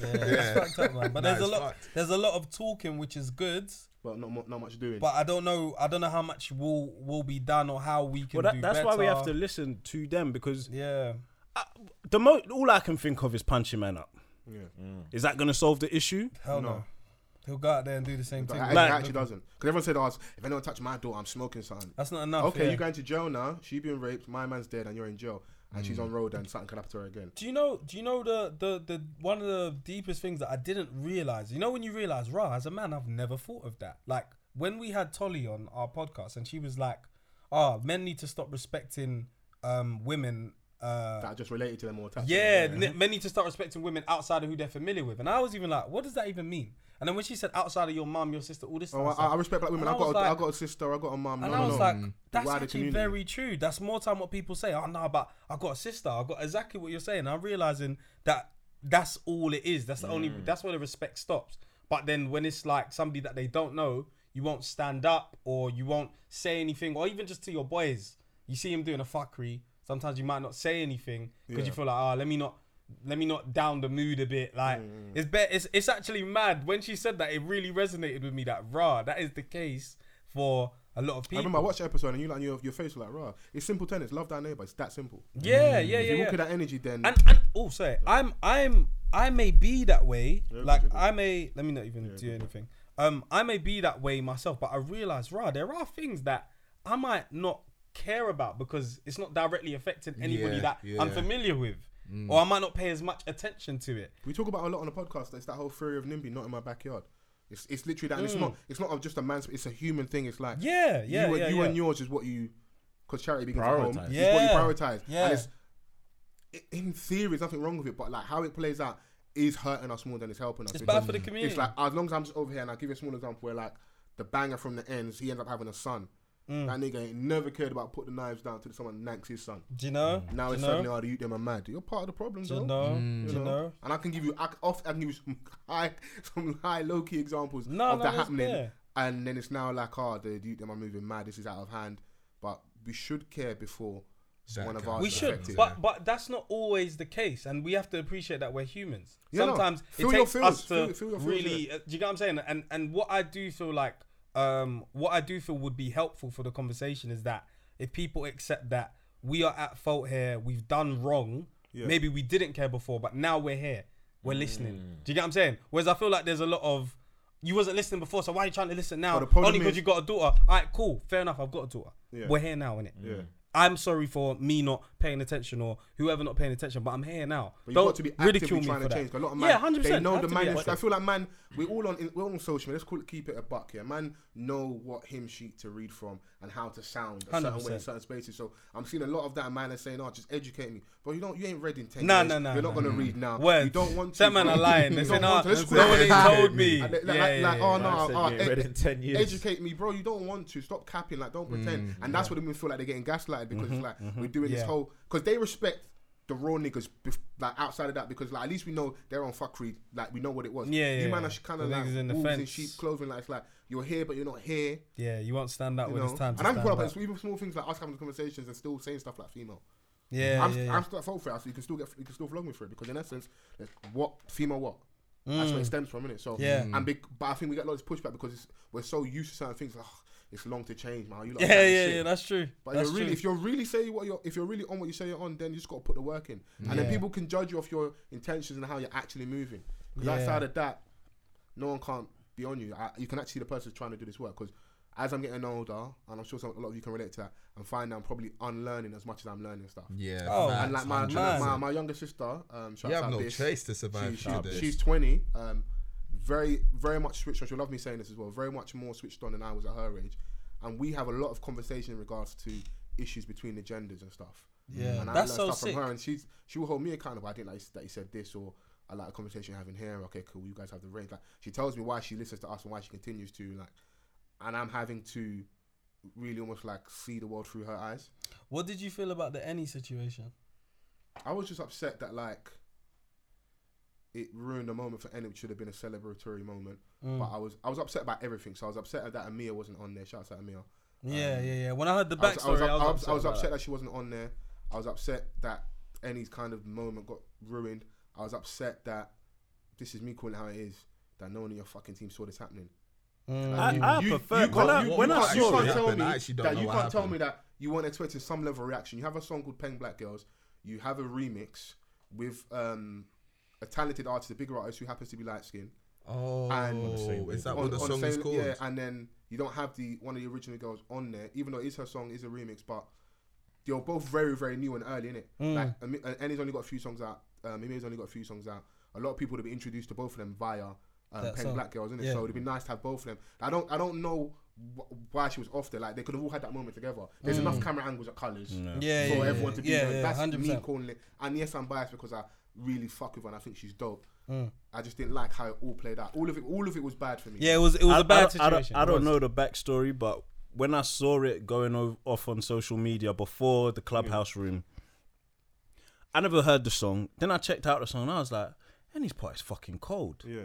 Speaker 2: Yeah, it's fucked up, man. But
Speaker 1: Nah,
Speaker 2: there's a
Speaker 1: it's
Speaker 2: lot.
Speaker 1: fucked.
Speaker 2: There's a lot of talking, which is good.
Speaker 4: But not, mu- not much doing.
Speaker 2: But I don't know. I don't know how much will will be done or how we can
Speaker 5: Well, that,
Speaker 2: do
Speaker 5: that's why we have to
Speaker 2: better.
Speaker 5: listen to them because
Speaker 2: Yeah.
Speaker 5: the mo- all I can think of is punching man up.
Speaker 6: Mm.
Speaker 5: Is that going to solve the issue?
Speaker 2: Hell no. He'll go out there and do the same
Speaker 4: but
Speaker 2: thing.
Speaker 4: it actually,
Speaker 5: like-
Speaker 4: actually doesn't. Because everyone said, oh, if anyone touch my daughter, I'm smoking something.
Speaker 2: That's not enough.
Speaker 4: okay,
Speaker 2: yeah.
Speaker 4: you're going to jail now. She been raped. My man's dead and you're in jail. And she's
Speaker 2: Mm.
Speaker 4: on road and something can happen to her again.
Speaker 2: Do you know? Do you know the the the one of the deepest things that I didn't realize? You know when you realize, rah, as a man, I've never thought of that. Like when we had Tolly on our podcast, and she was like, "Ah, men need to stop respecting um women." Uh,
Speaker 4: That just related to them all the time.
Speaker 2: yeah, n- men need to start respecting women outside of who they're familiar with. And I was even like, "What does that even mean?" And then when she said, "Outside of your mum, your sister, all this,"
Speaker 4: Oh,
Speaker 2: stuff,
Speaker 4: I, I respect black women.
Speaker 2: And I
Speaker 4: I
Speaker 2: was
Speaker 4: got, a, I
Speaker 2: like-
Speaker 4: got a sister. I got a mum.
Speaker 2: and
Speaker 4: no,
Speaker 2: I
Speaker 4: no,
Speaker 2: was
Speaker 4: no.
Speaker 2: like, that's
Speaker 4: Wider
Speaker 2: actually
Speaker 4: community.
Speaker 2: very true. That's more time what people say. Oh no, but I got a sister. I got exactly what you're saying. I'm realizing that that's all it is. That's the only.
Speaker 4: Mm.
Speaker 2: That's where the respect stops. But then when it's like somebody that they don't know, you won't stand up or you won't say anything, or even just to your boys. You see him doing a fuckery. Sometimes you might not say anything because you feel like, ah, let me not. Let me not down the mood a bit. Like
Speaker 4: Mm.
Speaker 2: it's better. It's it's actually mad. When she said that, it really resonated with me. That rah, that is the case for a lot of people.
Speaker 4: I remember I watched the episode and you like your, your face was like, rah. It's simple tennis. Love thy neighbor. It's that simple.
Speaker 2: Yeah, yeah,
Speaker 4: If
Speaker 2: yeah.
Speaker 4: you
Speaker 2: yeah.
Speaker 4: walk with that energy, then
Speaker 2: And and oh, sorry, I'm I'm I may be that way. like I may let me not even do anything. Um, I may be that way myself, but I realize, rah, there are things that I might not care about because it's not directly affecting anybody
Speaker 1: Yeah,
Speaker 2: that
Speaker 1: yeah. Mm.
Speaker 2: I'm familiar with, or I might not pay as much attention to it.
Speaker 4: we talk about it a lot on the podcast. It's that whole theory of NIMBY, not in my backyard. It's, it's literally that. And it's not it's not just a man's. It's a human thing. It's like
Speaker 2: Mm. Yeah, yeah,
Speaker 4: you, and-
Speaker 2: yeah,
Speaker 4: you
Speaker 2: yeah.
Speaker 4: and yours is what you because charity begins at home.
Speaker 3: Prioritise.
Speaker 4: It's what you
Speaker 2: Yeah.
Speaker 4: prioritize.
Speaker 2: Yeah.
Speaker 4: And it's i- in theory, there's nothing wrong with it, but like how it plays out is hurting us more than it's helping us.
Speaker 2: It's
Speaker 4: because
Speaker 2: bad for the community.
Speaker 4: It's like as long as I'm just over here, and I'll give you a small example where like the banger from the ends, he ends up having a son.
Speaker 2: Mm.
Speaker 4: That nigga ain't never cared about putting the knives down till someone nanks his son.
Speaker 2: Do you know?
Speaker 1: Mm.
Speaker 4: Now
Speaker 2: do
Speaker 4: it's
Speaker 2: you
Speaker 4: suddenly
Speaker 2: know?
Speaker 4: are the youth them are mad. You're part of the problem,
Speaker 2: Do you
Speaker 4: though.
Speaker 2: know? Do you know?
Speaker 4: And I can give you I, c- off. I can give you some [LAUGHS] high, some high low key examples
Speaker 2: No,
Speaker 4: of
Speaker 2: no,
Speaker 4: that
Speaker 2: that's
Speaker 4: happening.
Speaker 2: fair.
Speaker 4: And then it's now like, oh, the youth them are moving mad. This is out of hand. But we should care before one of
Speaker 1: care.
Speaker 4: ours
Speaker 2: We
Speaker 4: is
Speaker 2: should,
Speaker 4: affected.
Speaker 2: but but that's not always the case, and we have to appreciate that we're humans.
Speaker 4: Yeah, no.
Speaker 2: Sometimes
Speaker 4: Feel
Speaker 2: it
Speaker 4: your
Speaker 2: takes
Speaker 4: feels.
Speaker 2: us to
Speaker 4: Feel- feel your feels,
Speaker 2: really.
Speaker 4: innit?
Speaker 2: uh, do you get what I'm saying? And and what I do feel like, um, what I do feel would be helpful for the conversation is that if people accept that we are at fault here, we've done wrong. Maybe we didn't care before, but now we're here. We're
Speaker 4: Mm.
Speaker 2: listening. Do you get what I'm saying? Whereas I feel like there's a lot of you wasn't listening before, so why are you trying to listen now?
Speaker 4: But the problem
Speaker 2: Only because
Speaker 4: is-
Speaker 2: you got a daughter. All right, cool, fair enough. I've got a daughter.
Speaker 4: Yeah.
Speaker 2: We're here now, innit?
Speaker 4: Yeah.
Speaker 2: I'm sorry for me not paying attention or whoever not paying attention, but I'm here now.
Speaker 4: But you've
Speaker 2: Don't
Speaker 4: got to be
Speaker 2: ridicule
Speaker 4: actively
Speaker 2: me
Speaker 4: trying
Speaker 2: for
Speaker 4: to
Speaker 2: that.
Speaker 4: change. 'cause A lot of man,
Speaker 2: yeah, hundred
Speaker 4: they
Speaker 2: percent.
Speaker 4: know the man. Is, I feel like man, we all on we're all on social media. Let's call it keep it a buck here. Man, know what hymn sheet to read from and how to sound a certain way in
Speaker 2: 100%.
Speaker 4: certain spaces. So I'm seeing a lot of that. and Man is saying, "Oh, just educate me." But you don't. You ain't read in ten
Speaker 2: Nah,
Speaker 4: years.
Speaker 2: nah, nah,
Speaker 4: You're not
Speaker 2: nah,
Speaker 4: gonna
Speaker 2: nah.
Speaker 4: read now.
Speaker 2: Words.
Speaker 4: You don't want to.
Speaker 2: That man are lying. They
Speaker 4: [LAUGHS] You
Speaker 2: say,
Speaker 4: don't
Speaker 2: "Nah,
Speaker 4: want to. Let's
Speaker 2: no
Speaker 4: call
Speaker 2: one
Speaker 4: it-
Speaker 2: ain't
Speaker 4: [LAUGHS]
Speaker 2: told me."
Speaker 4: And they- Like,
Speaker 2: Yeah,
Speaker 4: like,
Speaker 2: yeah,
Speaker 4: like,
Speaker 2: yeah.
Speaker 4: oh no,
Speaker 3: Man said
Speaker 4: oh,
Speaker 3: you ain't
Speaker 4: ed-
Speaker 3: read in 10 years.
Speaker 4: Educate me, bro. You don't want to. Stop capping. Like, don't
Speaker 2: Mm,
Speaker 4: pretend. and that's what the women feel like they're getting gaslighted because it's like we're doing this
Speaker 2: Mm-hmm, Yeah.
Speaker 4: whole because they respect the raw niggas bef- like outside of that because like at least we know they're on fuckery. Like we know what it was.
Speaker 2: Yeah,
Speaker 4: You
Speaker 2: yeah,
Speaker 4: man
Speaker 2: yeah.
Speaker 4: are kind of
Speaker 2: The
Speaker 4: like
Speaker 2: niggas in the
Speaker 4: wolves in
Speaker 2: fence.
Speaker 4: sheep clothing. Like it's like you're here but you're not here.
Speaker 2: Yeah, you won't stand out
Speaker 4: You
Speaker 2: when
Speaker 4: know.
Speaker 2: it's time
Speaker 4: And
Speaker 2: to
Speaker 4: I'm
Speaker 2: stand
Speaker 4: caught up.
Speaker 2: up.
Speaker 4: in this- Even small things like us having conversations and still saying stuff like female.
Speaker 2: Yeah,
Speaker 4: I'm,
Speaker 2: yeah, yeah.
Speaker 4: I'm still at fault for it. So you can still get, you can still flog me for it because in essence, like, what female what?
Speaker 6: Mm.
Speaker 4: That's where it stems from, innit? So
Speaker 2: Yeah.
Speaker 4: and big, but I think we get a lot of pushback because it's, we're so used to certain things. Like, "Oh, it's long to change, man. You lot are
Speaker 6: Yeah,
Speaker 4: chatting
Speaker 6: yeah,
Speaker 4: shit.
Speaker 6: yeah. That's true.
Speaker 4: But
Speaker 6: that's
Speaker 4: you're really,
Speaker 6: true.
Speaker 4: if you're really saying what you're, if you're really on what you say you're on, then you just got to put the work in, and then people can judge you off your intentions and how you're actually moving. Because outside of that, no one can't be on you. I, you can actually see the person trying to do this work. Because as I'm getting older, and I'm sure some, a lot of you can relate to that, I'm finding I'm probably unlearning as much as I'm learning stuff.
Speaker 6: [LAUGHS]
Speaker 10: Yeah.
Speaker 6: Oh,
Speaker 10: man.
Speaker 4: And like my,
Speaker 6: man.
Speaker 4: my my younger sister, um, shouts
Speaker 10: You have
Speaker 4: out
Speaker 10: no
Speaker 4: Bish.
Speaker 10: choice to survive
Speaker 4: She-
Speaker 10: through
Speaker 4: she-
Speaker 10: this.
Speaker 4: She's 20. Um, very, very much switched on. She'll love me saying this as well. Very much more switched on than I was at her age. And we have a lot of conversation in regards to issues between the genders and stuff. Yeah, and I
Speaker 6: That's
Speaker 4: learn
Speaker 6: so
Speaker 4: stuff
Speaker 6: sick.
Speaker 4: from her, and she's she will hold me accountable. I didn't like that he said this, or I like a conversation you're having here. Okay, cool. You guys have the range. Like she tells me why she listens to us and why she continues to like, and I'm having to really almost like see the world through her eyes.
Speaker 6: What did you feel about the any situation?
Speaker 4: Um, I was just upset that like it ruined the moment for any which should have been a celebratory moment. But I was I was upset about everything. So I was upset that Amia wasn't on there. Shouts out Amia.
Speaker 6: Yeah, yeah, yeah. When I heard the
Speaker 4: I was,
Speaker 6: backstory,
Speaker 4: I was, up- I was-
Speaker 6: upset.
Speaker 4: I was
Speaker 6: about
Speaker 4: upset
Speaker 6: that.
Speaker 4: that she wasn't on there. I was upset that Any's kind of moment got ruined. I was upset that this is me calling it how it is. That no one in your fucking team saw this happening. Like,
Speaker 5: I- I prefer- when
Speaker 4: can't-
Speaker 5: I- when I
Speaker 4: can't- you
Speaker 5: saw
Speaker 4: can't
Speaker 5: it
Speaker 4: tell
Speaker 10: happen,
Speaker 4: me
Speaker 10: I actually don't
Speaker 4: that
Speaker 10: know
Speaker 4: you
Speaker 10: what
Speaker 4: can't tell
Speaker 10: happened.
Speaker 4: me that you weren't expecting some level of reaction. You have a song called "Peng Black Girls." You have a remix with um, a talented artist, a bigger artist who happens to be light skinned
Speaker 10: Oh,
Speaker 4: And-
Speaker 10: is that what the song is
Speaker 4: same-
Speaker 10: called?
Speaker 4: Yeah, and then you don't have the one of the original girls on there, even though it is her song, is a remix, but they're both very, very new and early, innit?
Speaker 6: Hmm.
Speaker 4: Like, Ami- and Ennie's only got a few songs out. Um, Imi's only got a few songs out. A lot of people would have been introduced to both of them via um,
Speaker 6: That
Speaker 4: Pen
Speaker 6: song.
Speaker 4: Black Girls, innit?
Speaker 6: Yeah.
Speaker 4: So it'd be nice to have both of them. I don't, I don't know wh- why she was off there. Like they could have all had that moment together. There's enough camera angles at colours
Speaker 6: Hmm. Yeah,
Speaker 4: for
Speaker 6: yeah,
Speaker 4: everyone
Speaker 6: yeah.
Speaker 4: to be
Speaker 6: Yeah,
Speaker 4: there.
Speaker 6: yeah,
Speaker 4: That's me
Speaker 6: 100%.
Speaker 4: calling it. And yes, I'm biased because I really fuck with her and I think she's dope.
Speaker 5: Mm.
Speaker 4: I just didn't like how it all played out. All of it, all of it was bad for me.
Speaker 6: Yeah, it was it was
Speaker 5: I-
Speaker 6: a bad
Speaker 5: I don't- I don't-
Speaker 6: situation.
Speaker 5: I don't, know the backstory, but when I saw it going o- off on social media before the clubhouse room, I never heard the song. Then I checked out the song and I was like, and his part is fucking cold.
Speaker 3: Yeah.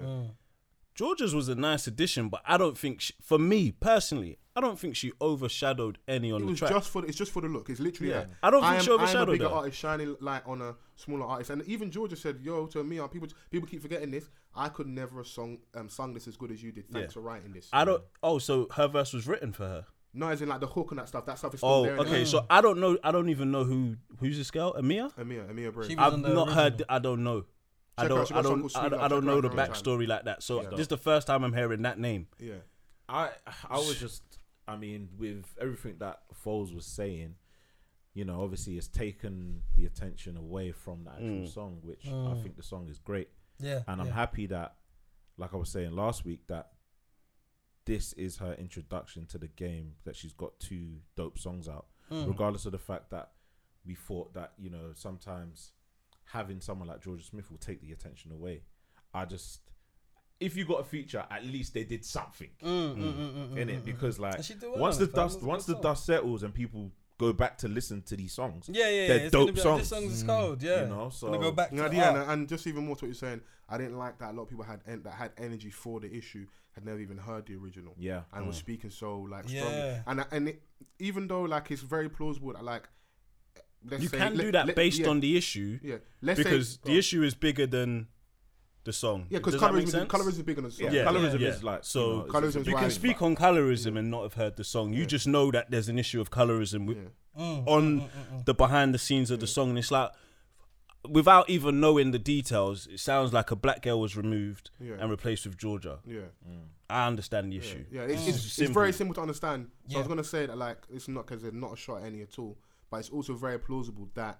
Speaker 5: Georgia's was a nice addition, but I don't think, she, for me personally, I don't think she overshadowed any
Speaker 4: It
Speaker 5: on the
Speaker 4: was
Speaker 5: track.
Speaker 4: just for the, it's just for the look. It's literally
Speaker 5: Yeah.
Speaker 4: that.
Speaker 5: I don't think
Speaker 4: am, I'm
Speaker 5: she
Speaker 4: a
Speaker 5: overshadowed
Speaker 4: bigger
Speaker 5: her.
Speaker 4: artist shining light on a smaller artist, and even Georgia said, "Yo, to me, uh, people people keep forgetting this. I could never have sung um, sung this as good as you did. Thanks
Speaker 5: Yeah.
Speaker 4: for writing this.
Speaker 5: I don't. Oh, so her verse was written for her.
Speaker 4: No, as in like the hook and that stuff. That stuff is still
Speaker 5: Oh,
Speaker 4: there.
Speaker 5: okay. So I don't know. I don't even know who who's this girl, Amia.
Speaker 4: Amir, Amir Bray.
Speaker 6: She was
Speaker 5: I've
Speaker 6: on
Speaker 5: not
Speaker 6: the
Speaker 5: heard.
Speaker 6: original.
Speaker 5: I don't know. I
Speaker 4: Check her out,
Speaker 5: don't.
Speaker 4: she
Speaker 5: I
Speaker 4: got a song
Speaker 5: don't.
Speaker 4: called
Speaker 5: I
Speaker 4: Sweet
Speaker 5: don't,
Speaker 4: Love,
Speaker 5: I
Speaker 4: check
Speaker 5: don't
Speaker 4: her
Speaker 5: know
Speaker 4: out
Speaker 5: the
Speaker 4: her own time.
Speaker 5: backstory like that. So
Speaker 4: Yeah.
Speaker 5: this is the first time I'm hearing that name.
Speaker 4: yeah,
Speaker 3: I I was just I mean with everything that Foles was saying, you know, obviously it's taken the attention away from the actual song, which I think the song is great,
Speaker 6: Yeah,
Speaker 3: and I'm
Speaker 6: yeah.
Speaker 3: happy that, like I was saying last week, that this is her introduction to the game that she's got two dope songs out,
Speaker 6: Hmm.
Speaker 3: regardless of the fact that we thought that you know sometimes having someone like Georgia Smith will take the attention away. I just if you got a feature, at least they did something
Speaker 6: Mm,
Speaker 3: in it because like
Speaker 6: And she did well
Speaker 3: once
Speaker 6: on
Speaker 3: the
Speaker 6: it, fam. It
Speaker 3: dust
Speaker 6: was a
Speaker 3: once
Speaker 6: good
Speaker 3: the
Speaker 6: song.
Speaker 3: dust settles and people go back to listen to these songs,
Speaker 6: Yeah, yeah, yeah.
Speaker 3: they're
Speaker 6: it's gonna
Speaker 3: dope
Speaker 6: be like,
Speaker 3: songs.
Speaker 6: This song
Speaker 5: Mm.
Speaker 6: is cold. Yeah,
Speaker 3: You know, so-
Speaker 6: gonna go back. To
Speaker 4: no,
Speaker 6: the
Speaker 4: Mm. yeah,
Speaker 6: art.
Speaker 4: and, and just even more to what you're saying, I didn't like that a lot of people had en- that had energy for the issue had never even heard the original.
Speaker 3: Yeah.
Speaker 4: and was speaking so like strongly.
Speaker 6: Yeah.
Speaker 4: And I- and it, even though like it's very plausible that like let's
Speaker 5: You
Speaker 4: say-
Speaker 5: can
Speaker 4: let-
Speaker 5: do that
Speaker 4: let-
Speaker 5: based
Speaker 4: yeah,
Speaker 5: on the issue
Speaker 4: yeah. Let's say-
Speaker 5: because
Speaker 4: go
Speaker 5: the
Speaker 4: on.
Speaker 5: issue is bigger than the song.
Speaker 4: Yeah, because
Speaker 5: Does that make
Speaker 4: colorism,
Speaker 5: sense?
Speaker 4: colorism is bigger than
Speaker 3: yeah,
Speaker 4: song.
Speaker 5: Yeah.
Speaker 3: colorism
Speaker 5: Yeah.
Speaker 3: is like
Speaker 5: So-
Speaker 3: you know, it's- it's
Speaker 4: Colorism's
Speaker 3: a
Speaker 5: You
Speaker 3: big
Speaker 5: can
Speaker 4: Right.
Speaker 3: thing.
Speaker 5: speak on colorism and not have heard the song. You just know that there's an issue of colorism with,
Speaker 6: Mm,
Speaker 5: on the behind the scenes of the song, and it's like without even knowing the details, it sounds like a black girl was removed
Speaker 4: Yeah.
Speaker 5: and replaced with Georgia.
Speaker 4: Yeah,
Speaker 5: I understand the issue.
Speaker 4: yeah. It's, it's, it's
Speaker 5: Simple.
Speaker 4: very simple to understand. So I was
Speaker 6: Yeah.
Speaker 4: gonna say that like it's not because they're not a shot at any at all, but it's also very plausible that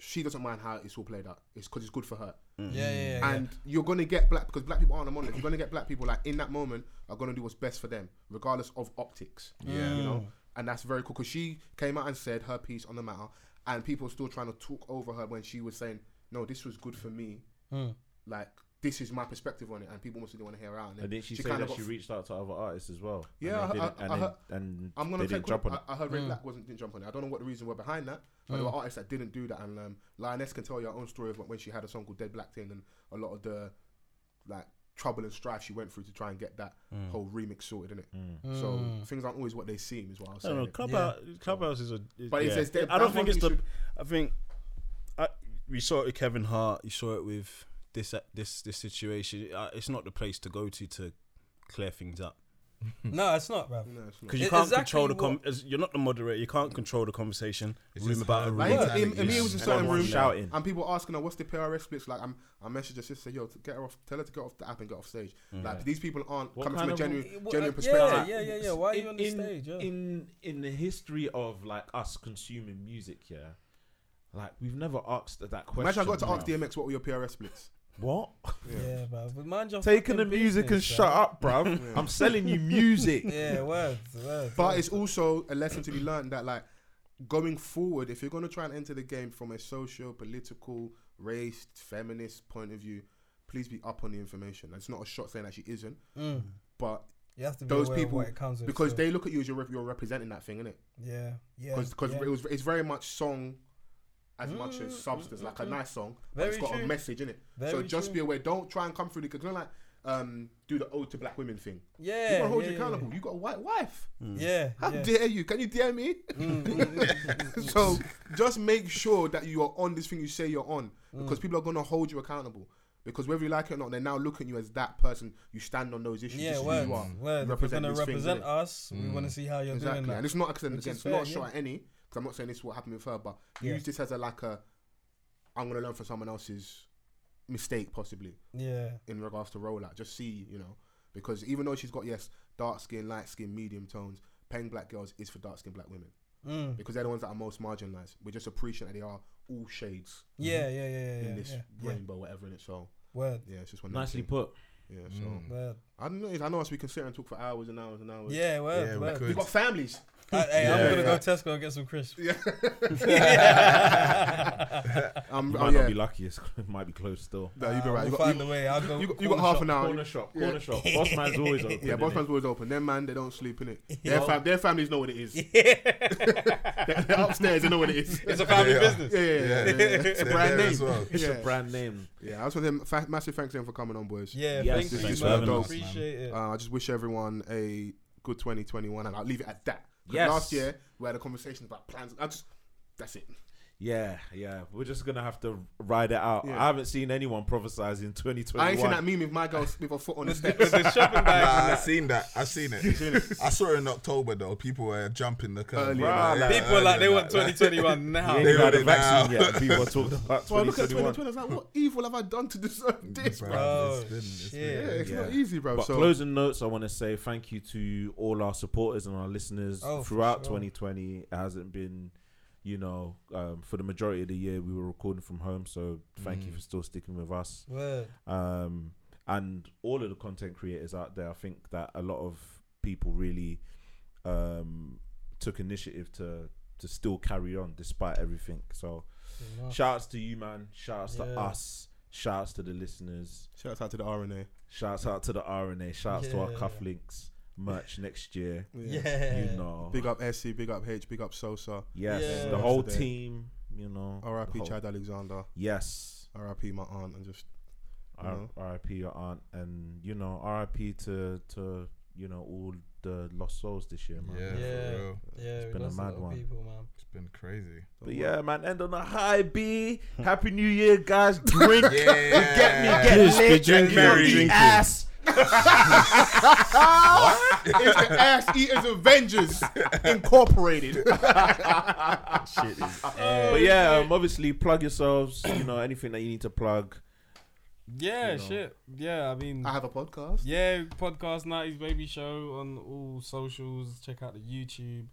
Speaker 4: she doesn't mind how it's all played out. It's because it's good for her.
Speaker 6: yeah, yeah, yeah.
Speaker 4: and you're gonna get black because black people aren't harmonic. You're gonna get black people like in that moment are gonna do what's best for them, regardless of optics. Yeah, you know, and that's very cool because she came out and said her piece on the matter, and people are still trying to talk over her when she was saying, "No, this was good for me."
Speaker 6: Hmm.
Speaker 4: Like this is my perspective on it, and people must want to hear her out. then
Speaker 3: And did she, say
Speaker 4: kinda
Speaker 3: that
Speaker 4: got
Speaker 3: she reached out to other artists as well?
Speaker 4: Yeah,
Speaker 3: and they
Speaker 4: I- I-
Speaker 3: didn't- and
Speaker 4: I
Speaker 3: then-
Speaker 4: heard-
Speaker 3: and
Speaker 4: I'm
Speaker 3: they
Speaker 4: gonna
Speaker 3: didn't
Speaker 4: take.
Speaker 3: jump on it.
Speaker 4: I, I heard Red Black wasn't didn't jump on it. I don't know what the reason were behind that, but there were artists that didn't do that. And um, Lioness can tell your own story of when she had a song called Dead Black Thing and a lot of the like trouble and strife she went through to try and get that
Speaker 3: Mm.
Speaker 4: whole remix sorted, innit? it? So things aren't always what they seem, is what I was
Speaker 5: I
Speaker 4: saying.
Speaker 5: don't know.
Speaker 4: innit?
Speaker 5: Clubhouse, Clubhouse is a. Is,
Speaker 4: But it
Speaker 5: yeah.
Speaker 4: says that-
Speaker 5: I
Speaker 4: that's
Speaker 5: don't think
Speaker 4: one
Speaker 5: it's the.
Speaker 4: thing
Speaker 5: I think, I, we saw it with Kevin Hart. You saw it with Uh, this this this situation. Uh, It's not the place to go to to clear things up.
Speaker 6: No, it's not, bruv.
Speaker 5: Because you
Speaker 6: It-
Speaker 5: can't
Speaker 6: exactly
Speaker 5: control the com-
Speaker 6: what-
Speaker 5: as- you're not the moderator. You can't control the conversation. room
Speaker 7: just
Speaker 5: about a
Speaker 7: her
Speaker 5: room.
Speaker 4: Like,
Speaker 5: about
Speaker 4: he was-
Speaker 5: a
Speaker 4: Em- Emile
Speaker 5: room.
Speaker 4: was in
Speaker 3: And
Speaker 4: certain
Speaker 3: everyone's
Speaker 4: rooms,
Speaker 3: shouting.
Speaker 4: and people were asking her, "What's the PRS splits like?" I'm, I messaged her sister, "Yo, t- get her off. Tell her to get off the app and get off stage." Like these people aren't coming from
Speaker 3: kind
Speaker 4: a
Speaker 3: of-
Speaker 4: genuine,
Speaker 6: Well,
Speaker 4: genuine
Speaker 6: uh,
Speaker 4: perspective.
Speaker 6: Yeah, yeah, yeah, yeah. Why are you on the
Speaker 3: in,
Speaker 6: stage? Yeah.
Speaker 3: in in the history of like us consuming music, yeah, like we've never asked that question.
Speaker 4: Imagine I got to
Speaker 3: bruv.
Speaker 6: [LAUGHS]
Speaker 4: ask DMX, "What were your PRS splits?"
Speaker 3: what
Speaker 6: yeah, bruv. Mind your
Speaker 3: taking the
Speaker 6: [LAUGHS] fucking
Speaker 3: music and
Speaker 6: business,
Speaker 3: shut
Speaker 6: bruv.
Speaker 3: up, bruv.
Speaker 6: [LAUGHS]
Speaker 3: I'm selling you music. [LAUGHS]
Speaker 6: Yeah, words, words.
Speaker 4: But it's also a lesson to be learned that like going forward, if you're gonna try and enter the game from a social, political, race, feminist point of view, please be up on the information. It's not a shot saying that she isn't, but
Speaker 6: you have to Mm. be
Speaker 4: those
Speaker 6: aware of
Speaker 4: people
Speaker 6: what it comes with
Speaker 4: because
Speaker 6: still.
Speaker 4: they look at you as you're, rep- you're representing that thing, innit?
Speaker 6: yeah, yeah,
Speaker 4: Because because
Speaker 6: yeah. Mm,
Speaker 4: it was it's very much song. As much as substance, like a nice song, but it's
Speaker 6: Very
Speaker 4: got
Speaker 6: true.
Speaker 4: a message in it. So
Speaker 6: Very
Speaker 4: just
Speaker 6: true.
Speaker 4: be aware. Don't try and come through the because like um, do the ode to black women thing.
Speaker 6: yeah,
Speaker 4: you gotta hold
Speaker 6: yeah,
Speaker 4: you accountable. You got a white wife.
Speaker 6: Yeah,
Speaker 4: How
Speaker 6: yeah. Mm.
Speaker 4: dare you? Can you dare me? [LAUGHS]
Speaker 6: [LAUGHS]
Speaker 4: so just make sure that you are on this thing you say you're on
Speaker 6: Mm.
Speaker 4: because people are going to hold you accountable. Because whether you like it or not, they're now looking at you as that person. You stand on those issues.
Speaker 6: yeah,
Speaker 4: this is
Speaker 6: words,
Speaker 4: who you are.
Speaker 6: words.
Speaker 4: You
Speaker 6: If you're gonna
Speaker 4: this thing,
Speaker 6: represent
Speaker 4: innit?
Speaker 6: us, we want to see how you're
Speaker 4: Exactly.
Speaker 6: doing
Speaker 4: And
Speaker 6: that.
Speaker 4: it's not, again,
Speaker 6: Which
Speaker 4: again,
Speaker 6: is
Speaker 4: it's not a
Speaker 6: fair,
Speaker 4: shot at any, because I'm not saying this is what happened with her, but
Speaker 6: Yeah.
Speaker 4: use this as a like a, I'm going to learn from someone else's mistake, possibly
Speaker 6: Yeah,
Speaker 4: in regards to rollout. Just see, you know, because even though she's got yes, dark skin, light skin, medium tones, paying black girls is for dark skin black women because they're the ones that are most marginalized. We're just appreciating that they are all shades
Speaker 6: yeah, yeah, yeah, yeah. yeah,
Speaker 4: in this
Speaker 6: yeah, yeah.
Speaker 4: rainbow, whatever in it. So
Speaker 6: Word,
Speaker 4: yeah, it's just one. of them
Speaker 3: Nicely
Speaker 4: things.
Speaker 3: put.
Speaker 4: Yeah. So
Speaker 6: word.
Speaker 4: I don't know. I know us. We can sit and talk for hours and hours and hours.
Speaker 6: Mm. Yeah, word,
Speaker 7: Yeah, we
Speaker 6: word.
Speaker 7: could.
Speaker 4: We got families.
Speaker 6: I, hey, I'm gonna go Tesco and get some crisps.
Speaker 4: Um,
Speaker 3: You
Speaker 4: oh,
Speaker 3: might
Speaker 4: yeah.
Speaker 3: not be lucky. It's, [LAUGHS] it might be closed still.
Speaker 4: no, you've been right.
Speaker 6: We'll
Speaker 4: You got,
Speaker 6: find
Speaker 4: you,
Speaker 6: a way. I'll go.
Speaker 4: you got, you got half an hour.
Speaker 3: Corner shop. Corner [LAUGHS] shop. Oh, Boss man's always open.
Speaker 4: Yeah, both
Speaker 3: innit?
Speaker 4: man's always open. Their man, they don't sleep
Speaker 6: [LAUGHS]
Speaker 4: in it. Their, fam- their families know what it is. [LAUGHS] they're, they're upstairs. They know what it is.
Speaker 6: It's a family business.
Speaker 4: [LAUGHS] Yeah, yeah, yeah. yeah, yeah. It's a
Speaker 7: They're
Speaker 4: brand
Speaker 7: there
Speaker 4: name.
Speaker 7: as well.
Speaker 4: It's yeah.
Speaker 3: Brand name.
Speaker 4: Yeah, I just want them fa- massive thanks to them for coming on, boys.
Speaker 6: Yeah,
Speaker 5: Yes,
Speaker 6: thank
Speaker 5: this
Speaker 6: you,
Speaker 4: is
Speaker 6: man.
Speaker 4: dope.
Speaker 6: Appreciate it.
Speaker 4: Uh, I just wish everyone a good 2021, and I'll leave it at that. 'Cause
Speaker 3: Yes.
Speaker 4: Last year we had a conversation about plans. I just that's it.
Speaker 3: Yeah, yeah. We're just gonna have to ride it out.
Speaker 4: Yeah.
Speaker 3: I haven't seen anyone prophesizing 2021.
Speaker 4: I ain't seen that meme with my girl with her foot
Speaker 3: [LAUGHS]
Speaker 4: on the steps.
Speaker 6: With the shopping
Speaker 7: Nah,
Speaker 6: bag.
Speaker 7: I've seen that. I've seen it. I saw it in October though. People were jumping the curve.
Speaker 4: Early,
Speaker 7: Bruh,
Speaker 4: man.
Speaker 6: People are like they
Speaker 7: early,
Speaker 6: want
Speaker 7: like-
Speaker 6: 2021 now.
Speaker 3: We ain't
Speaker 7: They
Speaker 3: even had
Speaker 7: got
Speaker 3: a
Speaker 7: it
Speaker 3: vaccine
Speaker 7: now.
Speaker 3: yet. People are talking about
Speaker 4: [LAUGHS] So I look at
Speaker 3: 2021.
Speaker 4: 2020. I was like, what evil have I done to deserve this, bro?
Speaker 6: Oh,
Speaker 7: It's been- it's been-
Speaker 4: Yeah,
Speaker 6: shit.
Speaker 4: it's
Speaker 3: Mm, Yeah.
Speaker 4: not easy, bro.
Speaker 3: But
Speaker 4: so
Speaker 3: closing notes, I want to say thank you to all our supporters and our listeners
Speaker 6: Oh, for
Speaker 3: throughout
Speaker 6: sure.
Speaker 3: 2020. It hasn't been, you know, um, for the majority of the year we were recording from home. So thank
Speaker 4: Mm.
Speaker 3: you for still sticking with us.
Speaker 6: Word.
Speaker 3: um, and all of the content creators out there. I think that a lot of people really um, took initiative to to still carry on despite everything. So, shouts to you, man. Shouts to
Speaker 6: Oh. Yeah.
Speaker 3: us. Shouts to the listeners.
Speaker 4: shout out to the RNA.
Speaker 3: Shouts out to the RNA. Shouts to our
Speaker 6: Yeah.
Speaker 3: cufflinks merch next year.
Speaker 6: Yeah.
Speaker 3: You know,
Speaker 4: Big up SC, big up H, big up Sosa.
Speaker 3: yes,
Speaker 6: Yeah.
Speaker 3: the whole
Speaker 4: Today.
Speaker 3: team. You know, the
Speaker 4: R.I.P.
Speaker 3: whole-
Speaker 4: Chad Alexander.
Speaker 3: Yes.
Speaker 4: R.I.P. My aunt, and just
Speaker 3: R-
Speaker 4: know?
Speaker 3: RIP your aunt, and you know, RIP to to you know all the lost souls this year, man.
Speaker 7: Yeah,
Speaker 6: Yeah.
Speaker 7: for real.
Speaker 6: Yeah, we
Speaker 3: been a
Speaker 6: lost a
Speaker 3: mad
Speaker 6: lot of
Speaker 3: one.
Speaker 6: people, man.
Speaker 7: It's been crazy.
Speaker 3: But yeah, man, end on a high B. Happy New Year, guys. Drink,
Speaker 7: Yeah.
Speaker 3: get me, get lit,
Speaker 5: drinking,
Speaker 3: get merry,
Speaker 5: be drinking.
Speaker 3: ass.
Speaker 4: it's the ass eaters Avengers Incorporated.
Speaker 3: But yeah, um, obviously plug yourselves. [COUGHS] You know anything that you need to plug.
Speaker 6: Yeah,
Speaker 2: Shit. Yeah, I mean,
Speaker 4: [LAUGHS]
Speaker 3: Ah.
Speaker 4: I have a podcast.
Speaker 2: yeah, podcast nineties baby show on all socials. Check out the YouTube.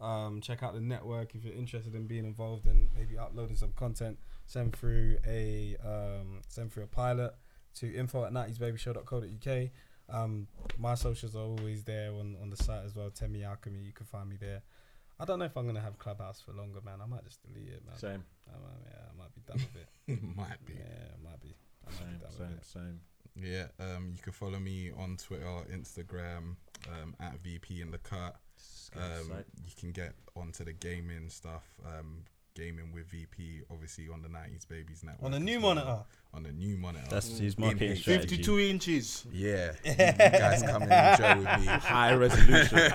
Speaker 2: Um, check out the network if you're interested in being involved and maybe uploading some content. Send through a um, send through a pilot to info at nightsbabyshow.co.uk. Um, my socials are always there on, on the site as well. Temi Alchemy, you can find me there. I don't know if I'm gonna have Clubhouse for longer, man. I might just delete it, man.
Speaker 3: Same,
Speaker 2: I might, yeah, I might be done with it.
Speaker 6: [LAUGHS]
Speaker 7: Might be.
Speaker 2: Yeah, I might be. I might
Speaker 3: same,
Speaker 2: be done with
Speaker 3: same,
Speaker 2: it.
Speaker 3: same.
Speaker 7: Yeah. Um, you can follow me on Twitter, Instagram, um, at VP in the cut. Um, you can get onto the gaming stuff. Um, gaming with VP, obviously on the 90s Babies Network.
Speaker 6: On a
Speaker 7: as
Speaker 6: new
Speaker 7: well.
Speaker 6: monitor.
Speaker 7: On a new monitor.
Speaker 5: That's
Speaker 1: Mm.
Speaker 5: his
Speaker 7: In
Speaker 5: marketing
Speaker 7: H.
Speaker 5: strategy.
Speaker 4: inches.
Speaker 6: [LAUGHS]
Speaker 7: Yeah. You guys come and enjoy with me.
Speaker 3: High resolution.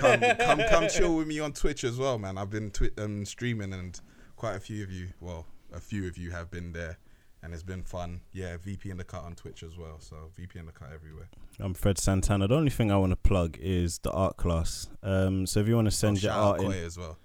Speaker 7: come, come, come chill with me on Twitch as well, man. I've been twi- um, streaming, and quite a few of you, well, a few of you have been there and it's been fun. Yeah, VP in the cut on Twitch as well. So VP in the cut everywhere.
Speaker 5: I'm Fred Santana. The only thing I want to plug is the art class. Um, so if you want to send your
Speaker 7: Shout out
Speaker 5: art Oh, in,
Speaker 7: Koye as well.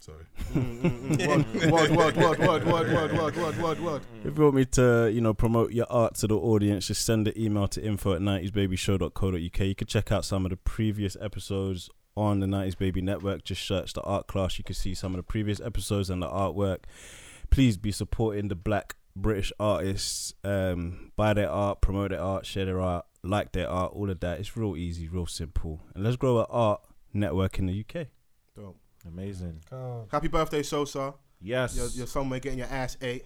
Speaker 7: Sorry.
Speaker 4: Mm, Word, word, word, word, word, word, word, word, word, word.
Speaker 5: If you want me to, you know, promote your art to the audience, just send an email to info at 90sbabyshow.co.uk. You can check out some of the previous episodes on the 90s Baby Network. Just search the art class. You can see some of the previous episodes and the artwork. Please be supporting the black British artists. Um, buy their art, promote their art, share their art, like their art, all of that. It's real easy, real simple. And let's grow an art network in the UK.
Speaker 3: Amazing.
Speaker 7: [LAUGHS]
Speaker 4: Happy birthday, Sosa.
Speaker 3: Yes.
Speaker 4: You're, you're somewhere getting your ass ate.